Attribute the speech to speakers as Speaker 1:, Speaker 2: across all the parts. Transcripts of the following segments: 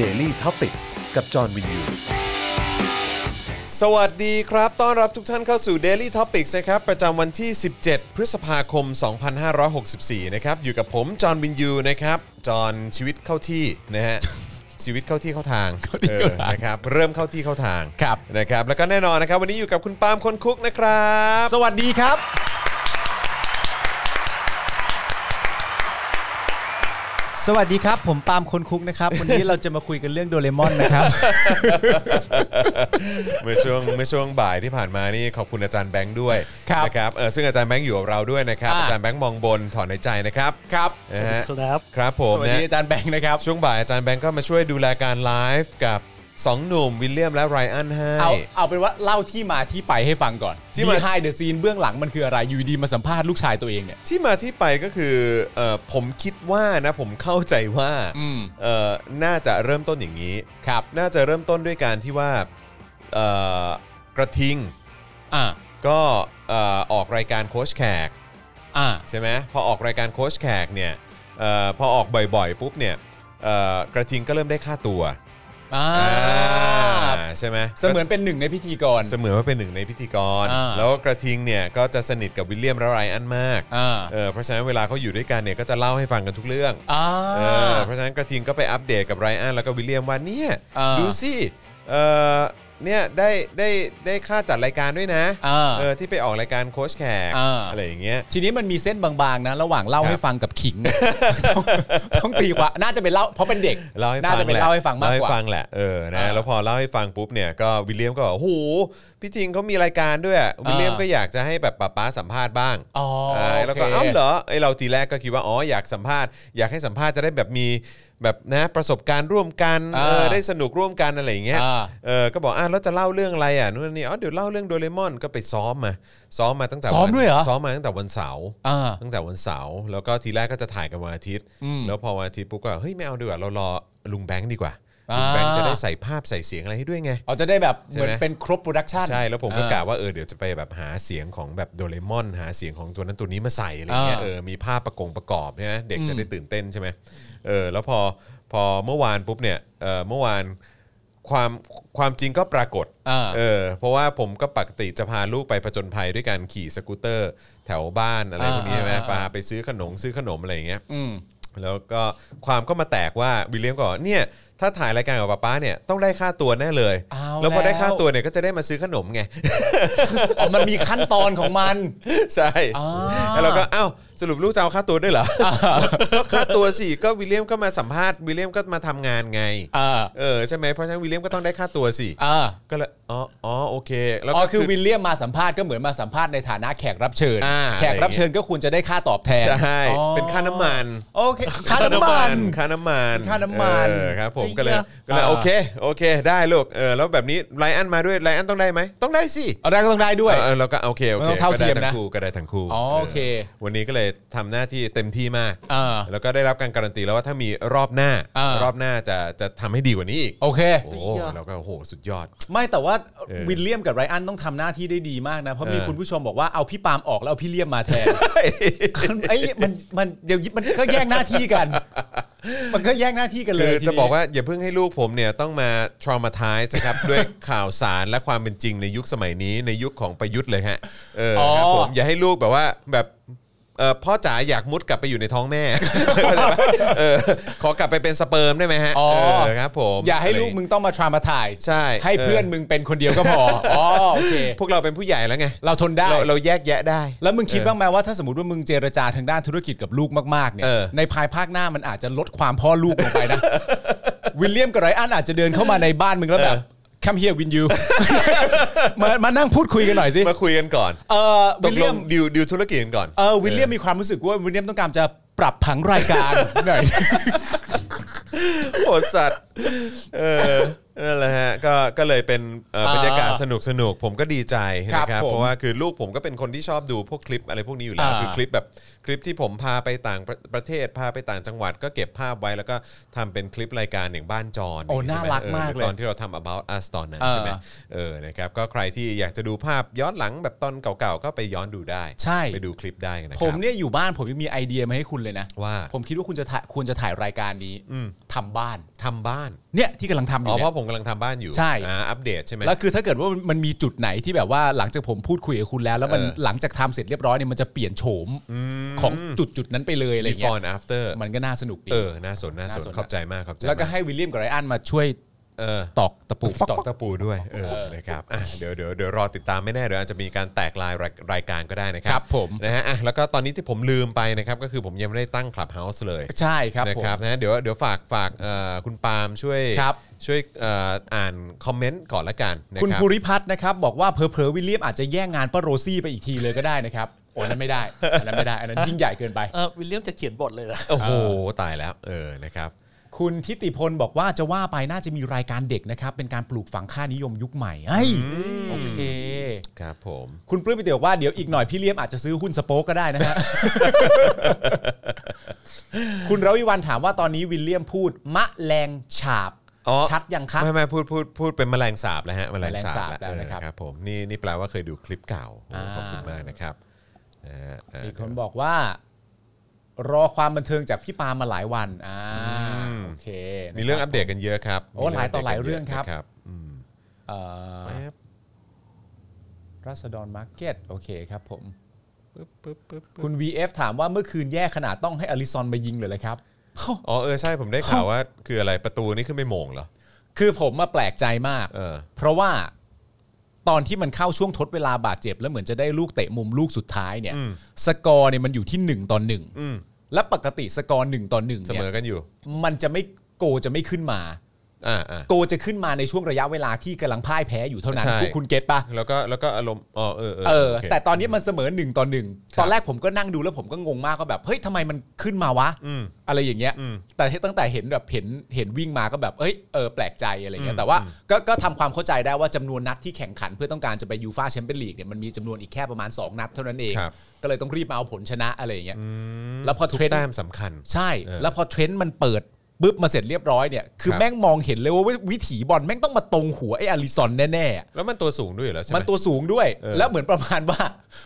Speaker 1: Daily t o p i c กกับจอห์นวินยู
Speaker 2: สวัสดีครับ ต้อนรับทุกท่านเข้าสู่ Daily Topics นะครับ ประจำวันที่ 17 พฤษภาคม 2564 นะครับ อยู่กับผม จอห์นวินยู นะครับ จอห์นชีวิตเข้าที่นะฮะ ชีวิตเข้าที่เข้าทางเออนะครับ เริ่มเข้าที่เข้าทาง
Speaker 3: ครับ
Speaker 2: นะครับ แล้วก็แน่นอนนะครับ วันนี้อยู่กับคุณปาล์มคนคุกนะครับ
Speaker 3: สวัสดีครับ สวัสดีครับ ผมปาล์มคนคุก นะครับ วันนี้เราจะมาคุยกันเรื่องโดเรมอนนะครับ
Speaker 2: เมื่อช่วงเมื่อช่วงบ่ายที่ผ่านมานี่ขอบคุณอาจารย์แบงค์ด้วย
Speaker 3: ครับ
Speaker 2: นะครับเออซึ่งอาจารย์แบงค์อยู่กับเราด้วยนะครับ
Speaker 3: อ่า
Speaker 2: อาจารย์แบงค์มองบนถอนในใจนะครับ
Speaker 3: ครับ
Speaker 2: นะฮะ
Speaker 4: ครับ
Speaker 2: ครับผม
Speaker 3: สวัสดี
Speaker 2: นะ
Speaker 3: อาจารย์แบงค์นะครับ
Speaker 2: ช่วงบ่ายอาจารย์แบงค์ก็มาช่วยดูแลการไลฟ์กับสองหนุ่มวิลเลียมและไรอันให้
Speaker 3: เอาเอาเป็นว่าเล่าที่มาที่ไปให้ฟังก่อน
Speaker 2: ที่มา
Speaker 3: ไฮเดอะซีนเบื้องหลังมันคืออะไรอยู่ดีมาสัมภาษณ์ลูกชายตัวเองเนี่ย
Speaker 2: ที่มาที่ไปก็คือเออผมคิดว่านะผมเข้าใจว่า
Speaker 3: อืม
Speaker 2: เออน่าจะเริ่มต้นอย่างนี้
Speaker 3: ครับ
Speaker 2: น่าจะเริ่มต้นด้วยการที่ว่าเอ่อกระทิง
Speaker 3: อ่า
Speaker 2: ก็เอ่อออกรายการโค้ชแขก
Speaker 3: อ่า
Speaker 2: ใช่ไหมพอออกรายการโค้ชแขกเนี่ยเออพอออกบ่อยๆปุ๊บเนี่ยเอ่อกระทิงก็เริ่มได้ค่าตัว
Speaker 3: อ่า
Speaker 2: อ่าใช่ไหม
Speaker 3: เสมือนเป็นหนึ่งในพิธีกร
Speaker 2: เสมือนว่าเป็นหนึ่งในพิธีกร
Speaker 3: อ่า
Speaker 2: แล้วกระทิงเนี่ยก็จะสนิทกับวิลเลียมและไรอันมาก
Speaker 3: อ่า
Speaker 2: เออเพราะฉะนั้นเวลาเขาอยู่ด้วยกันเนี่ยก็จะเล่าให้ฟังกันทุกเรื่อง
Speaker 3: อ่า
Speaker 2: เออเพราะฉะนั้นกระทิงก็ไปอัปเดตกับไรอันแล้วก็วิลเลียมว่าเนี่ย
Speaker 3: อ่า
Speaker 2: ดูสิเออเนี่ยได้ได้ได้ค่าจัดรายการด้วยนะ
Speaker 3: อ่า
Speaker 2: เออที่ไปออกรายการโค้ชแขก
Speaker 3: อ่า
Speaker 2: อะไรอย่างเงี้ย
Speaker 3: ทีนี้มันมีเส้นบางๆนะ ระหว่างเล่า
Speaker 2: ครับ
Speaker 3: ให้ฟังกับ ขิง ต้องต้องตีว่าน่าจะเป็นเล่าเพราะเป็นเด็ก
Speaker 2: เล่าให้
Speaker 3: น่า
Speaker 2: ฟัง
Speaker 3: จะเป็น
Speaker 2: แหละ
Speaker 3: เล่าให้ฟังมากกว่า
Speaker 2: เล่ให้ฟังแหละเออนะ
Speaker 3: อ่า
Speaker 2: แล้วพอเล่าให้ฟังปุ๊บเนี่ยก็วิลเลียมก็บอกโอ้โหพี่ทิงเขามีรายการด้วยอะวิลเลียมก็อยากจะให้แบบป๊าป๊าสัมภาษณ์บ้าง
Speaker 3: อ๋อ
Speaker 2: เอแล้วก็
Speaker 3: โอเค
Speaker 2: เอ้าเหรอไอเราทีแรกก็คิดว่าอ๋ออยากสัมภาษณ์อยากให้สัมภาษณ์จะได้แบบมีแบบนะประสบการณ์ร่วมกัน
Speaker 3: อ่า
Speaker 2: เออได้สนุกร่วมกันอะไรอย่างเงี้ย
Speaker 3: อ่า
Speaker 2: เออก็บอกอ่ะแล้วจะเล่าเรื่องอะไรอ่ะนู่นนี่อ๋อเดี๋ยวเล่าเรื่องโดเรมอนก็ไปซ้อมมาซ้อมมาตั้งแต่น
Speaker 3: ซ้อมด้วยเหรอ
Speaker 2: ซ้อมมาตั้งแต่วันเสาร์
Speaker 3: อ่า
Speaker 2: ตั้งแต่วันเสาร์แล้วก็ทีแรกก็จะถ่ายกันวันอาทิตย์
Speaker 3: อืม
Speaker 2: แล้วพอวันอาทิตย์ปุ๊บก็เฮ้ยไม่เอาดีกว่าเรารอลุงแบงค์ดีกว่า
Speaker 3: อ่า
Speaker 2: ลุงแบงค์จะได้ใส่ภาพใส่เสียงอะไรให้ด้วยไง
Speaker 3: เอาจะได้แบบ
Speaker 2: ใช่
Speaker 3: เหมือน
Speaker 2: ไหม
Speaker 3: เป็นครบโปรดักชัน
Speaker 2: ใช่แล้วผมก็กะว่าเออเดี๋ยวจะไปแบบหาเสียงของแบบโดเรมอน หาเสียงของตัวนั้นตัวนี้มาใส่อะไรเงี้ย
Speaker 3: อ่า
Speaker 2: เออมีภาพประกงประกอบใช่ไหมเด็กจะได้ตื่นเต้นใช่ไหมเออแล้วพอพอเมื่อวานปุ๊บเนี่ยเออเมื่อวานความความจริงก็ปรากฏ
Speaker 3: อ่า
Speaker 2: เออเพราะว่าผมก็ปกติจะพาลูกไปผจญภัยด้วยการขี่สกูตเตอร์ แถวบ้านอะไรพวกนี้ใช่ไหมพาไปซื้อขนมซื้อขนมอะไรอย่างเงี้ย
Speaker 3: อืม
Speaker 2: แล้วก็ความก็มาแตกว่าวิลเลียมก็บอกเนี่ยถ้าถ่ายรายการกับป๊าป้าเนี่ยต้องได้ค่าตัวแน่เลย
Speaker 3: เอา
Speaker 2: แล้วพอได้
Speaker 3: แล้ว
Speaker 2: ค่าตัวเนี่ยก็จะได้มาซื้อขนมไง
Speaker 3: อ๋อมันมีขั้นตอนของมัน
Speaker 2: ใช่
Speaker 3: อ่า
Speaker 2: แล้วเราก็เอ้าสรุปลูกจะเอาค่าตัวด้วยเหรอ ก็ ค่าตัวสิก็วิลเลียมก็มาสัมภาษณ์วิลเลียมก็มาทำงานไง
Speaker 3: อ่า
Speaker 2: เออใช่ไหมเพราะฉะนั้นวิลเลียมก็ต้องได้ค่าตัวสิ
Speaker 3: อ่า
Speaker 2: ก็เลยอ๋ออ๋อโอเค แล้ว
Speaker 3: อ๋อ
Speaker 2: ก็
Speaker 3: คือวิลเลียมมาสัมภาษณ์ก็เหมือนมาสัมภาษณ์ในฐานะแขกรับเชิญ
Speaker 2: อ่า
Speaker 3: แขกรับเชิญก็ควรจะได้ค่าตอบแทน
Speaker 2: ใช่
Speaker 3: อ๋อ
Speaker 2: เป็นค่าน้ำมัน
Speaker 3: โอเคค่าน้ำมัน
Speaker 2: ค่าน้ำมัน
Speaker 3: ค่าน้ำมัน
Speaker 2: เออครับผมก็เลย
Speaker 4: ไอ้ยะ
Speaker 2: ก็เลย
Speaker 3: อ่า
Speaker 2: โอเคโอเคได้ลูกเออแล้วแบบนี้ไลอันมาด้วยไลอันต้องได้ไหมต้องได้สิ
Speaker 3: เอาได้ก็ต้องได้ด้วย
Speaker 2: เออเราก็โอเคโอ
Speaker 3: มัน
Speaker 2: เค
Speaker 3: ต้องเท่าเทียม
Speaker 2: ก็ได้
Speaker 3: นะ
Speaker 2: ทั้งคู่ก็ได้ทั้งคู่
Speaker 3: อ๋อโอเค
Speaker 2: วันนี้ก็เลยทำหน้าที่เต็มที่มาก
Speaker 3: อ่า
Speaker 2: แล้วก็ได้รับการการันตีแล้วว่าถ้ามีรอบหน้า
Speaker 3: อ่าร ร
Speaker 2: อบหน้าจะจะทำให้ดีกว่านี้อีก
Speaker 3: โอเค
Speaker 2: โอ้โห
Speaker 4: ไอ้ยะ
Speaker 2: เราก็โอ้โหสุดยอด
Speaker 3: ไม่แต่ว่า
Speaker 2: เออ
Speaker 3: วิลเลียมกับไรอันต้องทำหน้าที่ได้ดีมากนะ เพราะมี
Speaker 2: เออ
Speaker 3: คุณผู้ชมบอกว่าเอาพี่ปาล์มออกแล้วเอาพี่เลียมมาแท นไอ้ยมันมันเดี๋ยวมันก็แย่งหน้าที่กัน มันก็แย่งหน้าที่กันเล
Speaker 2: คื
Speaker 3: ย
Speaker 2: อ
Speaker 3: ทีนี้
Speaker 2: จะบอกว่าอย่าเพิ่งให้ลูกผมเนี่ยต้องมา traumatize นะครับ ด้วยข่าวสารและความเป็นจริงในยุคสมัยนี้ในยุคของประยุทธ์เลยฮะเออครับผมอย่าให้ลูกแบบว่าแบบเออพ่อจ๋าอยากมุดกลับไปอยู่ในท้องแม่ เข้าใจปะเออขอกลับไปเป็นสเปิร์มได้ไหมฮะ
Speaker 3: อ๋อ
Speaker 2: เออครับผม
Speaker 3: อย่าให้ลูกมึงต้องมาทรามาถ่าย
Speaker 2: ใช่
Speaker 3: ให้เพื่อน
Speaker 2: อ
Speaker 3: มึงเป็นคนเดียวก็พอ อ๋อโอเค
Speaker 2: อพวกเราเป็นผู้ใหญ่แล้วไง
Speaker 3: เราทนได้
Speaker 2: เราเราแยกแยะได้
Speaker 3: แล้วมึงคิด
Speaker 2: เออ
Speaker 3: บ้างไหมว่าถ้าสมมติว่ามึงเจรจาทางด้านธุรกิจกับลูกมากๆเนี่ย
Speaker 2: เออ
Speaker 3: ในภายภาคหน้ามันอาจจะลดความพ่อลูกลงไป นะ วิลเลียมกับไรอันอาจจะเดินเข้ามาในบ้านมึงแล้วแบบคัมเฮียวินยู มามานั่งพูดคุยกันหน่อยสิ
Speaker 2: มาคุยกันก่อน
Speaker 3: เออ
Speaker 2: ต
Speaker 3: วิ
Speaker 2: ก
Speaker 3: ล
Speaker 2: ล
Speaker 3: เลีย
Speaker 2: ง
Speaker 3: ม
Speaker 2: ดิวดิวธุรกิจกันก่อน
Speaker 3: เออวิลเลียมมีความรู้สึกว่าวิลเลียมต้องการจะปรับผังรายการหน่ อย
Speaker 2: โหดสัตว์ เออ นั่นแหละฮะ ก็ ก็เลยเป็นเอ่อ
Speaker 3: อ่า
Speaker 2: บรรยากาศสนุกสนุก ผมก็ดีใจ
Speaker 3: ครับ
Speaker 2: นะครับ
Speaker 3: ผม
Speaker 2: เพราะว่าคือลูกผมก็เป็นคนที่ชอบดูพวกคลิปอะไรพวกนี้อยู่แล้ว
Speaker 3: อ่า
Speaker 2: คือคลิปแบบคลิปที่ผมพาไปต่างประประเทศ พาไปต่างจังหวัด ก็เก็บภาพไว้แล้วก็ทำเป็นคลิปรายการอย่างบ้านจร
Speaker 3: โอ้
Speaker 2: ย่ง
Speaker 3: น่ารัก
Speaker 2: ใช่ไห
Speaker 3: มาก
Speaker 2: ออ
Speaker 3: เลย
Speaker 2: ตอนที่เราทำ about us ตอนนั้น
Speaker 3: อ่า
Speaker 2: ใช่ไหมเออ นะครับ ก็ใครที่อยากจะดูภาพย้อนหลังแบบตอนเก่าๆ ก็ไปย้อนดูได้
Speaker 3: ใช่
Speaker 2: ไปดูคลิปได้นะครับ
Speaker 3: ผมเนี่ยอยู่บ้านผมยังมีไอเดียมาให้คุณเลยนะ
Speaker 2: ว่า
Speaker 3: ผมคิดว่าคุณจะถ่ายควรจะถ่ายรายการนี้ทำบ้าน
Speaker 2: ทำบ้าน าน
Speaker 3: เนี่ยที่กำลังทำอ
Speaker 2: อ๋
Speaker 3: ยู่
Speaker 2: อเพราะ
Speaker 3: เนี่ย
Speaker 2: ผมกำลังทำบ้านอยู่
Speaker 3: ใช่
Speaker 2: อ่าอัปเดตใช่ไหม
Speaker 3: แล้วคือถ้าเกิดว่ามันมีจุดไหนที่แบบว่าหลังจากผมพูดคุยกับคุณแล้ว แล้วมัน
Speaker 2: เออ
Speaker 3: หลังจากทำเสร็จเรียบร้อยเนี่ยมันจะเปลี่ยนโฉมของจุดจุดๆนั้นไปเลยอะไรเงี้
Speaker 2: before
Speaker 3: ย
Speaker 2: and after
Speaker 3: มันก็น่าสนุกดี
Speaker 2: เออน่าสนน่าส
Speaker 3: น่าส
Speaker 2: น
Speaker 3: น
Speaker 2: ขอบใจมากขอบใจ
Speaker 3: แล้วก็
Speaker 2: มา
Speaker 3: ให้วิลเลียมกับไรอันมาช่วย
Speaker 2: เออ
Speaker 3: ตอกตะปู
Speaker 2: ตอกตะปูด้วยเออนะครับอ่ะเดี๋ยวเดี๋ยวเดี๋ยวรอติดตามไม่แน่เดี๋ยวอาจจะมีการแตกลายรายรายการก็ได้นะครั
Speaker 3: ครับผม
Speaker 2: นะฮะอ่ะแล้วก็ตอนนี้ที่ผมลืมไปนะครับก็คือผมยังไม่ได้ตั้งคลับเฮาส์เลย
Speaker 3: ใช่ครับ
Speaker 2: นะ
Speaker 3: ผม
Speaker 2: ครับนะเดี๋ยวเดี๋ยวฝากฝากเอ่อคุณปาล์มช่วย
Speaker 3: ครับ
Speaker 2: ช่วยเอ่ออ่านคอมเมนต์ก่อนละกันนะ
Speaker 3: คุณ
Speaker 2: ครับ
Speaker 3: ภูริพัฒน์นะครับ บอกว่าเพอเพอๆวิลเลียมอาจจะแย่งงานป้าโรซี่ไปอีกทีเลยก็ได้นะครับโอ้อันนั้นไม่ได้อันนั้นไม่ได้อันนั้นยิ่งใหญ่เกินไป
Speaker 4: เออวิลเลียมจะเขียนบทเลยนะ
Speaker 2: โอ้โหตายแล้วเออนะครับ
Speaker 3: คุณทิติพลบอกว่าจะว่าไปน่าจะมีรายการเด็กนะครับ เป็นการปลูกฝังค่านิยมยุคใหม่เอ้ยโอเค
Speaker 2: ครับผม
Speaker 3: คุณปลื้มปิติบอกว่าเดี๋ยวอีกหน่อยพี่เลี้ยมอาจจะซื้อหุ้นสโป๊กก็ได้นะ ฮะ คุณระวิวันถามว่าตอนนี้วิลเลียมพูด มะแรงฉาบ
Speaker 2: อ๋อ
Speaker 3: ชัดยังคะ
Speaker 2: ไม่ไม่พูดพูดพูดเป็นแมลงสาบแล้วฮะแมลงสาบ
Speaker 3: แมลงสาบแล้วนะครับ
Speaker 2: เออผมนี่นี่แปลว่าเคยดูคลิปเก่าโอ้โหขอบคุณมากนะครับนะฮะเออ
Speaker 3: มีคนบอกว่า รอความบันเทิงจากพี่ปามาหลายวันอ่าโอเคนะคบ
Speaker 2: มีเรื่องอัปเดตกันเยอะครับ
Speaker 3: โอ้หลายต่อหลายเรื่องครับ
Speaker 2: นะอืม
Speaker 3: เอ่อ
Speaker 2: แป๊บ
Speaker 3: รัศดรมาร์เก็ตโอเคครับผม
Speaker 2: ปึ๊บปึ๊บปึ๊บปึ๊บ
Speaker 3: คุณ VF ถามว่าเมื่อคืนแย่ขนาดต้องให้อลิซอนมายิงเลยเลยครับ
Speaker 2: อ๋อเออใช่ผมได้ข่าวว่าคืออะไรประตูนี่ขึ้นไม่โมงเหรอ
Speaker 3: คือผมมาแปลกใจมาก
Speaker 2: เออ
Speaker 3: เพราะว่าตอนที่มันเข้าช่วงทดเวลาบาดเจ็บ แล้วเหมือนจะได้ลูกเตะมุมลูกสุดท้ายเนี่ย
Speaker 2: อืม
Speaker 3: สกอร์เนี่ยมันอยู่ที่1ต่อหนึ่ง
Speaker 2: อืม
Speaker 3: และปกติสกอร์หนึ่งต่อหนึ่ง
Speaker 2: เส
Speaker 3: เนี่
Speaker 2: มอย กันอยู่
Speaker 3: มันจะไม่โกจะไม่ขึ้นมา
Speaker 2: อ่าอ่า
Speaker 3: โกจะขึ้นมาในช่วงระยะเวลาที่กำลังพ่ายแพ้อยู่เท่านั้น
Speaker 2: ใช่
Speaker 3: คุณคุณเก็ตปะ
Speaker 2: แล้วก็แล้วก็อารมณ์อ๋อเออ
Speaker 3: เออ
Speaker 2: โค
Speaker 3: แต่ตอนนี้มันเสมอหนึ่งต่อหนึ่ง
Speaker 2: ครับ
Speaker 3: ตอนแรกผมก็นั่งดูแล้วผมก็งงมากก็แบบเฮ้ยทำไมมันขึ้นมาวะ
Speaker 2: อืม
Speaker 3: อะไรอย่างเงี้ย
Speaker 2: อืม
Speaker 3: แต่ตั้งแต่เห็นแบบเห็นเห็นวิ่งมาก็แบบ เอ้ย เออ แปลกใจอะไรเงี้
Speaker 2: อื
Speaker 3: ย
Speaker 2: ม
Speaker 3: แต่ว่า
Speaker 2: อืม
Speaker 3: ก็ก็ทำความเข้าใจได้ว่าจำนวนนัดที่แข่งขันเพื่อต้องการจะไปยูฟาแชมเปี้ยนลีกเนี่ยมันมีจำนวนอีกแค่ประมาณ 2 นัดเท่านั้นเอง
Speaker 2: ครับ
Speaker 3: ก็เลยต้องรีบมาเอาผลชนะอะไรอย่างเงี้ย
Speaker 2: อืม
Speaker 3: แล้วพอ
Speaker 2: ทุก
Speaker 3: เทรนด์
Speaker 2: แต้มสำคัญ
Speaker 3: ใช่
Speaker 2: เออ
Speaker 3: แล้วพอเทรนด์มันเปิดปุ๊บมาเสร็จเรียบร้อยเนี่ย คือ
Speaker 2: ครับ
Speaker 3: แม่งมองเห็นเลยว่าวิถีบอลแม่งต้องมาตรงหัวไอ้อลิซอนแน่ๆ
Speaker 2: แล้วมันตัวสูงด้วยเหรอใช่ไหม
Speaker 3: มันตัวสูงด้วย
Speaker 2: เออ
Speaker 3: แล้วเหมือนประมาณว่า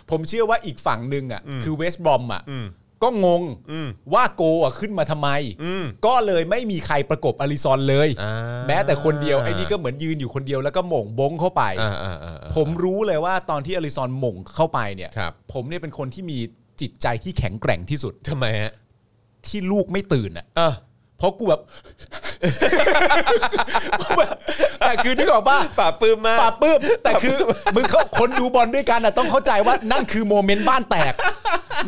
Speaker 3: ผมเชื่อว่าอีกฝั่งหนึ่งอ่ะ คือเวสต์บรอมอ่ะ
Speaker 2: อืม
Speaker 3: ก็งง
Speaker 2: อืม
Speaker 3: ว่าโกอ่ะขึ้นมาทำไม
Speaker 2: อืม
Speaker 3: ก็เลยไม่มีใครประกบอลิซอนเลย
Speaker 2: อ่า
Speaker 3: แม้แต่คนเดียว ไอ้นี่ก็เหมือนยืนอยู่คนเดียวแล้วก็หม่งบงเข้าไป
Speaker 2: อ่าอ่าอ่าอ่า
Speaker 3: ผมรู้เลยว่าตอนที่อลิซอนหม่งเข้าไปเนี่ย
Speaker 2: ครับ
Speaker 3: ผมเนี่ยเป็นคนที่มีจิตใจที่แข็งแกร่งที่สุด
Speaker 2: ทำไมฮะ
Speaker 3: ที่ลูกไม่ตื่นอ่ะ
Speaker 2: เออ
Speaker 3: เพราะกู แบบ แต่คือนึกออกป่ะ
Speaker 2: ป่าบปลื้มมาก
Speaker 3: ปาปื้มแต่คือมึงเขาคนดูบอลด้วยกันนะต้องเข้าใจว่านั่นคือโมเมนต์บ้านแตก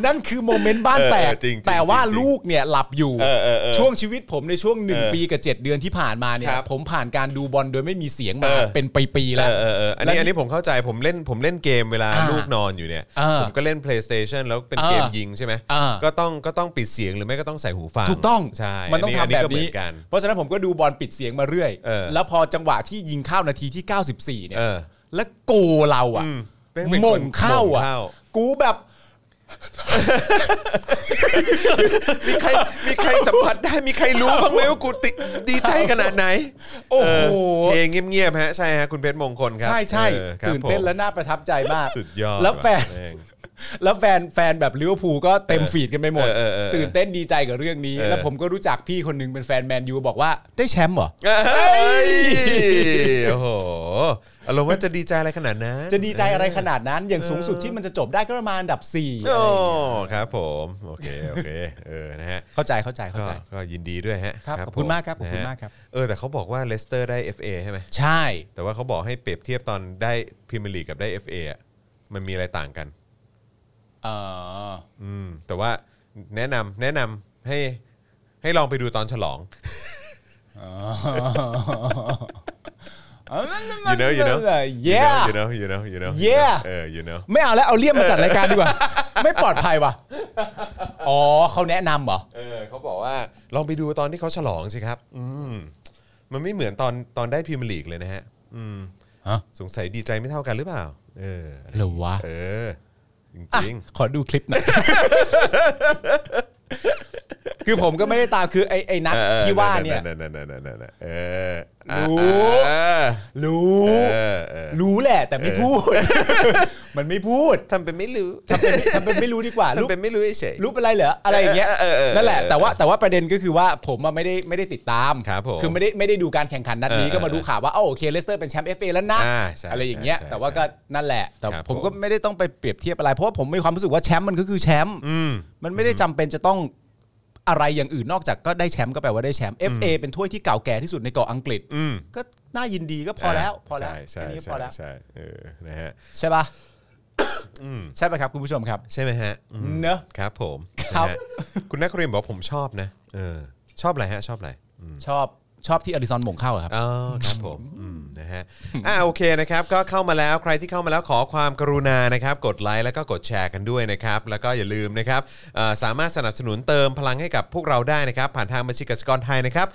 Speaker 3: นั่นคือโมเมนต์บ้านแตก
Speaker 2: เออจริงๆ
Speaker 3: แต่ว่า
Speaker 2: จริงๆ
Speaker 3: ลูกเนี่ยหลับอยู่
Speaker 2: เออเออเออ
Speaker 3: ช่วงชีวิตผมในช่วงหนึ่ง
Speaker 2: เออ
Speaker 3: ปีกับ 7 เดือนที่ผ่านมาเนี่ย
Speaker 2: ครับ
Speaker 3: ผมผ่านการดูบอลโดยไม่มีเสียงมา
Speaker 2: เออ
Speaker 3: เป็นปีๆแล้ว
Speaker 2: เออเออเอออันนี้อันนี้ผมเข้าใจผมเล่นผมเล่นเกมเวลา
Speaker 3: อ่า
Speaker 2: ลูกนอนอยู่เนี่ย
Speaker 3: เออ
Speaker 2: ผมก็เล่น PlayStation แล้วเป็น
Speaker 3: เออ
Speaker 2: เกมยิงใช่ไหม
Speaker 3: เออ
Speaker 2: ก็ต้องก็ต้องปิดเสียงหรือไม่ก็ต้องใส่หูฟัง
Speaker 3: ถูกต้อง
Speaker 2: ใช่
Speaker 3: มันต้องทำแบบ
Speaker 2: ก็เหมื
Speaker 3: นี้
Speaker 2: อกัน
Speaker 3: เพราะฉะนั้นผมก็ดูบอลปิดเสียงมาเรื่อย
Speaker 2: เออ
Speaker 3: แล้วพอจังหวะที่ยิงเข้านาทีที่ 94 เนี่ย
Speaker 2: เออ
Speaker 3: แล้วโกเราอ่ะ
Speaker 2: อืมเป็นคน
Speaker 3: หมงเข้าอ่ะ
Speaker 2: หม่งเข้า
Speaker 3: กูแบบ
Speaker 2: มีใครมีใครสัมผัสได้มีใครรู้บ้างไหมว่ากูติดีใจขนาดไหน
Speaker 3: โอ้โห
Speaker 2: เออเพลงเงียบๆฮะใช่ฮะคุณเพชรมงคลครับ
Speaker 3: ใช่ใช่
Speaker 2: ออครับ
Speaker 3: ตื่นเต้น
Speaker 2: ผม
Speaker 3: และน่าประทับใจมาก
Speaker 2: สุดยอด
Speaker 3: แล้วแฟน
Speaker 2: ว่ะม่ง
Speaker 3: แล้วแฟนแฟนแบบลิเวอร์พูลก็เต็มฟีดกันไปหมด
Speaker 2: เออเออเออ
Speaker 3: ตื่นเต้นดีใจกับเรื่องนี้
Speaker 2: เออ
Speaker 3: แล้วผมก็รู้จักพี่คนหนึงเป็นแฟนแมนยูบอกว่าได้แชมป์เหรอ
Speaker 2: เอ้ ยโอ้โหอารมณ์ว่าจะดีใจอะไรขนาดนั้น
Speaker 3: จะดีใจอะไรขนาดนั้น อย่างสูงสุดที่มันจะจบได้ก็ประมาณอันดับ4ี่
Speaker 2: โอ้ครับผมโอเคโอเคเออนะฮะ
Speaker 3: เข้าใจเข้าใจเข้า
Speaker 2: ก็
Speaker 3: ใจ
Speaker 2: ก็ยินดีด้วยฮะ
Speaker 3: ครับขอบคุ
Speaker 2: ผ
Speaker 3: ณมากครับขอบคุณ
Speaker 2: นะฮะ
Speaker 3: มากครับ
Speaker 2: เออแต่เขาบอกว่าเลสเตอร์ได้ FA ใช่ไหม
Speaker 3: ใช่
Speaker 2: แต่ว่าเขาบอกให้เปรียบเทียบตอนได้พรีเมียร์ลีกกับได้ FA อะมันมีอะไรต่างกัน
Speaker 3: เออ
Speaker 2: อืมแต่ว่าแนะนำแนะนำให้ให้ลองไปดูตอนฉลอง you know you know
Speaker 3: y e
Speaker 2: you know you know you know you know
Speaker 3: Yeah
Speaker 2: เออ you know
Speaker 3: ไม่เอาแล้วเอาเลี่ยมมาจัดรายการดีกว่า ไม่ปลอดภัยว่ะอ๋อเขาแนะนำเหรอ
Speaker 2: เออเขาบอกว่าลองไปดูตอนที่เขาฉลองสิครับ อืมมันไม่เหมือนตอนตอนได้พรีเมียร์ลีกเลยนะฮะ อืม
Speaker 3: ฮะ
Speaker 2: สงสัยดีใจไม่เท่ากันหรือเปล่า เออ
Speaker 3: หรือวะ
Speaker 2: เออ จ
Speaker 3: อ่ะ
Speaker 2: ริง
Speaker 3: ขอดูคลิปหน่อย คือผมก็ไม่ได้ตามคือไอ้ไอ้
Speaker 2: ๆ
Speaker 3: นัด
Speaker 2: เออ
Speaker 3: ที่ว่าเนี่ย
Speaker 2: นั่นๆๆๆๆๆเอออ่ะ
Speaker 3: รู้
Speaker 2: เออ
Speaker 3: รู้
Speaker 2: เออเออ
Speaker 3: รู้แหละแต่ไม่พูด มันไม่พูด
Speaker 2: ทำเป็นไม่รู้
Speaker 3: ทำเป็น ไม่ทำเป็นไม่รู้ดีกว่ารู้
Speaker 2: ทำเป็นไม่รู้เฉยๆ
Speaker 3: รู้เป็นไรเหรออะไรอย่างเงี้ย
Speaker 2: เออเออเออ
Speaker 3: นั่นแหละแต่ว่าแต่ว่าประเด็นก็คือว่าผมอะไม่ได้ไม่ได้ติดตาม
Speaker 2: ครับผม
Speaker 3: อไม่ได้ไม่ได้ดูการแข่งขันนัดนี้
Speaker 2: เออเอ
Speaker 3: ก็
Speaker 2: อ
Speaker 3: มาดูข่าวว่าเอ้าโอเคเลสเตอร์เป็นแชมป์เอฟเอแล้วนะ
Speaker 2: อ่าใช่
Speaker 3: อะไรอย่างเงี้ย
Speaker 2: ใช่ใช่
Speaker 3: แต่ว่าก็นั่นแหละแต่
Speaker 2: ครับ
Speaker 3: ผ
Speaker 2: ผ
Speaker 3: ม
Speaker 2: ม
Speaker 3: ก็ไม่ได้ต้องไปเปรียบเทียบอะไรเพราะว่าผมมีความรู้สึกว่าแชมป์มันก็คือแชมป์
Speaker 2: อืม
Speaker 3: มันไม่ได้จำเป็นจะต้องอะไรอย่างอื่นนอกจากก็ได้แชมป์ก็แปลว่าได้แชมป์ FA เป็นถ้วยที่เก่าแก่ที่สุดในเกาะอังกฤษ
Speaker 2: อืม
Speaker 3: ก็น่ายินดีก็พอแล้ว พอแล้ว
Speaker 2: ใช่ใช่
Speaker 3: แค่นี้ก็
Speaker 2: ใช่
Speaker 3: พอแล้ว
Speaker 2: ใช่เออนะฮะ
Speaker 3: ใช่ปะใช่ปะครับคุณผู้ชมครับ
Speaker 2: ใช่ไหมฮะอืม
Speaker 3: เนอะ
Speaker 2: ครับผม
Speaker 3: ครับ
Speaker 2: นะฮะคุณนักเรียนบอกว่าผมชอบนะเออชอบอะไรฮะชอบอะไร
Speaker 3: ชอบชอบที่อดิสันหมงเข้าอะครับ
Speaker 2: อ๋อครับผมอืมนะฮะอ่าโอเคนะครับก็เข้ามาแล้วใครที่เข้ามาแล้วขอความกรุณานะครับกดไลค์แล้วก็กดแชร์กันด้วยนะครับแล้วก็อย่าลืมนะครับเอ่อสามารถสนับสนุนเติมพลังให้กับพวกเราได้นะครับ ผ่านทางบัญชีกสิกรไทยนะครับ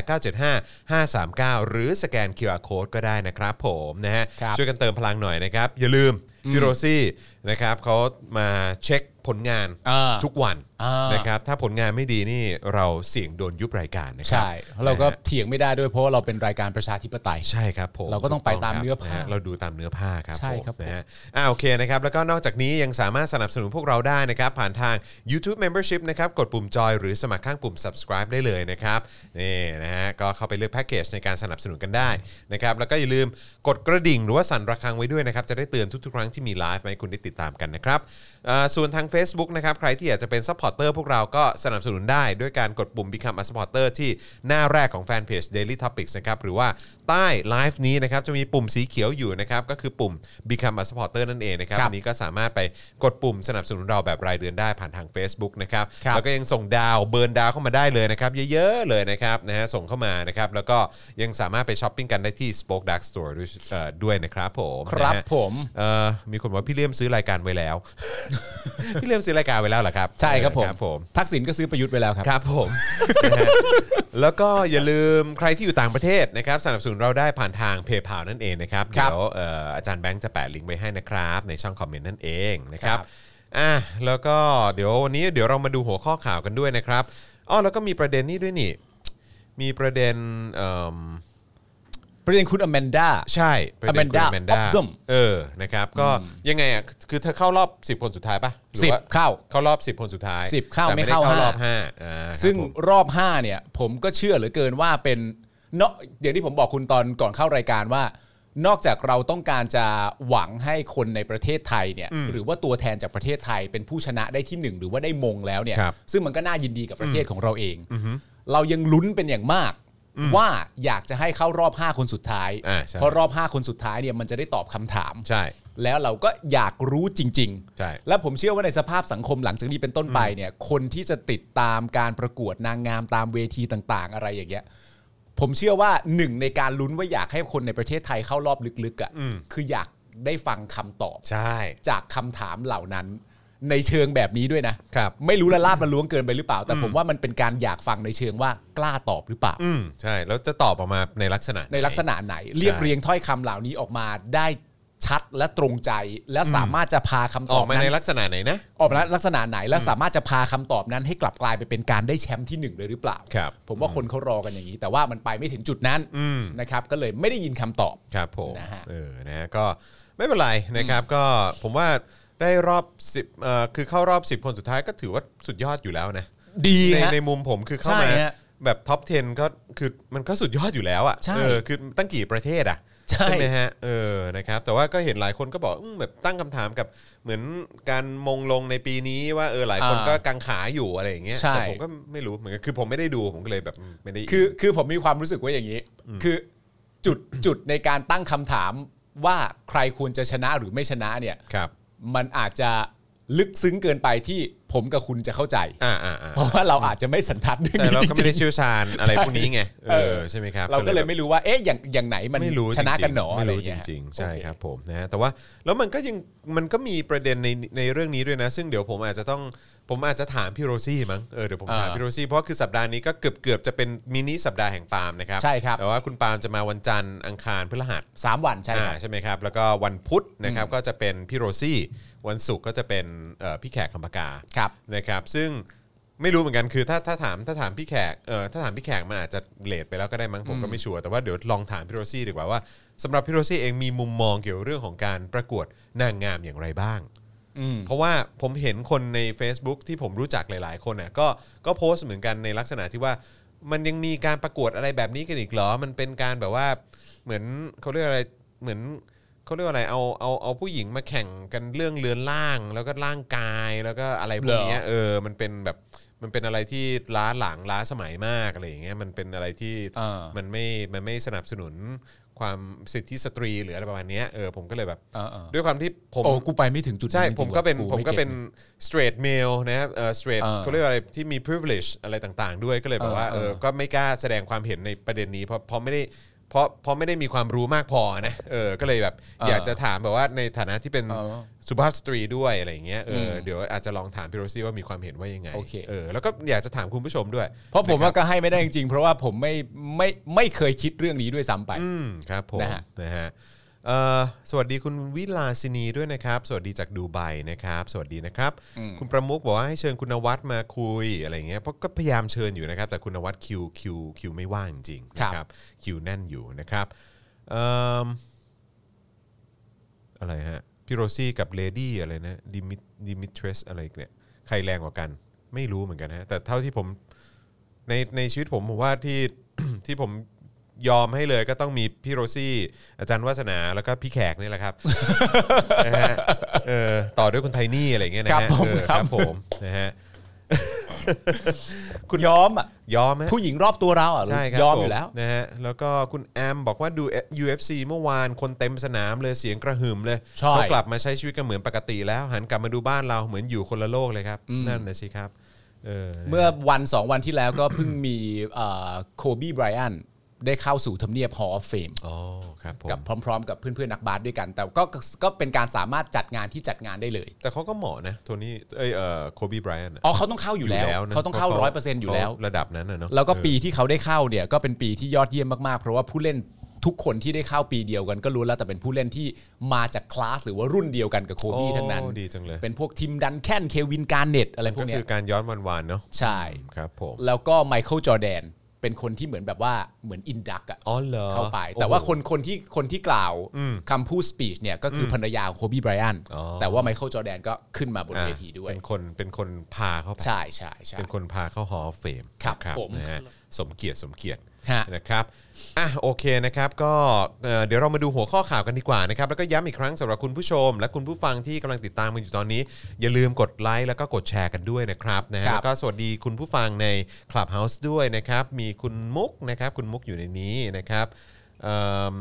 Speaker 2: 0698975539 หรือสแกน QR Code ก็ได้นะครับผมนะฮะ
Speaker 3: ครับ
Speaker 2: ช่วยกันเติมพลังหน่อยนะครับ อย่าลืมพี่โรซี่นะครับเขามาเช็คผลงาน
Speaker 3: อ่า
Speaker 2: ทุกวัน
Speaker 3: อ่าน
Speaker 2: นะครับถ้าผลงานไม่ดีนี่เราเสี่ยงโดนยุบรายการนะครั
Speaker 3: ใช่แล้วเราก็เถียงไม่ได้ด้วยเพราะว่าเราเป็นรายการประชาธิปไตย
Speaker 2: ใช่ครับผม
Speaker 3: เราก็ต้องไป
Speaker 2: ถู
Speaker 3: ตาม
Speaker 2: ครั
Speaker 3: เนื้อผ้า
Speaker 2: ะฮะเราดูตามเนื้อผ้าครับ
Speaker 3: ใช่ครับ
Speaker 2: ผ
Speaker 3: ผม ม
Speaker 2: นะฮะอ่าโอเคนะครับแล้วก็นอกจากนี้ยังสามารถสนับสนุนพวกเราได้นะครับ ผ่านทาง YouTube Membership นะครับกดปุ่มจอยหรือสมัครข้างปุ่ม subscribe ได้เลยนะครับนี่นะฮะก็เข้าไปเลือกแพ็กเกจในการสนับสนุนกันได้นะครับแล้วก็อย่าลืมกดกระดิ่งหรือว่าสั่นระฆังไว้ด้วยนะครับจะได้เตือนทุกๆครั้งที่มีไลฟ์มาให้คุณได้ติดตามกันนะครับอ่าส่วนทาง Facebook นะครับใครที่อยากจะเป็นซัพพอร์เตอร์พวกเราก็สนับสนุนได้ด้วยการกดปุ่ม Become a supporter ที่หน้าแรกของแฟนเพจ Daily Topics นะครับหรือว่าใต้ไลฟ์นี้นะครับจะมีปุ่มสีเขียวอยู่นะครับก็คือปุ่ม Become a supporter นั่นเองนะครับ
Speaker 3: ครับ
Speaker 2: อันนี้ก็สามารถไปกดปุ่มสนับสนุนเราแบบรายเดือนได้ผ่านทาง Facebook นะครับ
Speaker 3: ครับ
Speaker 2: แล้วก็ยังส่งดาวเบิร์นดาวเข้ามาได้เลยนะครับเยอะๆเลยนะครับนะฮะส่งเข้ามานะครับแล้วก็ยังสามารถไปช้อปปิ้งกันได้ที่ Spoke Dark Store ด้วยเอ่อด้วยนะครับผม
Speaker 3: ครับ
Speaker 2: นะฮะ
Speaker 3: ผม
Speaker 2: เอ่อมีคนบอกว่าพี่เลี่ยมซื้อรายการไว้แล้ว พี่เลี่ยมซื้อรายการไว้แล้วเหรอครับ
Speaker 3: ใช่ครับผม
Speaker 2: ครับผม
Speaker 3: ทักษิณก็ซื้อประยุทธ์ไปแล้วครับ
Speaker 2: ครับผมนะฮะแล้วก็อย่าลืมใครที่อยู่ต่างประเทศนะครับสนับสนุนเราได้ผ่านทางเพย์พานั่นเองนะครับ
Speaker 3: ค
Speaker 2: เดี๋
Speaker 3: รับ
Speaker 2: ยวเอ่ออาจารย์แบงค์จะแปะลิงก์ไว้ให้นะครับ ในช่องคอมเมนต์นั่นเองนะครับ
Speaker 3: ครับ
Speaker 2: อ่ะแล้วก็เดี๋ยววันนี้เดี๋ยวเรามาดูหัวข้อข่าวกันด้วยนะครับอ๋อแล้วก็มีประเด็นนี้ด้วยนี่ มีประเด็นเอิ่ม
Speaker 3: ประเด็นคุณอแมนด้า
Speaker 2: ใช่ประเด็นคุณ
Speaker 3: Amanda
Speaker 2: อแมนดา
Speaker 3: Ogden
Speaker 2: เออนะครับก็ยังไงอ่ะคือเธอเข้ารอบ 10 คนสุดท้ายปะหรือ
Speaker 3: สิบ
Speaker 2: ว่า
Speaker 3: เข้า
Speaker 2: เข้ารอบ 10 คนสุดท้าย
Speaker 3: สิบเข้า
Speaker 2: แต่ด้
Speaker 3: ไม่เข้าห้า
Speaker 2: รอบห้าอ่าครับ
Speaker 3: ซึ่ง
Speaker 2: ผม
Speaker 3: รอบ 5 เนี่ย ผมก็เชื่อเหลือเกินว่าเป็นเนาะอย่างที่ผมบอกคุณตอนก่อนเข้ารายการว่า นอกจากเราต้องการจะหวังให้คนในประเทศไทยเนี่ยหรือว่าตัวแทนจากประเทศไทยเป็นผู้ชนะได้ที่หนึ่งหรือว่าได้มงแล้วเนี่ย
Speaker 2: ครับ
Speaker 3: ซึ่งมันก็น่ายินดีกับประเทศของเราเองเรายังลุ้นเป็นอย่างมาก ว่าอยากจะให้เข้ารอบ 5 คนสุดท้าย
Speaker 2: อ่าใช่
Speaker 3: เพราะรอบ 5 คนสุดท้ายเนี่ยมันจะได้ตอบคำถาม
Speaker 2: ใช่
Speaker 3: แล้วเราก็อยากรู้จริง ๆ
Speaker 2: ใช่
Speaker 3: และผมเชื่อว่าในสภาพสังคมหลังจากนี้เป็นต้นไปเนี่ย คนที่จะติดตามการประกวดนางงามตามเวทีต่างๆ อะไรอย่างเงี้ย ผมเชื่อว่าหนึ่งในการลุ้นว่าอยากให้คนในประเทศไทยเข้ารอบลึกๆอะ่ะ
Speaker 2: อืม
Speaker 3: คืออยากได้ฟังคำตอบ
Speaker 2: ใช่
Speaker 3: จากคำถามเหล่านั้นในเชิงแบบนี้ด้วยนะ
Speaker 2: ครับ
Speaker 3: ไม่รู้ละลาบละล้วงเกินไปหรือเปล่า แต่ผมว่ามันเป็นการอยากฟังในเชิงว่ากล้าตอบหรือเปล่า
Speaker 2: อืมใช่ แล้วจะตอบออกมาในลักษณะไห
Speaker 3: ในลักษณะไหน เรียบเรียงถ้อยคำเหล่านี้ออกมาได้ชัดและตรงใจ และสามารถจะพาคำ
Speaker 2: อ
Speaker 3: ตอ
Speaker 2: อบ กมา
Speaker 3: นั้
Speaker 2: ใน
Speaker 3: น
Speaker 2: ลักษณะไหนนะ
Speaker 3: ออกมาลักษณะไหนและสามารถจะพาคำตอบนั้นให้กลับกลายไปเป็นการได้แชมป์ที่หนึ่งเลยหรือเปล่า
Speaker 2: ครับ
Speaker 3: ผมว่าคนเขารอกันอย่างนี้ แต่ว่ามันไปไม่ถึงจุดนั้น
Speaker 2: อืม
Speaker 3: นะครับ ก็เลยไม่ได้ยินคำตอบ
Speaker 2: ครับผม
Speaker 3: นะฮะ
Speaker 2: เออนะฮะก็ไม่เป็นไรนะครับก็ผมว่าได้รอบ 10เอ่อคือเข้ารอบ 10 คนสุดท้ายก็ถือว่าสุดยอดอยู่แล้วนะ
Speaker 3: ดี
Speaker 2: ใน
Speaker 3: ฮะ
Speaker 2: ในมุมผมคือเข้า
Speaker 3: ใช่
Speaker 2: มา
Speaker 3: ฮะ
Speaker 2: แบบท็อป 10 ก็คือมันก็สุดยอดอยู่แล้วอ่ะ
Speaker 3: ใช่
Speaker 2: เออคือตั้งกี่ประเทศอ่ะ
Speaker 3: ใช่
Speaker 2: ไหมฮะเออนะครับแต่ว่าก็เห็นหลายคนก็บอกอืมแบบตั้งคำถามกับเหมือนการมงลงในปีนี้ว่าเออหลายคน
Speaker 3: อ่า
Speaker 2: ก็กังขาอยู่อะไรอย่างเงี้ย
Speaker 3: ใช่
Speaker 2: แต่ผมก็ไม่รู้เหมือนกันคือผมไม่ได้ดูผมก็เลยแบบไม่ได้
Speaker 3: คือคือผมมีความรู้สึกว่าอย่างนี้ คือจุดจุดในการตั้งคำถามว่าใครควรจะชนะหรือไม่ชนะเนี่ย
Speaker 2: ครับ
Speaker 3: มันอาจจะลึกซึ้งเกินไปที่ผมกับคุณจะเข้าใจ
Speaker 2: อ่าอ่าอ่า
Speaker 3: เพราะว่าเราอาจจะไม่สันทัดเรื่อง
Speaker 2: แต่
Speaker 3: นี้
Speaker 2: เรา
Speaker 3: จ
Speaker 2: ก็
Speaker 3: ริ
Speaker 2: ไม่
Speaker 3: ง
Speaker 2: ได้เชี่ยวชาญอะไรพวกนี้ไง เอ
Speaker 3: เอ
Speaker 2: อ
Speaker 3: อ
Speaker 2: ใช่ไหมครับ
Speaker 3: ๆเราก็เลยไม่รู้ว่าเอ๊ะอย่างอย่างไหนมัน
Speaker 2: ไม่รู้
Speaker 3: ชนะกันหนอ
Speaker 2: ไม่
Speaker 3: อะไร
Speaker 2: รู้จ
Speaker 3: เงี้ย
Speaker 2: ริงๆ ใช่
Speaker 3: โอเ
Speaker 2: ครับผมนะแต่ว่าแล้วมันก็ยังมันก็มีประเด็นในในเรื่องนี้ด้วยนะ ซึ่งเดี๋ยวผมอาจจะต้องผมอาจจะถามพี่โรซี่มั้งเออเดี๋ยวผมถาม
Speaker 3: อ่า
Speaker 2: พี่โรซี่เพราะคือสัปดาห์นี้ก็เกือบเกือบจะเป็นมินิสัปดาห์แห่งปาล์มนะครับ
Speaker 3: ใช่ครับ
Speaker 2: แต่ว่าคุณปาล์มจะมาวันจันทร์อังคารพฤหัส
Speaker 3: สามวันใช่ค
Speaker 2: อ่า
Speaker 3: รับ
Speaker 2: ใช่ไหมครับแล้วก็วันพุธนะครับก็จะเป็นพี่โรซี่ วันศุกร์ก็จะเป็นเอ่อพี่แขกคำปากา
Speaker 3: ครับ
Speaker 2: นะครับซึ่ง ไม่รู้เหมือนกันคือถ้าถ้าถามถ้าถามพี่แขกเออถ้าถามพี่แขกมันอาจจะเลทไปแล้วก็ได้มั้งผมก็ไม่ชัวร์แต่ว่าเดี๋ยวลองถามพี่โรซี่ดีกว่าว่าสำหรับพี่โรซี่เองมีมุมมองเกี่ยวเรื่องของการประกวดนางงามอย่างไรบ้าง
Speaker 3: อืม
Speaker 2: เพราะว่าผมเห็นคนใน Facebook ที่ผมรู้จักหลาย ๆ คนน่ะก็ก็โพสต์เหมือนกันในลักษณะที่ว่า มันยังมีการประกวดอะไรแบบนี้กันอีกเหรอ มันเป็นการแบบว่าเหมือนเขาเรียกอะไรเหมือนเขาเรียกว่าอะไรเอาเอาเอาผู้หญิงมาแข่งกันเรื่องเรือนร่าง แล้วก็ร่างกายแล้วก็อะไรพวกเนี้ย
Speaker 3: เหรอ
Speaker 2: เออมันเป็นแบบมันเป็นอะไรที่ล้าหลังล้าสมัยมากอะไรอย่างเงี้ยมันเป็นอะไรที่
Speaker 3: อ่ามั
Speaker 2: มันไม่มันไม่สนับสนุนความสิทธิสตรีหรืออะไรประมาณเนี้ยเออผมก็เลยแบบ
Speaker 3: เออเออ
Speaker 2: ด้วยความที่ผม
Speaker 3: โอ้กูไปไม่ถึงจุด
Speaker 2: ใช่
Speaker 3: นั้นจริงๆ
Speaker 2: ผมก็เป็น
Speaker 3: ว่ะ
Speaker 2: ผมก็
Speaker 3: ไต
Speaker 2: เป็น straight male นะครับเอ่อ straight
Speaker 3: เออ
Speaker 2: เขาเรียกว่าอะไรที่มี privilege อะไรต่างๆ ด้วยก็เลยแบบว่า
Speaker 3: เออ
Speaker 2: เอ
Speaker 3: เออ
Speaker 2: อก็ไม่กล้าแสดงความเห็นในประเด็นนี้เพราะเพราะไม่ได้เพราะเพราะไม่ได้มีความรู้มากพอนะเออก็เลยแบบ
Speaker 3: เอออย
Speaker 2: อากจะถามแบบว่าในฐานะที่เป็น
Speaker 3: เออ
Speaker 2: สุภาพสตรีด้วยอะไรอย่างเงี้ยเอออ
Speaker 3: ม
Speaker 2: เดี๋ยวอาจจะลองถามพี่โรซี่ว่ามีความเห็นว่ายังไง
Speaker 3: โอเค
Speaker 2: เออแล้วก็อยากจะถามคุณผู้ชมด้วย
Speaker 3: เพราะผม
Speaker 2: นค
Speaker 3: ว่า
Speaker 2: บ
Speaker 3: ก็ให้ไม่ได้จริงๆ เพราะว่าผมไม่ไม่ไม่เคยคิดเรื่องนี้ด้วยซ้ำไป
Speaker 2: อืมครับผม
Speaker 3: นะฮะ
Speaker 2: นะฮะเอ่อสวัสดีคุณวิลาสินีด้วยนะครับ สวัสดีจากดูไบนะครับ สวัสดีนะครับ คุณประมุกบอกว่าให้เชิญคุณนวัดมาคุยอะไรอย่างเงี้ยเพราะก็พยายามเชิญอยู่นะครับ แต่คุณนวัดคิวคิวคิวไม่ว่างจริงๆนะค
Speaker 3: ครั
Speaker 2: รับบ คิวแน่นอยู่นะครับเอิ่มอะไรฮะพี่โรซี่กับเลดี้อะไรนะดิมิดิมิทรสอะไรเนี่ยใครแรงกว่ากัน ไม่รู้เหมือนกันฮะแต่เท่าที่ผมในในชีวิตผมผมว่าที่ ที่ผมยอมให้เลยก็ต้องมีพี่โรซี่ อาจารย์วัฒนาแล้วก็พี่แขกนี่แหละครับ นะฮะเออต่อด้วยคุณไทนี่อะไรอย่างเงี้ยนะ
Speaker 3: ครั
Speaker 2: ฮะ
Speaker 3: บผม
Speaker 2: เออ
Speaker 3: ครับ
Speaker 2: ครับผมนะฮะ
Speaker 3: คุณยอมอ่ะ
Speaker 2: ยอมไหม
Speaker 3: ผู้หญิงรอบตัวเราอ่ะ
Speaker 2: ใช่ครับ
Speaker 3: ยอม
Speaker 2: ผ
Speaker 3: อยู่แล้ว
Speaker 2: นะฮะแล้วก็คุณแอมบอกว่าดู UFC เมื่อวานคนเต็มสนามเลยเสียงกระหึ่มเลย
Speaker 3: ใช่
Speaker 2: ก็กลับมาใช้ชีวิตกันเหมือนปกติแล้ว หันกลับมาดูบ้านเราเหมือนอยู่คนละโลกเลยครับ นั่นนะสิครับเออนะฮะ
Speaker 3: เมื่อวันสองวันที่แล้วก็เพิ่งมีโคบีไบรอันได้เข้าสู่ทำเนียบ Hall of Fame
Speaker 2: อ๋อครับผม
Speaker 3: กับพร้อม ๆ กับเพื่อนๆนักบาสด้วยกัน แต่ก็ก็เป็นการสามารถจัดงานที่จัดงานได้เลย
Speaker 2: แต่เขาก็เหมาะนะโทนี่เอยเอ่อโคบีไบรอัน
Speaker 3: อ๋อเขาต้องเข้าอยู่แล้วเขาต้องเข้าร้อยเปอร์เซ็นต์อยู่แล้ว
Speaker 2: ระดับนั้นนะเนาะ
Speaker 3: แล้วก็
Speaker 2: เออ
Speaker 3: ปีที่เขาได้เข้าเนี่ยก็เป็นปีที่ยอดเยี่ยมมากๆ เพราะว่าผู้เล่นทุกคนที่ได้เข้าปีเดียวกันก็รู้วนแล้วแต่เป็นผู้เล่นที่มาจากคลาสหรือว่ารุ่นเดียวกันกับโคบี้
Speaker 2: โอ้
Speaker 3: ทั้งนั้น
Speaker 2: ดีจังเลย
Speaker 3: เป็นพวกทีมดันแคนเควินการเน็ตอะไรพว
Speaker 2: ก็
Speaker 3: กเนี้
Speaker 2: คื
Speaker 3: ย
Speaker 2: อการย้อนวันวานๆเนาะ
Speaker 3: ใช่
Speaker 2: ครับผม
Speaker 3: แล้วก็ไมเคิลจอร์แดนเป็นคนที่เหมือนแบบว่าเหมือนอินดักอะ
Speaker 2: อ๋อเหรอ
Speaker 3: เข้าไป
Speaker 2: โอ้โห
Speaker 3: แต่ว่าคนคนที่คนที่กล่าวคำพูดสปีชเนี่ยก็คืออภรรยาของโคบี้ไบรอัน
Speaker 2: อ๋อ
Speaker 3: แต่ว่าไมเคิลจอร์แดนก็ขึ้นมาบนเวทีด้วย
Speaker 2: เป็นคนเป็นคนพาเข้าไป
Speaker 3: ใช่ใช่ใช่
Speaker 2: เป็นคนพาเข้าหอเฟม
Speaker 3: ครับผม
Speaker 2: นะฮะสมเกียรติสมเกียรติ
Speaker 3: ฮะ
Speaker 2: นะครับอ่ะโอเคนะครับก็เอ่อเดี๋ยวเรามาดูหัวข้อข่าวกันดีกว่านะครับแล้วก็ย้ำอีกครั้งสำหรับคุณผู้ชม และคุณผู้ฟังที่กำลังติดตามกันอยู่ตอนนี้ อย่าลืมกดไลค์แล้วก็กดแชร์กันด้วยนะครับนะฮะ
Speaker 3: ครับ
Speaker 2: แล้วก็สวัสดีคุณผู้ฟังใน Clubhouse ด้วยนะครับมีคุณมุกนะครับคุณมุกอยู่ในนี้นะครับเอิ่ม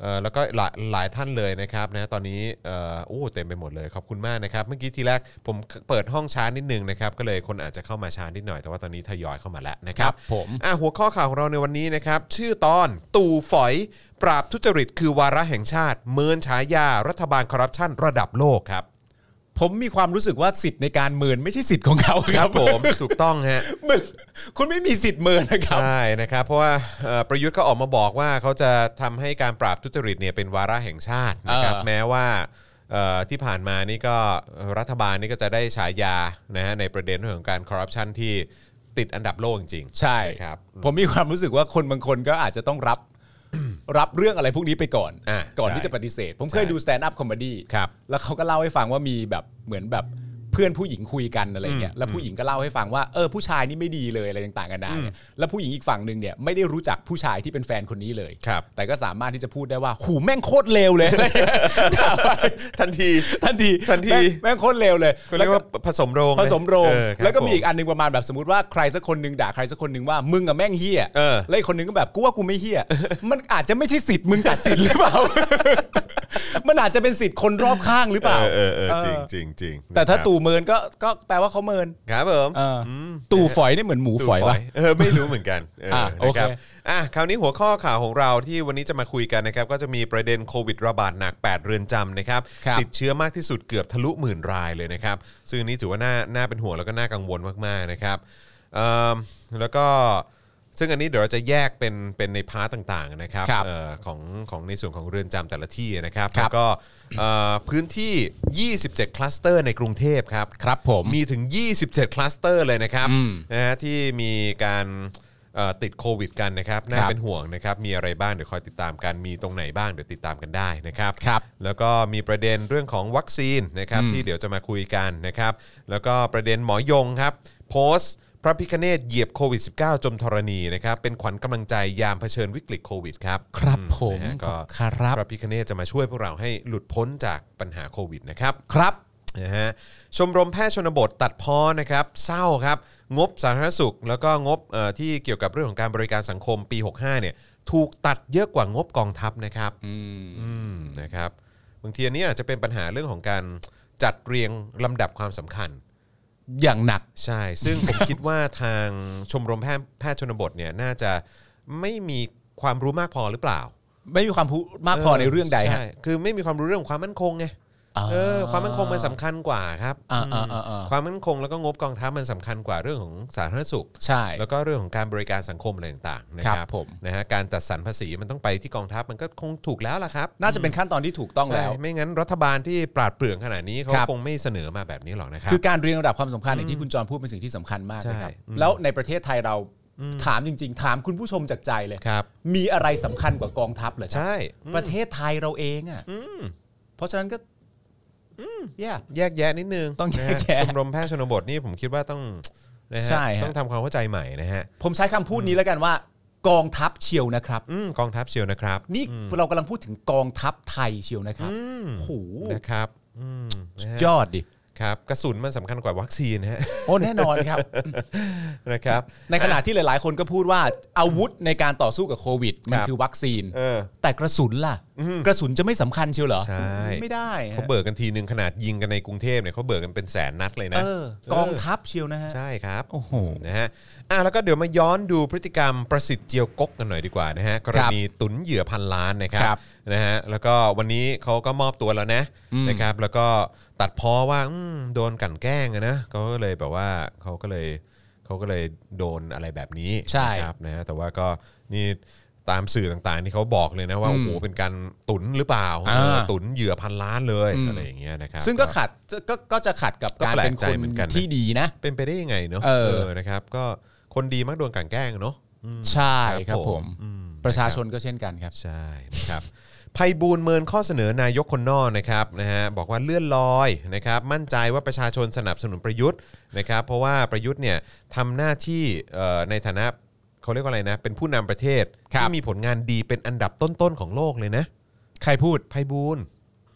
Speaker 2: เอ่อแล้วก็หลายหลายท่านเลยนะครับนะตอนนี้เอ่อโอ้เต็มไปหมดเลยขอบคุณมากนะครับ เมื่อกี้ทีแรกผมเปิดห้องช้านิดนึงนะครับก็เลยคนอาจจะเข้ามาช้านิดหน่อยแต่ว่าตอนนี้ทยอยเข้ามาแล้วนะครับ
Speaker 3: ครับผม
Speaker 2: อ่ะหัวข้อข่าวของเราในวันนี้นะครับ ชื่อตอนตู่ฝอย ปราบทุจริต คือวาระแห่งชาติ เมินฉายารัฐบาลคอร์รัปชันระดับโลกครับ
Speaker 3: ผมมีความรู้สึกว่าสิทธิ์ในการเมินไม่ใช่สิทธิ์ของเขาครับ
Speaker 2: ผม ถูกต้องฮะ
Speaker 3: มึงคุณไม่มีสิทธิ์เมินนะครับ
Speaker 2: ใช่นะครับเพราะว่าเอ่อประยุทธ์ก็ออกมาบอกว่าเขาจะทำให้การปราบทุจริตเนี่ยเป็นวาระแห่งชาตินะครับ
Speaker 3: เออ
Speaker 2: แม้ว่าเอ่อที่ผ่านมานี่ก็รัฐบาลนี่ก็จะได้ฉายานะฮะในประเด็นเรื่องของการคอร์รัปชันที่ติดอันดับโลกจริงๆ
Speaker 3: ใช่
Speaker 2: นะครับ
Speaker 3: ผมมีความรู้สึกว่าคนบางคนก็อาจจะต้อง รับ รับเรื่องอะไรพวกนี้ไปก่อน
Speaker 2: อ่า
Speaker 3: ก่อน
Speaker 2: ใช่
Speaker 3: ที่จะปฏิเสธ ผมเคย
Speaker 2: ใช่
Speaker 3: ดูสแตนด์อัพคอมเมดี้
Speaker 2: ครับ
Speaker 3: แล้วเขาก็เล่าให้ฟังว่ามีแบบเหมือนแบบเพื่อนผู้หญิงคุยกันอะไรเงี้ยแล้วผู้หญิงก็เล่าให้ฟังว่าเออผู้ชายนี่ไม่ดีเลยอะไรต่างๆกันานาเนี่ยแล้วผู้หญิงอีกฝั่งหนึ่งเนี่ยไม่ได้รู้จักผู้ชายที่เป็นแฟนคนนี้เลย
Speaker 2: ครับ
Speaker 3: แต่ก็สามารถที่จะพูดได้ว่าหูแม่งโคตรเลวเลย
Speaker 2: ทันที
Speaker 3: ทันที
Speaker 2: ทันที
Speaker 3: แม่งแม่งโคตรเลวเลย
Speaker 2: เขาเรียกว่าผสมโรงนะ
Speaker 3: ผสมโรง
Speaker 2: เอคบ
Speaker 3: แล้วก็มีอีก
Speaker 2: ผ
Speaker 3: อันหนึงประมาณแบบสมมติว่าใครสักคนหนึ่งด่าใครสักคนหนึ่งว่ามึงอะแม่งเฮีย
Speaker 2: เออ
Speaker 3: แล้วอีกคนหนึงก็แบบกูว่ากูไม่เฮียมันอาจจะไม่ใช่สิทธิ์มึงตัดสินหรือเปล่า มันอาจจะเป็นสิทธิ์คนรอบข้างหรือเปล่า
Speaker 2: เออเออเออจริงจริงจริง
Speaker 3: แต่ถ้า
Speaker 2: นะครับ
Speaker 3: ตู่เมินก็ก็แปลว่าเขาเมิน
Speaker 2: ครับผม
Speaker 3: เอออ
Speaker 2: ม
Speaker 3: ตู่ฝอยนี่เหมือนหมูฝอยปะ
Speaker 2: เออไม่รู้เหมือนกันเออ
Speaker 3: อ่ะโอ
Speaker 2: นะ
Speaker 3: เค
Speaker 2: ครับอ่ะคราวนี้หัวข้อข่าวของเราที่วันนี้จะมาคุยกันนะครับก็จะมีประเด็นโควิดระบาดหนัก 8 เรือนจำนะครับ
Speaker 3: ครับ
Speaker 2: ติดเชื้อมากที่สุดเกือบทะลุหมื่นรายเลยนะครับ ซึ่งอันนี้ถือว่าน่าน่าเป็นห่วงแล้วก็น่ากังวลมากๆนะครับเอิ่มแล้วก็ ซึ่งอันนี้เดี๋ยวเราจะแยกเป็นเป็นในพาร์ตต่างๆนะครับ
Speaker 3: ครับ
Speaker 2: เอ่อของของในส่วนของเรือนจำแต่ละที่นะครับ
Speaker 3: ครั
Speaker 2: แล้
Speaker 3: บ
Speaker 2: วก็เอ่อพื้นที่ 27 คลัสเตอร์ในกรุงเทพครับ
Speaker 3: ครับผม
Speaker 2: มีถึง 27 คลัสเตอร์เลยนะครับ
Speaker 3: อืม
Speaker 2: นะฮะที่มีการเอ่อติดโควิดกันนะครับ น่า
Speaker 3: ครับ
Speaker 2: เป็นห่วงนะครับ มีอะไรบ้าง เดี๋ยวคอยติดตามกัน มีตรงไหนบ้าง เดี๋ยวติดตามกันได้นะครับ
Speaker 3: ครับ
Speaker 2: แล้วก็มีประเด็นเรื่องของวัคซีนนะครับที่เดี๋ยวจะมาคุยกันนะครับ แล้วก็ประเด็นหมอยงครับโพสต์ พระพิคเนตเหยียบโควิด -19 จมธรณีนะครับ เป็นขวัญกำลังใจยามเผชิญวิกฤตโควิดครับ
Speaker 3: ครับ
Speaker 2: อื
Speaker 3: ผม
Speaker 2: นะฮะก็
Speaker 3: ขอบคุณครับ
Speaker 2: พระพิคเนตจะมาช่วยพวกเราให้หลุดพ้นจากปัญหาโควิดนะครับ
Speaker 3: ครับ
Speaker 2: นะฮะชมรมแพทย์ชนบทตัดพ้อนะครับเศร้าครับ งบสาธารณสุข แล้วก็งบเอ่อที่เกี่ยวกับเรื่องของการบริการสังคมปี 65เนี่ยถูกตัดเยอะกว่างบกองทัพนะครับอืมนะครับบางทีอันนี้อาจจะเป็นปัญหาเรื่องของการจัดเรียงลำดับความสำคัญ
Speaker 3: อย่างหนัก
Speaker 2: ใช่ ซึ่งผมคิดว่าทางชมรมแพทย์แพทย์ชนบทเนี่ยน่าจะไม่มีความรู้มากพอหรือเปล่า
Speaker 3: ไม่มีความพูมากพอในเรื่องใดฮะ
Speaker 2: ช่คือไม่มีความรู้เรื่องของความมั่นคงไง
Speaker 3: อ่า
Speaker 2: เออ ความมั่นคงมันสำคัญกว่าครับ
Speaker 3: อ่าอ่า
Speaker 2: อืม
Speaker 3: อ่าอ่า
Speaker 2: ความมั่นคงแล้วก็งบกองทัพมันสำคัญกว่าเรื่องของสาธารณสุข
Speaker 3: ใช่
Speaker 2: แล้วก็เรื่องของการบริการสังคมอะไรต่างๆนะค
Speaker 3: ค
Speaker 2: รั
Speaker 3: รั
Speaker 2: บบ
Speaker 3: ผม
Speaker 2: นะฮะการจัดสรรภาษีมันต้องไปที่กองทัพมันก็คงถูกแล้วล่ะครับ
Speaker 3: น่าจะเป็นขั้นตอนที่ถูกต้อง
Speaker 2: ใช่
Speaker 3: แล้ว
Speaker 2: ไม่งั้นรัฐบาลที่ปราดเปรื่องขนาดนี้เขา
Speaker 3: ครับ
Speaker 2: คงไม่เสนอมาแบบนี้หรอกนะครับ
Speaker 3: คือการเรียงระดับความสำคัญอย่างที่คุณจรพูดเป็นสิ่งที่สำคัญมาก
Speaker 2: ใช่
Speaker 3: นะครับ
Speaker 2: อืม
Speaker 3: แล้วในประเทศไทยเราถามจริง ๆ ถามคุณผู้ชมจากใจเลย
Speaker 2: ครับ
Speaker 3: มีอะไรสำคัญกว่ากองทัพเหรอครับ
Speaker 2: ใช่อืม
Speaker 3: ประเทศไทยเราเองอ่ะเพราะฉะนั้นก็แย่
Speaker 2: แยกแยะนิดนึง
Speaker 3: ต้องแยก
Speaker 2: นะฮะ
Speaker 3: แยะ
Speaker 2: ชมรมแพทย์ชนบทนี่ผมคิดว่าต้องนะฮะ
Speaker 3: ใช่ฮะ
Speaker 2: ต้องทำความเข้าใจใหม่นะฮะ
Speaker 3: ผมใช้คำพูดนี้แล้วกันว่า กองทัพเชียวนะครับ
Speaker 2: อืมกองทัพเชียวนะครับ
Speaker 3: นี่เรากำลังพูดถึงกองทัพไทยเชียวนะครับโอ้โห
Speaker 2: นะครับอืมนะฮะ
Speaker 3: ยอดดิ
Speaker 2: ครับกระสุนมันสำคัญกว่าวัคซีนนะฮะ
Speaker 3: โอ้แน่นอนครับ
Speaker 2: นะครับ
Speaker 3: ในขณะที่หลาย ๆ คนก็พูดว่าอาวุธในการต่อสู้กับโควิด มัน
Speaker 2: ครับ
Speaker 3: คือวัคซีน
Speaker 2: เออ
Speaker 3: แต่กระสุนล่ะ กระสุนจะไม่สำคัญเชียวเหรอ
Speaker 2: ใช่
Speaker 3: ไม่ได้ฮะ
Speaker 2: เขาเบิกกันทีหนึ่งขนาดยิงกันในกรุงเทพเนี่ยเขาเบิกกันเป็นแสนนัดเลยนะ
Speaker 3: เออกองทัพเชียวนะฮะ
Speaker 2: ใช่ครับ
Speaker 3: โอ้โห
Speaker 2: นะฮะอ่ะแล้วก็เดี๋ยวมาย้อนดูพฤติกรรมประสิทธิ์เจียวกกกันหน่อยดีกว่านะฮะกรณีตุนเหยื่อพันล้านนะครั
Speaker 3: ครับ
Speaker 2: นะฮะแล้วก็วันนี้เขาก็มอบตัวแล้วนะ
Speaker 3: อืม
Speaker 2: นะครับ แล้วก็ตัดพ้อว่าอืมโดนกลันแกล้งอะนะเขาก็เลยแบบว่าเขาก็เลยเขาก็เลยโดนอะไรแบบนี้
Speaker 3: ใช่
Speaker 2: นะครับนะแต่ว่าก็นี่ตามสื่อต่างๆ ที่เขาบอกเลยนะว่า
Speaker 3: อืม
Speaker 2: โอ้โหเป็นการตุนหรือเปล่า
Speaker 3: อ่า
Speaker 2: เออตุนเหยื่อพันล้านเลย
Speaker 3: อืม
Speaker 2: อะไรอย่างเงี้ยนะครับ
Speaker 3: ซึ่งก็ขัดก็ก็ก็จะขัดกับการ
Speaker 2: ก็แปล
Speaker 3: เป็
Speaker 2: ก
Speaker 3: น
Speaker 2: ใจ
Speaker 3: คน
Speaker 2: เหมือนกันนะ
Speaker 3: ที่ดีนะ
Speaker 2: เป็นไปได้ยังไงเนาะ
Speaker 3: เออ
Speaker 2: นะครับ ก็คนดีมักโดนกลั่นแกล้งอะเนาะอืม
Speaker 3: ใช่
Speaker 2: ค
Speaker 3: ค
Speaker 2: รั
Speaker 3: รั
Speaker 2: บบ ผ
Speaker 3: ผม ม
Speaker 2: อืม
Speaker 3: ประชาชนก็เช่นกันครับ
Speaker 2: ใช่นะครับไพบูลย์เมินข้อเสนอนายกคนนอกนะครับนะฮะบอกว่าเลื่อนลอยนะครับมั่นใจว่าประชาชนสนับสนุนประยุทธ์นะครับ เพราะว่าประยุทธ์เนี่ยทำหน้าที่เอ่อในฐานะเขาเรียกว่าอะไรนะเป็นผู้นำประเทศ
Speaker 3: ครับ
Speaker 2: ที่มีผลงานดีเป็นอันดับต้นๆของโลกเลยนะ
Speaker 3: ใครพูด
Speaker 2: ไพบูลย์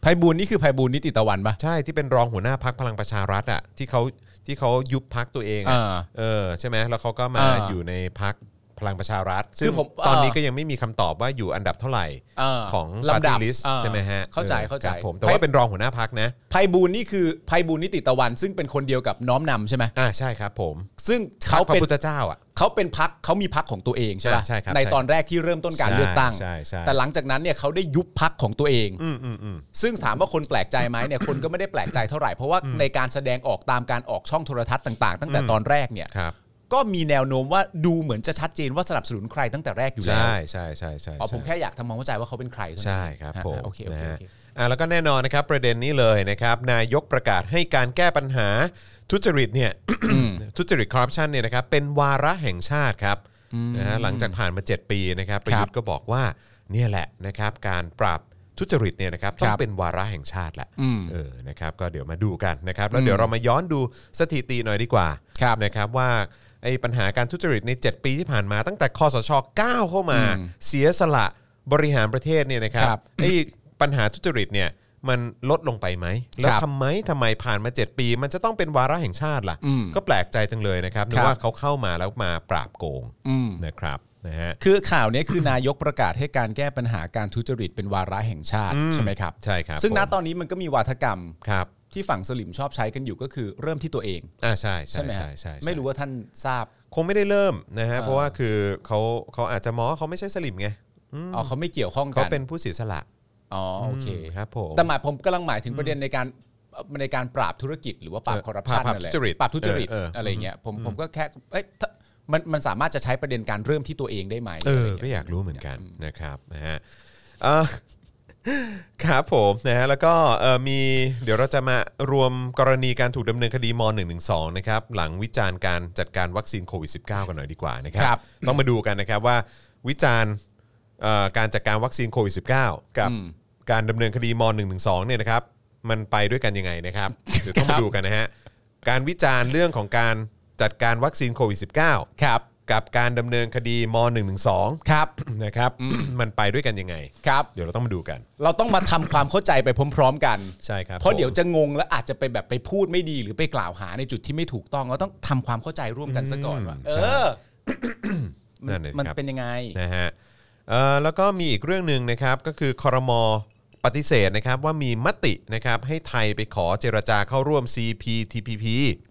Speaker 3: ไพบูลย์นี่คือไพบูลย์นิติตะวันปะ
Speaker 2: ใช่ที่เป็นรองหัวหน้าพักพลังประชารัฐอ่ะที่เขาที่เขายุบพักตัวเองอะ
Speaker 3: อ่า
Speaker 2: เออใช่ไหมแล้วเขาก็มา
Speaker 3: อ่า
Speaker 2: อยู่ในพักพลังประชารัฐซึ่
Speaker 3: คื
Speaker 2: ง
Speaker 3: อผม
Speaker 2: ตอนนี้
Speaker 3: เออ
Speaker 2: ก็ยังไม่มีคำตอบว่าอยู่อันดับเท่าไหร่
Speaker 3: เ
Speaker 2: ของ
Speaker 3: ลำดับ
Speaker 2: ลิส
Speaker 3: อ่า
Speaker 2: ใช่ไหมฮะ
Speaker 3: เข้าใจ
Speaker 2: ออ
Speaker 3: เข้าใจ
Speaker 2: ครับผมแต่ว่าเป็นรองหัวหน้าพักนะ
Speaker 3: ไพบูลย์นี่คือไพบูลย์นิติตะวัน ซึ่งเป็นคนเดียวกับน้อมนำใช่ไหม
Speaker 2: อ่าใช่ครับผม
Speaker 3: ซึ่งเขา
Speaker 2: พระ
Speaker 3: เป็น
Speaker 2: พุทธเจ้าอ่ะ
Speaker 3: เขาเป็นพักเขามีพักของตัวเองใช่
Speaker 2: อ่า
Speaker 3: ปะ
Speaker 2: ใช่ครับ
Speaker 3: ในตอนแรกที่เริ่มต้นการ
Speaker 2: ใช่
Speaker 3: เลือกตั้ง
Speaker 2: ใช่ใช่
Speaker 3: แต่หลังจากนั้นเนี่ยเขาได้ยุบพักของตัวเอง
Speaker 2: อืมอืมอืม
Speaker 3: ซึ่งถามว่าคนแปลกใจไหมเนี่ยคนก็ไม่ได้แปลกใจเท่าไหร่เพราะว่าในการแสดงออกตามการออกช่องโทรทัศน์ต่างๆ ตั้งแต่
Speaker 2: อืม
Speaker 3: ตอนแรกเนี่ย
Speaker 2: ครับ
Speaker 3: ก็มีแนวโน้มว่าดูเหมือนจะชัดเจนว่าสนับสนุนใครตั้งแต่แรกอยู่แล้ว
Speaker 2: ใช่ใช่ใช่ใช่
Speaker 3: อ๋อผม
Speaker 2: ใช่
Speaker 3: แค่อยากทำความเข้าใจว่าเขาเป็นใครเท่านั้น
Speaker 2: ใช่ครับ
Speaker 3: ฮะ
Speaker 2: ผม
Speaker 3: โอเคโอเค
Speaker 2: นะ
Speaker 3: โอ
Speaker 2: ฮะ
Speaker 3: เค
Speaker 2: อ่ะแล้วก็แน่นอนนะครับประเด็นนี้เลยนะครับนายกประกาศให้การแก้ปัญหาทุจริตเนี่ย ทุจริตคอร์รัปชันเนี่ยนะครับเป็นวาระแห่งชาติครับนะฮะหลังจากผ่านมา 7 ปีนะครับประยุทธ์ก็บอกว่าเนี่ยแหละนะครับการปราบทุจริตเนี่ยนะครับต้อง
Speaker 3: ครับ
Speaker 2: เป็นวาระแห่งชาติแหละ
Speaker 3: อืม
Speaker 2: เออนะครับก็เดี๋ยวมาดูกันนะครับแล้วเดี๋ยวเรามาย้อนดูสถิติหน่อยดีกว่า
Speaker 3: ครับ
Speaker 2: นะครับว่าไอ้ปัญหาการทุจริตใน 7 ปีที่ผ่านมาตั้งแต่คอสชก้าวเข้ามา
Speaker 3: อืม
Speaker 2: เสียสละบริหารประเทศเนี่ยนะครับ
Speaker 3: ครับ
Speaker 2: ไอ้ปัญหาทุจริตเนี่ยมันลดลงไปไหม แล้วทำไมทำไมผ่านมา 7 ปี มันจะต้องเป็นวาระแห่งชาติ
Speaker 3: อืม
Speaker 2: ล่ะ ก็แปลกใจจังเลยนะครับนึก
Speaker 3: ครับ
Speaker 2: ว่าเขาเข้ามาแล้วมาปราบโกง
Speaker 3: อืม
Speaker 2: นะครับนะฮะ
Speaker 3: คือข่าวเนี้ยคือนายกประกาศให้การแก้ปัญหาการทุจริตเป็นวาระแห่งชาติใช่ไหมครับ
Speaker 2: ใช่ครับ
Speaker 3: ซึ่งณ
Speaker 2: ผม
Speaker 3: ตอนนี้มันก็มีวาทกรรม
Speaker 2: ครับ
Speaker 3: ที่ฝั่งสลิมชอบใช้กันอยู่ก็คือเริ่มที่ตัวเอง
Speaker 2: อ่าใช่ใช่
Speaker 3: ใช่ไหมฮะ
Speaker 2: ใช่ใช่
Speaker 3: ไม่รู้ว่าท่านทราบ
Speaker 2: คงไม่ได้เริ่มนะฮะ
Speaker 3: อ่า
Speaker 2: เพราะว่าคือเขาเขาอาจจะมองว่าเขาไม่ใช่สลิมไง
Speaker 3: อ๋อเขาไม่เกี่ยวข้องกัน
Speaker 2: เขาเป็นผู้เสียสละ
Speaker 3: อ๋อโอเค
Speaker 2: มครับผม
Speaker 3: แต่หมายผมกำลังหมายถึงประเด็นในการเอ่อในการปราบธุรกิจหรือว่าปราบ
Speaker 2: เออ
Speaker 3: คอร์รัปชัน
Speaker 2: ปราบ
Speaker 3: นั่นแหละ
Speaker 2: ทุจริต
Speaker 3: ปราบทุจริต
Speaker 2: เออเอออ
Speaker 3: อะไรอย่างเงี้ยผมผมก็แค่เอ้ยถ้า มันมันสามารถจะใช้ประเด็นการเริ่มที่ตัวเองได้ไหม
Speaker 2: เออ
Speaker 3: ะไร
Speaker 2: ก็
Speaker 3: งี้ย
Speaker 2: อยากรู้เหมือนกันนะครับนะฮะ เอ่อครับผมนะฮะแล้วก็เอ่อมีเดี๋ยวเราจะมารวมกรณีการถูกดำเนินคดีม .112 นะครับหลังวิจารณ์การจัดการวัคซีนโควิด -19 กันหน่อยดีกว่านะครับ ต้องมาดูกันนะครับว่าวิจารณ์เอ่อการจัดการวัคซีนโควิด -19 กับการดำเนินคดีม .112 เนี่ยนะครับ มันไปด้วยกันยังไงนะครับ เดี๋ยวต้องมาดูกันนะฮะการวิจารณ์เรื่องของการจัดการวัคซีนโควิด -19
Speaker 3: ครับ
Speaker 2: กับการดำเนินคดีม .112 ครับ นะครับ มันไปด้วยกันยังไง
Speaker 3: ครับ
Speaker 2: เดี๋ยวเราต้องมาดูกัน
Speaker 3: เราต้องมาทำความเข้าใจไปพร้อม ๆ กัน
Speaker 2: ใช่ครับ
Speaker 3: เพราะ
Speaker 2: ผม
Speaker 3: เดี๋ยวจะงงและอาจจะไปแบบไปพูดไม่ดีหรือไปกล่าวหาในจุดที่ไม่ถูกต้องเราต้องทำความเข้าใจร่วมกันซะก่อนว่าเออ
Speaker 2: นั่นเลย
Speaker 3: มัน
Speaker 2: ครับ
Speaker 3: เป็นยังไง
Speaker 2: นะฮะเอ่อแล้วก็มีอีกเรื่องหนึ่งนะครับ ก็คือคอรมอปฏิเสธนะครับว่ามีมตินะครับให้ไทยไปขอเจรจาเข้าร่วม CPTPP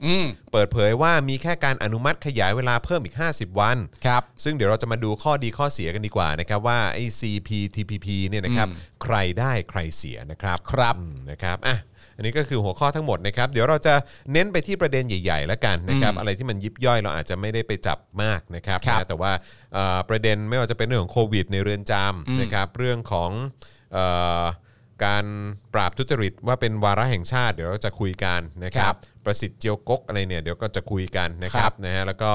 Speaker 3: อืม
Speaker 2: เปิดเผยว่ามีแค่การอนุมัติขยายเวลาเพิ่มอีก 50 วัน
Speaker 3: ครับ
Speaker 2: ซึ่งเดี๋ยวเราจะมาดูข้อดีข้อเสียกันดีกว่านะครับว่าไอ้ CPTPP เนี่ยนะครับใครได้ใครเสียนะครับ
Speaker 3: ครับ
Speaker 2: อืมนะครับอ่ะอันนี้ก็คือหัวข้อทั้งหมดนะครับเดี๋ยวเราจะเน้นไปที่ประเด็นใหญ่ๆแล้วกันนะครับอะไรที่มันยิบย่อยเราอาจจะไม่ได้ไปจับมากนะครับ
Speaker 3: ครับ
Speaker 2: นะแต่ว่าเอ่อประเด็นไม่ว่าจะเป็นเรื่องของโควิด ในเรือนจำนะครับเรื่องของเอ่อการปราบทุจริตว่าเป็นวาระแห่งชาติ เดี๋ยวเราจะคุยกันนะค
Speaker 3: ค
Speaker 2: รั
Speaker 3: รับ บ
Speaker 2: ประสิทธิ์เจียวกกอะไรเนี่ยเดี๋ยวก็จะคุยกันนะค
Speaker 3: ค
Speaker 2: รั
Speaker 3: รับ บ
Speaker 2: นะฮะแล้วก็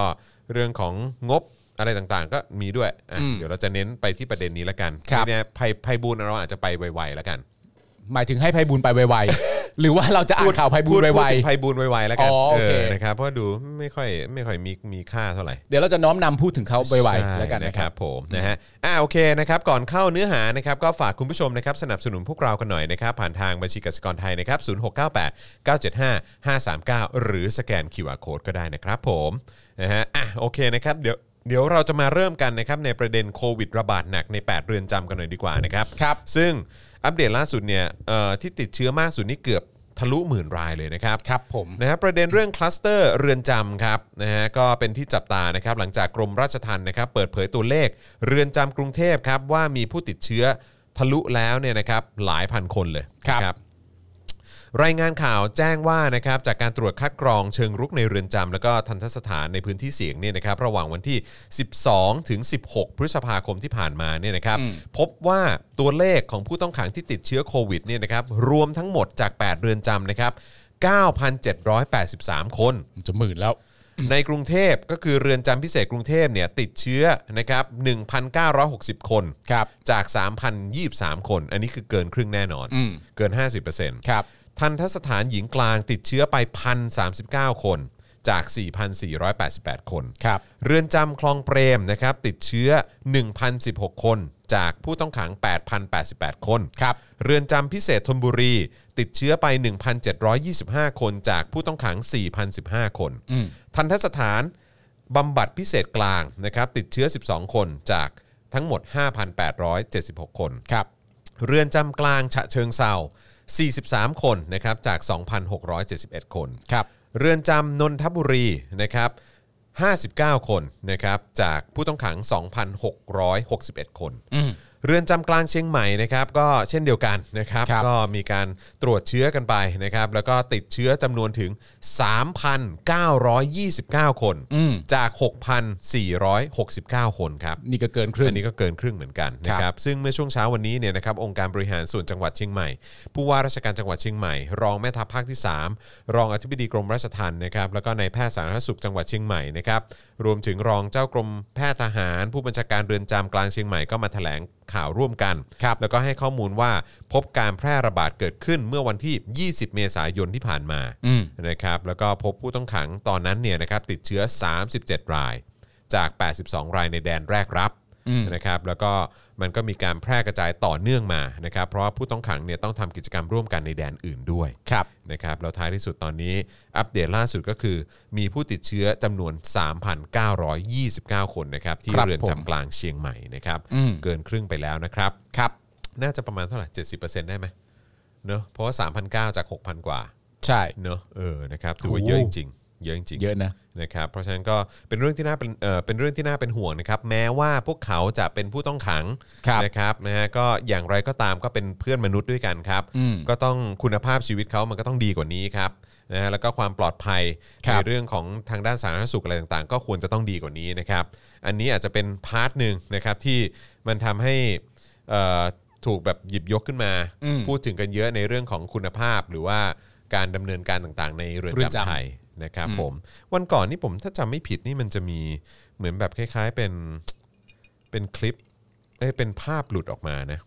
Speaker 2: เรื่องของงบอะไรต่างๆ ก็มีด้วยอ่ะเดี๋ยวเราจะเน้นไปที่ประเด็นนี้แล้วกัน
Speaker 3: ครับ
Speaker 2: ไม่แนี่ยภัยภัยบูลย์เราอาจจะไปไวๆแล้วกัน
Speaker 3: หมายถึงให้ไพบูลย์ไปไว ๆ หรือว่าเราจะอ่านข่าวไพบูลย์
Speaker 2: พูด
Speaker 3: ไว
Speaker 2: พูดถึงภัยบูลย์ไวๆแล้วกัน
Speaker 3: อ๋อโอเค
Speaker 2: นะครับเพราะดูไม่ค่อยไม่ค่อยมีมีค่าเท่าไหร่
Speaker 3: ๆ เดี๋ยวเราจะน้อมนำพูดถึงเขาไว
Speaker 2: ใช่
Speaker 3: ๆแล้วกันนะครับ
Speaker 2: ผมนะฮะอ่าโอเคนะครับก่อนเข้าเนื้อหานะครับก็ฝากคุณผู้ชมนะครับสนับสนุนพวกเรากันหน่อยนะครับผ่านทางบัญชีกสิกรไทยนะครับ0698 975 539 หรือสแกน QR Code ก็ได้นะครับผมนะฮะอ่ะโอเคนะครับเดี๋ยว เดี๋ยวเราจะมาเริ่มกันนะครับในประเด็นโควิดระบาดหนักใน 8 เรือนจำกันหน่อยดีกว่านะครับ
Speaker 3: ครับ
Speaker 2: ซึ่งอัปเดตล่าสุดเนี่ยเอ่อที่ติดเชื้อมากสุดนี่เกือบทะลุหมื่นรายเลยนะครับ
Speaker 3: ครับผม
Speaker 2: นะฮะประเด็นเรื่องคลัสเตอร์เรือนจำครับนะฮะก็เป็นที่จับตานะครับหลังจากกรมราชทัณฑ์นะครับเปิดเผยตัวเลข เรือนจำกรุงเทพครับว่ามีผู้ติดเชื้อทะลุแล้วเนี่ยนะครับหลายพันคนเลย
Speaker 3: ครับ
Speaker 2: นะ รายงานข่าวแจ้งว่านะครับจากการตรวจคัดกรองเชิงรุกในเรือนจำแล้วก็ทันทสถานในพื้นที่เสี่ยงเนี่ยนะครับระหว่างวันที่ 12 ถึง 16 พฤษภาคมที่ผ่านมาเนี่ยนะครับพบว่าตัวเลขของผู้ต้องขังที่ติดเชื้อโควิดเนี่ยนะครับรวมทั้งหมดจาก 8 เรือนจำนะครับ 9,783 คน
Speaker 3: จะหมื่นแล้ว
Speaker 2: ในกรุงเทพก็คือเรือนจำพิเศษกรุงเทพเนี่ยติดเชื้อนะครับ1,960 คน
Speaker 3: ครับ
Speaker 2: จาก 3,023 คน อันนี้คือเกินครึ่งแน่นอน
Speaker 3: อืม
Speaker 2: เกิน 50%
Speaker 3: ครับ
Speaker 2: ทันทสถานหญิงกลางติดเชื้อไป 1,039 คนจาก 4,488 คน
Speaker 3: ครับ
Speaker 2: เรือนจำคลองเปรมนะครับติดเชื้อ 1,016 คน จากผู้ต้องขัง 8,088 คน
Speaker 3: ครับ
Speaker 2: เรือนจำพิเศษธนบุรี ติดเชื้อไป 1,725 คน จากผู้ต้องขัง 4,015 คน ทันทสถานบำบัดพิเศษกลางนะครับติดเชื้อ 12 คนจากทั้งหมด 5,876 คน
Speaker 3: ครับ
Speaker 2: เรือนจำกลางฉะเชิงเซา43 คนนะครับจาก 2,671 คน
Speaker 3: ครับ
Speaker 2: เรือนจำนนทบุรีนะครับ59 คนนะครับจากผู้ต้องขัง 2,661 คน เรือนจำกลางเชียงใหม่นะครับก็เช่นเดียวกันนะครับ
Speaker 3: ครับ
Speaker 2: ก็มีการตรวจเชื้อกันไปนะครับแล้วก็ติดเชื้อจำนวนถึง 3,929 คน จาก 6,469 คนครับ
Speaker 3: นี่ก็เกินครึ่ง
Speaker 2: อันนี้ก็เกินครึ่งเหมือนกันนะค
Speaker 3: ครั
Speaker 2: รับบ ซึ่งเมื่อช่วงเช้าวันนี้เนี่ยนะครับองค์การบริหารส่วนจังหวัดเชียงใหม่ ผู้ว่าราชการจังหวัดเชียงใหม่ รองแม่ทัพภาคที่ 3 รองอธิบดีกรมราชทัณฑ์นะครับแล้วก็นายแพทย์สาธารณสุขจังหวัดเชียงใหม่นะครับรวมถึงรองเจ้ากรมแพทย์ทหาร ผู้บัญชาการเรือนจำกลางเชียงใหม่ก็มาแถลงข่าวร่วมกัน
Speaker 3: ครับ
Speaker 2: แล้วก็ให้ข้อมูลว่าพบการแพร่ระบาดเกิดขึ้นเมื่อวันที่ 20 เมษายนที่ผ่านมา
Speaker 3: อืม
Speaker 2: นะครับแล้วก็พบผู้ต้องขังตอนนั้นเนี่ยนะครับติดเชื้อ 37 รายจาก 82 รายในแดนแรกรับนะครับแล้วก็มันก็มีการแพร่กระจายต่อเนื่องมานะครับเพราะว่าผู้ต้องขังเนี่ยต้องทำกิจกรรมร่วมกันในแดนอื่นด้วย
Speaker 3: ครับ
Speaker 2: นะครับแล้วท้ายที่สุดตอนนี้อัปเดตล่าสุดก็คือ มีผู้ติดเชื้อจำนวน 3,929 คนนะครับที่
Speaker 3: ครับ
Speaker 2: เรือน
Speaker 3: ผม
Speaker 2: จำกลางเชียงใหม่นะครับ
Speaker 3: อืม
Speaker 2: เกินครึ่งไปแล้วนะครับ
Speaker 3: ครับ
Speaker 2: น่าจะประมาณเท่าไหร่70%ได้ไหมเนอะเพราะว่า3,900จาก6,000 กว่า
Speaker 3: ใช่
Speaker 2: เนอะเออนะครับถือว่า
Speaker 3: โอ้โห
Speaker 2: เยอะจริงๆเยอะจริงๆ
Speaker 3: เยอะนะ
Speaker 2: นะครับเพราะฉะนั้นก็เป็นเรื่องที่น่าเป็นเออเป็นเรื่องที่น่าเป็นห่วงนะครับแม้ว่าพวกเขาจะเป็นผู้ต้องขัง
Speaker 3: ครับ
Speaker 2: นะครับนะฮะก็อย่างไรก็ตามก็เป็นเพื่อนมนุษย์ด้วยกันครับ
Speaker 3: อืม
Speaker 2: ก็ต้องคุณภาพชีวิตเขามันก็ต้องดีกว่านี้ครับ นะฮะแล้วก็ความปลอดภัย
Speaker 3: ครั
Speaker 2: ใน
Speaker 3: บ
Speaker 2: เรื่องของทางด้านสาธารณสุขอะไรต่างๆ ก็ควรจะต้องดีกว่านี้นะครับ อันนี้อาจจะเป็นพาร์ทหนึ่งนะครับที่มันทำให้เอ่อถูกแบบหยิบยกขึ้นมา พูดถึงกันเยอะในเรื่องของคุณภาพ หรือว่าการดำเนินการต่างๆ ในเรือน
Speaker 3: เรือน
Speaker 2: จำ
Speaker 3: จำ
Speaker 2: ไทยนะครับผมวันก่อนนี่ผมถ้าจำไม่ผิดนี่มันจะมีเหมือนแบบคล้าย ๆเป็นเป็นคลิปเอ้ยเป็นภาพหลุดออกมานะ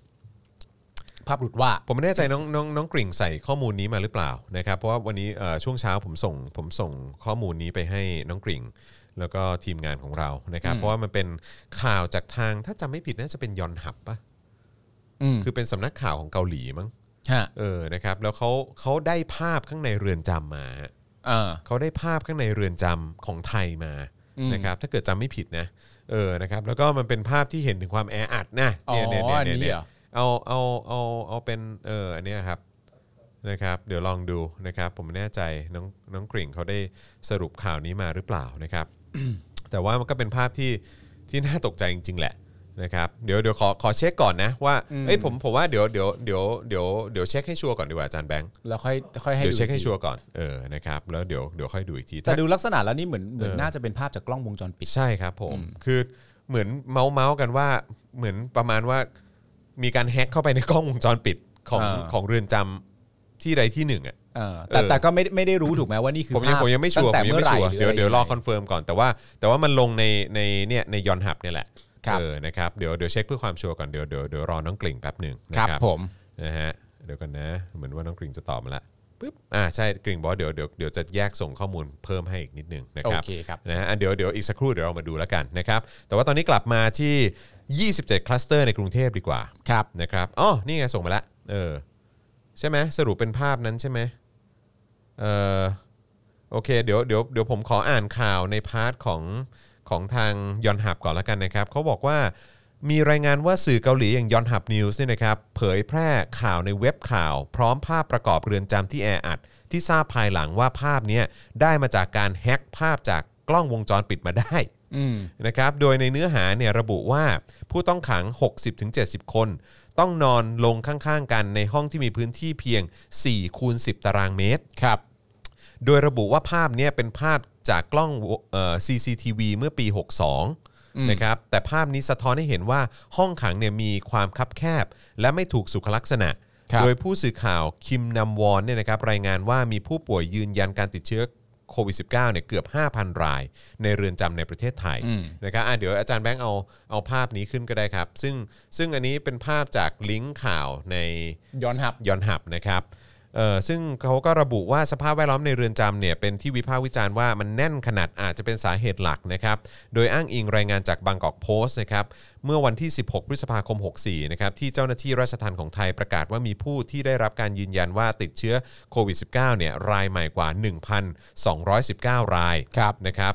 Speaker 3: ภาพหลุดว่า
Speaker 2: ผมไม่แน่ใจน้องน้องน้องกริ่งใส่ข้อมูลนี้มาหรือเปล่านะครับเพราะว่าวันนี้เอ่อช่วงเช้าผมส่งผมส่งข้อมูลนี้ไปให้น้องกริ่ง แล้วก็ทีมงานของเรานะครับ เพราะว่ามันเป็นข่าวจากทางถ้าจำไม่ผิดน่าจะเป็นยอนหับปะ
Speaker 3: อืม
Speaker 2: คือเป็นสำนักข่าวของเกาหลีมั้ง
Speaker 3: ฮะ
Speaker 2: เออนะครับแล้วเขาเขาได้ภาพข้างในเรือนจำมาฮะ
Speaker 3: เออ
Speaker 2: เขาได้ภาพข้างในเรือนจำของไทยมานะครับถ้าเกิดจำไม่ผิดนะเออนะครับแล้วก็มันเป็นภาพที่เห็นถึงความแออัดนะเนี่ยเนี่ย
Speaker 3: อ๋อ
Speaker 2: เนี่ย
Speaker 3: อันนี้
Speaker 2: เนี่ยเนี่ย
Speaker 3: เหรอ
Speaker 2: เอาเอาเอาเอาเป็นเอออันเนี้ยครับนะครับเดี๋ยวลองดูนะครับผมไม่แน่ใจน้องน้องกริ่งเขาได้สรุปข่าวนี้มาหรือเปล่านะครับ แต่ว่ามันก็เป็นภาพที่ที่น่าตกใจจริง ๆ แหละนะครับเดี๋ยวเดี๋ยวขอขอเช็คก่อนนะว่าเอ้ยผมผมว่าเดี๋ยวเดี๋ยวเดี๋ยวเดี๋ยวเดี๋ยวเช็คให้ชัวร์ก่อนดีกว่าอาจารย์แบงค์
Speaker 3: แล้วค่อยค่อยให้
Speaker 2: เดี๋ยวเช็คให้
Speaker 3: อีกที
Speaker 2: ชัวร์ก่อน เออ นะครับ แล้วเดี๋ยว เดี๋ยวค่อยดูอีกที
Speaker 3: แต่
Speaker 2: ถ้า
Speaker 3: ดูลักษณะแล้วนี่เหมือนเหมือนน่าจะเป็นภาพจากกล้องวงจรปิด
Speaker 2: ใช่ครับผม คือเหมือนเมาส์เมาส์กันว่า เหมือนประมาณว่า มีการแฮ็กเข้าไปในกล้องวงจรปิดของ
Speaker 3: อ่า
Speaker 2: ของเรือนจำที่ใดที่หนึ่งอ่ะ
Speaker 3: เออแต่
Speaker 2: เออ
Speaker 3: แต่ก็ไม่ไม่ได้รู้ถูกไหมว่านี่คือ
Speaker 2: ผมยัง
Speaker 3: ภาพ
Speaker 2: ผมยังไม่ชัวร์
Speaker 3: ตั้
Speaker 2: ผม
Speaker 3: งแต่
Speaker 2: ยัง
Speaker 3: เมื่อ
Speaker 2: ไม่
Speaker 3: ไหร่
Speaker 2: ชัวร์
Speaker 3: ห
Speaker 2: เดี๋ยว เดี๋ยวรอค
Speaker 3: ะ
Speaker 2: อ
Speaker 3: ไง
Speaker 2: นเฟิร์มก่อน แต่ว่า แต่ว่ามันลงใน ใน เนี่ย ในยอนหับเนี่ยแหละ
Speaker 3: ครับ
Speaker 2: เออ นะครับ เดี๋ยว เดี๋ยวเช็คเพื่อความชัวร์ก่อน เดี๋ยว เดี๋ยว เดี๋ยวรอน้องกลิ่งแป๊บหนึ่งนะ
Speaker 3: ครับผม
Speaker 2: นะฮะเดี๋ยวกันนะ เหมือนว่าน้องกริ่งจะตอบมาละปึ๊บอ่าใช่กริ่งบอกว่าเดี๋ยวเดี๋ยวเดี๋ยวจะแยกส่งข้อมูลเพิ่มให้อีกนิดนึงนะครับ
Speaker 3: โอเคครับ
Speaker 2: นะฮะอ่ะเดี๋ยวเดี๋ยวอีกสักครู่เดี๋ยวเรามาดูแล้วกันนะครับแต่ว่าตอนนี้กลับมาที่ 27 คลัสเตอร์ในกรุงเทพดีกว่า
Speaker 3: ครับ
Speaker 2: นะครับอ๋อนี่ไงส่งมาละเออใช่ไหมสรุปเป็นภาพนั้นใช่ไหมเออโอเคเดี๋ยวเดี๋ยวเดี๋ยวผมขออ่านข่าวในพาร์ทของของทางยอนหับก่อนละกันนะครับเขาบอกว่า มีรายงานว่าสื่อเกาหลีอย่างยอนหับนิวส์เนี่ยนะครับเผยแพร่ข่าวในเว็บข่าว พร้อมภาพประกอบเรือนจำที่แออัด ที่ทราบภายหลังว่าภาพเนี้ยได้มาจากการแฮ็กภาพจากกล้องวงจรปิดมาได้นะครับโดยในเนื้อหาเนี่ยระบุว่าผู้ต้องขัง 60-70 คน ต้องนอนลงข้างๆกันในห้องที่มีพื้นที่เพียง4คูณ10 ตารางเมตร
Speaker 3: ครับ
Speaker 2: โดยระบุว่าภาพเนี้เป็นภาพจากกล้องเอ่อ CCTV เมื่อปี 62 นะครับ แต่ภาพนี้สะท้อนให้เห็นว่าห้องขังเนี่ยมีความคับแคบ และไม่ถูกสุขลักษณะ
Speaker 3: ครับ
Speaker 2: โดยผู้สื่อข่าวคิมนำวอนเนี่ยนะครับรายงานว่ามีผู้ป่วยยืนยันการติดเชื้อโควิด -19 เนี่ยเกือบ 5,000 ราย ในเรือนจำในประเทศไทยนะครับอ่ะเดี๋ยวอาจารย์แบงค์เอาเอาภาพนี้ขึ้นก็ได้ครับ ซึ่งซึ่งอันนี้เป็นภาพจากลิงก์ข่าวใน
Speaker 3: ย้อนหับ
Speaker 2: ยอนหับนะครับเอ่อซึ่งเขาก็ระบุว่าสภาพแวดล้อมในเรือนจำเนี่ยเป็นที่วิพากษ์วิจารณ์ว่ามันแน่นขนาดอาจจะเป็นสาเหตุหลักนะครับ โดยอ้างอิงรายงานจากบางกอกโพสต์นะครับเมื่อวันที่ 16 พฤษภาคม 64 นะครับที่เจ้าหน้าที่ราชทัณฑ์ของไทยประกาศว่ามีผู้ที่ได้รับการยืนยันว่าติดเชื้อโควิด -19 เนี่ยรายใหม่กว่า 1,219 ราย
Speaker 3: ครับ
Speaker 2: นะครับ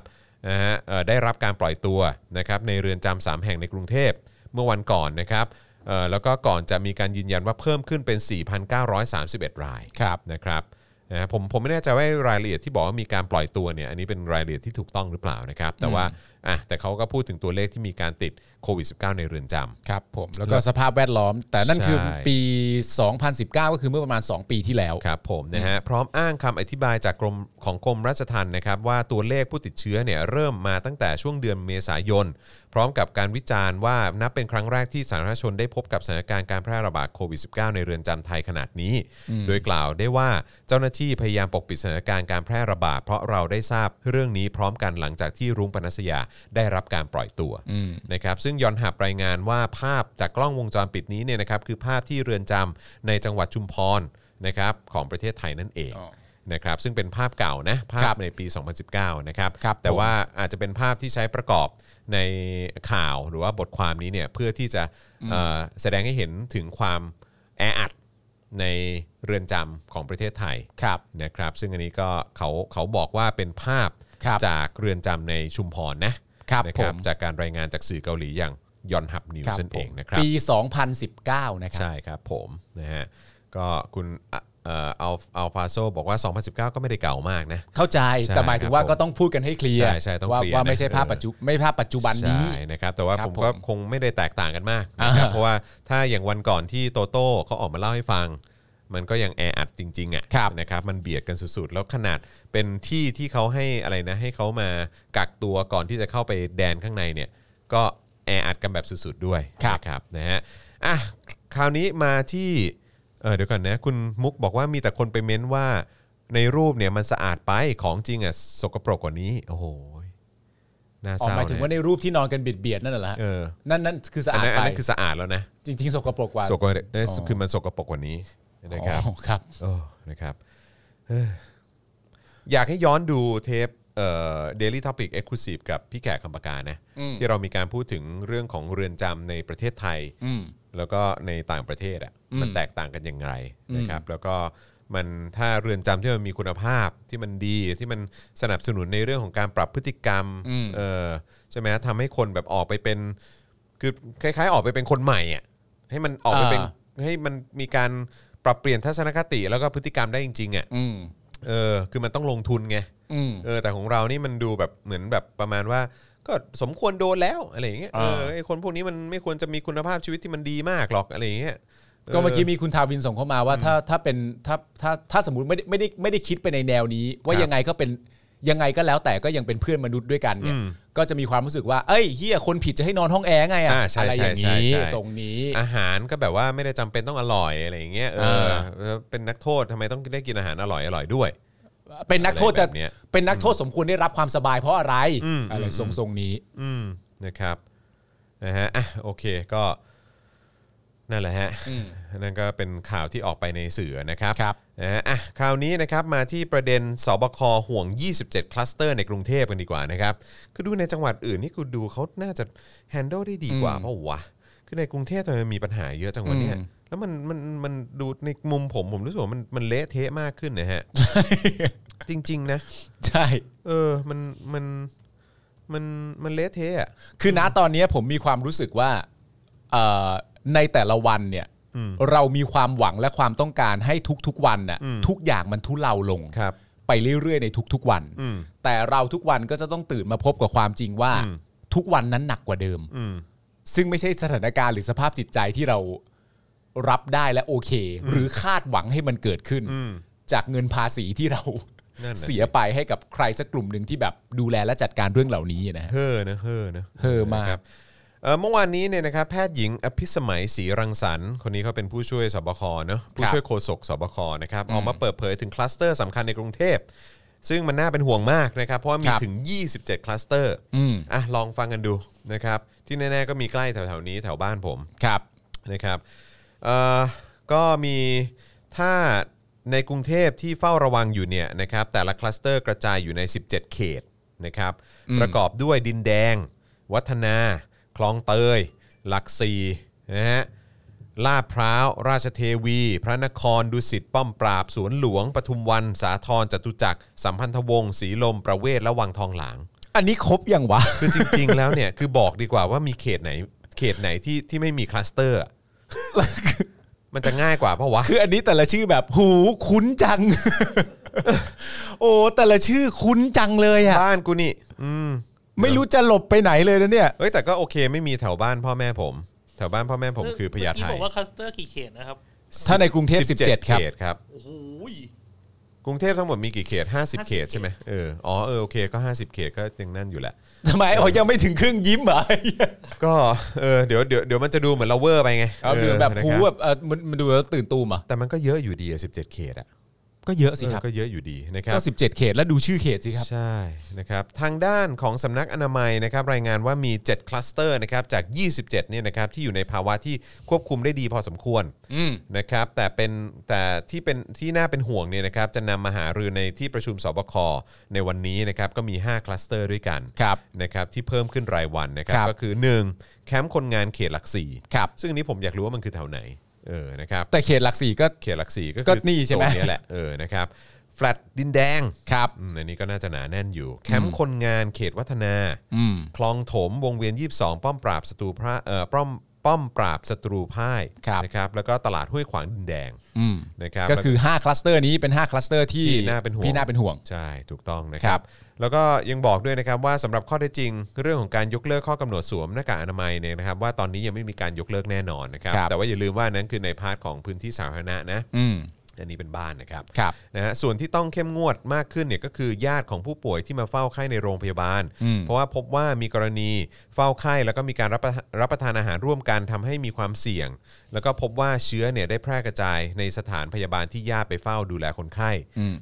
Speaker 2: นะฮะเอ่อได้รับการปล่อยตัวนะครับในเรือนจำสามแห่งในกรุงเทพเมื่อวันก่อนนะครับเอ่อแล้วก็ก่อนจะมีการยืนยันว่าเพิ่มขึ้นเป็น 4,931 ราย
Speaker 3: ครับ
Speaker 2: นะครับนะฮะผมผมไม่แน่ใจว่ารายละเอียดที่บอกว่ามีการปล่อยตัวเนี่ยอันนี้เป็นรายละเอียดที่ถูกต้องหรือเปล่านะครับแต่ว่าอ่ะแต่เขาก็พูดถึงตัวเลขที่มีการติดโควิด -19 ในเรือนจำ
Speaker 3: ครับผมแล้วก็สภาพแวดล้อม แต่นั่นคือ
Speaker 2: ใช่
Speaker 3: ปี 2019 ก็คือเมื่อประมาณ 2 ปีที่แล้ว
Speaker 2: ครับผมนะฮะพร้อมอ้างคำอธิบายจากกรมของกรมราชทัณฑ์นะครับว่าตัวเลขผู้ติดเชื้อเนี่ยเริ่มมาตั้งแต่ช่วงเดือนเมษายน พร้อมกับการวิจารณ์ว่านับเป็นครั้งแรกที่สาธารณชนได้พบกับสถานการณ์การแพร่ระบาดโควิด -19 ในเรือนจำไทยขนาดนี้ โดยกล่าวได้ว่าเจ้าหน้าที่พยายามปกปิดสถานการณ์การแพร่ระบาด เพราะเราได้ทราบเรื่องนี้พร้อมกันหลังจากที่รุ้งปนัสยาได้รับการปล่อยตัวนะครับซึ่งยอนหับรายงานว่าภาพจากกล้องวงจรปิดนี้เนี่ยนะครับคือภาพที่เรือนจำในจังหวัดชุมพร นะครับของประเทศไทยนั่นเอง
Speaker 3: อ๋อ
Speaker 2: นะครับซึ่งเป็นภาพเก่านะภา
Speaker 3: ครั
Speaker 2: พ
Speaker 3: บ
Speaker 2: ในปี 2019 นะครับ
Speaker 3: ครับ
Speaker 2: แต่
Speaker 3: ผม
Speaker 2: ว่าอาจจะเป็นภาพที่ใช้ประกอบในข่าวหรือว่าบทความนี้เนี่ยเพื่อที่จะเอ่อแสดงให้เห็นถึงความแออัดในเรือนจำของประเทศไทย
Speaker 3: ครับ
Speaker 2: นะครับซึ่งอันนี้ก็เขาเขาบอกว่าเป็นภาพ
Speaker 3: ครับ
Speaker 2: จากเรือนจำในชุมพรนะครับ นะ
Speaker 3: ผม
Speaker 2: จากการรายงานจากสื่อเกาหลีอย่างยอนหับนิว
Speaker 3: ครับ
Speaker 2: นั่น
Speaker 3: ผ
Speaker 2: เอง
Speaker 3: ม
Speaker 2: นะครับ
Speaker 3: ปี 2019 นะครับ
Speaker 2: ใช่ครับผมนะฮะก็คุณอ่ะเอ่ออัลอัลฟาโซบอกว่า 2019 ก็ไม่ได้เก่ามากนะ
Speaker 3: เข้าใจ
Speaker 2: ใช่
Speaker 3: แต่หมายถึงว่า
Speaker 2: ครับ
Speaker 3: ก็ต้องพูดกันให้เคลียร์
Speaker 2: ใช่ใช่ต้อง
Speaker 3: ว่า
Speaker 2: เคลียร์
Speaker 3: ว่า
Speaker 2: นะ
Speaker 3: ไม่ใช่ภาพ
Speaker 2: เออ
Speaker 3: ปัจจุไม่ภาพปัจจุบันนี้
Speaker 2: ใช่นะครับแต่ว่า
Speaker 3: ครับ
Speaker 2: ผมก็
Speaker 3: ผม
Speaker 2: คงไม่ได้แตกต่างกันมากนะครับ
Speaker 3: อ่า
Speaker 2: เพราะว่าถ้าอย่างวันก่อนที่โตโต้เขาออกมาเล่าให้ฟัง มันก็ยังแออัดจริงๆ
Speaker 3: ครั
Speaker 2: อะ่ะ
Speaker 3: บ
Speaker 2: นะครับมันเบียดกันสุดๆ แล้วขนาดเป็นที่ที่เขาให้อะไรนะให้เขามากักตัวก่อนที่จะเข้าไปแดนข้างในเนี่ยก็แออัดกันแบบสุดๆด้วย
Speaker 3: ครับ
Speaker 2: นะครับนะฮะอ่ะคราวนี้มาที่เออเดี๋ยวก่อนนะคุณมุกบอกว่ามีแต่คนไปเม้นว่าในรูปเนี่ยมันสะอาดไปของจริงอ่ะสกปรกกว่านี้โอ้โหน่า
Speaker 3: ออ
Speaker 2: เศร้า
Speaker 3: หมายถึงว่า
Speaker 2: นะ
Speaker 3: ในรูปที่นอนกันเบียดเบียดๆนั่นนะเหรอฮะ
Speaker 2: เออ
Speaker 3: นั่นนั่นคือสะ
Speaker 2: อัน
Speaker 3: อาด
Speaker 2: นั้นอัน
Speaker 3: ไป
Speaker 2: นั้นคือสะอาดแล้วนะ
Speaker 3: จริง ๆ สกปรกกว่า
Speaker 2: สกปรกเอ้ยคือมันสกปรกกว่านี้นะครับ
Speaker 3: อ๋อครับ
Speaker 2: โอ้นะครับเอ้ยอยากให้ย้อนดูเทปเอ่อ Daily Topic Exclusive กับพี่แขกคำปากานะ ที่เรามีการพูดถึงเรื่องของเรือนจำในประเทศไทย
Speaker 3: อืม
Speaker 2: แล้วก็ในต่างประเทศอ่ะมันแตกต่างกันอย่างไรนะครับแล้วก็มันถ้าเรือนจำที่มันมีคุณภาพที่มันดีที่มันสนับสนุนในเรื่องของการปรับพฤติกรรมเออใช่ไหมทำให้คนแบบออกไปเป็นคือคล้าย ๆ ออกไปเป็นคนใหม่อ่ะให้มันออกไปเป็น
Speaker 3: อ่
Speaker 2: ให้มันมีการปรับเปลี่ยนทัศนคติแล้วก็พฤติกรรมได้จริงๆอ่ะ
Speaker 3: อืม
Speaker 2: เออคือมันต้องลงทุนไง
Speaker 3: อืม
Speaker 2: เออแต่ของเรานี่มันดูแบบเหมือนแบบประมาณว่า ก็สมควรโดนแล้วอะไรอย่างเงี้ยเอ
Speaker 3: อ่า
Speaker 2: อไอคนพวกนี้มันไม่ควรจะมีคุณภาพชีวิตที่มันดีมากหรอกอะไรอย่างเงี้ย
Speaker 3: ก็เมื่อกี้มีคุณทาวินส่งเข้ามาว่าถ้าถ้าเป็นถ้าถ้าถ้าสมมติไม่ได้ไม่ได้ไม่ได้คิดไปในแนวนี้ ว่ายังไงก็เป็นยังไงก็แล้วแต่ก็ยังเป็นเพื่อนมนุษย์ด้วยกันเนี่ยก็จะมีความรู้สึกว่าเอ้ยเฮียคนผิดจะให้นอนห้องแอร์ไงอะ
Speaker 2: อ่าใช่
Speaker 3: อะไรอ
Speaker 2: ใช่
Speaker 3: ย่าง
Speaker 2: ใช่
Speaker 3: นี้
Speaker 2: ใช่
Speaker 3: ทรงนี้
Speaker 2: อาหารก็แบบว่าไม่ได้จำเป็นต้องอร่อยอะไรอย่างเงี้ยเออ
Speaker 3: อ่า
Speaker 2: แล้วเป็นนักโทษทำไมต้องได้กินอาหารอร่อยอร่อยด้วย
Speaker 3: เป็นนักโทษจะ
Speaker 2: อะไรแบบเนี้ย
Speaker 3: เป็นนักโทษสมควรได้รับความสบายเพราะอะไรอะไรทรงทรงนี้
Speaker 2: อืมนะครับนะฮะอ่ะโอเคก็นั่นแหละฮะนั่นก็เป็นข่าวที่ออกไปในสื่อนะครับ
Speaker 3: ครับ
Speaker 2: นะฮะอ่ะคราวนี้นะครับมาที่ประเด็นสบคห่วง 27 คลัสเตอร์ในกรุงเทพกันดีกว่านะครับคือดูในจังหวัดอื่นนี่กูดูเขาน่าจะแฮนด์ลได้ดีกว่าเพราะวะคือในกรุงเทพทำไมมันมีปัญหาเยอะจังวะเนี่ยแล้วมันมันมันดูในมุมผมผมรู้สึกว่ามันมันเละเทะมากขึ้นนะฮ ะ จริง ๆ นะ
Speaker 3: ใช่
Speaker 2: เออมันมันมันมันเละเทะอะ
Speaker 3: คือณตอนนี้ผมมีความรู้สึกว่าเอ่อในแต่ละวันเนี่ยเรามีความหวังและความต้องการให้ทุกๆวันน่ะทุกอย่างมันทุเลาลง
Speaker 2: ครับ
Speaker 3: ไปเรื่อยๆในทุกๆวัน
Speaker 2: อืม
Speaker 3: แต่เราทุกวันก็จะต้องตื่นมาพบกับความจริงว่า ทุกวันนั้นหนักกว่าเดิม
Speaker 2: อืม
Speaker 3: ซึ่งไม่ใช่สถานการณ์หรือสภาพจิตใจที่เรารับได้และโอเค หรือคาดหวังให้มันเกิดขึ้น
Speaker 2: อืม
Speaker 3: จากเงินภาษีที่เราน
Speaker 2: นน่ะสิ
Speaker 3: เสียไปให้กับใครสักกลุ่มหนึ่งที่แบบดูแลและจัดการเรื่องเหล่านี้นะฮะ
Speaker 2: เฮ้อนะเฮ้อนะ
Speaker 3: เฮ้อมาก
Speaker 2: นะครับเอ่อเมื่อวานนี้เนี่ยนะครับแพทย์หญิงอภิสมัยศรีรังสรรค์คนนี้เขาเป็นผู้ช่วยสบคเนอะผู้ช่วยโฆษกสบคนะครับออกมาเปิดเผยถึงคลัสเตอร์สำคัญในกรุงเทพ ซึ่งมันน่าเป็นห่วงมากนะครับ เพราะว่ามี
Speaker 3: ครับ
Speaker 2: ถึง 27 คลัสเตอร์อ่ะลองฟังกันดูนะครับ ที่แน่ๆก็มีใกล้แถวๆนี้แถวบ้านผม
Speaker 3: ครับ
Speaker 2: นะครับเอ่อก็มีถ้าในกรุงเทพที่เฝ้าระวังอยู่เนี่ยนะครับแต่ละคลัสเตอร์กระจายอยู่ใน 17 เขตนะครับประกอบด้วยดินแดง วัฒนา คลองเตย หลักสีนะฮะลาดพร้าว ราชเทวี พระนครดุสิตป้อมปราบ สวนหลวง ปทุมวัน สาทรจตุจักร สัมพันธวงศ์สีลม ประเวศและวังทองหลาง
Speaker 3: อันนี้ครบยังวะ
Speaker 2: คือจริงๆ แล้วเนี่ย คือบอกดีกว่าว่ามีเขตไหนเขตไหนที่ที่ไม่มีคลัสเตอร์ อะ มันจะง่ายกว่าเพราะวะ
Speaker 3: คืออันนี้แต่ละชื่อแบบหูคุ้นจัง โอ้แต่ละชื่อคุ้นจังเลยอะ
Speaker 2: บ้านกูนี่อืม
Speaker 3: ไม่รู้จะหลบไปไหนเลยนะเนี่ย
Speaker 2: เอ้ยแต่ก็โอเคไม่มีแถวบ้านพ่อแม่ผม แถวบ้านพ่อแม่ผมคือพญา
Speaker 4: เมื่
Speaker 2: ไท
Speaker 4: กี้บ
Speaker 2: ย
Speaker 4: อกว่าคลัสเตอร์กี่เขตนะครับ
Speaker 3: ถ้าในกรุงเทพ17 ครับ
Speaker 2: เขตครับ
Speaker 4: โอ้โห
Speaker 2: กรุงเทพทั้งหมดมีกี่เขต 50 เขตใช่ไหมเอออ๋อเออโอเคก็ 50 เขตก็ยังนั่นอยู่แหละ
Speaker 3: ทำไมอ๋อยังไม่ถึงครึ่งยิ้มเหรอ
Speaker 2: ก็เออเดี๋ยวเดี๋ยวเดี๋ยวมันจะดูเหมือนเราเวอร์ไปไง
Speaker 3: เอาดูแบบ
Speaker 2: นะค
Speaker 3: หู
Speaker 2: รั
Speaker 3: แบบเออมันมันดูแล้วตื่นตูมอ่ะ
Speaker 2: แต่มันก็เยอะอยู่ดีอะ17 เขตอ่ะ
Speaker 3: ก็เยอะสิ
Speaker 2: เออ
Speaker 3: ครับ
Speaker 2: ก็เยอะอยู่ดีนะครับ
Speaker 3: ก็สิบเจ็ดเขตแล้วดูชื่อเขตสิครับ
Speaker 2: ใช่นะครับทางด้านของสำนักอนามัยนะครับรายงานว่ามี 7 คลัสเตอร์นะครับจาก 27เนี่ยนะครับที่อยู่ในภาวะที่ควบคุมได้ดีพอสมควรนะครับแต่เป็นแต่ที่เป็นที่น่าเป็นห่วงเนี่ยนะครับจะนำมาหารือในที่ประชุมสบคในวันนี้นะครับก็มี 5 คลัสเตอร์ด้วยกัน
Speaker 3: ครับ
Speaker 2: นะครับที่เพิ่มขึ้นรายวันนะครับ
Speaker 3: ครับ
Speaker 2: ก็คือ 1 แคมป์คนงานเขตหลักสี่
Speaker 3: ครับ
Speaker 2: ซึ่งอันนี้ผมอยากรู้ว่ามันคือแถวไหนเออนะครับ
Speaker 3: แต่เขตหลักสี่ก็
Speaker 2: เขตหลักสี่ก็
Speaker 3: ก็
Speaker 2: คือ
Speaker 3: นี่ใช่ไหม
Speaker 2: โซเนี้ยแหละเออนะครับแฟลตดินแดง
Speaker 3: ครับ
Speaker 2: อืมอันนี้ก็น่าจะหนาแน่นอยู่ แคมป์คนงานเขตวัฒนา
Speaker 3: อืม
Speaker 2: คลองถมวงเวียน 22 ป้อมปราบศัตรูพระเอ่อป้อมป้อมปราบศัตรูพ่าย
Speaker 3: ครับ
Speaker 2: นะครับแล้วก็ตลาดห้วยขวางดินแดง
Speaker 3: อืม
Speaker 2: นะครับ
Speaker 3: ก็คือห้าคลัสเตอร์นี้เป็นห้าคลัสเตอร์ที่
Speaker 2: ที่น่าเป็นห่วง
Speaker 3: ที่น่าเป็นห่วง
Speaker 2: ใช่ถูกต้องนะค
Speaker 3: ค
Speaker 2: รั
Speaker 3: รับ บ
Speaker 2: แล้วก็ยังบอกด้วยนะครับว่าสำหรับข้อเท็จจริง เรื่องของการยกเลิกข้อกำหนดสวมหน้ากากอนามัยเนี่ยนะครับว่าตอนนี้ยังไม่มีการยกเลิกแน่นอนนะครับ
Speaker 3: ครับ
Speaker 2: แต่ว่าอย่าลืมว่านั้นคือในพาร์ทของพื้นที่สาธารณะนะ
Speaker 3: อืม
Speaker 2: อันนี้เป็นบ้านนะครับ
Speaker 3: ครับ
Speaker 2: นะฮะส่วนที่ต้องเข้มงวดมากขึ้นเนี่ยก็คือญาติของผู้ป่วยที่มาเฝ้าไข้ในโรงพยาบาล
Speaker 3: อืม
Speaker 2: เพราะว่าพบว่ามีกรณีเฝ้าไข้แล้วก็มีการรับประรับประทานอาหารร่วมกันทำให้มีความเสี่ยง แล้วก็พบว่าเชื้อเนี่ยได้แพร่กระจายในสถานพยาบาลที่ญาติไปเฝ้าดูแลคนไข้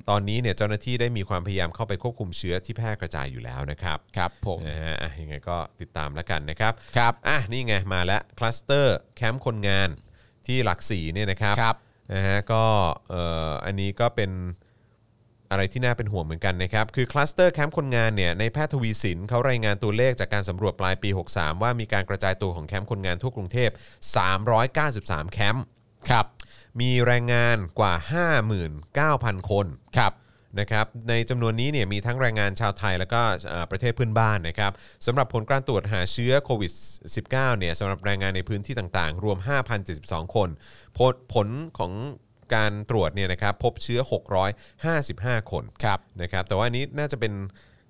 Speaker 2: ตอนนี้เนี่ยเจ้าหน้าที่ได้มีความพยายามเข้าไปควบคุมเชื้อที่แพร่กระจายอยู่แล้วนะครับ
Speaker 3: ครับผม
Speaker 2: นะฮะอ่ะยังไงก็ติดตามแล้วกันนะครับ
Speaker 3: ครับ
Speaker 2: อ่ะนี่ไงมาแล้วคลัสเตอร์แคมป์คนงานที่หลักสี่เนี่ยนะครับ
Speaker 3: ครับ
Speaker 2: นะฮะก็เอ่ออันนี้ก็เป็นอะไรที่น่าเป็นห่วงเหมือนกันนะครับ คือคลัสเตอร์แคมป์คนงานเนี่ยในแพทย์ทวีสินเขารายงานตัวเลขจากการสำรวจปลายปี 63 ว่ามีการกระจายตัวของแคมป์คนงานทั่วกรุงเทพ 393 แคมป์
Speaker 3: ครับ
Speaker 2: มีแรงงานกว่า 59,000 คน
Speaker 3: ครับ
Speaker 2: นะครับในจำนวนนี้เนี่ยมีทั้งแรงงานชาวไทยแล้วก็อ่าประเทศเพื่อนบ้านนะครับสำหรับผลการตรวจหาเชื้อโควิด -19 เนี่ยสำหรับแรงงานในพื้นที่ต่างๆ รวม 5,072 คนผลผลของการตรวจเนี่ยนะครับพบเชื้อ 655 คน
Speaker 3: ครับ
Speaker 2: นะครับแต่ว่าอันนี้น่าจะเป็น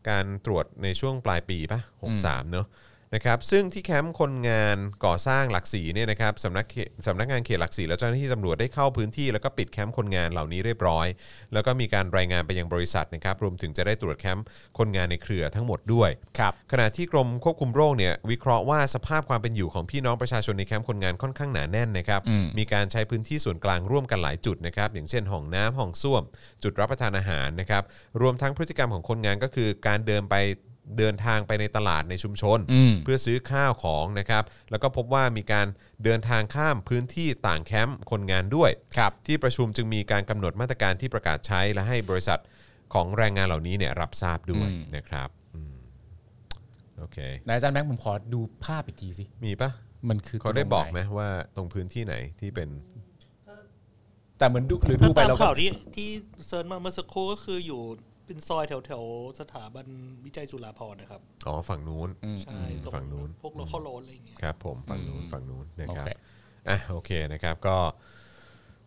Speaker 2: การตรวจในช่วงปลายปีปะ63 เนอะนะครับซึ่งที่แคมป์คนงานก่อสร้างหลักสีเนี่ยนะครับสำนักเขตสำนักงานเขตหลักสีและเจ้าหน้าที่ตำรวจได้เข้าพื้นที่ แล้วก็ปิดแคมป์คนงานเหล่านี้เรียบร้อย แล้วก็มีการรายงานไปยังบริษัทนะครับรวมถึงจะได้ตรวจแคมป์คนงานในเครือทั้งหมดด้วย
Speaker 3: ครับ
Speaker 2: ขณะที่กรมควบคุมโรคเนี่ยวิเคราะห์ว่าสภาพความเป็นอยู่ของพี่น้องประชาชนในแคมป์คนงานค่อนข้างหนาแน่นนะครับมีการใช้พื้นที่ส่วนกลางร่วมกันหลายจุดนะครับอย่างเช่นห้องน้ำห้องส้วม จุดรับประทานอาหารนะครับรวมทั้งพฤติกรรมของคนงานก็คือการเดินไปเดินทางไปในตลาดในชุมชน
Speaker 3: อืม
Speaker 2: เพื่อซื้อข้าวของนะครับแล้วก็พบว่ามีการเดินทางข้ามพื้นที่ต่างแคมป์คนงานด้วย
Speaker 3: ครับ
Speaker 2: ที่ประชุมจึงมีการกำหนดมาตรการที่ประกาศใช้และให้บริษัทของแรงงานเหล่านี้เนี่ยรับทราบด้วยนะครับอืมโอเคน
Speaker 3: ายอาจารย์แบงค์ผมขอดูภาพอีกทีสิ
Speaker 2: มีปะ
Speaker 3: มันคือ
Speaker 2: เขาได้บอกไห
Speaker 3: ไห
Speaker 2: ม
Speaker 3: ม
Speaker 2: ว่าตรงพื้นที่ไหนที่เป็น
Speaker 3: แต่เหมือนดูหรือ
Speaker 4: ถ้า
Speaker 3: ดูไป
Speaker 4: ตาม
Speaker 3: แล้วก็
Speaker 4: ข่าวที่ที่เซิร์ชมาเมื่อสักครู่ก็คืออยู่เป็นซอยแถวแถวๆสถาบันวิจัยจุฬาภรณ์นะครับ
Speaker 2: อ๋อ ฝั่งนู้น
Speaker 4: ใช่ตร
Speaker 2: ฝั่งนู้น
Speaker 4: พวกโลคอลโลอะไรอย่างเงี้ย
Speaker 2: ครับผมฝั่งนู้นฝั่งนู้นนะครับ
Speaker 3: โอเค
Speaker 2: อ่ะโอเคนะครับก็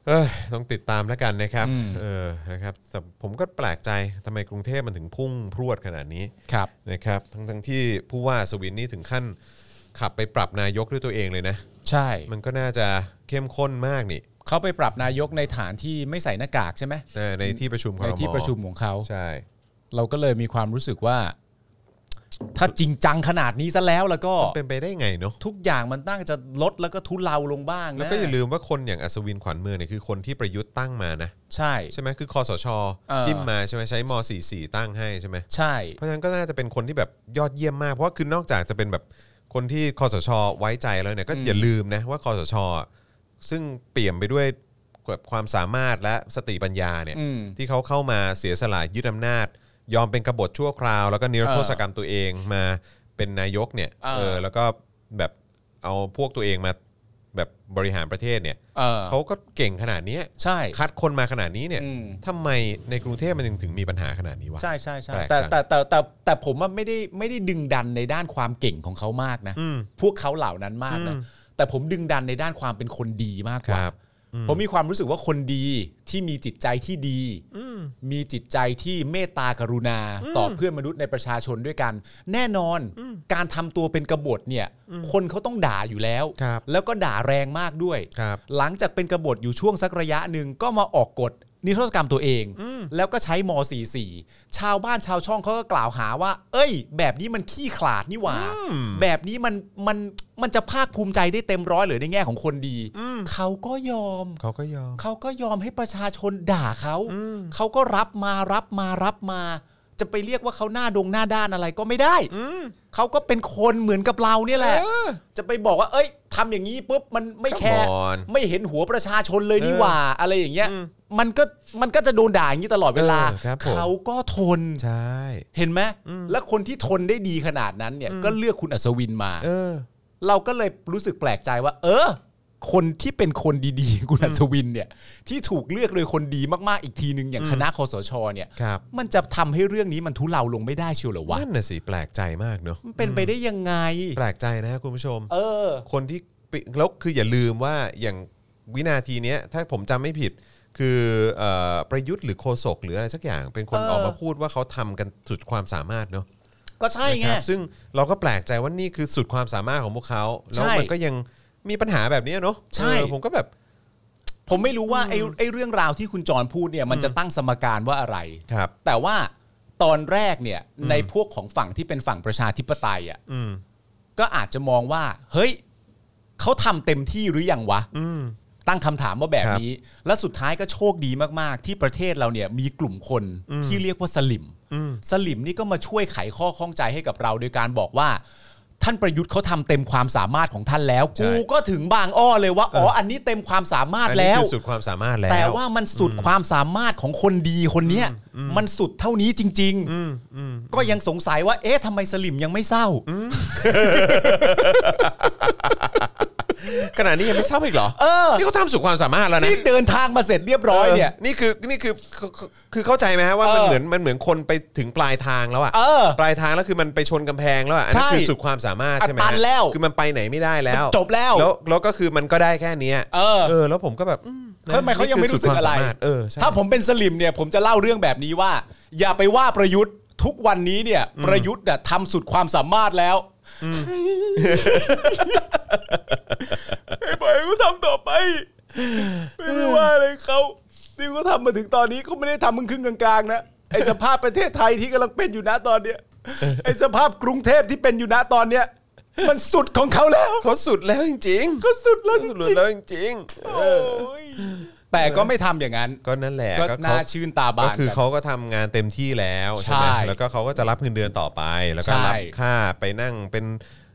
Speaker 2: เอ้ยต้องติดตามแล้วกันนะครับ
Speaker 3: อืม
Speaker 2: เออนะครับแต่ผมก็แปลกใจทำไมกรุงเทพมันถึงพุ่งพรวดขนาดนี้
Speaker 3: ครับ
Speaker 2: นะครับทั้งทั้งที่ผู้ว่าสวินนี่ถึงขั้นขับไปปรับนายกด้วยตัวเองเลยนะ
Speaker 3: ใช่
Speaker 2: มันก็น่าจะเข้มข้นมากนี่
Speaker 3: เขาไปปรับนายกในฐานที่ไม่ใส่หน้ากากใช่ไหม
Speaker 2: เออในที่ประชุมคร
Speaker 3: ใน
Speaker 2: ม
Speaker 3: ที่ประชุมของเขา
Speaker 2: ใช่
Speaker 3: เราก็เลยมีความรู้สึกว่า ถ้าจริงจังขนาดนี้ซะแล้วแล้วก็
Speaker 2: เป็นไปได้ไงเนาะ
Speaker 3: ทุกอย่างมันตั้งจะลดแล้วก็ทุเลาลงบ้างนะ
Speaker 2: แล้วก็อย่าลืมว่าคนอย่างอัศวินขวัญเมืองเนี่ยคือคนที่ประยุทธ์ตั้งมานะ
Speaker 3: ใช่
Speaker 2: ใช่ไหมคือคอสช
Speaker 3: เออ
Speaker 2: จิ้มมาใช่ไหมใช้ม .44 ตั้งให้ใช่ไหม
Speaker 3: ใช่
Speaker 2: เพราะฉะนั้นก็น่าจะเป็นคนที่แบบยอดเยี่ยมมากเพราะว่าคือนอกจากจะเป็นแบบคนที่คอสชไว้ใจแล้วเนี่ยก็อย่าลืมนะว่าคอสช ซึ่งเปี่ยมไปด้วยแบบความสามารถและสติปัญญาเนี่ย
Speaker 3: อืม
Speaker 2: ที่เขาเข้ามาเสียสละยึดอำนาจ ยอมเป็นกบฏชั่วคราว แล้วก็นิรโทษกรรมตัวเองมาเป็นนายกเนี่ย
Speaker 3: เออ
Speaker 2: เออแล้วก็แบบเอาพวกตัวเองมาแบบบริหารประเทศเนี่ย
Speaker 3: เออ
Speaker 2: เขาก็เก่งขนาดเนี้ย
Speaker 3: ใช่
Speaker 2: คัดคนมาขนาดนี้เนี่ย
Speaker 3: อืม
Speaker 2: ทำไมในกรุงเทพมันถึงถึงมีปัญหาขนาดนี้วะ
Speaker 3: ใช่ใช่ใช่
Speaker 2: แปล
Speaker 3: แต่
Speaker 2: กจัง
Speaker 3: แต่แต่แต่แต่ผมอะไม่ได้ไม่ได้ดึงดันในด้านความเก่งของเขามากนะ
Speaker 2: อืม
Speaker 3: พวกเขาเหล่านั้นมากนะ
Speaker 2: อืม
Speaker 3: แต่ผมดึงดันในด้านความเป็นคนดีมากกว่า
Speaker 2: ครับอืม
Speaker 3: ผมมีความรู้สึกว่าคนดีที่มีจิตใจที่ดี
Speaker 2: อืม
Speaker 3: มีจิตใจที่เมตตากรุณาต่อเพื่อนมนุษย์ในประชาชนด้วยกัน แน่นอนการทำตัวเป็นกบฏเนี่ย คนเขาต้องด่าอยู่แล้ว
Speaker 2: ครับ
Speaker 3: แล้วก็ด่าแรงมากด้วย
Speaker 2: ครับ
Speaker 3: หลังจากเป็นกบฏอยู่ช่วงสักระยะหนึ่งก็มาออกกฎนิรโทษกรรมตัวเอง แล้วก็ใช้ม .44 ชาวบ้านชาวช่องเขาก็กล่าวหาว่า เอ้ย แบบนี้มันขี้ขลาดนี่หว่า แบบนี้มันมันมันจะภาคภูมิใจได้เต็มร้อยหรือในแง่ของคนดี เขาก็ยอม
Speaker 2: เขาก็ยอม
Speaker 3: เขาก็ยอมให้ประชาชนด่าเขา เขาก็รับมารับมารับมา จะไปเรียกว่าเขาหน้าดงหน้าด้านอะไรก็ไม่ได้ เขาก็เป็นคนเหมือนกับเราเนี่ยแหละ จะไปบอกว่า เอ้ยทำอย่างนี้ปุ๊บมันไม่แคร์
Speaker 2: Come on
Speaker 3: ไม่เห็นหัวประชาชนเลยนี่หว่า อะไรอย่างเงี้ย
Speaker 2: อืม
Speaker 3: มันก็มันก็จะโดนด่าอย่างนี้ตลอดเวลา
Speaker 2: เออครับผม
Speaker 3: เขาก็ทน
Speaker 2: ใช่
Speaker 3: เห็นไหม และคนที่ทนได้ดีขนาดนั้นเนี่ย ก็เลือกคุณอัศวินมา
Speaker 2: เออ
Speaker 3: เราก็เลยรู้สึกแปลกใจว่า เออ คนที่เป็นคนดีๆ คุณอัศวินเนี่ย ที่ถูกเลือกโดยคนดีมากๆ อีกทีหนึ่งอย่างคณะคอสชเนี่ย
Speaker 2: ครับ
Speaker 3: มันจะทำให้เรื่องนี้มันทุเลาลงไม่ได้เชียวเหรอวะ
Speaker 2: นั่นน่ะสิแปลกใจมากเนอะ
Speaker 3: มันเป็นไปได้ยังไง
Speaker 2: แปลกใจนะคุณผู้ชม
Speaker 3: เออ
Speaker 2: คนที่ปิแล้วคืออย่าลืมว่าอย่างวินาทีเนี้ยถ้าผมจำไม่ผิด คือเออประยุทธ์หรือโคศกหรืออะไรสักอย่าง เป็นคน
Speaker 3: เออ
Speaker 2: ออกมาพูดว่าเขาทำกันสุดความสามารถเนาะ
Speaker 3: ก็ใช่ไง
Speaker 2: นะครับซึ่งเราก็แปลกใจว่านี่คือสุดความสามารถของพวกเขา แล้ว
Speaker 3: ใช่
Speaker 2: มันก็ยังมีปัญหาแบบเนี้ยเนาะ
Speaker 3: ใช่
Speaker 2: เออผมก็แบบ
Speaker 3: ผมไม่รู้ว่าไอ้ไอ้เรื่องราวที่คุณจรพูดเนี่ยมันจะตั้งสมการว่าอะไร
Speaker 2: ครับ
Speaker 3: แต่ว่าตอนแรกเนี่ยในพวกของฝั่งที่เป็นฝั่งประชาธิปไตยอ่ะ
Speaker 2: อืม
Speaker 3: ก็อาจจะมองว่า เฮ้ยเขาทำเต็มที่หรือยังวะ
Speaker 2: อืม
Speaker 3: ตั้งคำถามว่าแบบ
Speaker 2: ครับ
Speaker 3: นี้ และสุดท้ายก็โชคดีมากๆ ที่ประเทศเราเนี่ยมีกลุ่มคนที่เรียกว่าสลิม
Speaker 2: อืม
Speaker 3: สลิมนี่ก็มาช่วยไขข้อข้องใจให้กับเราโดยการบอกว่า ท่านประยุทธ์เขาทำเต็มความสามารถของท่านแล้วกูก็ถึงบางอ้อเลยว่าอ๋ออันนี้เต็มความสามารถ
Speaker 2: อันนี้
Speaker 3: แล้ว
Speaker 2: คือสุดความสามารถแล้ว
Speaker 3: แต่ว่ามันสุดความสามารถของคนดีคนเนี้ยมันสุดเท่านี้จริง
Speaker 2: อืมอืม
Speaker 3: ๆ ก็ยังสงสัยว่า เอ๊ะทำไมสลิมยังไม่เศร้า
Speaker 2: ขนาดนี้ยังไม่ทราบอีกเหรอ
Speaker 3: เออ
Speaker 2: นี่เขาทำสุดความสามารถแล้วนะ
Speaker 3: นี่เดินทางมาเสร็จเรียบร้อยเนี่ย
Speaker 2: ออนี่คือนี่คือคือคือคือเข้าใจไหมฮะว่ามัน
Speaker 3: เออ
Speaker 2: เหมือนมันเหมือนคนไปถึงปลายทางแล้วอะ
Speaker 3: เออ
Speaker 2: ปลายทางแล้วคือมันไปชนกำแพงแล้วอะอันนั้น
Speaker 3: ใช่
Speaker 2: คือสุดความสามารถใช่ไหม
Speaker 3: อัดตัน
Speaker 2: ฮะ
Speaker 3: แล้ว
Speaker 2: คือมันไปไหนไม่ได้แล้ว
Speaker 3: จบแล้ว
Speaker 2: แล้วแล้วก็คือมันก็ได้แค่เนี้ย
Speaker 3: เออ
Speaker 2: เออ แล้วผมก็แบบอืนะ
Speaker 3: ทำไมเขายังไม่
Speaker 2: นี่
Speaker 3: รู้สึกอะไร
Speaker 2: คืสุดความสามาถเออใช่
Speaker 3: ถ้าผมเป็นสลิมเนี่ยผมจะเล่าเรื่องแบบนี้ว่า อย่าไปว่าประยุทธ์ทุกวันนี้เนี่ย ประยุทธ์น่ะทำสุดความสามารถแล้วไอ้ปล่อยให้เขาทำต่อไปไม่ได้ว่าอะไรเขาที่เขาทำมาถึงตอนนี้เขาไม่ได้ทำมึงครึ่งกลางๆนะไอ้สภาพประเทศไทยที่กำลังเป็นอยู่นะตอนเนี้ยไอ้สภาพกรุงเทพที่เป็นอยู่นะตอนเนี้ยมันสุดของเขาแล้ว
Speaker 2: เขาสุดแล้วจริงๆ
Speaker 3: เขาสุดแล้วจ
Speaker 2: สุด
Speaker 3: ริง
Speaker 2: แล้วจริงๆ
Speaker 3: ๆ
Speaker 2: เอ
Speaker 3: โอ้
Speaker 2: อย
Speaker 3: แต่ก็ไม่ทำอย่างนั้น
Speaker 2: ก็นั่นแหละ
Speaker 3: ก็
Speaker 2: ก็
Speaker 3: น่า
Speaker 2: เขา
Speaker 3: ชื่นตาบา
Speaker 2: ก็
Speaker 3: น
Speaker 2: คือ
Speaker 3: กัน
Speaker 2: เขาก็ทำงานเต็มที่แล้ว
Speaker 3: ใช่
Speaker 2: ใช่ไหมแล้วก็เขาก็จะรับเงินเดือนต่อไป แล้วก็รับ
Speaker 3: ใช่
Speaker 2: ค่าไปนั่งเป็น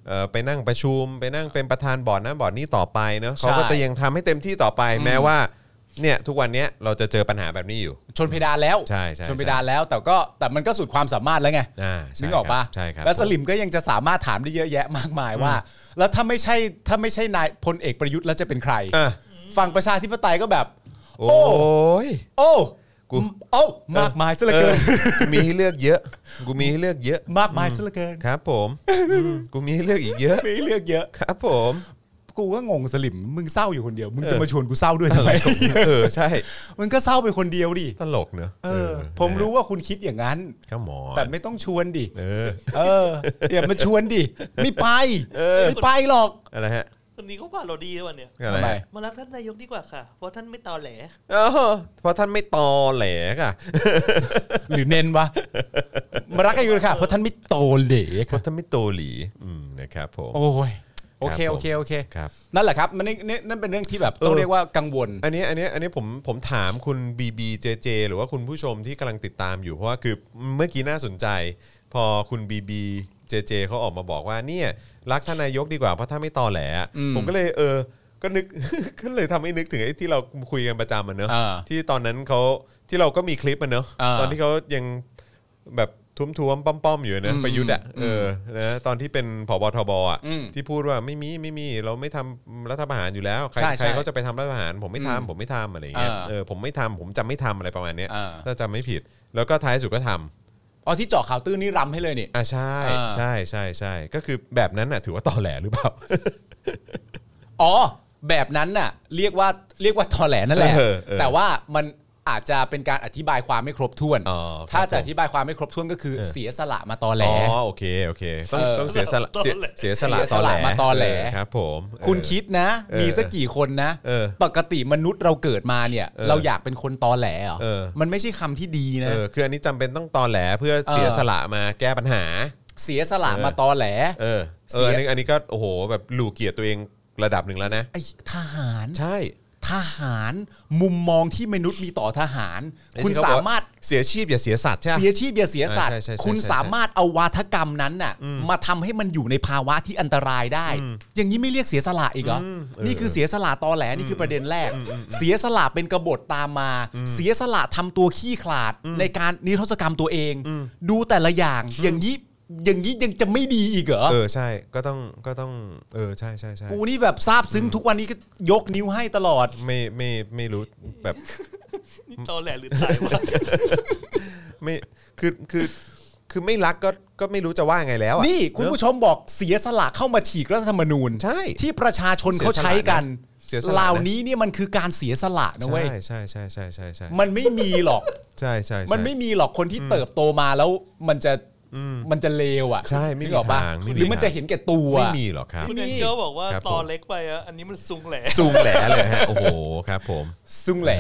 Speaker 2: เอ่อไปนั่งประชุม ไปนั่งเป็นประธานบอร์ดนะบอร์ดนี้ต่อไปเนอะ
Speaker 3: ใช่
Speaker 2: เขาก็จะยังทำให้เต็มที่ต่อไปแม้ว่าเนี่ยทุกวันเนี้ยเราจะเจอปัญหาแบบนี้อยู่
Speaker 3: ชนเพดานแล้ว
Speaker 2: ใช่ใช่
Speaker 3: นเพดานแล้วแต่ก็แต่มันก็สุดความสามารถแล้วไง
Speaker 2: อ่าใช่
Speaker 3: นึกออก
Speaker 2: ค
Speaker 3: ปะ
Speaker 2: รับใช่ครับ
Speaker 3: แล้วสลิมก็ยังจะสามารถถามได้เยอะแยะมากมายว่า แล้วถ้าไม่ใช่ถ้าไม่ใช่นายพลเอกประยุทธ์แล้วจะเป็นใคร
Speaker 2: อ่ะ
Speaker 3: ฝั่งประชาธิปไตยก็แบบ
Speaker 2: โอ้
Speaker 3: โอ้
Speaker 2: ย
Speaker 3: โอ้
Speaker 2: กู
Speaker 3: โอ้มากมายซะเหลือเกิน
Speaker 2: กูมีให้เลือกเยอะ กูมีให้เลือกเย อะ
Speaker 3: มากมายซะเหลือเกิน
Speaker 2: ครับผมอืมกูมีให้เลือกอีกเยอะ
Speaker 3: มีเลือกเยอะ
Speaker 2: ครับผม
Speaker 3: กูก็งงสลิมมึงเศร้าอยู่คนเดียว มึง
Speaker 2: เออ
Speaker 3: จะมาชวนกูเศร้าด้วยทำไม
Speaker 2: เออใช่
Speaker 3: มันก็เศร้าไปคนเดียวดิ
Speaker 2: ตลกเนอะ
Speaker 3: เออ
Speaker 2: เออ
Speaker 3: ผม
Speaker 2: นะ
Speaker 3: รู้ว่าคุณคิดอย่างนั้น
Speaker 2: ครับหมอ
Speaker 3: แต่ไม่ต้องชวนดิ
Speaker 2: เออ
Speaker 3: เอออย่ามาชวนดิ ไม่ไปไม่ไปหรอก
Speaker 2: อะไรฮะ
Speaker 4: วันนี้เขาผ่านเราดีแล้ววันเนี้ย
Speaker 2: อะไร
Speaker 3: ทำไม
Speaker 4: มารักท่านนายกดีกว่าค่ะ เพราะท่านไม่ตอ แหล
Speaker 2: เออเพราะท่านไม่ตอแหลกอ่ะ
Speaker 3: หรือเน้นวะมารักกันอยู่เลยค่ะ เพราะท่านไม่โตเหล่
Speaker 2: เพ
Speaker 3: ครั
Speaker 2: ราะ
Speaker 3: บ
Speaker 2: ท่านไม่โตหลีอืมนะครับผม
Speaker 3: โอ้ยโอเค
Speaker 2: ครับผม
Speaker 3: โอเคโอเค
Speaker 2: ครับ
Speaker 3: นั่นแหละครับมันนี่นี่นั่นเป็นเรื่องที่แบบ
Speaker 2: เออ
Speaker 3: ต้องเรียกว่ากังวล
Speaker 2: อันนี้อันนี้อันนี้ผมผมถามคุณ BBJJ หรือว่าคุณผู้ชมที่กำลังติดตามอยู่เพราะว่าคือเมื่อกี้น่าสนใจ พอคุณ BBJJ เขาออกมาบอกว่าเนี่ยรักท่านนายกดีกว่าเพราะท่านไม่ตอแหลอะ
Speaker 3: อืม
Speaker 2: ผมก็เลยเออก็ นึก ก็เลยทำให้นึกถึงไอ้ที่เราคุยกันประจำมันเนอะ
Speaker 3: อ่า
Speaker 2: ที่ตอนนั้นเขาที่เราก็มีคลิปมันเนอะ
Speaker 3: อ่า
Speaker 2: ตอนที่เขายังแบบทุ้มๆป้อมๆอยู่นะ
Speaker 3: อืม
Speaker 2: ประยุทธ์อ่ะเออนะตอนที่เป็นผบทบอ่ะ
Speaker 3: อืม
Speaker 2: ที่พูดว่าไม่มีไม่มีเราไม่ทำรัฐประหารอยู่แล้วใคร
Speaker 3: ใช่
Speaker 2: ใคร
Speaker 3: ใช่
Speaker 2: เขาจะไปทำรัฐประหารผมไม่ทำผมไม่ทำอะไรอย่างเงี้ย อะไรอย่างเงี้ย
Speaker 3: อ่า
Speaker 2: เออผมไม่ทำผมจะไม่ทำอะไรประมาณเนี้ย
Speaker 3: อ่า
Speaker 2: ถ้าจำไม่ผิด แล้วก็ท้ายสุดก็ทำ
Speaker 3: อ๋อที่เจาะข่าวตื้นนี่รำให้เลยนี่
Speaker 2: อ่าใช่
Speaker 3: อ่า
Speaker 2: ใช่ใช่ใช่ก็คือแบบนั้นน่ะถือว่าตอแหลหรือเปล่า
Speaker 3: อ๋อ แบบนั้นน่ะ เรียกว่าเรียกว่าตอแหลนั่นแหละ
Speaker 2: เออเออ
Speaker 3: แต่ว่ามันอาจจะเป็นการอธิบายความไม่ครบถ้วน
Speaker 2: อ๋อครับ
Speaker 3: ถ้าจะอธิบายความไม่ครบถ้วนก็คือ
Speaker 2: เออ
Speaker 3: เสียสละมาตอแหล
Speaker 2: อ๋อโอเคโอเคต้อง
Speaker 3: เออ
Speaker 2: ต้องเสียสละเสียเสียสละ
Speaker 3: เสียสละมาตอแหล
Speaker 2: เครับ ผมเออ
Speaker 3: คุณคิดนะ
Speaker 2: เออ
Speaker 3: มีสักกี่คนนะ
Speaker 2: เออ
Speaker 3: ปกติมนุษย์เราเกิดมาเนี่ย
Speaker 2: เออ
Speaker 3: เราอยากเป็นคนตอแหลเหรอ
Speaker 2: เออ
Speaker 3: มันไม่ใช่คำที่ดีนะ
Speaker 2: เออคืออันนี้จำเป็นต้องตอแหลเพื่อ
Speaker 3: เออ
Speaker 2: เสียสละมาแก้ปัญหา
Speaker 3: เสียสละ
Speaker 2: เออ
Speaker 3: มาตอแหล
Speaker 2: เออเอ
Speaker 3: เสี
Speaker 2: อย อันนี้อันนี้ก็โอ้โหแบบหลูเกียรติตัวเองระดับหนึ่งแล้วนะ
Speaker 3: ไอ้ทหาร
Speaker 2: ใช่
Speaker 3: ทหารมุมมองที่มนุษย์มีต่อทหาร
Speaker 2: ไอ้
Speaker 3: คุณ
Speaker 2: ที่เขบอก
Speaker 3: สา
Speaker 2: ว่
Speaker 3: มารถ
Speaker 2: เสียชีพอย่าเสียสัตว์ใช่ปะ
Speaker 3: เสียชีพอย่าเสียสัตว์
Speaker 2: ใช่ใช่ใช่
Speaker 3: คุณ
Speaker 2: ใช่ใช่
Speaker 3: สามารถเอาวาทกรรมนั้นน่ะ มาทำให้มันอยู่ในภาวะที่อันตรายได้ อย่างนี้ไม่เรียกเสียสละอีกเหรอนี่คือเสียสละตอแหลนี่คือประเด็นแรก เสียสละเป็นกบฏตามมา เสียสละทำตัวขี้ขลาดในการนิรโทษกรรมตัวเอง ดูแต่ละอย่าง อย่างนี้อย่างนี้ยังจะไม่ดีอีกเหรอ
Speaker 2: เออใช่ก็ต้องก็ต้องเออใช่ใช่ใช่
Speaker 3: กูนี่แบบซาบซึ้งทุกวันนี้ก็ยกนิ้วให้ตลอด
Speaker 2: ไม่ไม่ไม่รู้แบบ
Speaker 4: นี่ตอแหลหรือถ่า ยวะ
Speaker 2: ไม่คือคือคือไม่รักก็ก็ไม่รู้จะว่าไงแล้วอะ
Speaker 3: นี่คุณผู้
Speaker 2: เนอะ
Speaker 3: ชมบอกเสียสละเข้ามาฉีกรัฐธรรมนูญ
Speaker 2: ใช่
Speaker 3: ที่ประชาชนเขาใช้กัน
Speaker 2: เสียสละนะ
Speaker 3: เหล่านี้เนี่ยมันคือการเสียสละนะเว้ย
Speaker 2: ใช่ใช่ใช่ใช่ใช่ใช่
Speaker 3: มันไม่มีหรอก
Speaker 2: ใช่ใช่ใช่
Speaker 3: มันไม่มีหรอกคนที่เติบโตมาแล้วมันจะ มันจะเลวอ่ะ
Speaker 2: ใช่ไม่มี
Speaker 3: นึกออกปะ
Speaker 2: ทางไม่มี
Speaker 3: หรือมัน
Speaker 2: ทาง
Speaker 3: จะเห็นแก่ตัว
Speaker 2: ไม่มีหรอกครับ
Speaker 4: คุณแองเจลบอกว่า
Speaker 2: ครับผม
Speaker 4: ตอเล็กไปอะอันนี้มันซุงแหล
Speaker 2: ซูงแหลเลยฮะ โอ้โหครับผม
Speaker 3: ซุงแหล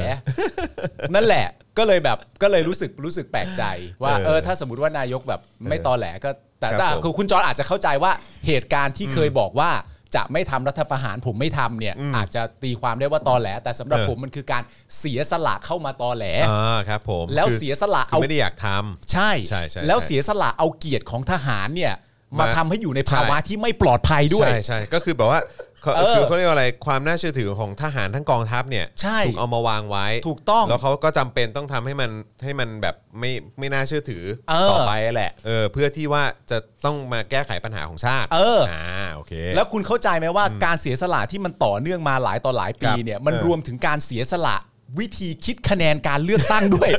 Speaker 3: นั่นแหละก็เลยแบบก็เลยรู้สึกรู้สึกแปลกใจ ว่า
Speaker 2: เออ
Speaker 3: เออถ้าสมมติว่านายกแบบไม่ตอแหลก็แต่
Speaker 2: ครับ
Speaker 3: แต่
Speaker 2: ผม
Speaker 3: คือคุณจอร์จอาจจะเข้าใจว่าเหตุการณ์ที่เคยบอกว่าจะไม่ทำรัฐประหารผมไม่ทำเนี่ย อาจจะตีความได้ว่าตอแหล แต่สำหรับ
Speaker 2: เออ
Speaker 3: ผมมันคือการเสียสละเข้ามาตอแหล
Speaker 2: อ่าครับผม
Speaker 3: แล้ว
Speaker 2: คือ
Speaker 3: เสียสละ
Speaker 2: คือ
Speaker 3: เอา
Speaker 2: ไม่ได้อยากท
Speaker 3: ใช่
Speaker 2: ใช่ใช่
Speaker 3: แล้วเสียสละเอาเกียรติของทหารเนี่ย
Speaker 2: มาม
Speaker 3: มาทำให้อยู่ในภาวะที่ไม่ปลอดภัย
Speaker 2: ำ
Speaker 3: ด้วย
Speaker 2: ใช่ใช่ก็คือแบบว่าเขา
Speaker 3: เออ
Speaker 2: คือเขาเรียกว่าอะไรความน่าเชื่อถือของทหารทั้งกองทัพเนี่ย
Speaker 3: ใช่
Speaker 2: ถูกเอามาวางไว้
Speaker 3: ถูกต้อง
Speaker 2: แล้วเขาก็จำเป็นต้องทำให้มันให้มันแบบไม่ไม่น่าเชื่อถือ
Speaker 3: เออ
Speaker 2: ต่อไปแหละเออเพื่อที่ว่าจะต้องมาแก้ไขปัญหาของชาติ
Speaker 3: เอออ่
Speaker 2: โอเค
Speaker 3: แล้วคุณเข้าใจไหมว่าการเสียสละที่มันต่อเนื่องมาหลายต่อหลายปี
Speaker 2: ครับ
Speaker 3: เนี่ยมัน
Speaker 2: เออ
Speaker 3: รวมถึงการเสียสละวิธีคิดคะแนนการเลือกตั้งด้วย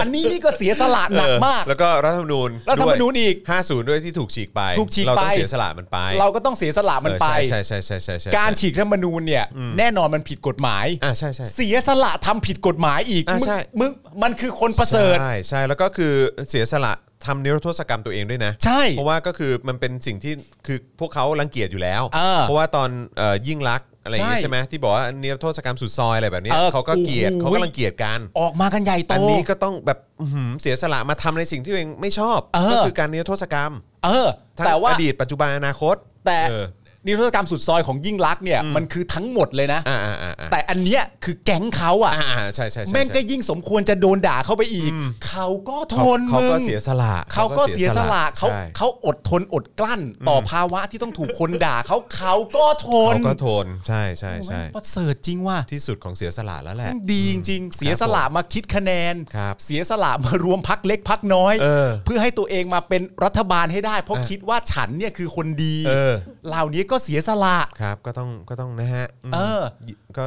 Speaker 3: อันนี้นี่ก็เสียสละหนักมาก
Speaker 2: เออแล้วก็รัฐธรรมนูญ
Speaker 3: รัฐธรรมนูญอีก
Speaker 2: 50 ด้วยที่ถูกฉีกไป
Speaker 3: ถูกฉีก
Speaker 2: เราต้อง
Speaker 3: ไป
Speaker 2: เสียสละมันไป
Speaker 3: เราก็ต้องเสียสละมันไป
Speaker 2: เออใช่ใช่ใช่ใช่ใช่ใช่
Speaker 3: การฉีกรัฐธรรมนูญเนี่ยแน่นอนมันผิดกฎหมาย
Speaker 2: อ่าใช่ใช่
Speaker 3: เสียสละทำผิดกฎหมายอีก
Speaker 2: อ่ะ
Speaker 3: มึง
Speaker 2: ใช่
Speaker 3: มึงมันคือคนประเสริฐ
Speaker 2: ใช่ใช่แล้วก็คือเสียสละทำนิรโทษกรรมตัวเองด้วยนะ
Speaker 3: ใช่
Speaker 2: เพราะว่าก็คือมันเป็นสิ่งที่คือพวกเขารังเกียจอยู่แล้ว
Speaker 3: เออ
Speaker 2: เพราะว่าตอนเอ่อยิ่งรักษณ์อะไรอย่างงี้
Speaker 3: ใช่
Speaker 2: ใช่ไหมที่บอกว่านิรโทษกรรมสุดซอยอะไรแบบเนี้ย
Speaker 3: เออ
Speaker 2: เขาก็เกลียด
Speaker 3: โอ้
Speaker 2: เขา
Speaker 3: โห
Speaker 2: ก็รังเกียจกัน
Speaker 3: ออกมากันใหญ่โต
Speaker 2: อันนี้ก็ต้องแบบอื้อหือเสียสละมาทำในสิ่งที่ตัวเองไม่ชอบ
Speaker 3: เออ
Speaker 2: ก็คือการนิรโทษกรรม
Speaker 3: เออ
Speaker 2: ทั้ง
Speaker 3: แต่ว่า
Speaker 2: อดีตปัจจุบันอนาคต
Speaker 3: แต่
Speaker 2: เออ
Speaker 3: นิรโทษกรรมสุดซอยของยิ่งรักษณ์เนี่ยมันคือทั้งหมดเลยนะ
Speaker 2: อ่าอ่าอ่าอ่า
Speaker 3: แต่อันเนี้ยคือแก๊งเขาอ่ะ
Speaker 2: อ่าใช่ใช่ใช่ใช่
Speaker 3: แม่งก็ยิ่งสมควรจะโดนด่าเข้าไปอีก เขาก็ท
Speaker 2: เขา
Speaker 3: น
Speaker 2: เขา
Speaker 3: มึ
Speaker 2: ก็
Speaker 3: ง
Speaker 2: เสียสละ
Speaker 3: เขาก็เสียสละเขา
Speaker 2: ใช่
Speaker 3: เขาอดทนอดกลั้น ต่อภาวะที่ต้องถูกคนด่าเขาเขาก็ทน
Speaker 2: เขาก็ทนใช่ใช่
Speaker 3: โอ้โห
Speaker 2: ใช่
Speaker 3: แม่งประเสริฐจริงว่ะ
Speaker 2: ที่สุดของเสียสละแล้วแหละ
Speaker 3: แม่งดีจริงๆเสียสละมาคิดคะแนน
Speaker 2: ครับ
Speaker 3: เสียสละมารวมพักเล็กพักน้อย
Speaker 2: เออ
Speaker 3: อให้ตัวเองมาเป็นรัฐบาลให้ได้ เพราะ
Speaker 2: เออ
Speaker 3: คิดว่าฉันเนี่ยคือคนดี
Speaker 2: เออ
Speaker 3: เหล่านี้ก็เสียสละ
Speaker 2: ครับก็ต้องก็ต้องนะฮะม
Speaker 3: เออ
Speaker 2: ก็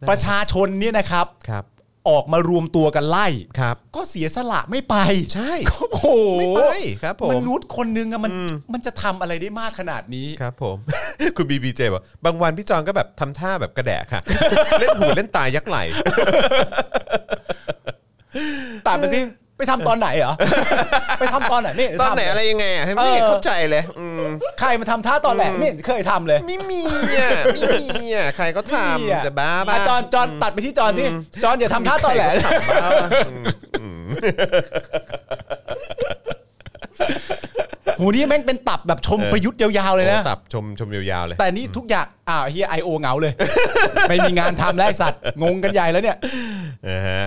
Speaker 3: ป
Speaker 2: ประ
Speaker 3: ชาชนเนี่ยนะครับ
Speaker 2: ครับ
Speaker 3: ออกมารวมตัวกันไล่
Speaker 2: ครับ
Speaker 3: ก็เสียสละไม่ไป
Speaker 2: ใช่
Speaker 3: โอ้โห
Speaker 2: ไม่ไปครับผม
Speaker 3: นุษย์คนนึงอะมันมันจะทำอะไรได้มากขนาดนี้
Speaker 2: ครับผม คุณบีบีเจบอกบางวันพี่จอนก็แบบทำท่าแบบกระแดะ ค่ะ เล่นหูเล่นตายักไหล
Speaker 3: ตามไปสิ ไปทำตอนไหน เหรอ ไปทำตอนไหนไม่เห็
Speaker 2: ตอนไหน
Speaker 3: ทำเลย
Speaker 2: อะไรยังไงอ่ะให้ไม่เห็น
Speaker 3: เออ
Speaker 2: เข้าใจเลยอืม
Speaker 3: ใครมาทำท่าตอนแหลไม่เห็นเคยทำเลย
Speaker 2: ไม่มีอ่ะไม่มีอ่ะใครก็ท
Speaker 3: เนี่ย
Speaker 2: ำจะบ้าบ้า
Speaker 3: อ่ะจอนจอนตัดไปที่จอนสิจอนอย่าทำท่าตอนแหล
Speaker 2: ใครก็ทำบ้าบ้าอืม
Speaker 3: โหนี่แม่งเป็นตับแบบชมประยุทธ์ยาวๆเลยนะ
Speaker 2: โอ้ตับชมชมยาวๆเลย
Speaker 3: แต่นี่ทุกอย่างอ้าวเฮียไอโอเหงาเลย ไม่มีงานทำแล้วไอ้สัตว์งงกันใหญ่แล้วเนี่ย
Speaker 2: นะฮะ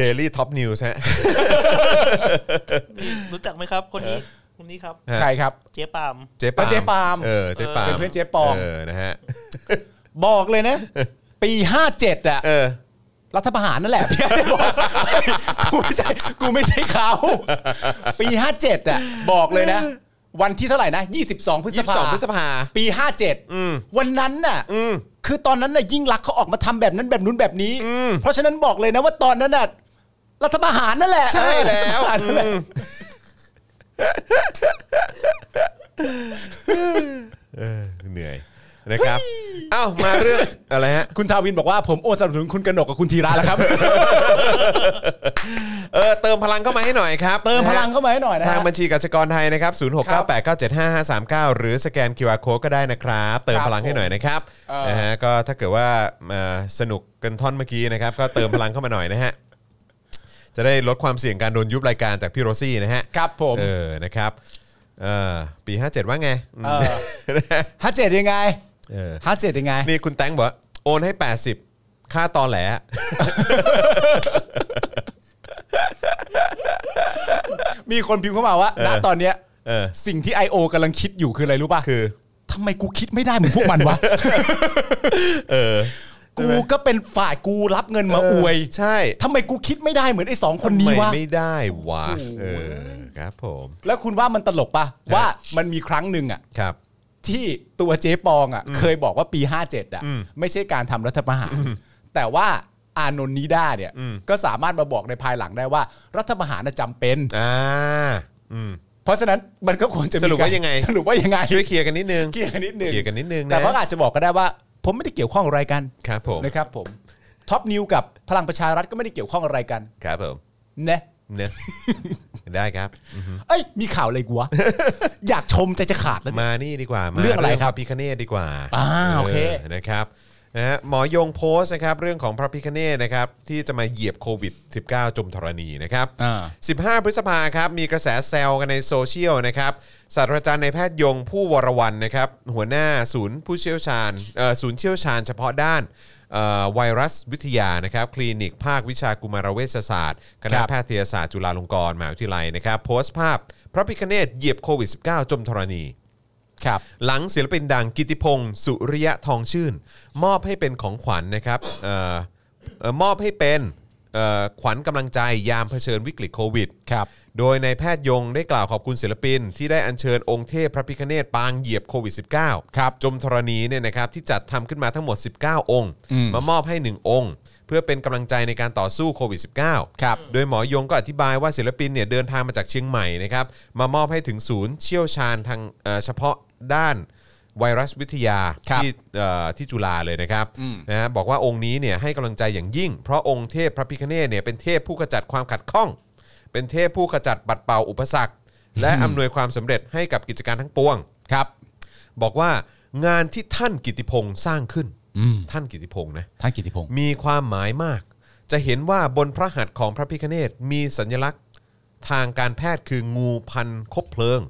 Speaker 2: Daily Top News ฮะ
Speaker 4: นี่รู้จักไหมครับ คนนี้คนนี้ครับ
Speaker 3: ใครครับ
Speaker 4: เจ๊ปาล์ม
Speaker 2: เจ๊ปาล์ม
Speaker 3: เจ๊ปาล์ม
Speaker 2: เออเจ๊ปาล์ม
Speaker 3: เป็นเพื่อนเจ๊ปอง
Speaker 2: เออนะฮะ
Speaker 3: บอกเลยนะ ปี 57 อ่ะ
Speaker 2: เออ รั
Speaker 3: รัฐประหารนั่นแหละ พี่ไอ้บอกกูไม่ใช่กูไม่ใช่เขาปี 57 อ่ะ บอกเลยนะ วันที่เท่าไหร่นะ 22 พฤษ
Speaker 2: ยี่สิบ
Speaker 3: ภา
Speaker 2: สองพฤษภา
Speaker 3: ปี 57 วันนั้นน่ะคือตอนนั้นน่ะยิ่งรักษณ์เขาออกมาทำแบบนั้นแบบนู้นแบบนี้ เพราะฉะนั้นบอกเลยนะว่าตอนนั้นน่ะรัฐประหารนั่นแหละ
Speaker 2: ใช่แล้ว
Speaker 3: รัฐประหารนั่นแหละ
Speaker 2: เออเหนื่อยนะครับเอ้ามาเรื่อง อะไรฮะ
Speaker 3: คุณทาวินบอกว่าผมโอนสนับสนุนคุณกนกกับคุณธีระแล้ว ครับ
Speaker 2: เออเติมพลังเข้ามาให้หน่อยครับ
Speaker 3: เติมพลังเข้ามาให้หน่อยนะ
Speaker 2: ทาง
Speaker 3: ฮะ
Speaker 2: บัญชีกสิกรไทยนะครับ 0698975539 หรือสแกน QR Code ก็ได้นะครับ เติมพลังให้หน่อยนะครับ
Speaker 3: เออ
Speaker 2: นะฮะก็ถ้าเกิดว่าเอ่อสนุกกันท่อนเมื่อกี้นะครับ ก็เติมพลังเข้ามาหน่อยนะฮะ จะได้ลดความเสี่ยงการโดนยุบรายการจากพี่โรซี่นะฮะ
Speaker 3: ครับผม
Speaker 2: เออนะครับเออปี 57 ว่าไงอืม
Speaker 3: เออห้าเจ็ดยังไง
Speaker 2: เออ
Speaker 3: ห้าเจ็ดยังไง
Speaker 2: นี่คุณแตงบอกว่าโอนให้ 80 ค่าตอนแหล
Speaker 3: มีคนพิมพ์เข้ามาว่าณตอนเนี้ย
Speaker 2: เออ
Speaker 3: สิ่งที่ I.O. กำลังคิดอยู่คืออะไรรู้ป่ะ
Speaker 2: คือ
Speaker 3: ทำไมกูคิดไม่ได้เหมือนพวกมันวะ
Speaker 2: เออ
Speaker 3: กูก็เป็นฝ่ายกูรับเงินมาอวย
Speaker 2: ใช่
Speaker 3: ทำไมกูคิดไม่ได้เหมือนไอ้สองคนนี้
Speaker 2: ทำไม
Speaker 3: วะ
Speaker 2: ไม่ได้วะเออครับผม
Speaker 3: แล้วคุณว่ามันตลกป่ะ ว่ามันมีครั้งหนึ่งอ่ะ
Speaker 2: ครับ
Speaker 3: ที่ตัวเจ๊ปองอ่ะ เคยบอกว่าปี 57 อ่ะ ไม่ใช่การทำรัฐประหาร แต่ว่าอานนท์นิด้าเนี่ย ก็สามารถมาบอกในภายหลังได้ว่า รัฐประหารน่ะจำเป็น
Speaker 2: อ่าอืม
Speaker 3: เพราะฉะนั้นมันก็ควรจะมี
Speaker 2: สรุปว่า
Speaker 3: การ
Speaker 2: ยังไง
Speaker 3: สรุปว่ายังไง
Speaker 2: ช่วยเคลียร์กันนิดนึง
Speaker 3: เกี่ยร์นิดนึง
Speaker 2: เกี่ยวกันนิดนึงนะ
Speaker 3: แต่เขาอาจจะบอกก็ได้ว่า ผมไม่ได้เกี่ยวข้องอะไรกัน
Speaker 2: ครับผม
Speaker 3: นะครับผมท็อปนิวกับพลังประชารัฐก็ไม่ได้เกี่ยวข้องอะไรกัน
Speaker 2: ครับผม
Speaker 3: นะ
Speaker 2: เน อะ ได้ครับ
Speaker 3: เอ้ยมีข่าวอะไรกู วะ อยากชมใจจะขาดแล้ว
Speaker 2: มานี่ดีกว่ามา
Speaker 3: เรื่องอะไรครับ
Speaker 2: พระพิคเนตดีกว่า
Speaker 3: อ่าโอเค
Speaker 2: นะครับนะฮะหมอยงโพสต์นะครับเรื่องของพระพิคเนตนะครับที่จะมาเหยียบโควิด -19 จมธรณีนะครับ
Speaker 3: อ่า
Speaker 2: 15 พฤษภาครับมีกระแสแซวกันในโซเชียลนะครับศาสตราจารย์ในายแพทย์ยงผู้วรวันนะครับหัวหน้าศูนย์ผู้เชี่ยวชาญเอ่อศูนย์เชี่ยวชาญเฉพาะด้านเอ่อไวรัสวิทยานะครับคลินิกภาควิชากุมารเวชศาสตร์คณะ
Speaker 3: ครับ
Speaker 2: แพทยศาสตร์จุฬาลงกรณ์มหาวิทยาลัยนะครับโพสต์ภาพพระพิคเนตเหยียบโควิด -19 จมธรณี
Speaker 3: ครับ
Speaker 2: หลังศิลปินดังกิติพงศ์สุริยะทองชื่น มอบให้เป็นของขวัญนะครับเอ่อเอ่อมอบให้เป็นเอ่อขวัญกำลังใจยามเผชิญวิกฤตโควิด
Speaker 3: ครับ
Speaker 2: โดยนายแพทย์ยงได้กล่าวขอบคุณศิลปิน ที่ได้อัญเชิญองค์เทพพระพิคเนตปางเหยียบโควิด -19
Speaker 3: ครับ
Speaker 2: จมธรณีเนี่ยนะครับที่จัดทำขึ้นมาทั้งหมด 19 องค์ มามอบให้ 1 องค์ เพื่อเป็นกำลังใจในการต่อสู้โควิด -19
Speaker 3: ครับ
Speaker 2: โดยหมอยงก็อธิบายว่าศิลปินเนี่ยเดินทางมาจากเชียงใหม่นะครับมามอบให้ถึงศูนย์เชี่ยวชาญทางเอ่อเฉพาะด้านไวรัสวิทยา
Speaker 3: ครับ
Speaker 2: ที่เอ่อที่จุฬาเลยนะครับนะฮะบอกว่าองค์นี้เนี่ยให้กำลังใจอย่างยิ่ง เพราะองค์เทพพระพิคเนตเนี่ยเป็นเทพผู้ขจัดความขัดข้อง เป็นเทพผู้ขจัดปัดเป่าอุปสรรค และอำนวยความสำเร็จให้กับกิจการทั้งปวง
Speaker 3: ครับ
Speaker 2: บอกว่างานที่ท่านกิติพงศ์สร้างขึ้นท่านกิติพงศ์นะ
Speaker 3: ท่านกิติพงศ์
Speaker 2: มีความหมายมาก จะเห็นว่าบนพระหัตถ์ของพระพิคเนตมีสัญลักษณ์ทางการแพทย์คืองูพันคบเพลิง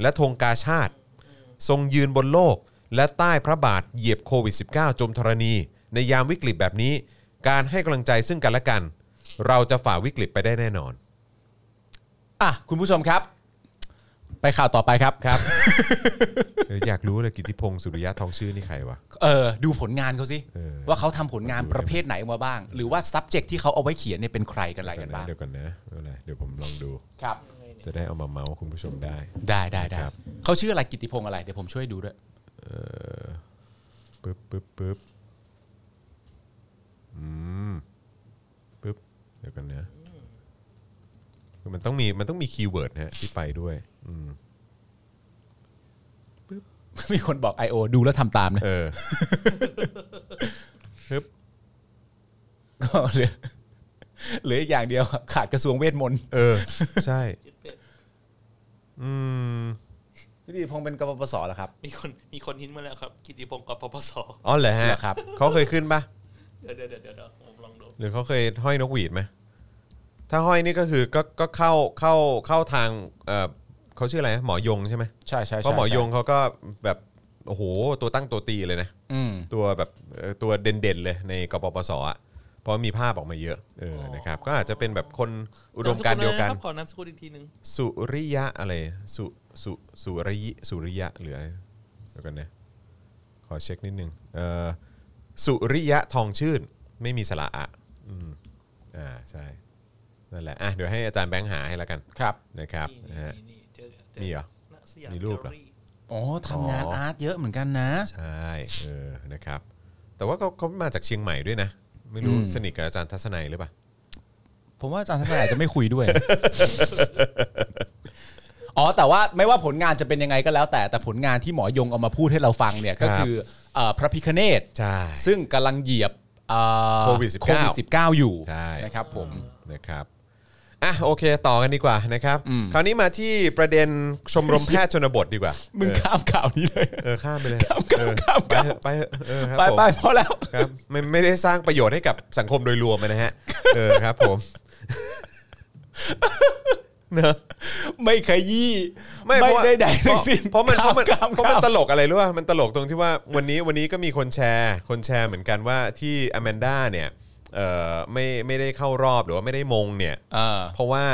Speaker 2: และธงกาชาติ ทรงยืนบนโลก และใต้พระบาทเหยียบโควิด -19 จมธรณี ในยามวิกฤตแบบนี้ การให้กำลังใจซึ่งกันและกัน เราจะฝ่าวิกฤตไปได้แน่นอน
Speaker 3: อ่ะ คุณผู้ชมครับ ไปข่าวต่อไปครับ
Speaker 2: ครับ เอออยากรู้เลยกิติพงศ์สุริยะทองชื่อนี่ใครวะ
Speaker 3: เออ ดูผลงานเขาสิ
Speaker 2: เออ
Speaker 3: ว่าเขาทำผลงานประเภทไหนออกมาบ้าง หรือว่า subject ที่เขาเอาไว้เขียนเนี่ยเป็นใครกันอะไรกันบ้าง
Speaker 2: เดี๋ยวกันนะเดี๋ยวก่อนนะเดี๋ยวผมลองดู
Speaker 3: ครับ
Speaker 2: จะได้เอามาเมาส์คุณผู้ชมได้
Speaker 3: ได้ได้ได้
Speaker 2: ครับ
Speaker 3: เขาชื่ออะไรกิติพงศ์อะไร เดี๋ยวผมช่วยดูด้วย
Speaker 2: ปึ๊บปึ๊บปึ๊บอืมปึ๊บ เดี๋ยวกันนะคือมันต้องมี มันต้องมีคีย์เวิร์ดนะฮะที่ไปด้วย อืม
Speaker 3: มีคนบอก I.O. ดูแล้วทำตามนะ
Speaker 2: เอ อ ปึ๊บ
Speaker 3: ก็เหลือเหลืออีกอย่างเดียวขาดกระทรวงเวทมนต์
Speaker 2: เออ ใช่
Speaker 4: ยึดเป็ด
Speaker 2: อืม
Speaker 3: กิติพงศ์เป็นกปปสเหรอครับ
Speaker 4: มีคนมีคนหินมาแล้วครับ กิติพงศ์กับปปส
Speaker 2: อ๋อเหรอฮะ
Speaker 3: เหรอครับ
Speaker 2: เขาเคยขึ้นปะ
Speaker 4: เดี๋ยวเดี๋ยวเดี๋ยวเดี๋ยวผมลองดู
Speaker 2: หรือเขาเคยห้อยนกหวีดไหม ถ้าห้อยนี่ก็คือก็ก็เข้าเข้าเข้าทาง เออเขาชื่ออะไรนะหมอยงใช่ไหม
Speaker 3: ใช่ใช่
Speaker 2: เพราะหมอยงเขาก็แบบโอ้โหตัวตั้งตัวตีเลยนะ
Speaker 3: อืม
Speaker 2: ตัวแบบเอ่อตัวเด่นๆเลยในกปปสอ่ะเพราะมีภาพออกมาเยอะเออนะครับก็อาจจะเป็นแบบคนอุดมการณ์เดียวกัน
Speaker 4: ามสลอะไะครับขอนามสกุลอีกทีหนึ่ง
Speaker 2: สุริยะอะไรสุสุสุริยสุริยะหรืออะไรเดี๋ยวกันนะขอเช็คนิดนึงเออสุริยะทองชื่นไม่มีสระอะอืมอ่าใช่นั่นแหละอ่ะเดี๋ยวให้อาจารย์แบงค์หาให้แล้วกัน
Speaker 3: ครับ
Speaker 2: นะครับ
Speaker 4: นี่
Speaker 2: นะฮะ
Speaker 4: นี่นี่เจอจ
Speaker 2: มีเหรอ
Speaker 4: ณสยา
Speaker 2: มีรูปเหรอ
Speaker 4: แกลลี่
Speaker 3: อ๋อทำงานอาร์ตเยอะเหมือนกันนะ
Speaker 2: ใช่เออนะครับ แต่ว่าเขาเขามาจากเชียงใหม่ด้วยนะ ไม่รู้
Speaker 3: อืม
Speaker 2: สนิทกับอาจารย์ทัศนัยหรือเปล่า
Speaker 3: ผมว่าอาจารย์ทัศนัยอาจจะไม่คุยด้วย อ๋อแต่ว่าไม่ว่าผลงานจะเป็นยังไงก็แล้ว แต่แต่ผลงานที่หมอยงเอามาพูดให้เราฟังเนี่ยก็
Speaker 2: ครับ
Speaker 3: คือเอ่อพระพิคเนต
Speaker 2: ใช่
Speaker 3: ซึ่งกำลังเหยียบเอ่อ
Speaker 2: โควิด19
Speaker 3: โควิด19อยู่
Speaker 2: ใช่
Speaker 3: นะครับผม
Speaker 2: นะครับ อ่ะโอเคต่อกันดีกว่านะครับ คราวนี้มาที่ประเด็นชมรมแพทย์ชนบทดีกว่า
Speaker 3: มึง
Speaker 2: เออ
Speaker 3: ข้ามข่าวนี้เลย
Speaker 2: เออข้ามไปเลย
Speaker 3: ข้ามข้าม
Speaker 2: เออ
Speaker 3: ข้าม
Speaker 2: ไป
Speaker 3: ข้าม
Speaker 2: เถอะไปเถอะเออครับ
Speaker 3: ไป
Speaker 2: ผม
Speaker 3: ไปพอแล้ว
Speaker 2: ครับไม่ไม่ได้สร้างประโยชน์ให้กับสังคมโดยรวมนะฮะ เออครับผม เนอะ
Speaker 3: ไม่ขยี้
Speaker 2: ไม่เพราะว่า
Speaker 3: ได้ใดๆ
Speaker 2: เพ
Speaker 3: ทั้
Speaker 2: ราะ
Speaker 3: งสิ้น
Speaker 2: เพราะมันเพราะมัน
Speaker 3: ข้ข้
Speaker 2: เพราะมัน
Speaker 3: ข้
Speaker 2: ตลกอะไรรู้ป่ะมันตลกตรงที่ว่าวันนี้วันนี้ก็มีคนแชร์ คนแชร์เหมือนกันว่าที่อแมนด้าเนี่ยเออไม่ไม่ได้เข้ารอบหรือว่าไม่ได้มงเนี่ย
Speaker 3: อ่า
Speaker 2: เพราะว่า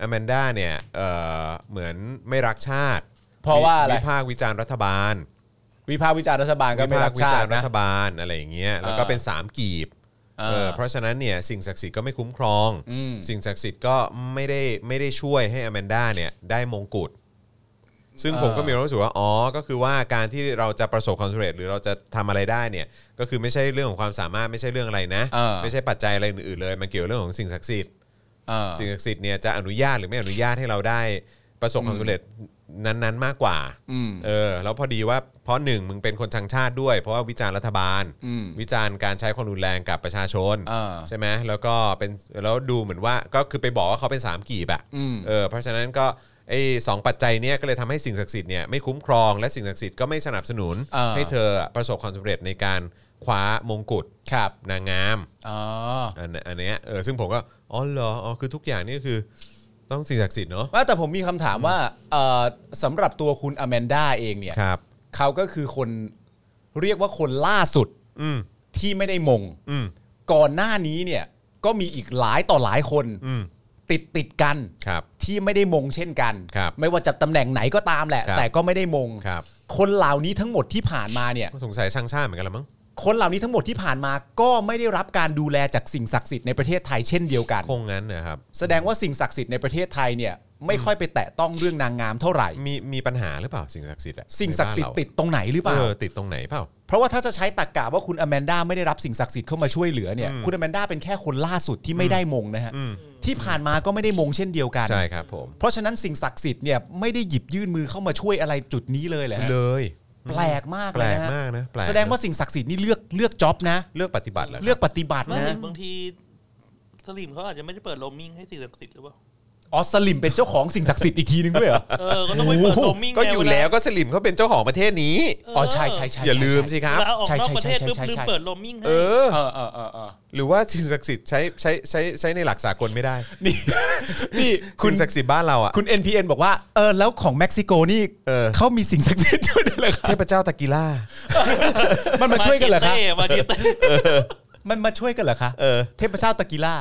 Speaker 2: อแมนด้าเนี่ยเอ่อเหมือนไม่รักชาติ
Speaker 3: เพราะว่าอะไร
Speaker 2: วิพากษ์วิจารณ์รัฐบาล
Speaker 3: วิพากษ์วิจารณ์รัฐบาลก็
Speaker 2: วิ
Speaker 3: ไม่
Speaker 2: พา
Speaker 3: รั
Speaker 2: ก
Speaker 3: ก
Speaker 2: ษ์วิ
Speaker 3: ชา
Speaker 2: จาร
Speaker 3: ติ
Speaker 2: ณ์รั
Speaker 3: นะ
Speaker 2: ฐบาลอะไรอย่างเงี้ยแล้วก็เป็นสามกีบ
Speaker 3: อ่า
Speaker 2: เออเพราะฉะนั้นเนี่ยสิ่งศักดิ์สิทธิ์ก็ไม่คุ้มครอง
Speaker 3: อืม
Speaker 2: สิ่งศักดิ์สิทธิ์ก็ไม่ได้ไม่ได้ช่วยให้อแมนด้าเนี่ยได้มงกุฎซึ่งผมก็มีความรู้สึกว่าอ๋อก็คือว่าการที่เราจะประสบความสำเร็จหรือเราจะทำอะไรได้เนี่ยก็คือไม่ใช่เรื่องของความสามารถไม่ใช่เรื่องอะไรนะ
Speaker 3: เออ
Speaker 2: ไม่ใช่ปัจจัยอะไรอื่นๆเลยมันเกี่ยวเรื่องของสิ่งศักดิ์สิทธิ์
Speaker 3: อ่า
Speaker 2: สิ่งศักดิ์สิทธิ์เนี่ยจะอนุญาตหรือไม่อนุญาตให้เราได้ประสบความสำเร็จ นั้นๆมากกว่า
Speaker 3: อืม
Speaker 2: เออแล้วพอดีว่าเพราะหนึ่งมึงเป็นคนชังชาติด้วย เพราะว่าวิจารณ์รัฐบาล
Speaker 3: อืม
Speaker 2: วิจารณ์การใช้ความรุนแรงกับประชาชน
Speaker 3: อ่า
Speaker 2: ใช่ไหมแล้วก็เป็นแล้วดูเหมือนว่าก็คือไปบอกว่าเขาเป็นสามกีบอะ
Speaker 3: อืม
Speaker 2: เออเพราะฉะนั้นก็ไอ้สองปัจจัยเนี้ยก็เลยทำให้สิ่งศักดิ์สิทธิ์เนี่ยไม่คุ้มครองและสิ่งศักดิ์สิทธิ์ก็ไม่สนับสนุน
Speaker 3: อ่า
Speaker 2: ให้เธอประสบความสำเร็จในการคว้ามงกุฎ
Speaker 3: ครับ
Speaker 2: นางงาม
Speaker 3: อ๋อ
Speaker 2: อันอันเนี้ยเออซึ่งผมก็อ๋อเหรออ๋อคือทุกอย่างนี่ก็คือต้องสิ่งศักดิ์สิทธิ์เนาะ
Speaker 3: ว่าแต่ผมมีคำถามว่าเอ่อสำหรับตัวคุณอแมนด้าเองเนี่ย
Speaker 2: ครับ
Speaker 3: เขาก็คือคนเรียกว่าคนล่าสุด
Speaker 2: อืม
Speaker 3: ที่ไม่ได้มง
Speaker 2: อืม
Speaker 3: ก่อนหน้านี้เนี่ยก็มีอีกหลายต่อหลายคน
Speaker 2: อืม
Speaker 3: ติดติดๆกัน
Speaker 2: ครับ
Speaker 3: ที่ไม่ได้มงเช่นกัน
Speaker 2: ครับ
Speaker 3: ไม่ว่าจะตำแหน่งไหนก็ตามแหละ
Speaker 2: ครับ
Speaker 3: แต่ก็ไม่ได้มง
Speaker 2: ครับ
Speaker 3: คนเหล่านี้ทั้งหมดที่ผ่านมาเนี่ย
Speaker 2: ก็สงสัยช่างชาติเหมือนกันละมั้ง
Speaker 3: คนเหล่านี้ทั้งหมดที่ผ่านมาก็ไม่ได้รับการดูแลจากสิ่งศักดิ์สิทธิ์ในประเทศไทยเช่นเดียวกัน
Speaker 2: คงงั้นนะครับ
Speaker 3: แสดงว่าสิ่งศักดิ์สิทธิ์ในประเทศไทยเนี่ยไม่ค่อยไปแตะต้องเรื่องนางงามเท่าไหร่
Speaker 2: มีมีปัญหาหรือเปล่าสิ่งศักดิ์สิทธิ์อะ
Speaker 3: สิ่งศักดิ์สิทธิ์ติดตรงไหนหรือ
Speaker 2: ใน
Speaker 3: เป
Speaker 2: บ้าน
Speaker 3: ล่า
Speaker 2: เราเออติดตรงไหนเปล่า
Speaker 3: เพราะว่าถ้าจะใช้ตรกกะว่าคุณอแมนด้าไม่ได้รับสิ่งศักดิ์สิทธิ์เข้ามาช่วยเหลือเนี่ย
Speaker 2: อืม
Speaker 3: คุณอแมนด้าเป็นแค่คนล่าสุดที่ไม่ได้มงนะฮะ
Speaker 2: อืม
Speaker 3: ที่ผ่านมาก็ไม่ได้มงเช่นเดียวกัน
Speaker 2: ใช่ครับผม
Speaker 3: เพราะฉะนั้นสิ่งศักดิ์สิทธิ์เนี่ยไม่ได้หยิบยื่นมือเข้ามาช่วยอะไรจุดนี้เลยเหรอฮะ
Speaker 2: เลย
Speaker 3: แปลกมาก
Speaker 2: แป
Speaker 3: เล
Speaker 2: ล
Speaker 3: ย
Speaker 2: ก
Speaker 3: นะฮะ
Speaker 2: มากนะแปลก
Speaker 3: แสดงว่าสิ่งศักดิ์สิทธิ์นี่เลือกเลือกจ็อบนะ
Speaker 2: เลือกปฏิบัติแหละ
Speaker 3: เลือกปฏิบัติ
Speaker 4: ไม่
Speaker 3: นะ
Speaker 4: บางทีสลิมเขาอาจจะไม่ได้เปิดโรมมิ่งให้สิ่งศักดิ์สิทธิ์หรือเปล่า
Speaker 3: อ๋อสลิมเป็นเจ้าของสิ่งศักดิ์สิทธิ์อีกทีนึงด้วยเหรอ
Speaker 4: เออ ก็ต้องไปเปิดโรมมิ่ง
Speaker 2: ก็อยู่แล้วก็สลิมเขาเป็นเจ้าของประเทศนี้
Speaker 3: อ๋อใช่ใช่ใช่
Speaker 2: อย่าลืมสิครับ
Speaker 4: ลาออก
Speaker 3: ใช่
Speaker 4: นอก
Speaker 3: ใช่
Speaker 4: ประเทศ
Speaker 3: ใช่
Speaker 4: ปุ๊บ
Speaker 3: ใช่
Speaker 4: ลืม
Speaker 3: ใช่
Speaker 4: เปิดโรมมิ่งให้
Speaker 2: เออ
Speaker 3: เออเออเออเออ
Speaker 2: หรือว่าสิ่งศักดิ์สิทธิ์ใช้ใช้ใช้ใช้ในหลักสากลไม่ได้
Speaker 3: นี่ นี่คุ
Speaker 2: สิ่
Speaker 3: ณ
Speaker 2: งศักดิ์สิทธิ์บ้านเราอะ
Speaker 3: คุณ NPN บอกว่าเออแล้วของเม็กซิโกนี่
Speaker 2: เออ
Speaker 3: เขามีสิ่งศักดิ์สิทธิ์ช่วยด้วยเหรอครั
Speaker 2: เท
Speaker 3: บ
Speaker 2: พเจ้าตากิล่า
Speaker 3: มันมาช่วยกันเหรอครับ
Speaker 4: มาเจต้มาเจเต้
Speaker 3: มันมาช่วยกันเหรอคะ
Speaker 2: เออ
Speaker 3: เทพเจ้าตะกีล่า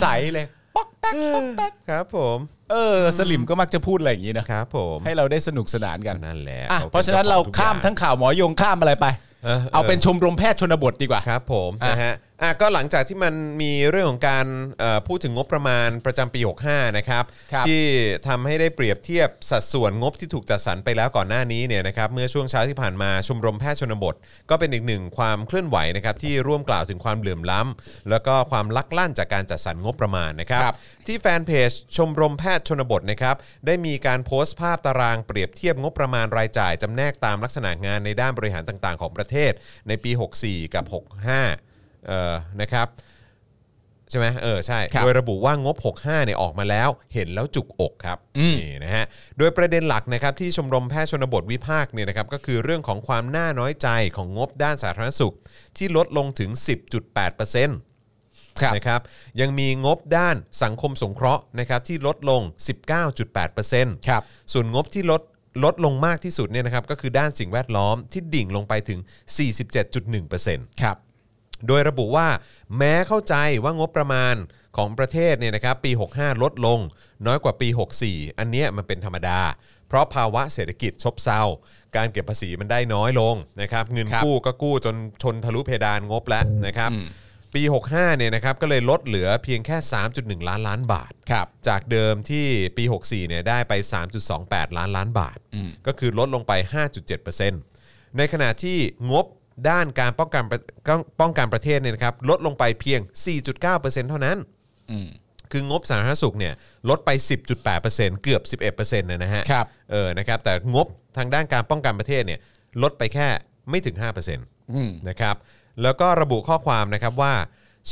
Speaker 3: ใสเลยป๊อกแป๊กป๊อกแป๊ก
Speaker 2: ครับผม
Speaker 3: เออสลิมก็มักจะพูดอะไรอย่างนี้นะ
Speaker 2: ครับผม
Speaker 3: ให้เราได้สนุกสนานกัน
Speaker 2: นั่นแหละ
Speaker 3: อ่ะ
Speaker 2: ขป็
Speaker 3: เพราะฉะนั้นเรา
Speaker 2: จ้ของก
Speaker 3: ข้าม
Speaker 2: อย่
Speaker 3: ทั้งข่าวหมอยงข้ามอะไรไป
Speaker 2: เออ
Speaker 3: เอาเป็นชมรมแพทย์ชนบทดีกว่า
Speaker 2: ครับผม
Speaker 3: อ่ะ
Speaker 2: นะฮะอ่ะก็หลังจากที่มันมีเรื่องของการเอ่อพูดถึงงบประมาณประจำปี 65 นะครับ
Speaker 3: ครับ
Speaker 2: ที่ทำให้ได้เปรียบเทียบสัดส่วนงบที่ถูกจัดสรรไปแล้วก่อนหน้านี้เนี่ยนะครับเมื่อช่วงเช้าที่ผ่านมาชมรมแพทย์ชนบท ก็เป็นอีกหนึ่งความเคลื่อนไหวนะครับที่ร่วมกล่าวถึงความเหลื่อมล้ำแล้วก็ความลักลั่นจากการจัดสรรงบประมาณนะครับ
Speaker 3: ครับ
Speaker 2: ที่แฟนเพจชมรมแพทย์ชนบทนะครับได้มีการโพสต์ภาพตารางเปรียบเทียบงบประมาณรายจ่ายจำแนกตามลักษณะงานในด้านบริหารต่างๆ ของประเทศในปี 64 กับ 65เอ่อนะครับใช่ไหมเออใช่
Speaker 3: ครับ
Speaker 2: โดยระบุว่างบ 65เนี่ยออกมาแล้วเห็นแล้วจุกอกครับ
Speaker 3: อืม
Speaker 2: นี่นะฮะโดยประเด็นหลักนะครับที่ชมรมแพทย์ชนบทวิพากษ์เนี่ยนะครับก็คือเรื่องของความน่าน้อยใจของงบด้านสาธารณสุข ที่ลดลงถึง 10.8% นะครับยังมีงบด้านสังคมสงเคราะห์นะครับที่ลดลง 19.8%
Speaker 3: ครับ
Speaker 2: ส่วนงบที่ลดลดลงมากที่สุดเนี่ยนะครับก็คือด้านสิ่งแวดล้อมที่ดิ่งลงไปถึง 47.1%
Speaker 3: ครับ
Speaker 2: โดยระบุว่าแม้เข้าใจว่างบประมาณของประเทศเนี่ยนะครับปี 65 ลดลง น้อยกว่าปี 64 อันเนี้ยมันเป็นธรรมดา เพราะภาวะเศรษฐกิจซบเซาการเก็บภาษีมันได้น้อยลงนะครับเงิน
Speaker 3: ครับ
Speaker 2: กู้ก็กู้จนชนทะลุเพดานงบแล้วนะครับปี 65 เนี่ยนะครับก็เลยลดเหลือเพียงแค่ 3.1 ล้านล้านบาท
Speaker 3: ครับ
Speaker 2: จากเดิมที่ปี 64 เนี่ยได้ไป 3.28 ล้านล้านบาท ก็คือลดลงไป 5.7%ในขณะที่งบด้านการป้องกันประป้องกันประเทศเนี่ยนะครับลดลงไปเพียง 4.9%เท่านั้น คืองบสาธารณสุขเนี่ยลดไป 10.8%เกือบ 11%นะฮะ
Speaker 3: ครับ
Speaker 2: เออนะครับแต่งบทางด้านการป้องกันประเทศเนี่ยลดไปแค่ไม่ถึง 5%นะครับแล้วก็ระบุข้อความนะครับว่า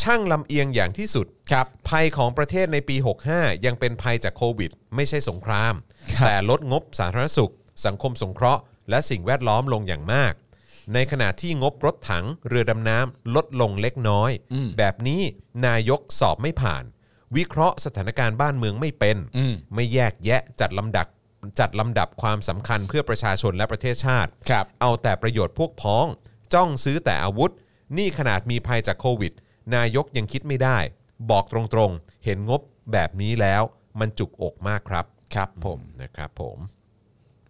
Speaker 2: ช่างลำเอียงอย่างที่สุด
Speaker 3: ครับ
Speaker 2: ภัยของประเทศในปี 65 ยังเป็นภัยจากโควิด ไม่ใช่สงคราม
Speaker 3: ครับ
Speaker 2: แต่ลดงบสาธารณสุข สังคมสงเคราะห์ และสิ่งแวดล้อมลงอย่างมาก ในขณะที่งบรถถังเรือดำน้ำลดลงเล็กน้อย แบบนี้นายกสอบไม่ผ่าน วิเคราะห์สถานการณ์บ้านเมืองไม่เป็น
Speaker 3: อืม
Speaker 2: ไม่แยกแยะจัดลำดับจัดลำดับความสำคัญเพื่อประชาชนและประเทศชาติ
Speaker 3: ครับ
Speaker 2: เอาแต่ประโยชน์พวกพ้อง จ้องซื้อแต่อาวุธ นี่ขนาดมีภัยจากโควิด นายกยังคิดไม่ได้ บอกตรงๆ เห็นงบแบบนี้แล้ว มันจุกอกมากครับ
Speaker 3: ครับผม
Speaker 2: นะครับผม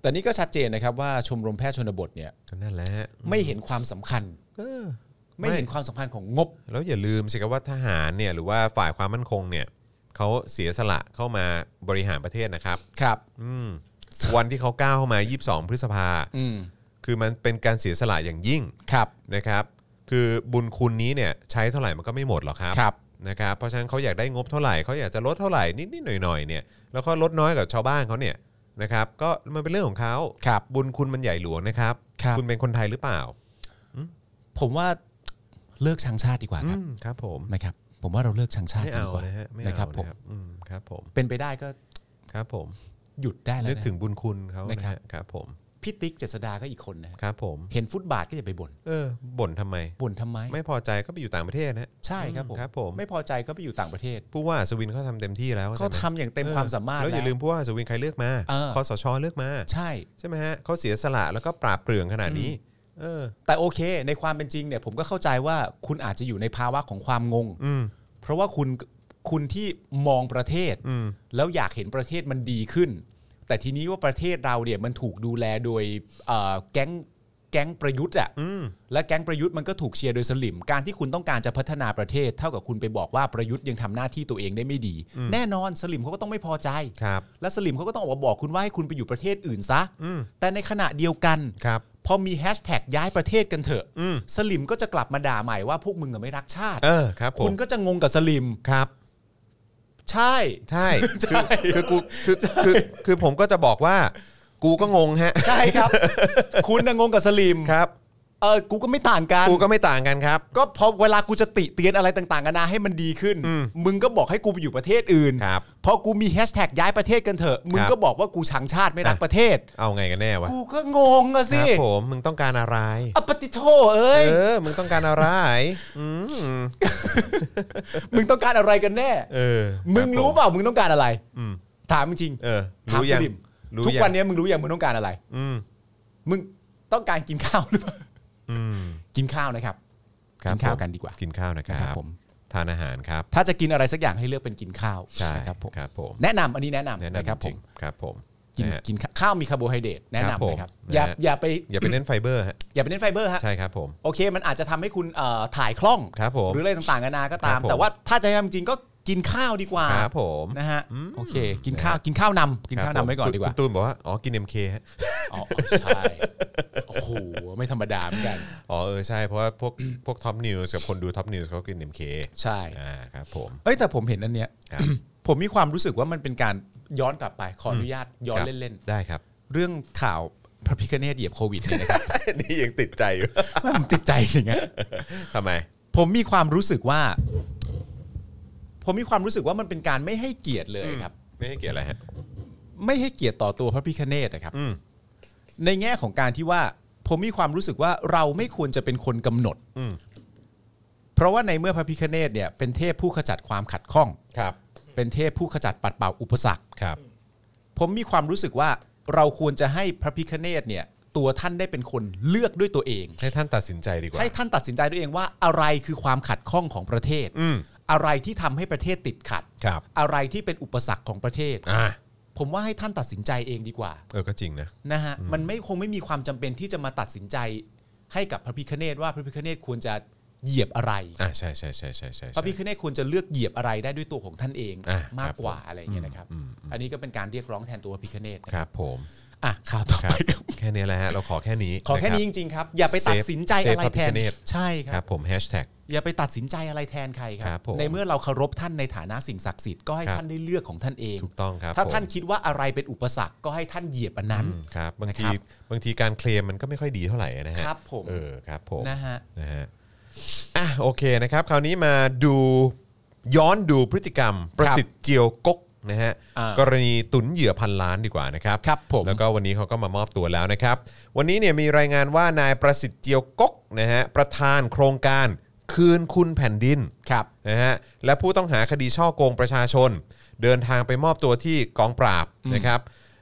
Speaker 3: แต่นี่ก็ชัดเจนนะครับว่าชมรมแพทย์ชนบทเนี่ย
Speaker 2: ก็นั่นแหละ
Speaker 3: ไม่เห็นความสำคัญ
Speaker 2: เออ
Speaker 3: ไม่เห็นความสำคัญของงบ
Speaker 2: แล้วอย่าลืมสิครับว่าทหารเนี่ยหรือว่าฝ่ายความมั่นคงเนี่ยเขาเสียสละเข้ามาบริหารประเทศนะครับ
Speaker 3: ครับ
Speaker 2: อืมวันที่เขาก้าวเข้ามา 22 พฤษภา
Speaker 3: อืม
Speaker 2: คือมันเป็นการเสียสละอย่างยิ่ง
Speaker 3: ครับ
Speaker 2: นะครับคือบุญคุณนี้เนี่ยใช้เท่าไหร่มันก็ไม่หมดหรอกครับ
Speaker 3: ครับ
Speaker 2: นะครับเพราะฉะนั้นเขาอยากได้งบเท่าไหร่เขาอยากจะลดเท่าไหร่นิดๆหน่อยๆเนี่ยแล้วก็ลดน้อยกับชาวบ้านเขาเนี่ย นะครับก็มันเป็นเรื่องของเขา
Speaker 3: ครับ
Speaker 2: บุญคุณมันใหญ่หลวงนะครับ
Speaker 3: ครับ
Speaker 2: ณเป็นคนไทยหรือเปล่า
Speaker 3: ผมว่าเลิกชังชาติดีกว่าครับ
Speaker 2: อืมครับผม
Speaker 3: นะครับ ผมว่าเราเลิกชังชาติ
Speaker 2: ไม่เอา
Speaker 3: ดีกว่า
Speaker 2: นะฮะไม่เอา
Speaker 3: นะครับผม
Speaker 2: นะครับอืมครับผม
Speaker 3: เป็นไปได้ก็
Speaker 2: ครับผม
Speaker 3: หยุดได้แล้ว
Speaker 2: นึก
Speaker 3: นะ
Speaker 2: ถึงบุญคุณเขานะ
Speaker 3: นะครับ
Speaker 2: ฮะครับผม
Speaker 3: พี่ติ๊กเจษดาก็อีกคนนะฮะ
Speaker 2: ครับผม
Speaker 3: เห็นฟุตบาทก็จะไปบ่น
Speaker 2: เออบ่นทำไม
Speaker 3: บ่นทำไม
Speaker 2: ไม่พอใจก็ไปอยู่ต่างประเทศนะฮะ
Speaker 3: ใช่ครับผม
Speaker 2: ครับผม
Speaker 3: ไม่พอใจก็ไปอยู่ต่างประเทศ
Speaker 2: ผู้ว่าสวินเขาทำเต็มที่แล้ว
Speaker 3: เขา
Speaker 2: ใช่ไห
Speaker 3: ทำอย่างเต็มความสามารถ
Speaker 2: แล้วอย่าลืมผู้ว่าสวินใครเลือกมา
Speaker 3: เออ
Speaker 2: คอสชเลือกมา
Speaker 3: ใช่
Speaker 2: ใช่ไหมฮะเขาเสียสละแล้วก็ปราบเปรื่องขนาดนี้ เออ
Speaker 3: แต่โอเค ในความเป็นจริงเนี่ย ผมก็เข้าใจว่าคุณอาจจะอยู่ในภาวะของความงง
Speaker 2: อืม
Speaker 3: เพราะว่าคุณคุณที่มองประเทศ
Speaker 2: อืม
Speaker 3: แล้วอยากเห็นประเทศมันดีขึ้น แต่ทีนี้ว่าประเทศเราเนี่ยมันถูกดูแลโดยเอ่อแก๊งแก๊งประยุทธ์อะ
Speaker 2: อืม
Speaker 3: และแก๊งประยุทธ์มันก็ถูกเชียร์โดยสลิม การที่คุณต้องการจะพัฒนาประเทศ เท่ากับคุณไปบอกว่าประยุทธ์ยังทำหน้าที่ตัวเองได้ไม่ดี แน่นอนสลิมเขาก็ต้องไม่พอใจ
Speaker 2: ครับ
Speaker 3: และสลิมเขาก็ต้องออกมาบอกคุณว่าให้คุณไปอยู่ประเทศอื่นซะ
Speaker 2: อืม
Speaker 3: แต่ในขณะเดียวกัน
Speaker 2: ครับ
Speaker 3: พอมีแฮชแท็กย้ายประเทศกันเถอะ
Speaker 2: อืม
Speaker 3: สลิมก็จะกลับมาด่าใหม่ว่าพวกมึงอะไม่รักชาติ
Speaker 2: เออ ครับผ
Speaker 3: คุ
Speaker 2: ม
Speaker 3: ณก็จะงงกับสลิม
Speaker 2: ครับ
Speaker 3: ใช่
Speaker 2: ใช่ คือ คือกูคือคือคือผมก็จะบอกว่า กูก็งงฮะ
Speaker 3: ใช่ ครับ คุณน่ะงงกับสลิม
Speaker 2: ครับ
Speaker 3: เออกูก็ไม่ต่างกัน
Speaker 2: กูก็ไม่ต่างกันครับ
Speaker 3: ก็พอเวลากูจะติเตียนอะไรต่างๆกันานาให้มันดีขึ้น
Speaker 2: อืม
Speaker 3: มึงก็บอกให้กูไปอยู่ประเทศอื่น
Speaker 2: ครับ
Speaker 3: พอกูมีแฮชแท็กย้ายประเทศกันเถอะ มึงก็บอกว่ากูชังชาติไม่รัก
Speaker 2: อ่ะ
Speaker 3: ประเทศ
Speaker 2: เอาไงกันแน่วะ
Speaker 3: กูก็งงอะ
Speaker 2: ค
Speaker 3: สิ
Speaker 2: รัผม มึงต้องการอะไร
Speaker 3: อะปฏิโทเอ้
Speaker 2: เอย อ มึงต้องการอะไร อืม
Speaker 3: มึงต้องการอะไรกันแน่
Speaker 2: เออ
Speaker 3: มึงรู้เปล่า มึงต้องการอะไร
Speaker 2: อืม
Speaker 3: ถามจริงๆ
Speaker 2: เออ
Speaker 3: ถาม
Speaker 2: รู้
Speaker 3: ส
Speaker 2: ยัง
Speaker 3: ลิม
Speaker 2: รู้
Speaker 3: ทุก
Speaker 2: ยัง
Speaker 3: วันนี้มึงรู้ยังมึงต้องการอะไร
Speaker 2: อืม
Speaker 3: มึงต้องการกินข้าวหรือเปล่า
Speaker 2: อืม
Speaker 3: กินข้าวนะครับ
Speaker 2: ครับ
Speaker 3: กินข้าว
Speaker 2: ผม
Speaker 3: กันดีกว่า
Speaker 2: กินข้าวนะครั
Speaker 3: นะครับ บผม
Speaker 2: ทานอาหารครับ
Speaker 3: ถ้าจะกินอะไรสักอย่างให้เลือกเป็นกินข้าว
Speaker 2: ใช่
Speaker 3: นะครับผม
Speaker 2: ครับผม
Speaker 3: แนะนำอันนี้แนะนำ
Speaker 2: แนะ
Speaker 3: นะ
Speaker 2: นำ
Speaker 3: ครับ
Speaker 2: จ
Speaker 3: ผ
Speaker 2: ริ
Speaker 3: ม
Speaker 2: งครับผม
Speaker 3: กิน
Speaker 2: นะฮะ
Speaker 3: กินข้าวข้าวมีคาร์โบไฮเดรตแนะครับ
Speaker 2: ผ
Speaker 3: นำ
Speaker 2: ม
Speaker 3: นะครับ
Speaker 2: นะฮะ
Speaker 3: อย่าอย่าไป
Speaker 2: อย่าไปเล่นไฟเบอร์ฮะ
Speaker 3: อย่าไปเน้นไฟเบอร์ฮะ
Speaker 2: ใช่ครับผม
Speaker 3: โอเค มันอาจจะทำให้คุณเอ่อถ่ายคล่อง
Speaker 2: ครับผม
Speaker 3: หรืออะไรต่างๆนานาก็ตา
Speaker 2: ครับ
Speaker 3: ม
Speaker 2: ผม
Speaker 3: แต่ว่าถ้าจะให้ทำจริงก็กินข้าวดีกว่า
Speaker 2: ครับผม
Speaker 3: นะฮะโอเค กินข้าวกินข้าวนำกินข้าวนำไว้ก่อนดีก
Speaker 2: คุ
Speaker 3: ว่า
Speaker 2: ณตูนบอกว่า อ๋อ กิน MK ฮะ
Speaker 3: อ๋อใช่ โอ้โหไม่ธรรมดาเหมือนกัน
Speaker 2: อ๋อ เออ ใช่ เพราะว่าพวก พวกท็อปนิวส์กับคนดูท็อปนิวส์เขากิน MK
Speaker 3: ใช่
Speaker 2: อ่า ครับผม
Speaker 3: เอ้ยแต่ผมเห็นอันเนี้ย
Speaker 2: ครับ
Speaker 3: ผมมีความรู้สึกว่ามันเป็นการย้อนกลับไปขออนุญาตย้อน
Speaker 2: ครับ
Speaker 3: เล่น
Speaker 2: ได้ครับ
Speaker 3: ๆเรื่องข่าวพระพิคเนตเหยียบโควิดเนี่ย นะครับ
Speaker 2: นี่ยังติดใจอยู่
Speaker 3: ผมติดใจอย่างเงี้ย
Speaker 2: ทำไม
Speaker 3: ผมมีความรู้สึกว่า ผมมีความรู้สึกว่ามันเป็นการไม่ให้เกียรติเลยครับ
Speaker 2: ไม่ให้เกี่ยวอะไรฮะ
Speaker 3: ไม่ให้เกียรติต่อตัวพระพิคเนตนะครับ
Speaker 2: อืม
Speaker 3: ในแง่ของการที่ว่า ผมมีความรู้สึกว่าเราไม่ควรจะเป็นคนกำหนด
Speaker 2: อืม
Speaker 3: เพราะว่าในเมื่อพระพิคเนตเนี่ยเป็นเทพผู้ขจัดความขัดข้อง
Speaker 2: ครับ
Speaker 3: เป็นเทพผู้ขจัดปัดเป่าอุปสรรค
Speaker 2: ครับ
Speaker 3: ผมมีความรู้สึกว่าเราควรจะให้พระพิคเนตเนี่ย ตัวท่านได้เป็นคนเลือกด้วยตัวเอง
Speaker 2: ให้ท่านตัดสินใจดีกว่า
Speaker 3: ให้ท่านตัดสินใจด้วยเองว่าอะไรคือความขัดข้องของประเทศ
Speaker 2: อืม
Speaker 3: อะไรที่ทำให้ประเทศติดขัด
Speaker 2: ครับ
Speaker 3: อะไรที่เป็นอุปสรรคของประเทศ
Speaker 2: อ่า
Speaker 3: ผมว่าให้ท่านตัดสินใจเองดีกว่า
Speaker 2: เออ ก็จริงนะ
Speaker 3: นะฮะมันไม่คงไม่มีความจำเป็นที่จะมาตัดสินใจ ให้กับพระพิคเนตว่าพระพิคเนตควรจะเหยียบอะไร
Speaker 2: อ่า ใช่ใช่ใช่ใช่ใช่
Speaker 3: พระพิค
Speaker 2: ใช่
Speaker 3: เนตควรจะเลือกเหยียบอะไรได้ด้วยตัวของท่านเอง
Speaker 2: อ่ะ
Speaker 3: มากกว่า
Speaker 2: ครับผม
Speaker 3: อะไรอย่างเงี้ยนะครับ
Speaker 2: อืมอืม
Speaker 3: อันนี้ก็เป็นการเรียกร้องแทนตัวพระพิคเนตนะครับ
Speaker 2: ผม
Speaker 3: อ่ะข่าวต่อ
Speaker 2: ครับ
Speaker 3: ไปครับ
Speaker 2: แค่นี้แหละฮะ เราขอแค่นี้
Speaker 3: ขอแค่นี้
Speaker 2: ะ
Speaker 3: จ
Speaker 2: รับ
Speaker 3: ริงๆครับอย่าไปตัดสินใจ
Speaker 2: เซฟ
Speaker 3: อะไร
Speaker 2: พระพิ
Speaker 3: แท
Speaker 2: ฆ
Speaker 3: น
Speaker 2: เนศ
Speaker 3: ใช่ค
Speaker 2: ครั
Speaker 3: รั
Speaker 2: บบ ผมแฮชแท็ก
Speaker 3: อย่าไปตัดสินใจอะไรแทนใครค
Speaker 2: ครั
Speaker 3: รั
Speaker 2: บบ ผม
Speaker 3: ในเมื่อเราเคารพท่านในฐานะสิ่งศักดิ์สิทธิ์ก็ให้
Speaker 2: ครับ
Speaker 3: ท่านได้เลือกของท่านเอง
Speaker 2: ถูกต้องครับ
Speaker 3: ถ้า
Speaker 2: ผม
Speaker 3: ท่านคิดว่าอะไรเป็นอุปสรรคก็ให้ท่านเหยียบอันนั้น
Speaker 2: อืมครับบางที
Speaker 3: นะครับ
Speaker 2: บางทีการเคลมมันก็ไม่ค่อยดีเท่าไหร่นะฮะ
Speaker 3: ครับผม
Speaker 2: เออครับผม
Speaker 3: นะฮะ
Speaker 2: นะฮะอ่ะโอเคนะครับ คราวนี้มาดูย้อนดูพฤติกรรมประสิทธิ์เจียวกกนะฮะ
Speaker 3: อ่าก
Speaker 2: รณีตุนเหยื่อพันล้านดีกว่านะครับ
Speaker 3: ครับผม
Speaker 2: แล้วก็วันนี้เขาก็มามอบตัวแล้วนะครับ วันนี้เนี่ยมีรายงานว่านายประสิทธิ์เจียวกกนะฮะประธานโครงการคืนคุณแผ่นดิน
Speaker 3: ครับ
Speaker 2: นะฮะและผู้ต้องหาคดีช่อโกงประชาชน เดินทางไปมอบตัวที่กองปราบ
Speaker 3: อืม
Speaker 2: นะครับ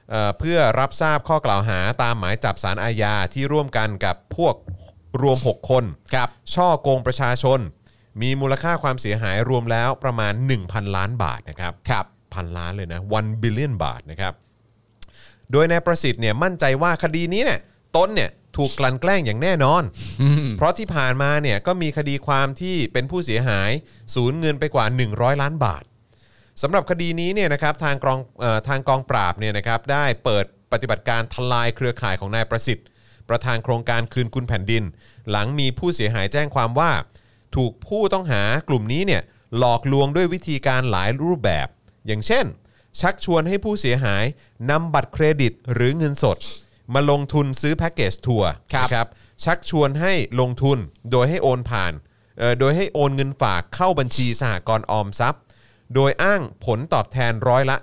Speaker 2: เอ่อเพื่อรับทราบข้อกล่าวหาตามหมายจับสารอาญาที่ร่วมกันกับพวกรวม 6 คน
Speaker 3: ครับ
Speaker 2: ช่อโกงประชาชน มีมูลค่าความเสียหายรวมแล้วประมาณ 1,000 ล้านบาทนะครับครับพันล้านเลยนะ 1 billion บาทนะครับ โดยนายประสิทธิ์เนี่ยมั่นใจว่าคดีนี้เนี่ยตนเนี่ยถูกกลั่นแกล้งอย่างแน่นอน เพราะที่ผ่านมาเนี่ยก็มีคดีความที่เป็นผู้เสียหายสูญเงินไปกว่า 100 ล้านบาท สำหรับคดีนี้เนี่ยนะครับทางกองเออทางกองปราบเนี่ยนะครับได้เปิดปฏิบัติการทลายเครือข่ายของนายประสิทธิ์ ประธานโครงการคืนคุณแผ่นดิน หลังมีผู้เสียหายแจ้งความว่า ถูกผู้ต้องหากลุ่มนี้เนี่ยหลอกลวงด้วยวิธีการหลายรูปแบบ อย่างเช่น ชักชวนให้ผู้เสียหายนำบัตรเครดิตหรือเงินสด มาลงทุนซื้อแพ็กเกจทัวร์
Speaker 3: ครับ
Speaker 2: นะครับชักชวนให้ลงทุนโดยให้โอนผ่านเอ่อโดยให้โอนเงินฝากเข้าบัญชีสหกรณ์ออมทรัพย์ โดยอ้างผลตอบแทนร้อยละ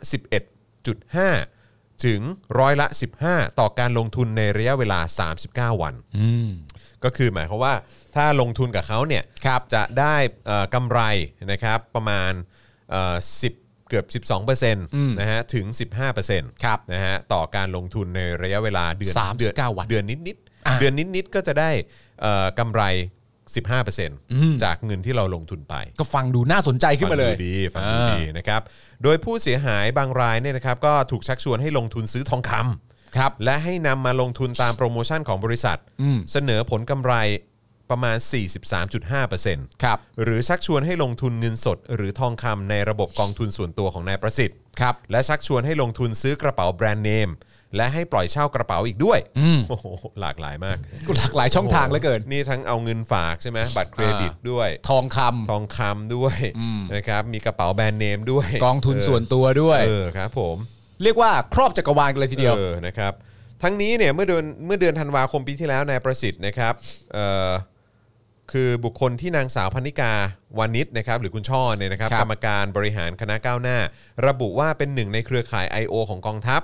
Speaker 2: 11.5 ถึงร้อยละ 15 ต่อการลงทุนในระยะเวลา 39 วัน ก็คือหมายความว่าถ้าลงทุนกับเขาเนี่ย
Speaker 3: ครับ
Speaker 2: จะได้เอ่อกำไรนะครับประมาณเอ่อ10 เกือบ 12%นะฮะถึง 15%
Speaker 3: ครับ
Speaker 2: นะฮะต่อการลงทุนในระยะเวลาเดือน
Speaker 3: 39
Speaker 2: เดือน
Speaker 3: วัน
Speaker 2: เดือนนิด
Speaker 3: อ่ะ
Speaker 2: ๆเดือนนิดๆก็จะได้เอ่อกำไร 15%จากเงินที่เราลงทุนไป
Speaker 3: ก็ฟังดูน่าสนใจขึ้นมาเลย
Speaker 2: ฟังดูดีฟังดูดีนะครับ โดยผู้เสียหายบางรายเนี่ยนะครับก็ถูกชักชวนให้ลงทุนซื้อทองคำ
Speaker 3: ครับ
Speaker 2: และให้นำมาลงทุนตามโปรโมชั่นของบริษัท
Speaker 3: อืม
Speaker 2: เสนอผลกำไรประมาณ 43.5%
Speaker 3: ครับ
Speaker 2: หรือชักชวนให้ลงทุนเงินสด หรือทองคำในระบบกองทุนส่วนตัวของนายประสิทธิ์
Speaker 3: ครับ
Speaker 2: และชักชวนให้ลงทุนซื้อกระเป๋าแบรนด์เนม และให้ปล่อยเช่ากระเป๋าอีกด้วย
Speaker 3: อืม
Speaker 2: โอ้โหหลากหลายมาก
Speaker 3: ก็หลากหลายช่องทางเหลือเกิน
Speaker 2: นี่ทั้งเอาเงินฝากใช่ไหมบัตรเครดิตด้วย
Speaker 3: ทองคำ
Speaker 2: ทองคำด้วยนะครับมีกระเป๋าแบรนด์เนมด้วย
Speaker 3: กองทุนส่วนตัวด้วย
Speaker 2: เออครับผม
Speaker 3: เรียกว่าครอบจักรวาลกันเลยทีเดียว
Speaker 2: ออนะครับทั้งนี้เนี่ยเมื่อเดือนเมื่อเดือนธันวาคมปีที่แล้วนายประสิทธิ์นะครับเอ่อคือบุคคลที่นางสาวพนิกาวานิชนะครับหรือคุณช่อเนี่ยนะครับ
Speaker 3: ครับ
Speaker 2: กรรมการบริหารคณะก้าวหน้า ระบุว่าเป็นหนึ่งในเครือข่าย I.O. ของกองทัพ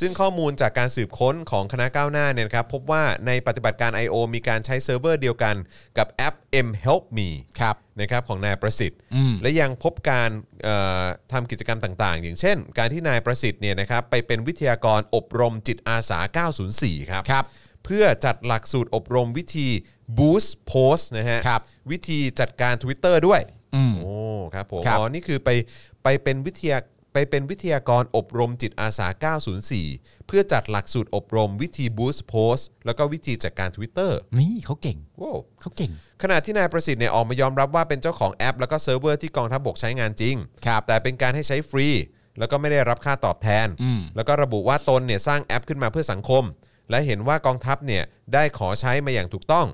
Speaker 2: ซึ่งข้อมูลจากการสืบค้นของคณะก้าวหน้าเนี่ยนะครับพบว่าในปฏิบัติการ I.O. มีการใช้เซิร์ฟเวอร์เดียวกันกับแอป M Help Me
Speaker 3: ครับ
Speaker 2: นะครับของนายประสิทธิ์
Speaker 3: อืม
Speaker 2: และยังพบการเอ่อทำกิจกรรมต่างๆ อย่างเช่น การที่นายประสิทธิ์เนี่ยนะครับไปเป็นวิทยากรอบรมจิตอาสา 904 ครับ
Speaker 3: ครับ
Speaker 2: เพื่อจัดหลักสูตรอบรมวิธี Boost Post นะฮะ
Speaker 3: ครับ
Speaker 2: วิธีจัดการ Twitter ด้วย
Speaker 3: อืม
Speaker 2: โอ้ครับผม
Speaker 3: ครับ
Speaker 2: อ๋อนี่คือไปไปเป็นวิทยาไปเป็นวิทยากรอบรมจิตอาสา 904 เพื่อจัดหลักสูตรอบรมวิธี Boost Post แล้วก็วิธีจัดการ Twitter
Speaker 3: นี่เขาเก่ง
Speaker 2: ว้าว
Speaker 3: เขาเก่ง
Speaker 2: ขณะที่นายประสิทธิ์เนี่ยออกมายอมรับว่าเป็นเจ้าของแอป แล้วก็เซิร์ฟเวอร์ที่กองทัพบกใช้งานจริง
Speaker 3: ครับ
Speaker 2: แต่เป็นการให้ใช้ฟรี แล้วก็ไม่ได้รับค่าตอบแทน
Speaker 3: อืม
Speaker 2: แล้วก็ระบุว่าตนเนี่ยสร้างแอปขึ้นมาเพื่อสังคม และเห็นว่ากองทัพเนี่ยได้ขอใช้มาอย่างถูกต้อง